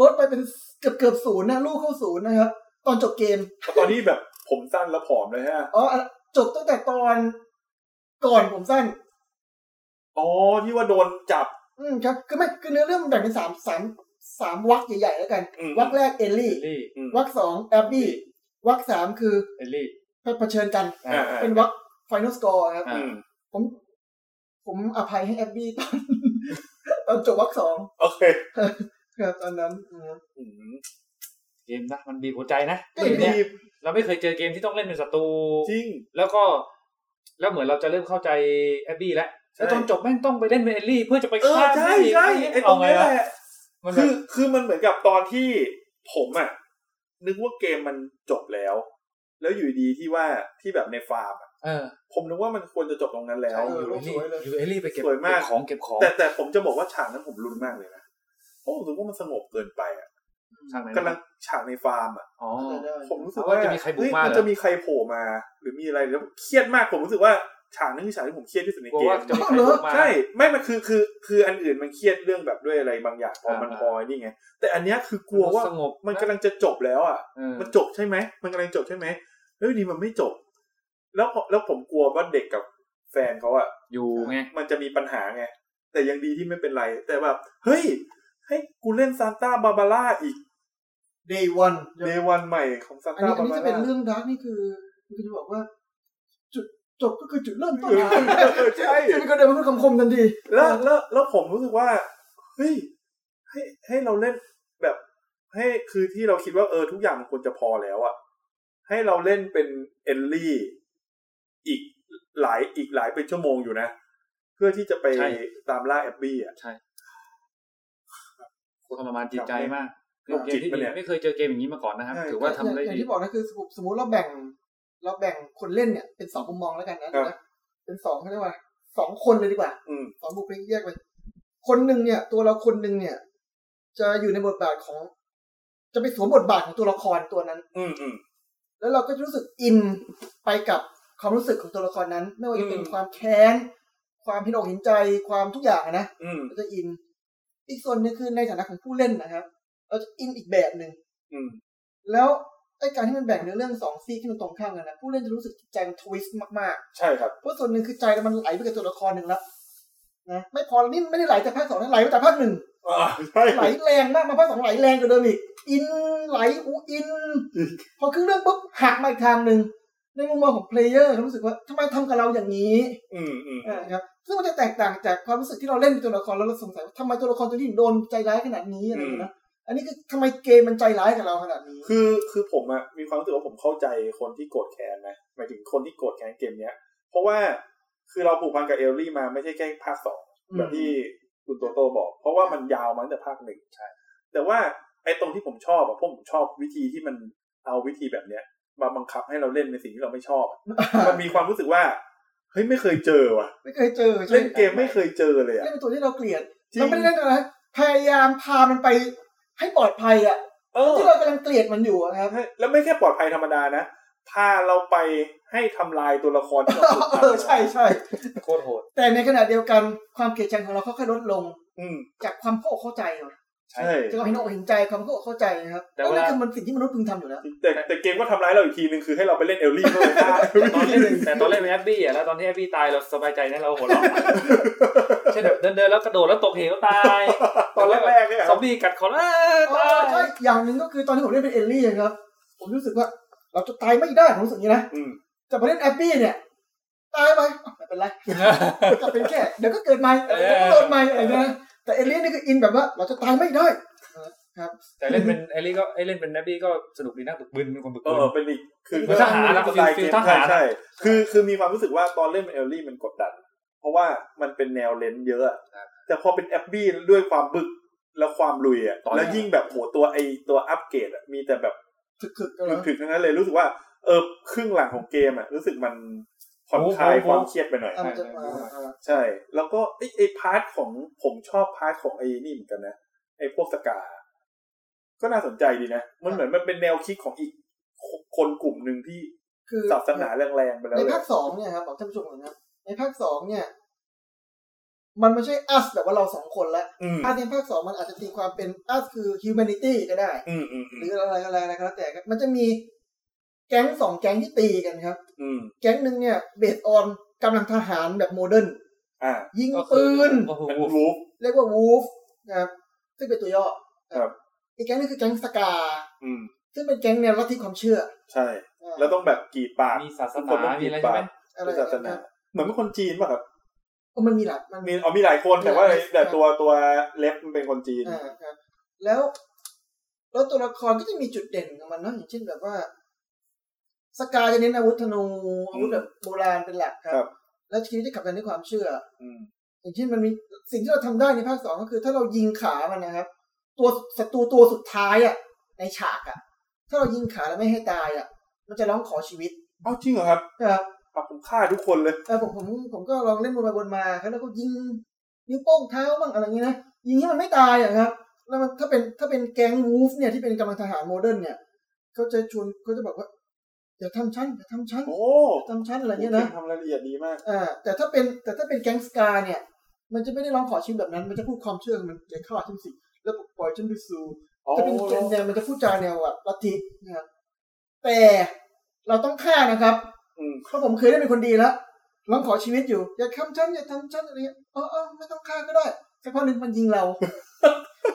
Speaker 3: ลดไปเป็นเกือบเกือบศูนย์นะลูกเข้าศูนย์นะครับ ตอนจบเกม
Speaker 4: แต่ตอนนี้แบบผมสั้นแล้วผอมเลยฮะ
Speaker 3: อ๋ออ่ะจบตั้งแต่ตอนก่อนผมสั้น
Speaker 4: อ๋อที่ว่าโดนจับ
Speaker 3: อืมครับคือไม่คือเนื้อเรื่องมันแบ่งเป็นสามสามสามวักใหญ่ๆแล้วกัน
Speaker 4: อืม
Speaker 3: วักแรกเอลลี่
Speaker 5: เอลลี่
Speaker 4: อืม
Speaker 3: วักสองแอบบี้วักสามคือ
Speaker 5: เอลลี่
Speaker 3: เผชิญกัน
Speaker 4: อ่าอ่า
Speaker 3: เป็นวักไฟนอลสกอร์ครับ
Speaker 5: อ่า
Speaker 4: อืม
Speaker 3: ผมผมอภัยให้แอบบี้ตอน ตอนจบวักสอง
Speaker 4: โอเค
Speaker 3: ครับตอนนั้นนะครับ
Speaker 4: อืม
Speaker 5: เกมนะมันบีบหัวใจนะ
Speaker 3: ก็
Speaker 5: เกม
Speaker 3: ดี
Speaker 5: เนี่ยเราไม่เคยเจอเกมที่ต้องเล่นเป็นศัตรู
Speaker 4: จริง
Speaker 5: แล้วก็แล้วเหมือนเราจะเริ่มเข้าใจแอบบี้แล้ว
Speaker 4: ใช่
Speaker 5: แล้วตอนจบแม่งต้องไปเล่นเป็นเอลลี่เพื่อจะไป
Speaker 4: เออ
Speaker 5: ฆ่า
Speaker 4: ใช่
Speaker 5: แม่งอีก
Speaker 4: ใช่ไอ้
Speaker 5: ม่
Speaker 4: ตร
Speaker 5: เอา
Speaker 4: ง
Speaker 5: ไง
Speaker 4: นี้แห
Speaker 5: วะ
Speaker 4: ละ
Speaker 5: มันแบ
Speaker 4: คื
Speaker 5: บ
Speaker 4: อคือมันเหมือนกับตอนที่ผมอ่ะ นึกว่าเกมมันจบแล้ว แล้วอยู่ดีที่ว่าที่แบบในฟาร์มอะ
Speaker 5: เออ
Speaker 4: ผมนึกว่ามันควรจะจบตรงนั้นแล้ว
Speaker 5: ใช่
Speaker 3: เออ
Speaker 5: อยู่เอลลี่
Speaker 3: สวยเลย
Speaker 5: อยู่เอลลี่ไปเก็บ
Speaker 4: สวยมาก
Speaker 5: เก็บของเก็บของ
Speaker 4: แต่แต่ผมจะบอกว่าฉากนั้นผมรุนมากเลยนะเพราะผมรู้ว่ามันสงบเกินไปอ่ะ
Speaker 5: ทางไหน
Speaker 4: กำลั
Speaker 5: นะ
Speaker 4: งฉากในฟาร์มอ่ะ
Speaker 5: อ๋อ
Speaker 3: ได้
Speaker 4: ผมรู้สึก
Speaker 5: เพราะ
Speaker 4: ว่า
Speaker 5: ว่าจะมีใครบุก
Speaker 4: เฮ้ย
Speaker 5: มาเหรอ
Speaker 4: นจะมีใครโผล่มา หรือมีอะไรแล้วผมเครียดมากผมรู้สึกว่าฉากนั้นคือฉากที่ผมเครียดที่สุดใน
Speaker 5: กลัว
Speaker 4: เกม
Speaker 5: ว่าจะมีใครบุกมา
Speaker 4: ใช่ไม่มันคือคือ คืออันอื่นมันเครียดเรื่องแบบด้วยอะไรบางอย่างพอมัน
Speaker 5: อ่า
Speaker 4: พอนี่ไงแต่อันเนี้ยคือกลัวว่า
Speaker 5: สงบ
Speaker 4: มันกำลังจะจบแล้วอ่ะ
Speaker 5: เออ
Speaker 4: มันจบใช่ไหม มันกำลังจบใช่ไหมแล้วอยู่ดีมันไม่จบ แล้วพอแล้วผมกลัวว่าเด็กกับแฟนเขาอะ
Speaker 5: อยู่ไง
Speaker 4: มันจะมีปัญหาไง แต่ยังดีที่ไม่เป็นไร แต่แบบ เฮ้ย ให้กูเล่นซานต้าบาบาร่าอีก
Speaker 3: day one
Speaker 4: เดวันใหม่ของซัน
Speaker 3: อัน
Speaker 4: ต้า
Speaker 3: นี้อันนี้จะเป็นเรื่องดาร์กนี่คือคือจะบอกว่า จุดจบก็คือจุดเริ่มต้น
Speaker 4: ใช่
Speaker 3: จะมีคนเดินมาพูดคำคมทันที
Speaker 4: แล้วแล้วแล้วผมรู้สึกว่าเฮ้ยให้ให้เราเล่นแบบ ให้คือที่เราคิดว่าเออทุกอย่างมันควรจะพอแล้วอะให้เราเล่นเป็นเอลลี่ อีกหลายอีกหลายเป็นชั่วโมงอยู่นะ เพื่อที่จะไป
Speaker 5: ใช่
Speaker 4: ตามล่าแอบบี้อะ
Speaker 5: ทรมานจิตใจมาก
Speaker 4: โรคจิตปะเนี่ย
Speaker 5: ไม่เคยเจอเกมอย่างนี้มาก่อนนะครับ
Speaker 4: ใช่
Speaker 5: ถือว่าทำได้
Speaker 3: อย่าง
Speaker 5: ดี
Speaker 3: ที่บอกนะคือสมมติสมมติเราแบ่ง เราแบ่งคนเล่นเนี่ย เป็นสองมุมมองแล้วกันนะ
Speaker 4: ครั
Speaker 3: นะ
Speaker 4: บ
Speaker 3: เป็นสองเขาเรียกว่าสองคนเลยดีกว่า
Speaker 4: อืม
Speaker 3: สองบุคลิกแยกไปคนหนึ่งเนี่ย ตัวเราคนหนึ่งเนี่ย จะอยู่ในบทบาทของ จะไปสวมบทบาทของตัวละครตัวนั้น
Speaker 4: อืมอืม
Speaker 3: แล้วเราก็จะรู้สึกอินไปกับความรู้สึกของตัวละครนั้น ไม่ว่าจะเป็น
Speaker 4: อืม
Speaker 3: ความแค้น ความเห็นอกเห็นใจความทุกอย่างอะนะ
Speaker 4: อืม
Speaker 3: เราจะอิน อีกส่วนหนึงคือในฐานะของผู้เล่นนะครับ เราจะอินอีกแบบหนึ่ง
Speaker 4: อืม
Speaker 3: แล้วไอ้การที่มันแบ่งเนื้อเรื่องสองซีกที่มันตรงข้ามกันนะผู้เล่นจะรู้สึกจิตใจมันทวิสต์มากๆ
Speaker 4: ใช่ครับ
Speaker 3: เพราะส่วนหนึ่งคือใจเรามันไหลไปกับตัวละครหนึ่งแล้วนะไม่พอนี่ไม่ได้ไหลจากภาคสองนะไหลมาจากภาคหนึ่ง
Speaker 4: อ่า ใช่
Speaker 3: ไหลแรงมากมาภาคสองไหลแรงกว่าเดิมอีกอินไหลอูอิน พอครึ่งเรื่องปุ๊บหักมาอีกทางหนึ่งในมุมมองของเพลเยอร์รู้สึกว่าทำไมทำกับเราอย่างนี้
Speaker 4: อืมอืม
Speaker 3: อ่าครับซึ่งมันจะแตกต่างจากความรู้สึกที่เราเล่นเป็นตัวละครแล้วเราสงสัยว่าทำไมตัวละครตัวนี้ถึงโดนใจร้ายขนาดนี้อะไรอย่างเงี้ยนะอันนี้คือทำไมเกมมันใจร้ายกับเราขนาดนี้
Speaker 4: คือคือผมอะมีความรู้สึกว่าผมเข้าใจคนที่โกรธแค้นนะหมายถึงคนที่โกรธแค้นเกมเนี้ย เพราะว่าคือเราผูกพันกับเอลลี่มาไม่ใช่แค่ภาคสองแบบที่คุณโตโต้บอก เพราะว่ามันยาวมาตั้งแต่ภาคหนึ่งใช่ แต่ว่าไอ้ตรงที่ผมชอบอะเพราะผมชอบวิธีที่มันเอาวิธีแบบเนี้ยมาบังคับให้เราเล่นในสิ่งที่เราไม่ชอบอะมันมีความรู้สึกว่าเฮ้ยไม่เคยเจอว่ะ
Speaker 3: ไม่เคยเจอใช่
Speaker 4: เล่นเกมไม่เคยเจอเลยอะ
Speaker 3: เล่นเป็นตัวที่เราเกลียด
Speaker 4: จริง
Speaker 3: เราไม่ได้เล่นอะไรนะพยายามพามันไปให้ปลอดภัยอ่ะ
Speaker 4: เออ
Speaker 3: ที่เรากำลังเกลียดมันอยู่อะนะครับ
Speaker 4: ให้แล้วไม่แค่ปลอดภัยธรรมดานะ พาเราไปให้ทำลายตัวละครที่เราผูกพัน
Speaker 3: เออใช่ใช่
Speaker 5: โคตรโหด
Speaker 3: แต่ในขณะเดียวกันความเกลียดชังของเราค่อยๆลดลง
Speaker 4: อืม
Speaker 3: จากความเข้าอกเข้าใจเหรอ
Speaker 4: ใช่
Speaker 3: จากความเห็นอกเห็นใจความเข้าอกเข้าใจนะครับ
Speaker 5: แต่ว่า
Speaker 3: นั่นคือมันสิ่งที่มนุษย์พึงทำอยู่แล้ว
Speaker 4: แต่แต่เกมก็ทำร้ายเราอีกทีนึงคือให้เราไปเล่นเอลลี่เข้าไป ฆ่า
Speaker 5: แต่ตอนเล่นแต่ตอนเล่นเป็นแอบบี้อ่ะแล้วตอนที่แอบบี้ตายเราสบายใจนะเราหัวเราะเช่นแบบเดินเดินๆแล้วกระโดดแล้วตกเหวตาย
Speaker 4: ตอนแรกๆเนี่ย
Speaker 5: ซอมบี้กัดคอแล้ว
Speaker 3: เอ
Speaker 5: ตา
Speaker 3: อใช่
Speaker 5: ย
Speaker 3: อย่างหนึ่งก็คือตอนที่ผมเล่นเป็นเอลลี่อะครับ ผมรู้สึกว่า เราจะตายไม่ได้ผมรู้สึกอย่างนี้นะ
Speaker 4: อืม
Speaker 3: แต่พอเล่นแอปปี้เนี่ยตายไปอ้าวไม่เป็นไรก็เป็นแค่เดี๋ยวก็เกิดใหม่เดี๋ยวก็โดนใหม่อะไรอย่างเงี้ยนะแต่เอลลี่นี่คืออินแบบว่า เราจะตายไม่ได้
Speaker 5: แต่เล่นเป็นเอลลี่ก็ไอยเล่นเป็นแอบบี้ก็สนุกดีนะบึกบึนเป็นคนบึก
Speaker 4: เอ
Speaker 5: บึน
Speaker 4: อเป็นอีกคือ
Speaker 5: เป็นทหารนะ
Speaker 4: สไตล์เก
Speaker 5: ฟิล
Speaker 4: ม
Speaker 5: ทหาร
Speaker 4: ใช่ใช่คือคือมีความรู้สึกว่าตอนเล่นเป็นเอลลี่มันกดดัน เพราะว่ามันเป็นแนวเลนส์เยอะ แต่พอเป็นแอปบี้ด้วยความบึกแล้วความลุยอ่ะ
Speaker 3: ตอนแรก
Speaker 4: แล้วยิ่งแบบโหตัวไอตัวอัปเกรดอะมีแต่แบบ
Speaker 3: ถึกๆเลยนะ
Speaker 4: ถึงถึงทั้งนั้นเลยรู้สึกว่าเออครึ่งหลังของเกมอ่ะรู้สึกมันผ่อนคลาย
Speaker 5: โอ้โห
Speaker 4: ความเครียดไปหน่อย
Speaker 3: อ่ะมันจะอ่าอ่า
Speaker 4: ใช่ แล้วก็ไอ้ไอ้พาร์ทของผมชอบพาร์ทของไอ้นี่เหมือนกันนะไอ้พวกสกา ก็น่าสนใจดีนะ มันเหมือนมันเป็นแนวคิดของอีกคนกลุ่มหนึ่งที่
Speaker 3: คือ
Speaker 4: ศาสนาแรงๆไปแล้ว
Speaker 3: ใน
Speaker 4: เลย
Speaker 3: ภาคสองเนี่ยครับบอกท่านผู้ชมก่อนนะในภาคสองเนี่ย มันไม่ใช่ us แบบว่าเราสองคนละ
Speaker 4: อืม
Speaker 3: us ในภาคสองมันอาจจะตีความเป็น us คือ humanity ก็ได้
Speaker 4: อืมอืม
Speaker 3: หรืออะไรก็แล้วอะไรก็แล้วแต่ครับมันจะมีแก๊งสองแก๊งที่ตีกันครับ
Speaker 4: อืม
Speaker 3: แก๊งหนึ่งเนี่ยเบสออนกำลังทหารแบบโมเดิร์น
Speaker 4: อ่า
Speaker 3: ยิง
Speaker 5: ก็คื
Speaker 3: ปื
Speaker 5: อน โอ้โห
Speaker 4: เป็นรูฟ
Speaker 3: เรียกว่าวูฟนะครับซึ่งเป็นตัวย่อ
Speaker 4: ครับ
Speaker 3: อีกแก๊งนึงคือแก๊งสกา
Speaker 4: อืม
Speaker 3: ซึ่งเป็นแก๊งแนวลัทธิความเชื่อ
Speaker 4: ใช่ แล้วต้องแบบกรีดปาก
Speaker 5: มีศาส
Speaker 4: ทุก
Speaker 5: นา
Speaker 4: คนต้องก
Speaker 5: มี
Speaker 4: รีด
Speaker 5: อะไรใช่
Speaker 4: ปา
Speaker 5: ไหม
Speaker 4: ก
Speaker 3: อะไร
Speaker 4: เป็น
Speaker 3: อย่
Speaker 4: ศาง ส
Speaker 3: เงี้ย
Speaker 4: นา
Speaker 3: ครับ
Speaker 4: เหมือนเป็นคนจีนป่ะครับ
Speaker 3: เออมันมีหลายมัน
Speaker 4: มีอ๋อมีหลายคนแต่ว่าแต่ตัวตัวเล็บมันเป็นคนจีน
Speaker 3: อ่าครับแล้วแล้วตัวละครก็จะมีจุดเด่นของมันเนาะอย่างเช่นแบบว่า สกาจะเน้นอาวุธธนูอาวุธแบบโบราณเป็นหลักครั
Speaker 4: ครับ บ
Speaker 3: แล้วทีนี้จะขับกันด้วยความเชื่อ
Speaker 4: อืม
Speaker 3: อย่างเช่นมันมีสิ่งที่เราทำได้ในภาคสองก็คือ ถ้าเรายิงขามันนะครับ ตัวศัตรูตัวสุดท้ายอ่ะ ในฉากอ่ะ ถ้าเรายิงขาแล้วไม่ให้ตายอ่ะ มันจะร้องขอชีวิต
Speaker 4: เอาจริงเหรอครับ
Speaker 3: นะครับ
Speaker 4: ครับผมฆ่าทุกคนเลย
Speaker 3: แต่ผมผมผมก็ลองเล่นบนไปบนมาครับแล้วก็ยิงนิ้วโป้งเท้าบ้างอะไรอย่างเงี้ยนะยิงให้มันไม่ตายอ่ะครับ แล้วมันถ้าเป็นถ้าเป็นแก๊งวูฟเนี่ยที่เป็นกำลังทหารโมเดิร์นเนี่ยเขาจะชวนเขาจะบอกว่าอย่าทำชั้นอย่าทำชั้น
Speaker 4: โอ้
Speaker 3: อย่าทำชั้นอะไรเงี้ยนะ
Speaker 4: ทำรายละเอียดดีมาก
Speaker 3: อ่าแต่ถ้าเป็นแต่ถ้าเป็นแก๊งสกาเนี่ย มันจะไม่ได้ร้องขอชีวิตแบบนั้น มันจะพูดความเชื่อมันอย่าฆ่าฉันสิแล้วปล่อยฉันไปสู่
Speaker 4: อ๋อ
Speaker 3: ถ้าเป็นแก๊งแดงมันจะพูดจาแนวแบบลัทธินะครับแต่เราต้องฆ่านะครับ
Speaker 4: อืม
Speaker 3: เพราะผมเคยได้เป็นคนดีแล้วร้องขอชีวิตอยู่ อย่าทำชั้นอย่าทำชั้นอะไรเงี้ยเอ๋อเออไม่ต้องฆ่าก็ได้ สักพักหนึ่งมันยิงเรา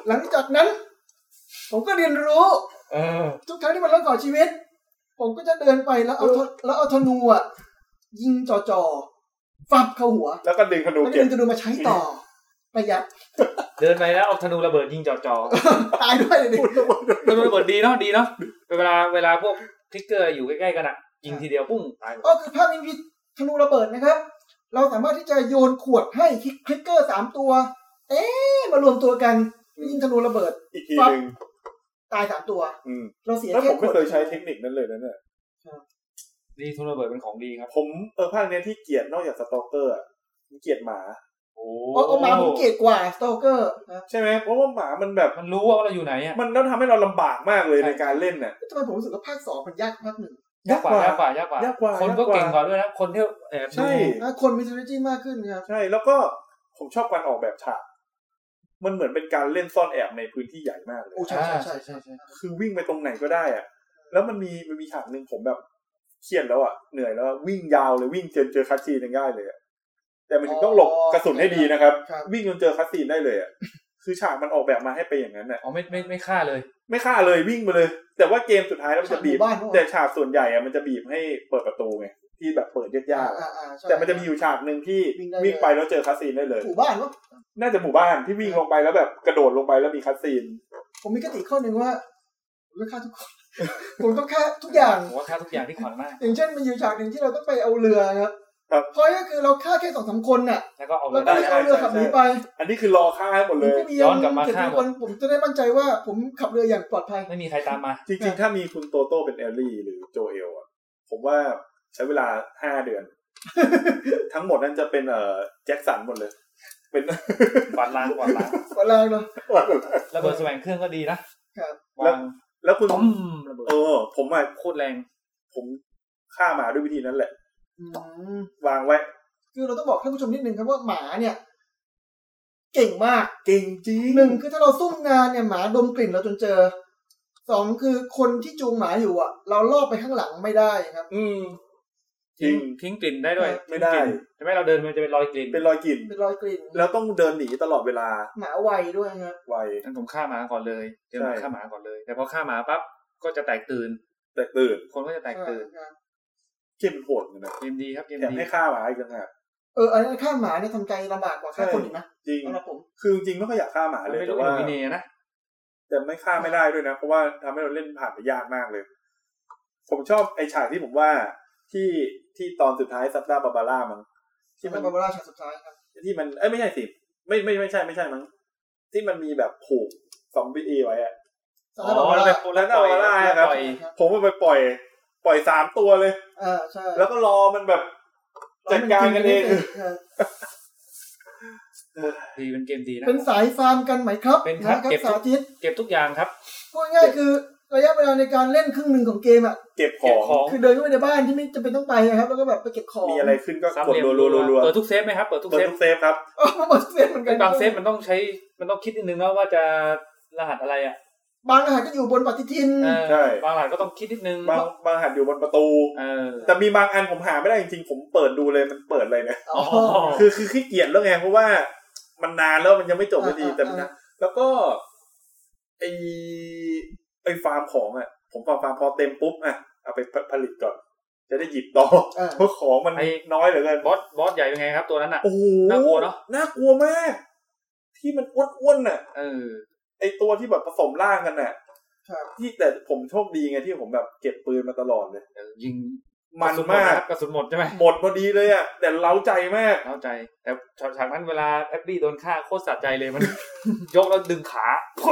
Speaker 3: หลังจากนั้น ผมก็เรียนรู้
Speaker 4: เ
Speaker 5: เออ
Speaker 3: ทุกครั้งที่มันรักก่อชีวิต ผมก็จะเดินไปแล้วเอาธแล้วเอาธนูอ่ะยิงจ่อๆฟับเข้าหัว
Speaker 4: แล้วก็ดึงธนู
Speaker 3: แล้วก็
Speaker 4: เก็บ
Speaker 3: ดึงธนูมาใช้ต่อ ประหยัด
Speaker 5: เดินไปแล้วเอาธนูระเบิดยิงจ่อจอ
Speaker 3: ตายด้วยเลยดิ
Speaker 5: ๆธนูระเบิดดีเนาะดีเนาะเวลาเวลาพวกทริกเกอร์อยู่ใกล้ๆกันอะยิงทีเดียวปุ้งตายหมด
Speaker 3: ก็คือภาพนี้มีธนูระเบิดนะครับ เราสามารถที่จะโยนขวดให้คลิกคลิกเกอร์สามตัว เอ๊ะมารวมตัวกันยิงธนูระเบิด
Speaker 4: อีกทีหนึ่ง
Speaker 3: ตายสามตัว
Speaker 4: อืม
Speaker 3: เราเสีย
Speaker 4: แล้ว
Speaker 3: แค่
Speaker 4: ผม
Speaker 3: ข
Speaker 4: ไม่
Speaker 3: วด
Speaker 4: เคยใช้เทคนิคนั้นเลยนะเนี่ย
Speaker 5: ดีธนูระเบิดเป็นของดีครับ
Speaker 4: ผมเออภาคเนี้ยที่เกลียดนอกจากสตอกเกอร์อะผมเกลียดหมา
Speaker 5: โอ้
Speaker 3: โอ้โอ้หมาผมเกลียดกว่าสโตเกอร์นะ
Speaker 4: ใช่ไหมเพราะว่าหมามันแบบ
Speaker 5: มันรู้ว่าเราอยู่ไหนอะ
Speaker 4: มันแล้วทำให้เราลำบากมากเลยในการเล่นน่ะ
Speaker 3: ทำไมผมรู้สึกว่าภาคสองมันยากกว่าภาคหนึ่ง
Speaker 5: ยากกว่ายากกว่ายากกว่าย
Speaker 4: ากกว่า
Speaker 5: คนก็
Speaker 4: ยากกว่า
Speaker 5: เก่งกว่าด้วยนะคนที่แอบดู
Speaker 4: ใช่
Speaker 3: นะคนมี strategy มากขึ้นครับ
Speaker 4: ใช่แล้วก็ผมชอบการออกแบบฉาก มันเหมือนเป็นการเล่นซ่อนแอบในพื้นที่ใหญ่มากเลย
Speaker 3: โอ้ใช่ใช่ใช่ใช่ใช่
Speaker 4: คือวิ่งไปตรงไหนก็ได้อะแล้วมันมีมันมีฉากหนึ่งผมแบบเครียดแล้วอะเหนื่อยแล้วอะวิ่งยาวเลยวิ่งเจอเจอคัสซีนยังได้เลยอะแต่มันถึงต้องหลบกระสุนให้ดีนะครับ
Speaker 3: ครับ
Speaker 4: วิ่งจนเจอคัสซีนได้เลยอะคือฉากมันออกแบบมาให้เป็นอย่างนั้นน่ะ
Speaker 5: อ๋อไม่ไม่ไม่ฆ่าเลย
Speaker 4: ไม่ฆ่าเลยวิ่งไปเลย แต่ว่าเกมสุดท้ายแล้วมันจะบีบ
Speaker 3: ฉากหมู่บ้านด้วย
Speaker 4: แต่ฉากส่วนใหญ่อะมันจะบีบให้เปิดประตูไงที่แบบเปิดยากๆ
Speaker 3: อ่อ่อ่ใช่
Speaker 4: แต่มันจะมีอยู่ฉากหนึ่งที่
Speaker 3: วิ่งได้
Speaker 4: วิ่งไปแล้วเจอคัสซีนได้เลย
Speaker 3: หมู่บ้านวะ
Speaker 4: น่าจะหมู่บ้านที่วิ่งลงไปแล้วแบบกระโดดลงไปแล้วมีคัสซีน
Speaker 3: ผมมีกติข้อหนึ่งว่าผมต้องฆ่าทุกคน ผมต้องฆ่าทุกอย่าง
Speaker 5: ผมว่าฆ่าทุกอย่างที่ขวางหน้า
Speaker 3: อย่างเช่นมันอยู่ฉากหนึ่งที่เราต้องไปเอาเรือครับ
Speaker 4: ครับ
Speaker 3: พอยก็คือเราฆ่าแค่สองสามคนน่ะ
Speaker 5: แล้วก็เอาเล
Speaker 3: เรา
Speaker 5: ย
Speaker 3: ก็
Speaker 5: ได้
Speaker 3: เลยเอาเรือขับหนีไป
Speaker 4: อันนี้คือรอค่าให้หมดเลย
Speaker 3: ไม่มี
Speaker 5: ย้อนกลับมา
Speaker 3: เจ็ด
Speaker 5: ฆ่าหมด
Speaker 3: คนผมจะได้มั่นใจว่าผมขับเรืออย่างปลอดภัย
Speaker 5: ไม่มีใครตามมา
Speaker 4: จริงๆ ถ้ามีคุณโตโต้เป็นแอลลี่หรือโจเอลอะผมว่าใช้เวลาห้าเดือน ทั้งหมดนั้นจะเป็นเอ่อแจ็คสันหมดเลย เป็น
Speaker 5: กวาดล้างกวาดล้าง
Speaker 3: กว่าแรงเนาะ
Speaker 5: ระเบิดแสวงเครื่องก็ดีนะครับ วาง
Speaker 4: แล้วคุณ
Speaker 5: ต้มระเบิด
Speaker 4: เออ ผมอะ
Speaker 5: โคตรแรง
Speaker 4: ผมฆ่าหมาด้วยวิธีนั้นแหละ
Speaker 3: อืม
Speaker 4: วางไว้
Speaker 3: คือเราต้องบอกท่านผู้ชมนิดนึงครับว่าหมาเนี่ย เก่งมาก
Speaker 4: เก่งจริง
Speaker 3: หนึ่งคือถ้าเราซุ่มงานเนี่ยหมาดมกลิ่นเราจนเจอสองคือคนที่จูงหมาอยู่อ่ะ เราลอบไปข้างหลังไม่ได้ครับ
Speaker 4: อืม จริ
Speaker 5: ทิ้ง
Speaker 4: ง
Speaker 5: ทิ้งกลิ่นได้ด้วย
Speaker 4: ไม่ได้
Speaker 5: ทิ้งกลิ่นใช่ไหมเราเดินมันจะเป็นรอยกลิ่น
Speaker 4: เป็นรอยกลิ่น
Speaker 3: เป็นรอยกลิ่น
Speaker 4: แล้วต้องเดินหนีตลอดเวลา
Speaker 3: หมาไวด้วยครับ
Speaker 4: ไว
Speaker 5: งั้นผมฆ่าหมาก่อนเลยเดี๋ยวผม
Speaker 4: ใช่
Speaker 5: ฆ่าหมาก่อนเลย แต่พอฆ่าหมาปั๊บก็จะแตกตื่น
Speaker 4: แต่ตื่น
Speaker 5: คนก็จะแตกตื่น
Speaker 3: ใช่ครับ
Speaker 4: เกมมันโหดเหมือนกันนะ
Speaker 5: เกมดีครับเกม
Speaker 4: แถม
Speaker 5: ดี
Speaker 4: ให้ฆ่าหมาอีกต่างหาก
Speaker 3: เอออันนั้นฆ่าหมาเนี่ยทำใจลำบากกว่าฆ่าคนอีกนะ
Speaker 4: จริง
Speaker 3: สำหรับผม
Speaker 4: คือจริงๆไม่ค่อยอยากฆ่าหมาเลย
Speaker 5: ไม่
Speaker 4: แต่
Speaker 5: รู้
Speaker 4: ว่า
Speaker 5: ว่าโนมิเนียนะ
Speaker 4: แต่ไม่ฆ่าไม่ได้ด้วยนะ เพราะว่าทำให้เราเล่นผ่านไปยากมากเลย ผมชอบไอฉากที่ผมว่าที่ที่ตอนสุดท้ายซัปดาบาบาร่ามั้ง
Speaker 3: ที่
Speaker 4: ที่
Speaker 3: มั
Speaker 4: มัน น
Speaker 3: บาบาร่าฉากสุดท้ายครับ
Speaker 4: ที่มันเอ้ยไม่ใช่สิไม่ไม่ไม่ใช่ไม่ใช่มั้งที่มันมีแบบผูกซอมบี้ไว้อะ
Speaker 3: สารบาบาร่า
Speaker 4: แล้วก็เอามาล่าครับ
Speaker 5: ปล่อย
Speaker 4: ผมเอาไปปล่อย ปล่อยสามตัวเลย
Speaker 3: เออใช่
Speaker 4: แล้วก็รอมันแบบจัดการกันเอง
Speaker 3: ครับ
Speaker 5: ดีเป็นเกมดีนะ
Speaker 3: เป็นสายฟาร์มกันไหมครับ
Speaker 5: เป็นครับ
Speaker 3: นะ
Speaker 5: เก็บ
Speaker 3: สาธิต
Speaker 5: เก็บทุกอย่างครับ
Speaker 3: พูดง่ายๆคือระยะเวลาในการเล่นครึ่งหนึ่งของเกมอ่ะ
Speaker 4: เก็บข
Speaker 5: เก็บ
Speaker 4: อง
Speaker 5: ของ
Speaker 3: คือเดินเข้าไปในบ้านที่ไม่จำเป็นต้องไปนะครับ แล้วก็แบบไปเก็บของ
Speaker 4: มีอะไรขึ้นก็
Speaker 5: สาม
Speaker 4: กด
Speaker 5: เหลี่ยม
Speaker 4: รัวรัวรัว
Speaker 5: เปิดทุกเซฟไหมครับเปิดทุก
Speaker 4: เปิ
Speaker 5: เซ
Speaker 4: ด
Speaker 5: ฟ
Speaker 4: ทุกเซฟครับ
Speaker 3: เออมาหมดเซฟเหมือนกัน
Speaker 5: บางเซฟมันต้องใช้มันต้องคิดนิดนึงนะว่าจะรหัสอะไรอ่ะ
Speaker 3: บางอาหารก็อยู่บนปฏิทิน
Speaker 5: เออ
Speaker 4: ใช่
Speaker 5: บางรหัสก็ต้องคิดนิดนึง
Speaker 4: บางบางหันอยู่บนประตู
Speaker 5: เออ
Speaker 4: แต่มีบางอันผมหาไม่ได้จริงๆ ผมเปิดดูเลยมันเปิดอะไรเนี่ย
Speaker 5: อ๋อ
Speaker 4: คือคือขี้เกียจแล้วไงเพราะว่ามันนานแล้วมันยังไม่จบสักทีแต่มัน
Speaker 3: อ่า
Speaker 4: นะแล้วก็ไอไอฟาร์มของอ่ะ ผมฟาร์มฟาร์มพอเต็มปุ๊บอ่ะเอาไปผผลิตก่อน จะได้หยิบต่อ
Speaker 3: เออ
Speaker 4: เพราะของมัน
Speaker 5: ไอ้
Speaker 4: น้อยเหลือเกิน
Speaker 5: บอสบอสใหญ่เป็นไงครับตัวนั้นอ่ะ
Speaker 4: โอ้โห
Speaker 5: น่ากลัวเนอะ
Speaker 4: น่ากลัวมาก ที่มันอ้วนๆน่ะ
Speaker 5: เออ
Speaker 4: ไอตัวที่แบบผสมร่างกันน่ะ
Speaker 3: ครับ
Speaker 4: ที่แต่ผมโชคดีไงที่ผมแบบเก็บปืนมาตลอดเลย
Speaker 5: เออยิง
Speaker 4: มันมาก
Speaker 5: กระสุนหมดใช่ไหม
Speaker 4: หมดพอดีเลยอ่ะแต่เล้าใจมาก
Speaker 5: เข้าใจ แต่ฉากนั้นเวลาแอปปี้โดนฆ่าโคตรสะใจเลยมัน ยกแล้วดึงขาข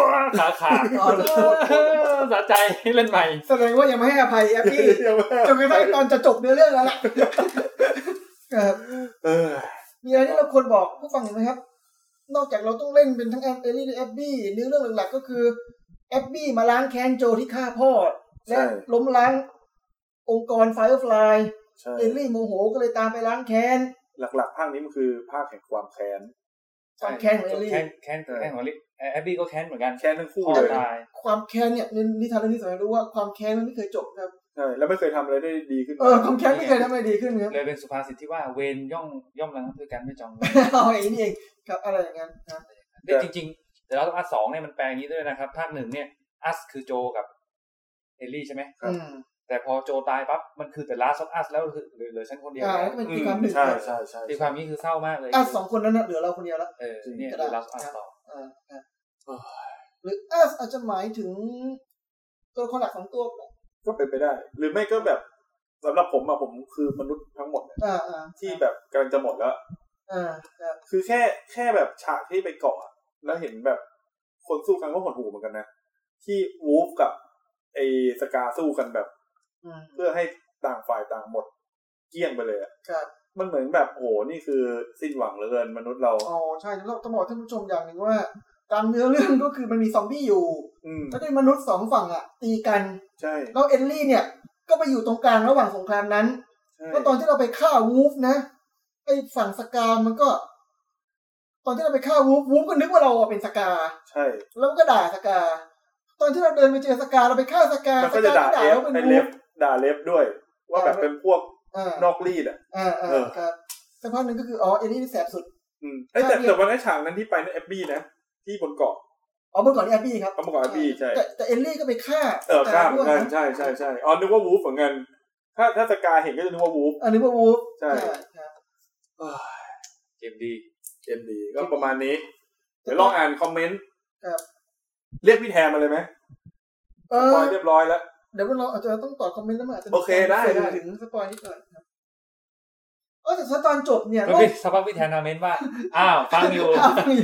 Speaker 5: า ขาด
Speaker 3: อ๋อเหรอ
Speaker 5: เออสะใจเล่นใหม่
Speaker 3: แสดงว่ายังไม่ให้อภัยแอป ปี้จนกระทั่งตอนจะจบเนื้อเรื่องแล้วล่ะครับ
Speaker 4: เออ
Speaker 3: มีอะไรที่เราควรบอกผู้ฟังอีกไหมครับ นอกจากเราต้องเล่นเป็นทั้งแอนเอลี่และแอบบี้เนื้อเรื่องหลักๆก็คือแอบบี้มาล้างแค้นโจที่ฆ่าพ่อ และ
Speaker 4: ใช่
Speaker 3: ล้มล้างองค์กรไฟฟลาย
Speaker 4: ใช่
Speaker 3: เอลลี่โมโหก็เลยตามไปล้างแค้น
Speaker 4: หลักๆ ภาคนี้มันคือภาคแห่งความแค้น
Speaker 3: ความแค้นของเอลลี่
Speaker 5: แค้นแค้นแค้นของเอลลี่แอปปี้ก็แค้นเหมือนกัน
Speaker 4: แค้นทั้งคู่
Speaker 5: พ่อ
Speaker 4: เลย
Speaker 5: ตาย
Speaker 3: ความแค้นเนี่ยในนิทานเรื่องนี้สอนให้รู้ว่าความแค้นมันไม่เคยจบครับ
Speaker 4: ใช่แล้วไม่เคยทำอะไรได้ดีขึ้น
Speaker 3: เออความแค้นไม่เคยทำอะไรดีขึ้นครับ
Speaker 5: เลยเป็นสุภาษิตที่ว่าเวรย่อมย่อมระงับด้วยการไม่จองเวร
Speaker 3: เอาไอ้นี่เองครับอะไรอย่างนั้นนะ
Speaker 5: นี่จริงๆ แต่เราต้องอัดสองเนี่ยมันแปลงอย่างนี้ด้วยนะครับ ภาคหนึ่งเนี่ยอัสคือโจกับ เอลลี่ใช่ไหม
Speaker 3: อืม
Speaker 5: แต่พอโจตายปั๊บมันคือแต่ลาสออฟแล้วคือเหลือเหลือฉันคนเดียว
Speaker 3: อ่า
Speaker 5: แล้
Speaker 3: แล้วก็เป็
Speaker 5: ว
Speaker 3: น
Speaker 4: อื
Speaker 3: ตี
Speaker 4: ม
Speaker 3: ความหนึ่ง
Speaker 4: ใช่ใช่ใช่
Speaker 5: ตีความนี้คือเศร้ามากเลย
Speaker 3: อ่ะสองคนนั้นน่ะเหลือเราคนเดียวละ
Speaker 5: เออเนี่ยคือลาสออฟต่อ
Speaker 3: อ่าอ่า
Speaker 5: โอ้ย
Speaker 3: หรืออาจจะหมายถึง ตัวคนหลักของตัว
Speaker 4: ก็เป็นไปได้ หรือไม่ก็แบบสำหรับผมอะผมคือมนุษย์ทั้งหมดอะ
Speaker 3: อ่าอ่า
Speaker 4: ที่แบบกำลังจะหมดแล้ว
Speaker 3: อ่าอ่า
Speaker 4: คือแค่แค่แบบฉากที่ไปเกาะอะแล้วเห็นแบบคนสู้กันก็หดหูเหมือนกันนะ ที่วูฟกับไอสกาสู้กันแบบ
Speaker 3: อืม
Speaker 4: เพื่อให้ต่างฝ่ายต่างหมด เกลี้ยงไปเลยอะ
Speaker 3: ครับ
Speaker 4: มันเหมือนแบบโอ้โหนี่คือสิ้นหวังเหลือเกินมนุษย์เรา
Speaker 3: อ๋อใช่แล้วต้องบอกท่านผู้ชมอย่างหนึ่งว่า ตามเนื้อเรื่องก็คือมันมีซอมบี้อยู่
Speaker 4: อืม
Speaker 3: แล้วก็มีมนุษย์สองฝั่งอ่ะ ตีกัน
Speaker 4: ใช่
Speaker 3: แล้วเอลลี่เนี่ย ก็ไปอยู่ตรงกลางระหว่างสงครามนั้น
Speaker 4: ใช่
Speaker 3: แล้วตอนที่เราไปฆ่าวูฟนะไอ้ฝั่งสกา มันก็ ตอนที่เราไปฆ่าวูฟวูฟก็นึกว่าเราอะเป็นสกา
Speaker 4: ใช่
Speaker 3: แล้วมันก็ด่าสกา ตอนที่เราเดินไปเจอสกาเราไปฆ่าสกา
Speaker 4: มัน
Speaker 3: ส
Speaker 4: ก็
Speaker 3: กาก็
Speaker 4: จะด่า
Speaker 3: ด่า
Speaker 4: เอฟ
Speaker 3: เราเป็น
Speaker 4: ไอ
Speaker 3: วู
Speaker 4: เล็
Speaker 3: ฟ
Speaker 4: บด่าเล็บด้วย ว่าแบบ
Speaker 3: อ่า
Speaker 4: เป็นพวก
Speaker 3: อ่าน
Speaker 4: อกรีดอ่ะ
Speaker 3: อ่าอ่า
Speaker 4: เออ
Speaker 3: ครับสักพักหนึ่งก็คืออ๋อเอลลี่นี่แสบสุด
Speaker 4: อืมเอ้ยแต่
Speaker 3: ใช่
Speaker 4: แต่วันนั้นฉากนั้นที่ไปนั่นแอบบี้นะ ที่บนเกาะ
Speaker 3: อ๋อเมื่อก่อนนี่แอบบี้ครับ
Speaker 4: เขาบอกว่าแอบบี้ใช่
Speaker 3: แต่แต่เอลลี่ก็ไปฆ่า
Speaker 4: เออข้ามเห
Speaker 3: ด้
Speaker 4: มื
Speaker 3: ว
Speaker 4: อย นกัน
Speaker 3: นะ
Speaker 4: ใช่ใช่ใช่อ๋อนึกว่าวูฟเหมือนกัน ถ้าถ้าสกาเห็นก็จะนึกว่าวูฟ
Speaker 3: อันนี้ว่าวูฟ
Speaker 4: ใช่
Speaker 3: ครับ
Speaker 5: เกมดี
Speaker 4: เกมดีก็ประมาณนี้ เดี๋ยวล
Speaker 3: อ
Speaker 4: องอ่านคอมเมนต์
Speaker 3: ครับ
Speaker 4: เรียกพี่แทนมาเลยไหม
Speaker 3: เอ
Speaker 4: ป
Speaker 3: อ
Speaker 4: อยเรียบร้อยแล้ว
Speaker 3: เดี๋ยวเราอาจจะต้องตอบคอมเมนต์แล้วมันอาจจะมี
Speaker 4: โอเคได้
Speaker 3: สื่
Speaker 4: ได้
Speaker 3: ถึงสปอยนิดหน่อยครับเออแต่ตอนจบเนี่ย
Speaker 5: มัน
Speaker 3: โล
Speaker 5: เป็
Speaker 3: ก
Speaker 5: นสภาพวิทยานาเมน ว่า อ้าวฟังอยู่
Speaker 3: อ้าวนี่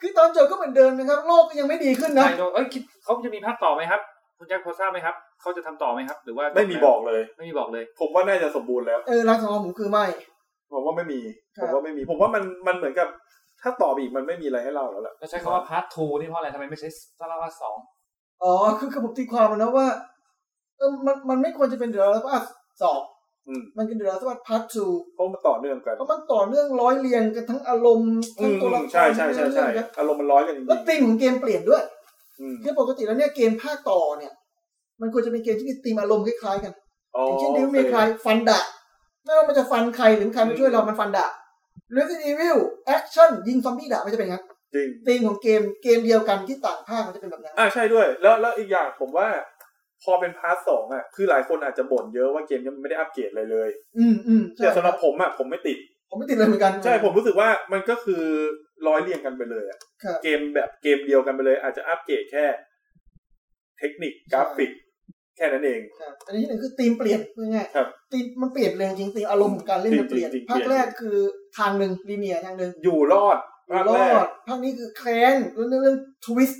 Speaker 3: คือตอนจบก็เหมือนเดิมนะครับ โลกก็ยังไม่ดีขึ้นนะ
Speaker 5: ใช่โดนเอ้ยคิดเขาจะมีภาคต่อไหมครับ คุณแจ็คพอทราบไหมครับ เขาจะทำต่อไหมครับ หรือว่า
Speaker 4: ไม่มีบอกเลย
Speaker 5: ไม่มีบอกเลย
Speaker 4: ผมว่าน่าจะสมบูรณ์แล้ว
Speaker 3: เออรักของเราผมคือไม่
Speaker 4: ผมว่าไม่มี
Speaker 3: ครั
Speaker 4: ผ
Speaker 3: บ
Speaker 4: มว่าไม่มี ผมว่ามันมันเหมือนกับ ถ้าตอบอีกมันไม่มีอะไรให้เล่าแล้วล่ะ
Speaker 5: เราใช้คำว่าพาร์ททูนี่เพราะอะไรทำไมไม่ใช้สารวัตรสอง
Speaker 3: อ๋อคือคือผมตีความมันนะว่าเออมันมันไม่ควรจะเป็นเดือดร้อนสวัสดิ์สอง
Speaker 4: อืม
Speaker 3: มันเป็นเดือดร้อนสวัสดิ์พาร์ททู
Speaker 4: เพราะมันต่อเนื่องกัน
Speaker 3: เพราะมันต่อเนื่องร้อยเรียงกันทั้งอารมณ์
Speaker 4: อื
Speaker 3: ทั้ง
Speaker 4: ม
Speaker 3: ตัวละคร
Speaker 4: ใช่ใช่ใช่ใช่
Speaker 3: ทั้งเรื่องนะ
Speaker 4: อารมณ์มันร้อยกันจริง
Speaker 3: แล้วธีมของเกมเปลี่ยนด้วย
Speaker 4: ๆอืม
Speaker 3: คือปกติแล้วเนี่ยเกมภาคต่อเนี่ย มันควรจะเป็นเกมที่มีธีมอารมณ์คล้ายๆกัน
Speaker 4: อ๋อ
Speaker 3: อย่างเช่นดิว
Speaker 4: โอ
Speaker 3: เมคายฟันดะไม่ว่ามันจะฟันใครหรือใครมาช่วยเรามันฟันดะ Resident Evil แอคชั่นยิงซอมบี้ดะมันจะเป็นงั้น
Speaker 4: จริง
Speaker 3: ธีมของเกมเกมเดียวกันที่ต่างภาคมันจะเป็นแบบนั้น
Speaker 4: อ่าใช่ด้วย แล้วแล้วอีกอย่างผมว่า พอเป็นพาร์ทสองอ่ะ คือหลายคนอาจจะบ่นเยอะว่าเกมนี้มันไม่ได้อัปเกรดเลยเลย
Speaker 3: อืมอืมใช่
Speaker 4: แต่สำหรับผมอ่ะผมไม่ติด
Speaker 3: ผมไม่ติดเลยเหมือนกัน
Speaker 4: ใช่ผมรู้สึกว่ามันก็คือร้อยเรียงกันไปเลยอะ
Speaker 3: ครับ
Speaker 4: เกมแบบเกมเดียวกันไปเลย อาจจะอัปเกรดแค่ เทคนิคกราฟิก แค่นั้นเอง
Speaker 3: ครับอันนี้ที่หนึ่งคือธีมเปลี่ยนพูดง่าย
Speaker 4: ครับ
Speaker 3: ๆธีมมันเปลี่ยนเลยจริงๆธีมอารมณ์ของการเล่นมันเปลี่ยน
Speaker 4: จริงๆจริงๆ
Speaker 3: ภาคแรกคือทางหนึ่งลีเนียทางหนึ่ง
Speaker 4: อยู่รอด
Speaker 3: รอ
Speaker 4: ภาคแรก
Speaker 3: ดภาคนี้คือแค้นแล้วเรื่องเรื่องทวิส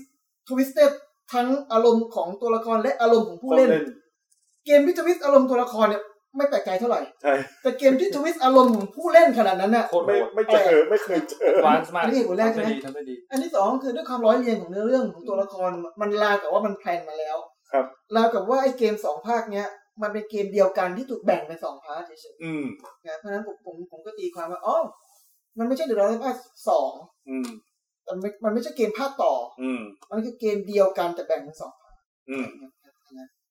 Speaker 3: ทวิสเต็ดทั้งอารมณ์ของตัวละครและอารมณ์ของผู้เล่น
Speaker 4: ต้อง
Speaker 3: เกมที่ทวิสอารมณ์ตัวละครเนี่ยไม่แปลกใจเท่าไหร่
Speaker 4: ใช่
Speaker 3: แต่เกมที่ทวิสอารมณ์ของผู้เล่นขนาดนั้นน่ะ
Speaker 5: โคตรโห
Speaker 4: ไม่
Speaker 5: ด
Speaker 4: ไม่เจอไม่เคยเจอ
Speaker 5: วานสมา
Speaker 3: อั
Speaker 5: ก
Speaker 3: นนี้หัวแรกใช่ไหม
Speaker 5: ทำด้ดีทำได้ดี
Speaker 3: อันที่สองคือด้วยความร้อยเรียงของเนื้อเรื่องของตัวละครมันลาวกับว่ามันแพลนมาแล้ว
Speaker 4: ครับ
Speaker 3: ลาวกับว่าไอ้เกมสองภาคเนี้ยมันเป็นเกมเดียวกันที่ถูกแบ่งเป็นสองพาร์ทเฉย
Speaker 4: อืม
Speaker 3: ๆนะเพราะฉะนั้นผมผมผมก็ตีความว่าอ๋อมันไม่ใช่เดอะร้อนภาคสอง
Speaker 4: อืม
Speaker 3: แต่มันมันไม่ใช่เกมภาคต่อ
Speaker 4: อืม
Speaker 3: มันคือเกมเดียวกันแต่แบ่งเป็นสอง
Speaker 4: อืม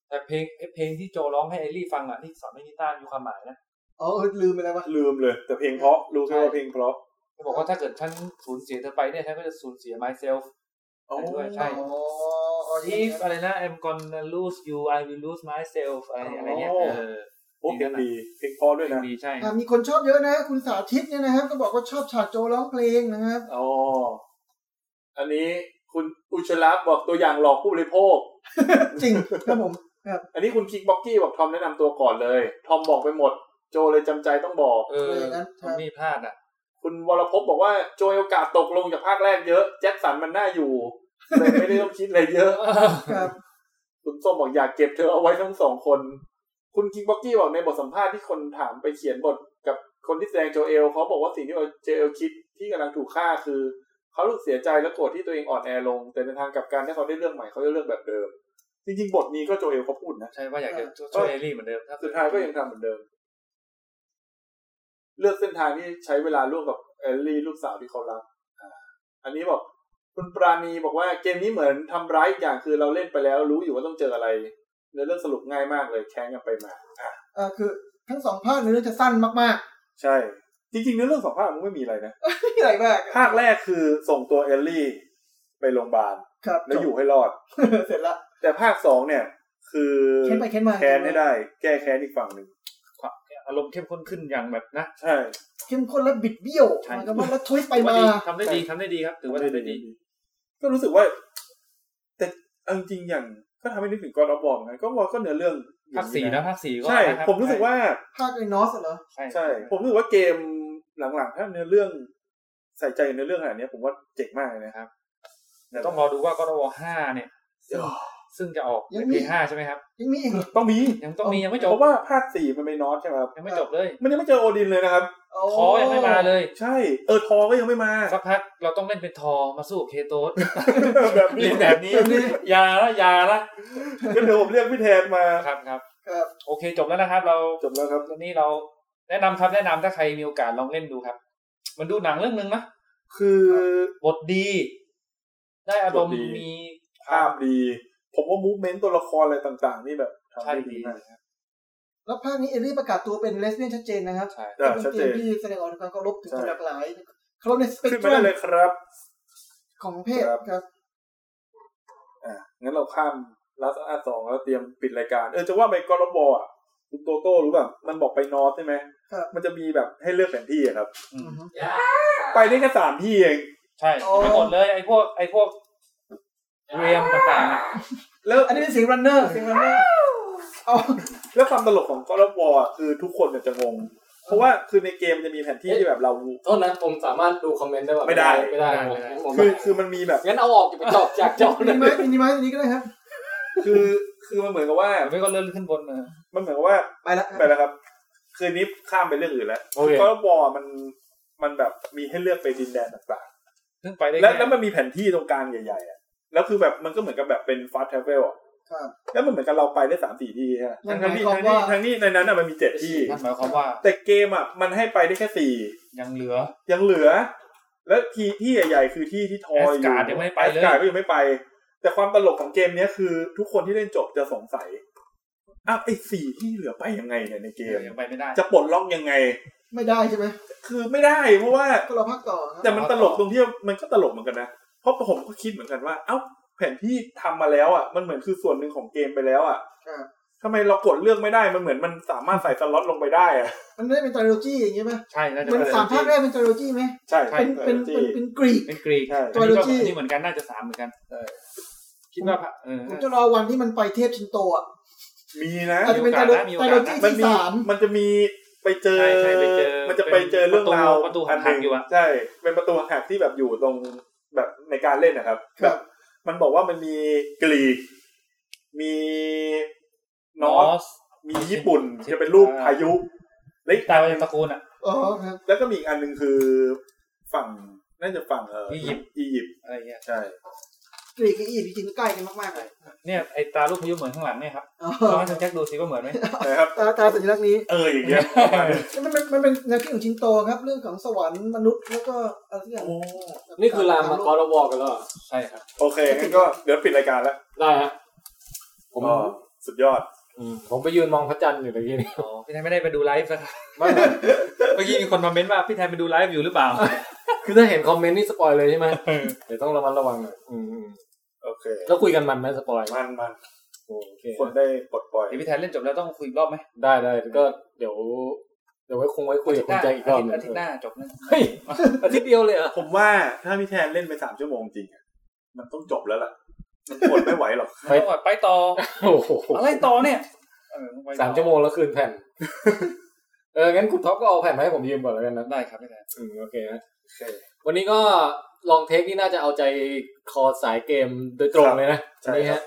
Speaker 5: แต่เพลงไอ้เพลงที่โจร้องให้เอลลี่ฟังอ่ะที่สอนให้นิต้ามีความหมายนะ
Speaker 3: อ๋อเออลืมไปแล้ววะ
Speaker 4: ลืมเลย แต่เพลงเพราะรู้แค่ว่าเพลงเพราะ
Speaker 5: เขาบอกว่าถ้าเกิดฉันสูญเสียเธอไปเนี่ยฉันก็จะสูญเสีย myself ไปด้วยใช่
Speaker 3: อ๋ออ๋อนี่
Speaker 5: if อะไรนะ I'm gonna lose you I will lose myself อะไรอะไรเงี้ยเออ
Speaker 4: โอ้เพลงดีเพลงเพราะด้วยนะ
Speaker 5: ดีใช่
Speaker 3: อ่ะมีคนชอบเยอะนะ คุณสาธิตเนี่ยนะครับ ก็บอกว่าชอบฉากโจร้องเพลงนะครับ
Speaker 4: อ๋ออันนี้คุณอุชลับบอกตัวอย่างหลอกผู้บริโภค
Speaker 3: จริงครับผม
Speaker 4: อันนี้คุณคิกบ็อกกี้บอกทอมแนะนำตัวก่อนเลย ทอมบอกไปหมด โจเลยจำใจต้องบอก
Speaker 5: เออทำมีพลาดอ่ะ
Speaker 4: คุณวรภพบอกว่าโจโอกาสตกลงจากภาคแรกเยอะ แจ็คสันมันน่าอยู่เลยไม่ได้ต้องคิดอะไรเยอะ
Speaker 3: ครับ
Speaker 4: คุณส้มบอกอยากเก็บเธอเอาไว้ทั้งสองคน คุณคิกบ็อกกี้บอกในบทสัมภาษณ์ที่คนถามไปเขียนบทกับคนที่แสดงโจเอลเขาบอกว่าสิ่งที่โจเอลคิดที่กำลังถูกฆ่าคือ เขารู้สึกเสียใจและโกรธที่ตัวเองอ่อนแอลง แต่ในทางกลับการถ้าเขาได้เรื่องใหม่เขาจะเลือกแบบเดิม จริงๆบทนี้ก็โจเอลเขาพูดนะ
Speaker 5: ใช่ว่าอยากจะช่วยเอลลี่เหมือนเดิมถ้
Speaker 4: สุดท้ายก็ยังทำเหมือนเดิม เลือกเส้นทางที่ใช้เวลาร่วมกับแอลลี่ลูกสาวที่เขารักอ่าอันนี้บอก คุณปราณีบอกว่าเกมนี้เหมือนทำร้ายอีกอย่างคือเราเล่นไปแล้ว รู้อยู่ว่าต้องเจออะไรเนื้อเรื่องสรุปง่ายมากเลยแข่งกันไปมาอ่ะ
Speaker 3: อ่าคือทั้งสองภาคเนื้อเรื่องจะสั้นมาก
Speaker 4: ใช่ จริงๆเนื้อเรื่องสองภาคมันไม่มีอะไรนะ
Speaker 3: ๆ ไม่มีอะไรมาก
Speaker 4: ภาคแรกคือส่งตัวแอลลี่ไปโรงพยาบาล
Speaker 3: ครับ
Speaker 4: แล้ว
Speaker 3: จบ
Speaker 4: อยู่ให้รอด
Speaker 3: เสร็จละ
Speaker 4: แต่ภาคสองเนี่ย คือ
Speaker 3: เค้นไปเค้นมา
Speaker 4: แค้นให้ได้ แก้แค้นอีกฝั่งหนึ่ง
Speaker 5: ความอารมณ์เข้มข้นขึ้นอย่างแบบนะ
Speaker 4: ใช่
Speaker 3: เข้มข้นและบิดเบี้ยว
Speaker 5: ใช่
Speaker 3: หมายความว่าแล้วทวิสต์ไปมา
Speaker 5: ทำได้ดีทำได้ดีครับถือว่าทำได้ดี
Speaker 4: ก็รู้สึกว่า แต่เอาจริงๆอย่างก็ทำให้นึกถึงกอร์ดอฟวอร์ไงก็วอร์ก็เนื้อเรื่องอย่
Speaker 5: ภาค
Speaker 4: ง
Speaker 5: สี่นะภาคสี่ก็
Speaker 4: ใช่
Speaker 5: นะคบ
Speaker 4: ผมรู้สึกว่า
Speaker 3: ภาคไอ้นอสเหรอ
Speaker 5: ใช่
Speaker 4: ใช่ ผมรู้สึกว่าเกมหลังๆ ถ้าเนื้อเรื่องใส่ใจเนื้อเรื่องขนาดเนี้ยผมว่าเจ๋งมากเลยนะ
Speaker 5: แต่ต้องรอดูว่าก็รอห้าเนี่ย ซึ่งจะออก
Speaker 3: ยัง
Speaker 5: ใน
Speaker 3: มี
Speaker 5: ปีห้าใช่ไหมครับ
Speaker 3: ยังมีอีกเหรอ
Speaker 4: ต้องมี
Speaker 5: ยังต้องมียังไม่จบ
Speaker 4: เพราะว่าภาคสี่มันไม่นอตใช่ไหมครับ
Speaker 5: ยังไม่จบเลย
Speaker 4: มันยังไม่เจอโอดินเลยนะครับ
Speaker 5: ทอยังไม่มาเลย
Speaker 4: ใช่ เออทอก็ยังไม่มา
Speaker 5: สักพักเราต้องเล่นเป็นทอมาสู้กับเค โตส
Speaker 4: แบบนี้
Speaker 5: เล่น แบบนี้อยาละอยาละ
Speaker 4: ก็เดี๋ยวผมเรียกพี่แทนมา
Speaker 5: ครับครับ
Speaker 3: ครับ
Speaker 5: โอเคจบแล้วนะครับ เรา
Speaker 4: จบแล้วครับ
Speaker 5: วันนี้เราแนะนำครับแนะนำถ้าใครมีโอกาสลองเล่นดูครับ มันดูหนังเรื่องหนึ่งนะ
Speaker 4: คือ
Speaker 5: บทดี ได้อาร
Speaker 4: บ
Speaker 5: มณ์
Speaker 4: ทดี
Speaker 5: มี
Speaker 4: ภาพดี ผมว่ามูฟเมนต์ตัวละครอะไรต่างๆ นี่แบบทำ
Speaker 5: ใช่
Speaker 4: ได้ดี
Speaker 5: ดี
Speaker 4: มาก
Speaker 3: แล้วภาคนี้เอลลี่ประกาศตัวเป็นเลสเบี้ยนชัดเจนนะครับ
Speaker 5: ใช่
Speaker 4: อ่ะ
Speaker 3: เป็น
Speaker 4: ชัด
Speaker 3: เก
Speaker 4: เจ
Speaker 3: ม
Speaker 4: น
Speaker 3: ที่แสดงออกถึงความเคารพถึงความ
Speaker 4: ใช่
Speaker 3: หลากหลายเคารพในสเปก
Speaker 4: ขึ้น
Speaker 3: ต
Speaker 4: มา
Speaker 3: รั
Speaker 4: ได้
Speaker 3: ม
Speaker 4: เลยครับ
Speaker 3: ของเพศ
Speaker 4: ครับ
Speaker 3: ครับ
Speaker 4: อ่ะงั้นเราข้ามลัสอาสองแล้วเตรียมปิดรายการ เออจะว่าไปกอร์บอ่ะคุณโตโต้รู้ป่ะมันบอกไปนอร์ทใช่ไหม
Speaker 3: ครับ
Speaker 4: มันจะมีแบบให้เลือกแผนที่อะครับ
Speaker 5: อืม
Speaker 3: อือฮึ
Speaker 4: ไปได้แค่สามที่เอง
Speaker 5: ใช่
Speaker 3: โอ้
Speaker 5: ไปหมดเลยไอ้พวกไอ้พวกเรียมต่างๆอะ
Speaker 4: แล้ว
Speaker 3: อันนี้เป็นเสียงรันเนอร์เสียงรันเนอร์เอา
Speaker 4: แล้วความตลกของกอร์บอ่ะคือทุกคนเนี่ยจะงง เพราะว่าคือในเกมมันจะมีแผนที่ที่แบบเรา
Speaker 2: โทษนะผมสามารถดูคอมเมนต์ได้ปะ
Speaker 4: ไม่ได้
Speaker 2: ไม่ได้ผมผม
Speaker 4: คือคือมันมีแบบ
Speaker 2: งั้นเอาออกอย่าไปจอบจากจอบ
Speaker 3: มิ
Speaker 2: เล
Speaker 3: นิ
Speaker 2: ย
Speaker 3: ไม้มินิไม้ตัวนี้ก็ได้ครับ
Speaker 4: คือคือมันเหมือนกับว่า
Speaker 5: แต่ไม่ก็เลื่อนขึ้นบนเออ
Speaker 4: มันเหมือนกับว่า
Speaker 3: ไปละ
Speaker 4: ไปแล้วครับ คืนนี้ข้ามไปเรื่องอื่นแล้ว
Speaker 2: โอเค
Speaker 4: ก็บอมันมันแบบมีให้เลือกไปดินแดนต่าง
Speaker 5: ซึ่งไปได้
Speaker 4: ๆ แล้ว
Speaker 5: ค่
Speaker 4: แล้วมันมีแผนที่ตรงกลางใหญ่ๆอะแล้วคือแบบมันก็เหมือนกับแบบเป็นฟาสต์ทราเวล
Speaker 3: ครับ
Speaker 4: แล้วมันเหมือนกับเราไปได้สามสี่ที่ฮะ
Speaker 3: นั่นห
Speaker 4: ทั้
Speaker 3: มาง ย
Speaker 4: ที่
Speaker 3: ความ
Speaker 4: ทั้ง
Speaker 3: ว่า
Speaker 4: ที่ทั้งที่ในนั้นอะมันมีเจ็ดที่
Speaker 5: นั่นหมายความว่า
Speaker 4: แต่เกมอะมันให้ไปได้แค่สี่
Speaker 5: ยังเหลือ
Speaker 4: ยังเหลือ และที่ที่ใหญ่ ๆ คือที่ที่ทอยอยู่
Speaker 5: Asgard ยังไม่ไปเลย
Speaker 4: แอสการ์ดก็ยังไม่ไป แต่ความตลกของเกมเนี้ยคือ ทุกคนที่เล่นจบจะสงสัยอ้าวไอ้สี่ที่เหลือไปยังไงเนี่ยในเกม
Speaker 5: ยังไปไม่ได้
Speaker 4: จะปลดล็อกยังไง
Speaker 3: ไม่ได้ใช่ไหม
Speaker 4: คือไม่ได้เพราะว่า
Speaker 3: ก็เราพักต่อครับ
Speaker 4: แต่มันตลกตรงที่มันก็ตลกเหมือนกันนะเพราะผมก็คิดเหมือนกันว่า เอ้าแผนที่ทำมาแล้วอ่ะมันเหมือนคือส่วนหนึ่งของเกมไปแล้วอ่ะ
Speaker 3: ครับ
Speaker 4: ทำไมเรากดเลือกไม่ได้มันเหมือนมันสามารถใส่สล็อตลงไปได้อ่ะ
Speaker 3: มันได้เป็นไตรโลจีอย่างเงี้ยไหม
Speaker 5: ใช่น่าจะ
Speaker 3: มัน
Speaker 5: เป็น
Speaker 3: สามภาคแรกเป็นไตรโลจีไหม
Speaker 4: ใช่
Speaker 3: เป็นเป็นเป็นเป็นกรีก
Speaker 5: เป็นกรีก
Speaker 4: ใช่
Speaker 3: ตัว
Speaker 5: อันนี้ก็
Speaker 3: ที่
Speaker 5: อันนี้เหมือนกันน่าจะสามเหมือนกันคิดว่าพระเออ
Speaker 3: ผมจะรอวันที่มันไปเทพชินโตอ่ะ
Speaker 4: มีนะ
Speaker 3: อาจจะเป็นไตรโล
Speaker 5: มี
Speaker 3: จี
Speaker 5: โอ
Speaker 3: ไตร
Speaker 5: กาสนะ
Speaker 3: โลจี
Speaker 4: มัน
Speaker 3: ที่
Speaker 4: มี
Speaker 3: สาม
Speaker 4: มันจะมีไปเจอ
Speaker 5: ใช่ใช่ไปเจอ
Speaker 4: มันจะไปเจอเรื่องราว
Speaker 5: ประตูหักๆ
Speaker 4: หนึ่ง
Speaker 5: อยู่อะ
Speaker 4: ใช่ เป็นประตูหักๆที่แบบอยู่ตรงแบบในการเล่นนะครับ
Speaker 3: ครับ
Speaker 4: มันบอกว่ามันมีกรีก มีน
Speaker 5: น
Speaker 4: อ
Speaker 5: อ
Speaker 4: ส
Speaker 5: ส
Speaker 4: มีญี่ปุ่น
Speaker 5: ชิ
Speaker 4: จะเป็นรูป
Speaker 5: อ่า
Speaker 4: พายุ และอีก
Speaker 5: ตายไปในตระกูลอ่ะ
Speaker 3: อ๋อครับ
Speaker 4: แล้วก็มีอีกอันหนึ่งคือ ฝั่ง น่าจะฝั่งเอออี
Speaker 5: ยิปต์
Speaker 4: อียิปต์
Speaker 5: อะไรเงี้ย
Speaker 4: ใช่
Speaker 3: กรีกกับอียิปต์จริงๆก็ใกล้กันมากๆเลย
Speaker 5: เนี่ยไอตาลูกพายุเหมือนข้างหลังเนี่ยครับ
Speaker 3: อ๋อ
Speaker 5: ลองให้คุณแจ็คดูสิว่าเหมือน ไหม
Speaker 4: นะครับ
Speaker 3: ตาตาสัญลักษณ์นี้
Speaker 4: เอออย่างเงี้ย
Speaker 3: มันเป็นมันเป็นแนวคิดของชินโตครับ เรื่องของสวรรค์มนุษย์แล้วก็อะไรทุกอย่าง
Speaker 2: นี่คือลามมากอร์วอกันแล้วเหรอ
Speaker 5: ใช่ครับ
Speaker 4: โอเคงั้นก็เดี๋ยวปิดรายการแล้ว
Speaker 2: ได้ฮะผม
Speaker 4: ก็สุดยอด
Speaker 2: อืมผมไปยืนมองพระจันทร์อยู่ตะกี้นี่
Speaker 5: อ๋อ พี่ไทยไม่ได้ไปดูไลฟ์นะครับเมื่อกี้มีคนมาเม้นว่าพี่ไทยไปดูไลฟ์อยู่หรือเปล่า
Speaker 2: คือถ้าเห็นคอมเมนต์นี่สปอยเลยใช่ไหมเดี๋ยวต้องระมัดระวังหน่อยอืมอืม
Speaker 4: โอเค
Speaker 2: แล้วคุยกันมันไหมสปอย
Speaker 4: มันมัน
Speaker 2: โอเค
Speaker 4: คนได้ปลดปล่อย
Speaker 5: เดี๋ยวพี่ไทยเล่นจบแล้วต้องคุยอีกรอบไหม
Speaker 2: ได้ได้ก็เดี๋ยว เดี๋ยวไว้คงไว้คุยกับคุณแจ็คอีกรอบหนึ่ง
Speaker 5: อาทิตย์หน้าจบนะ
Speaker 2: เฮ้ยอาทิตย์เดียวเลยเหรอ
Speaker 4: ผมว่าถ้าพี่แทนเล่นไปสามชั่วโมงจริงอะมันต้องจบแล้วล่ะ มันปวดไม่ไหวหรอก
Speaker 5: ไปไปต่อ
Speaker 2: โอ้โห
Speaker 5: อะไรต่อเนี่ยเออไปต่อ
Speaker 2: สามชั่วโมงแล้วคืนแผ่น เออ งั้นคุณท็อปก็เอาแผ่นมาให้ผมยืมก่อนแล้วกันนะ
Speaker 5: ได้ครับพี่ไทย
Speaker 2: อืมโอเคนะวันนี้ก็ลองเทคนี่น่าจะเอาใจคอสายเกมโดยตรงเลยนะ
Speaker 4: ใช่
Speaker 2: วันนี้
Speaker 4: ครั
Speaker 2: ฮะ
Speaker 4: บ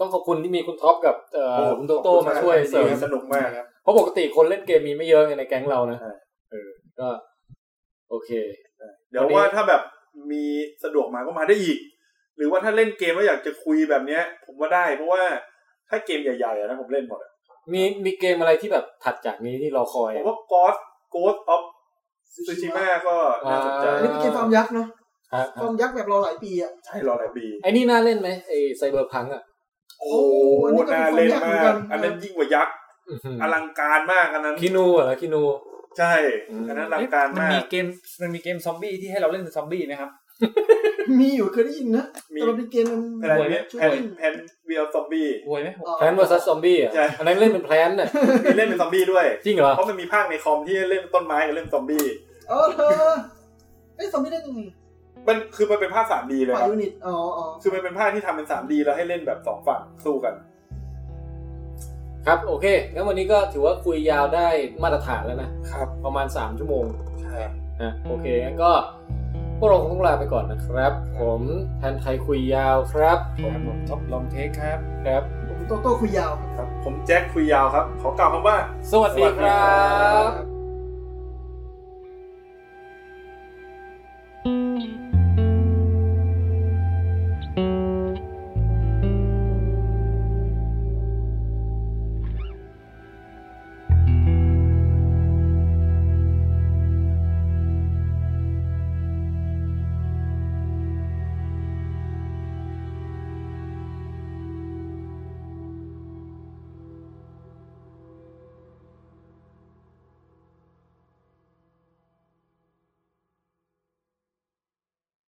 Speaker 2: ต้องขอบคุณที่มีคุณท็อปกับเอ่อ
Speaker 4: โอ้
Speaker 2: คุณโตโต้
Speaker 4: ขอบคุณ
Speaker 2: มาช่วย
Speaker 4: มาก
Speaker 2: เสริม
Speaker 4: สนุกมาก
Speaker 2: ครับ เพราะปกติคนเล่นเกมมีไม่เยอะไงในแก๊งเรานะ
Speaker 4: ใช่
Speaker 2: เออ ก็ โอเค
Speaker 4: เดี๋ยวว่าถ้าแบบมีสะดวกมาก็มาได้อีก หรือว่าถ้าเล่นเกมแล้วอยากจะคุยแบบเนี้ย ผมว่าได้เพราะว่าถ้าเกมใหญ่ๆอะนะผมเล่นหมดอะ
Speaker 2: มีมีเกมอะไรที่แบบถัดจากนี้ที่รอคอย
Speaker 4: ผม
Speaker 2: อะ
Speaker 4: ว่า Ghost Ghost of Tsushima ก็น่าสนใจ
Speaker 3: อันนี้เป็นเกมฟาร์มยักษ์เนาะ
Speaker 2: ฮะ
Speaker 3: ฟาร์มยักษ์แบบรอหลายปีอ่ะ
Speaker 4: ใช่รอหลายปี
Speaker 2: ไอ้นี่น่าเล่นไหมไอ้ไซเบอร์พังอ่ะ
Speaker 4: โอ้
Speaker 3: อันนี้ก็เป็น
Speaker 4: น่าเล่น
Speaker 3: ความยากเหมือนกัน
Speaker 4: มากอันนั้นยิ่งกว่ายักษ์อลังการมากอันนั้น
Speaker 2: คินูเหรอคินู
Speaker 4: ใช่
Speaker 2: อืม
Speaker 4: อันนั้นอลังการ
Speaker 5: มัน
Speaker 4: มา
Speaker 5: มี
Speaker 4: ก
Speaker 5: เกมมันมีเกมซอมบี้ที่ให้เราเล่นเป็นซอมบี้ไหมครับ
Speaker 3: มีอยู่เคยได้ยินนะ
Speaker 4: มี
Speaker 3: แต่มันเป็นเกมมัน
Speaker 4: อะ
Speaker 3: ช่
Speaker 4: ไร
Speaker 3: ว
Speaker 4: เนี้
Speaker 3: ย
Speaker 4: ยแพนแพนเวียลซอมบี้
Speaker 5: หวยไหมหก
Speaker 2: แพลนเวอร์ซัสซอมบี้อ่ะ
Speaker 4: ใช่
Speaker 2: อันนั้นเล่นเป็นแพลนน่ะ
Speaker 4: มีเล่นเป็นซอมบี้ด้วย
Speaker 2: จริงเหรอ
Speaker 4: เพราะมันมีภาคในคอมที่เล่นต้นไม้กับเล่นซอมบี้
Speaker 3: เออเออไอ้ยซอมบี้ได้ยังไง
Speaker 4: มันคือมันเป็นภาค 3D เลย
Speaker 3: ฝ่า
Speaker 4: ค
Speaker 3: ย
Speaker 4: รับ
Speaker 3: ยูนิตอ๋ออ๋อ
Speaker 4: คือมันเป็นภาคที่ทำเป็น 3D แล้วให้เล่นแบบสองฝั่งสู้กัน
Speaker 2: ครับโอเคงั้นวันนี้ก็ถือว่าคุยยาวได้มาตรฐานแล้วนะครับ ประมาณ 3 ชั่วโมง
Speaker 4: ใช่
Speaker 2: อ่ะโอเคงั้นก็พวกเราคงต้องลาไปก่อนนะครับ ผมแทนไทยคุยยาวครับ
Speaker 5: ครับผมท็อปลองเทคครับ
Speaker 2: ครับ
Speaker 3: ผมโตโต้คุยยาว
Speaker 4: ครับ ผมแจ็คคุยยาวครับ ขอกล่าวคำว่า
Speaker 2: สวัสดีครับ
Speaker 3: บ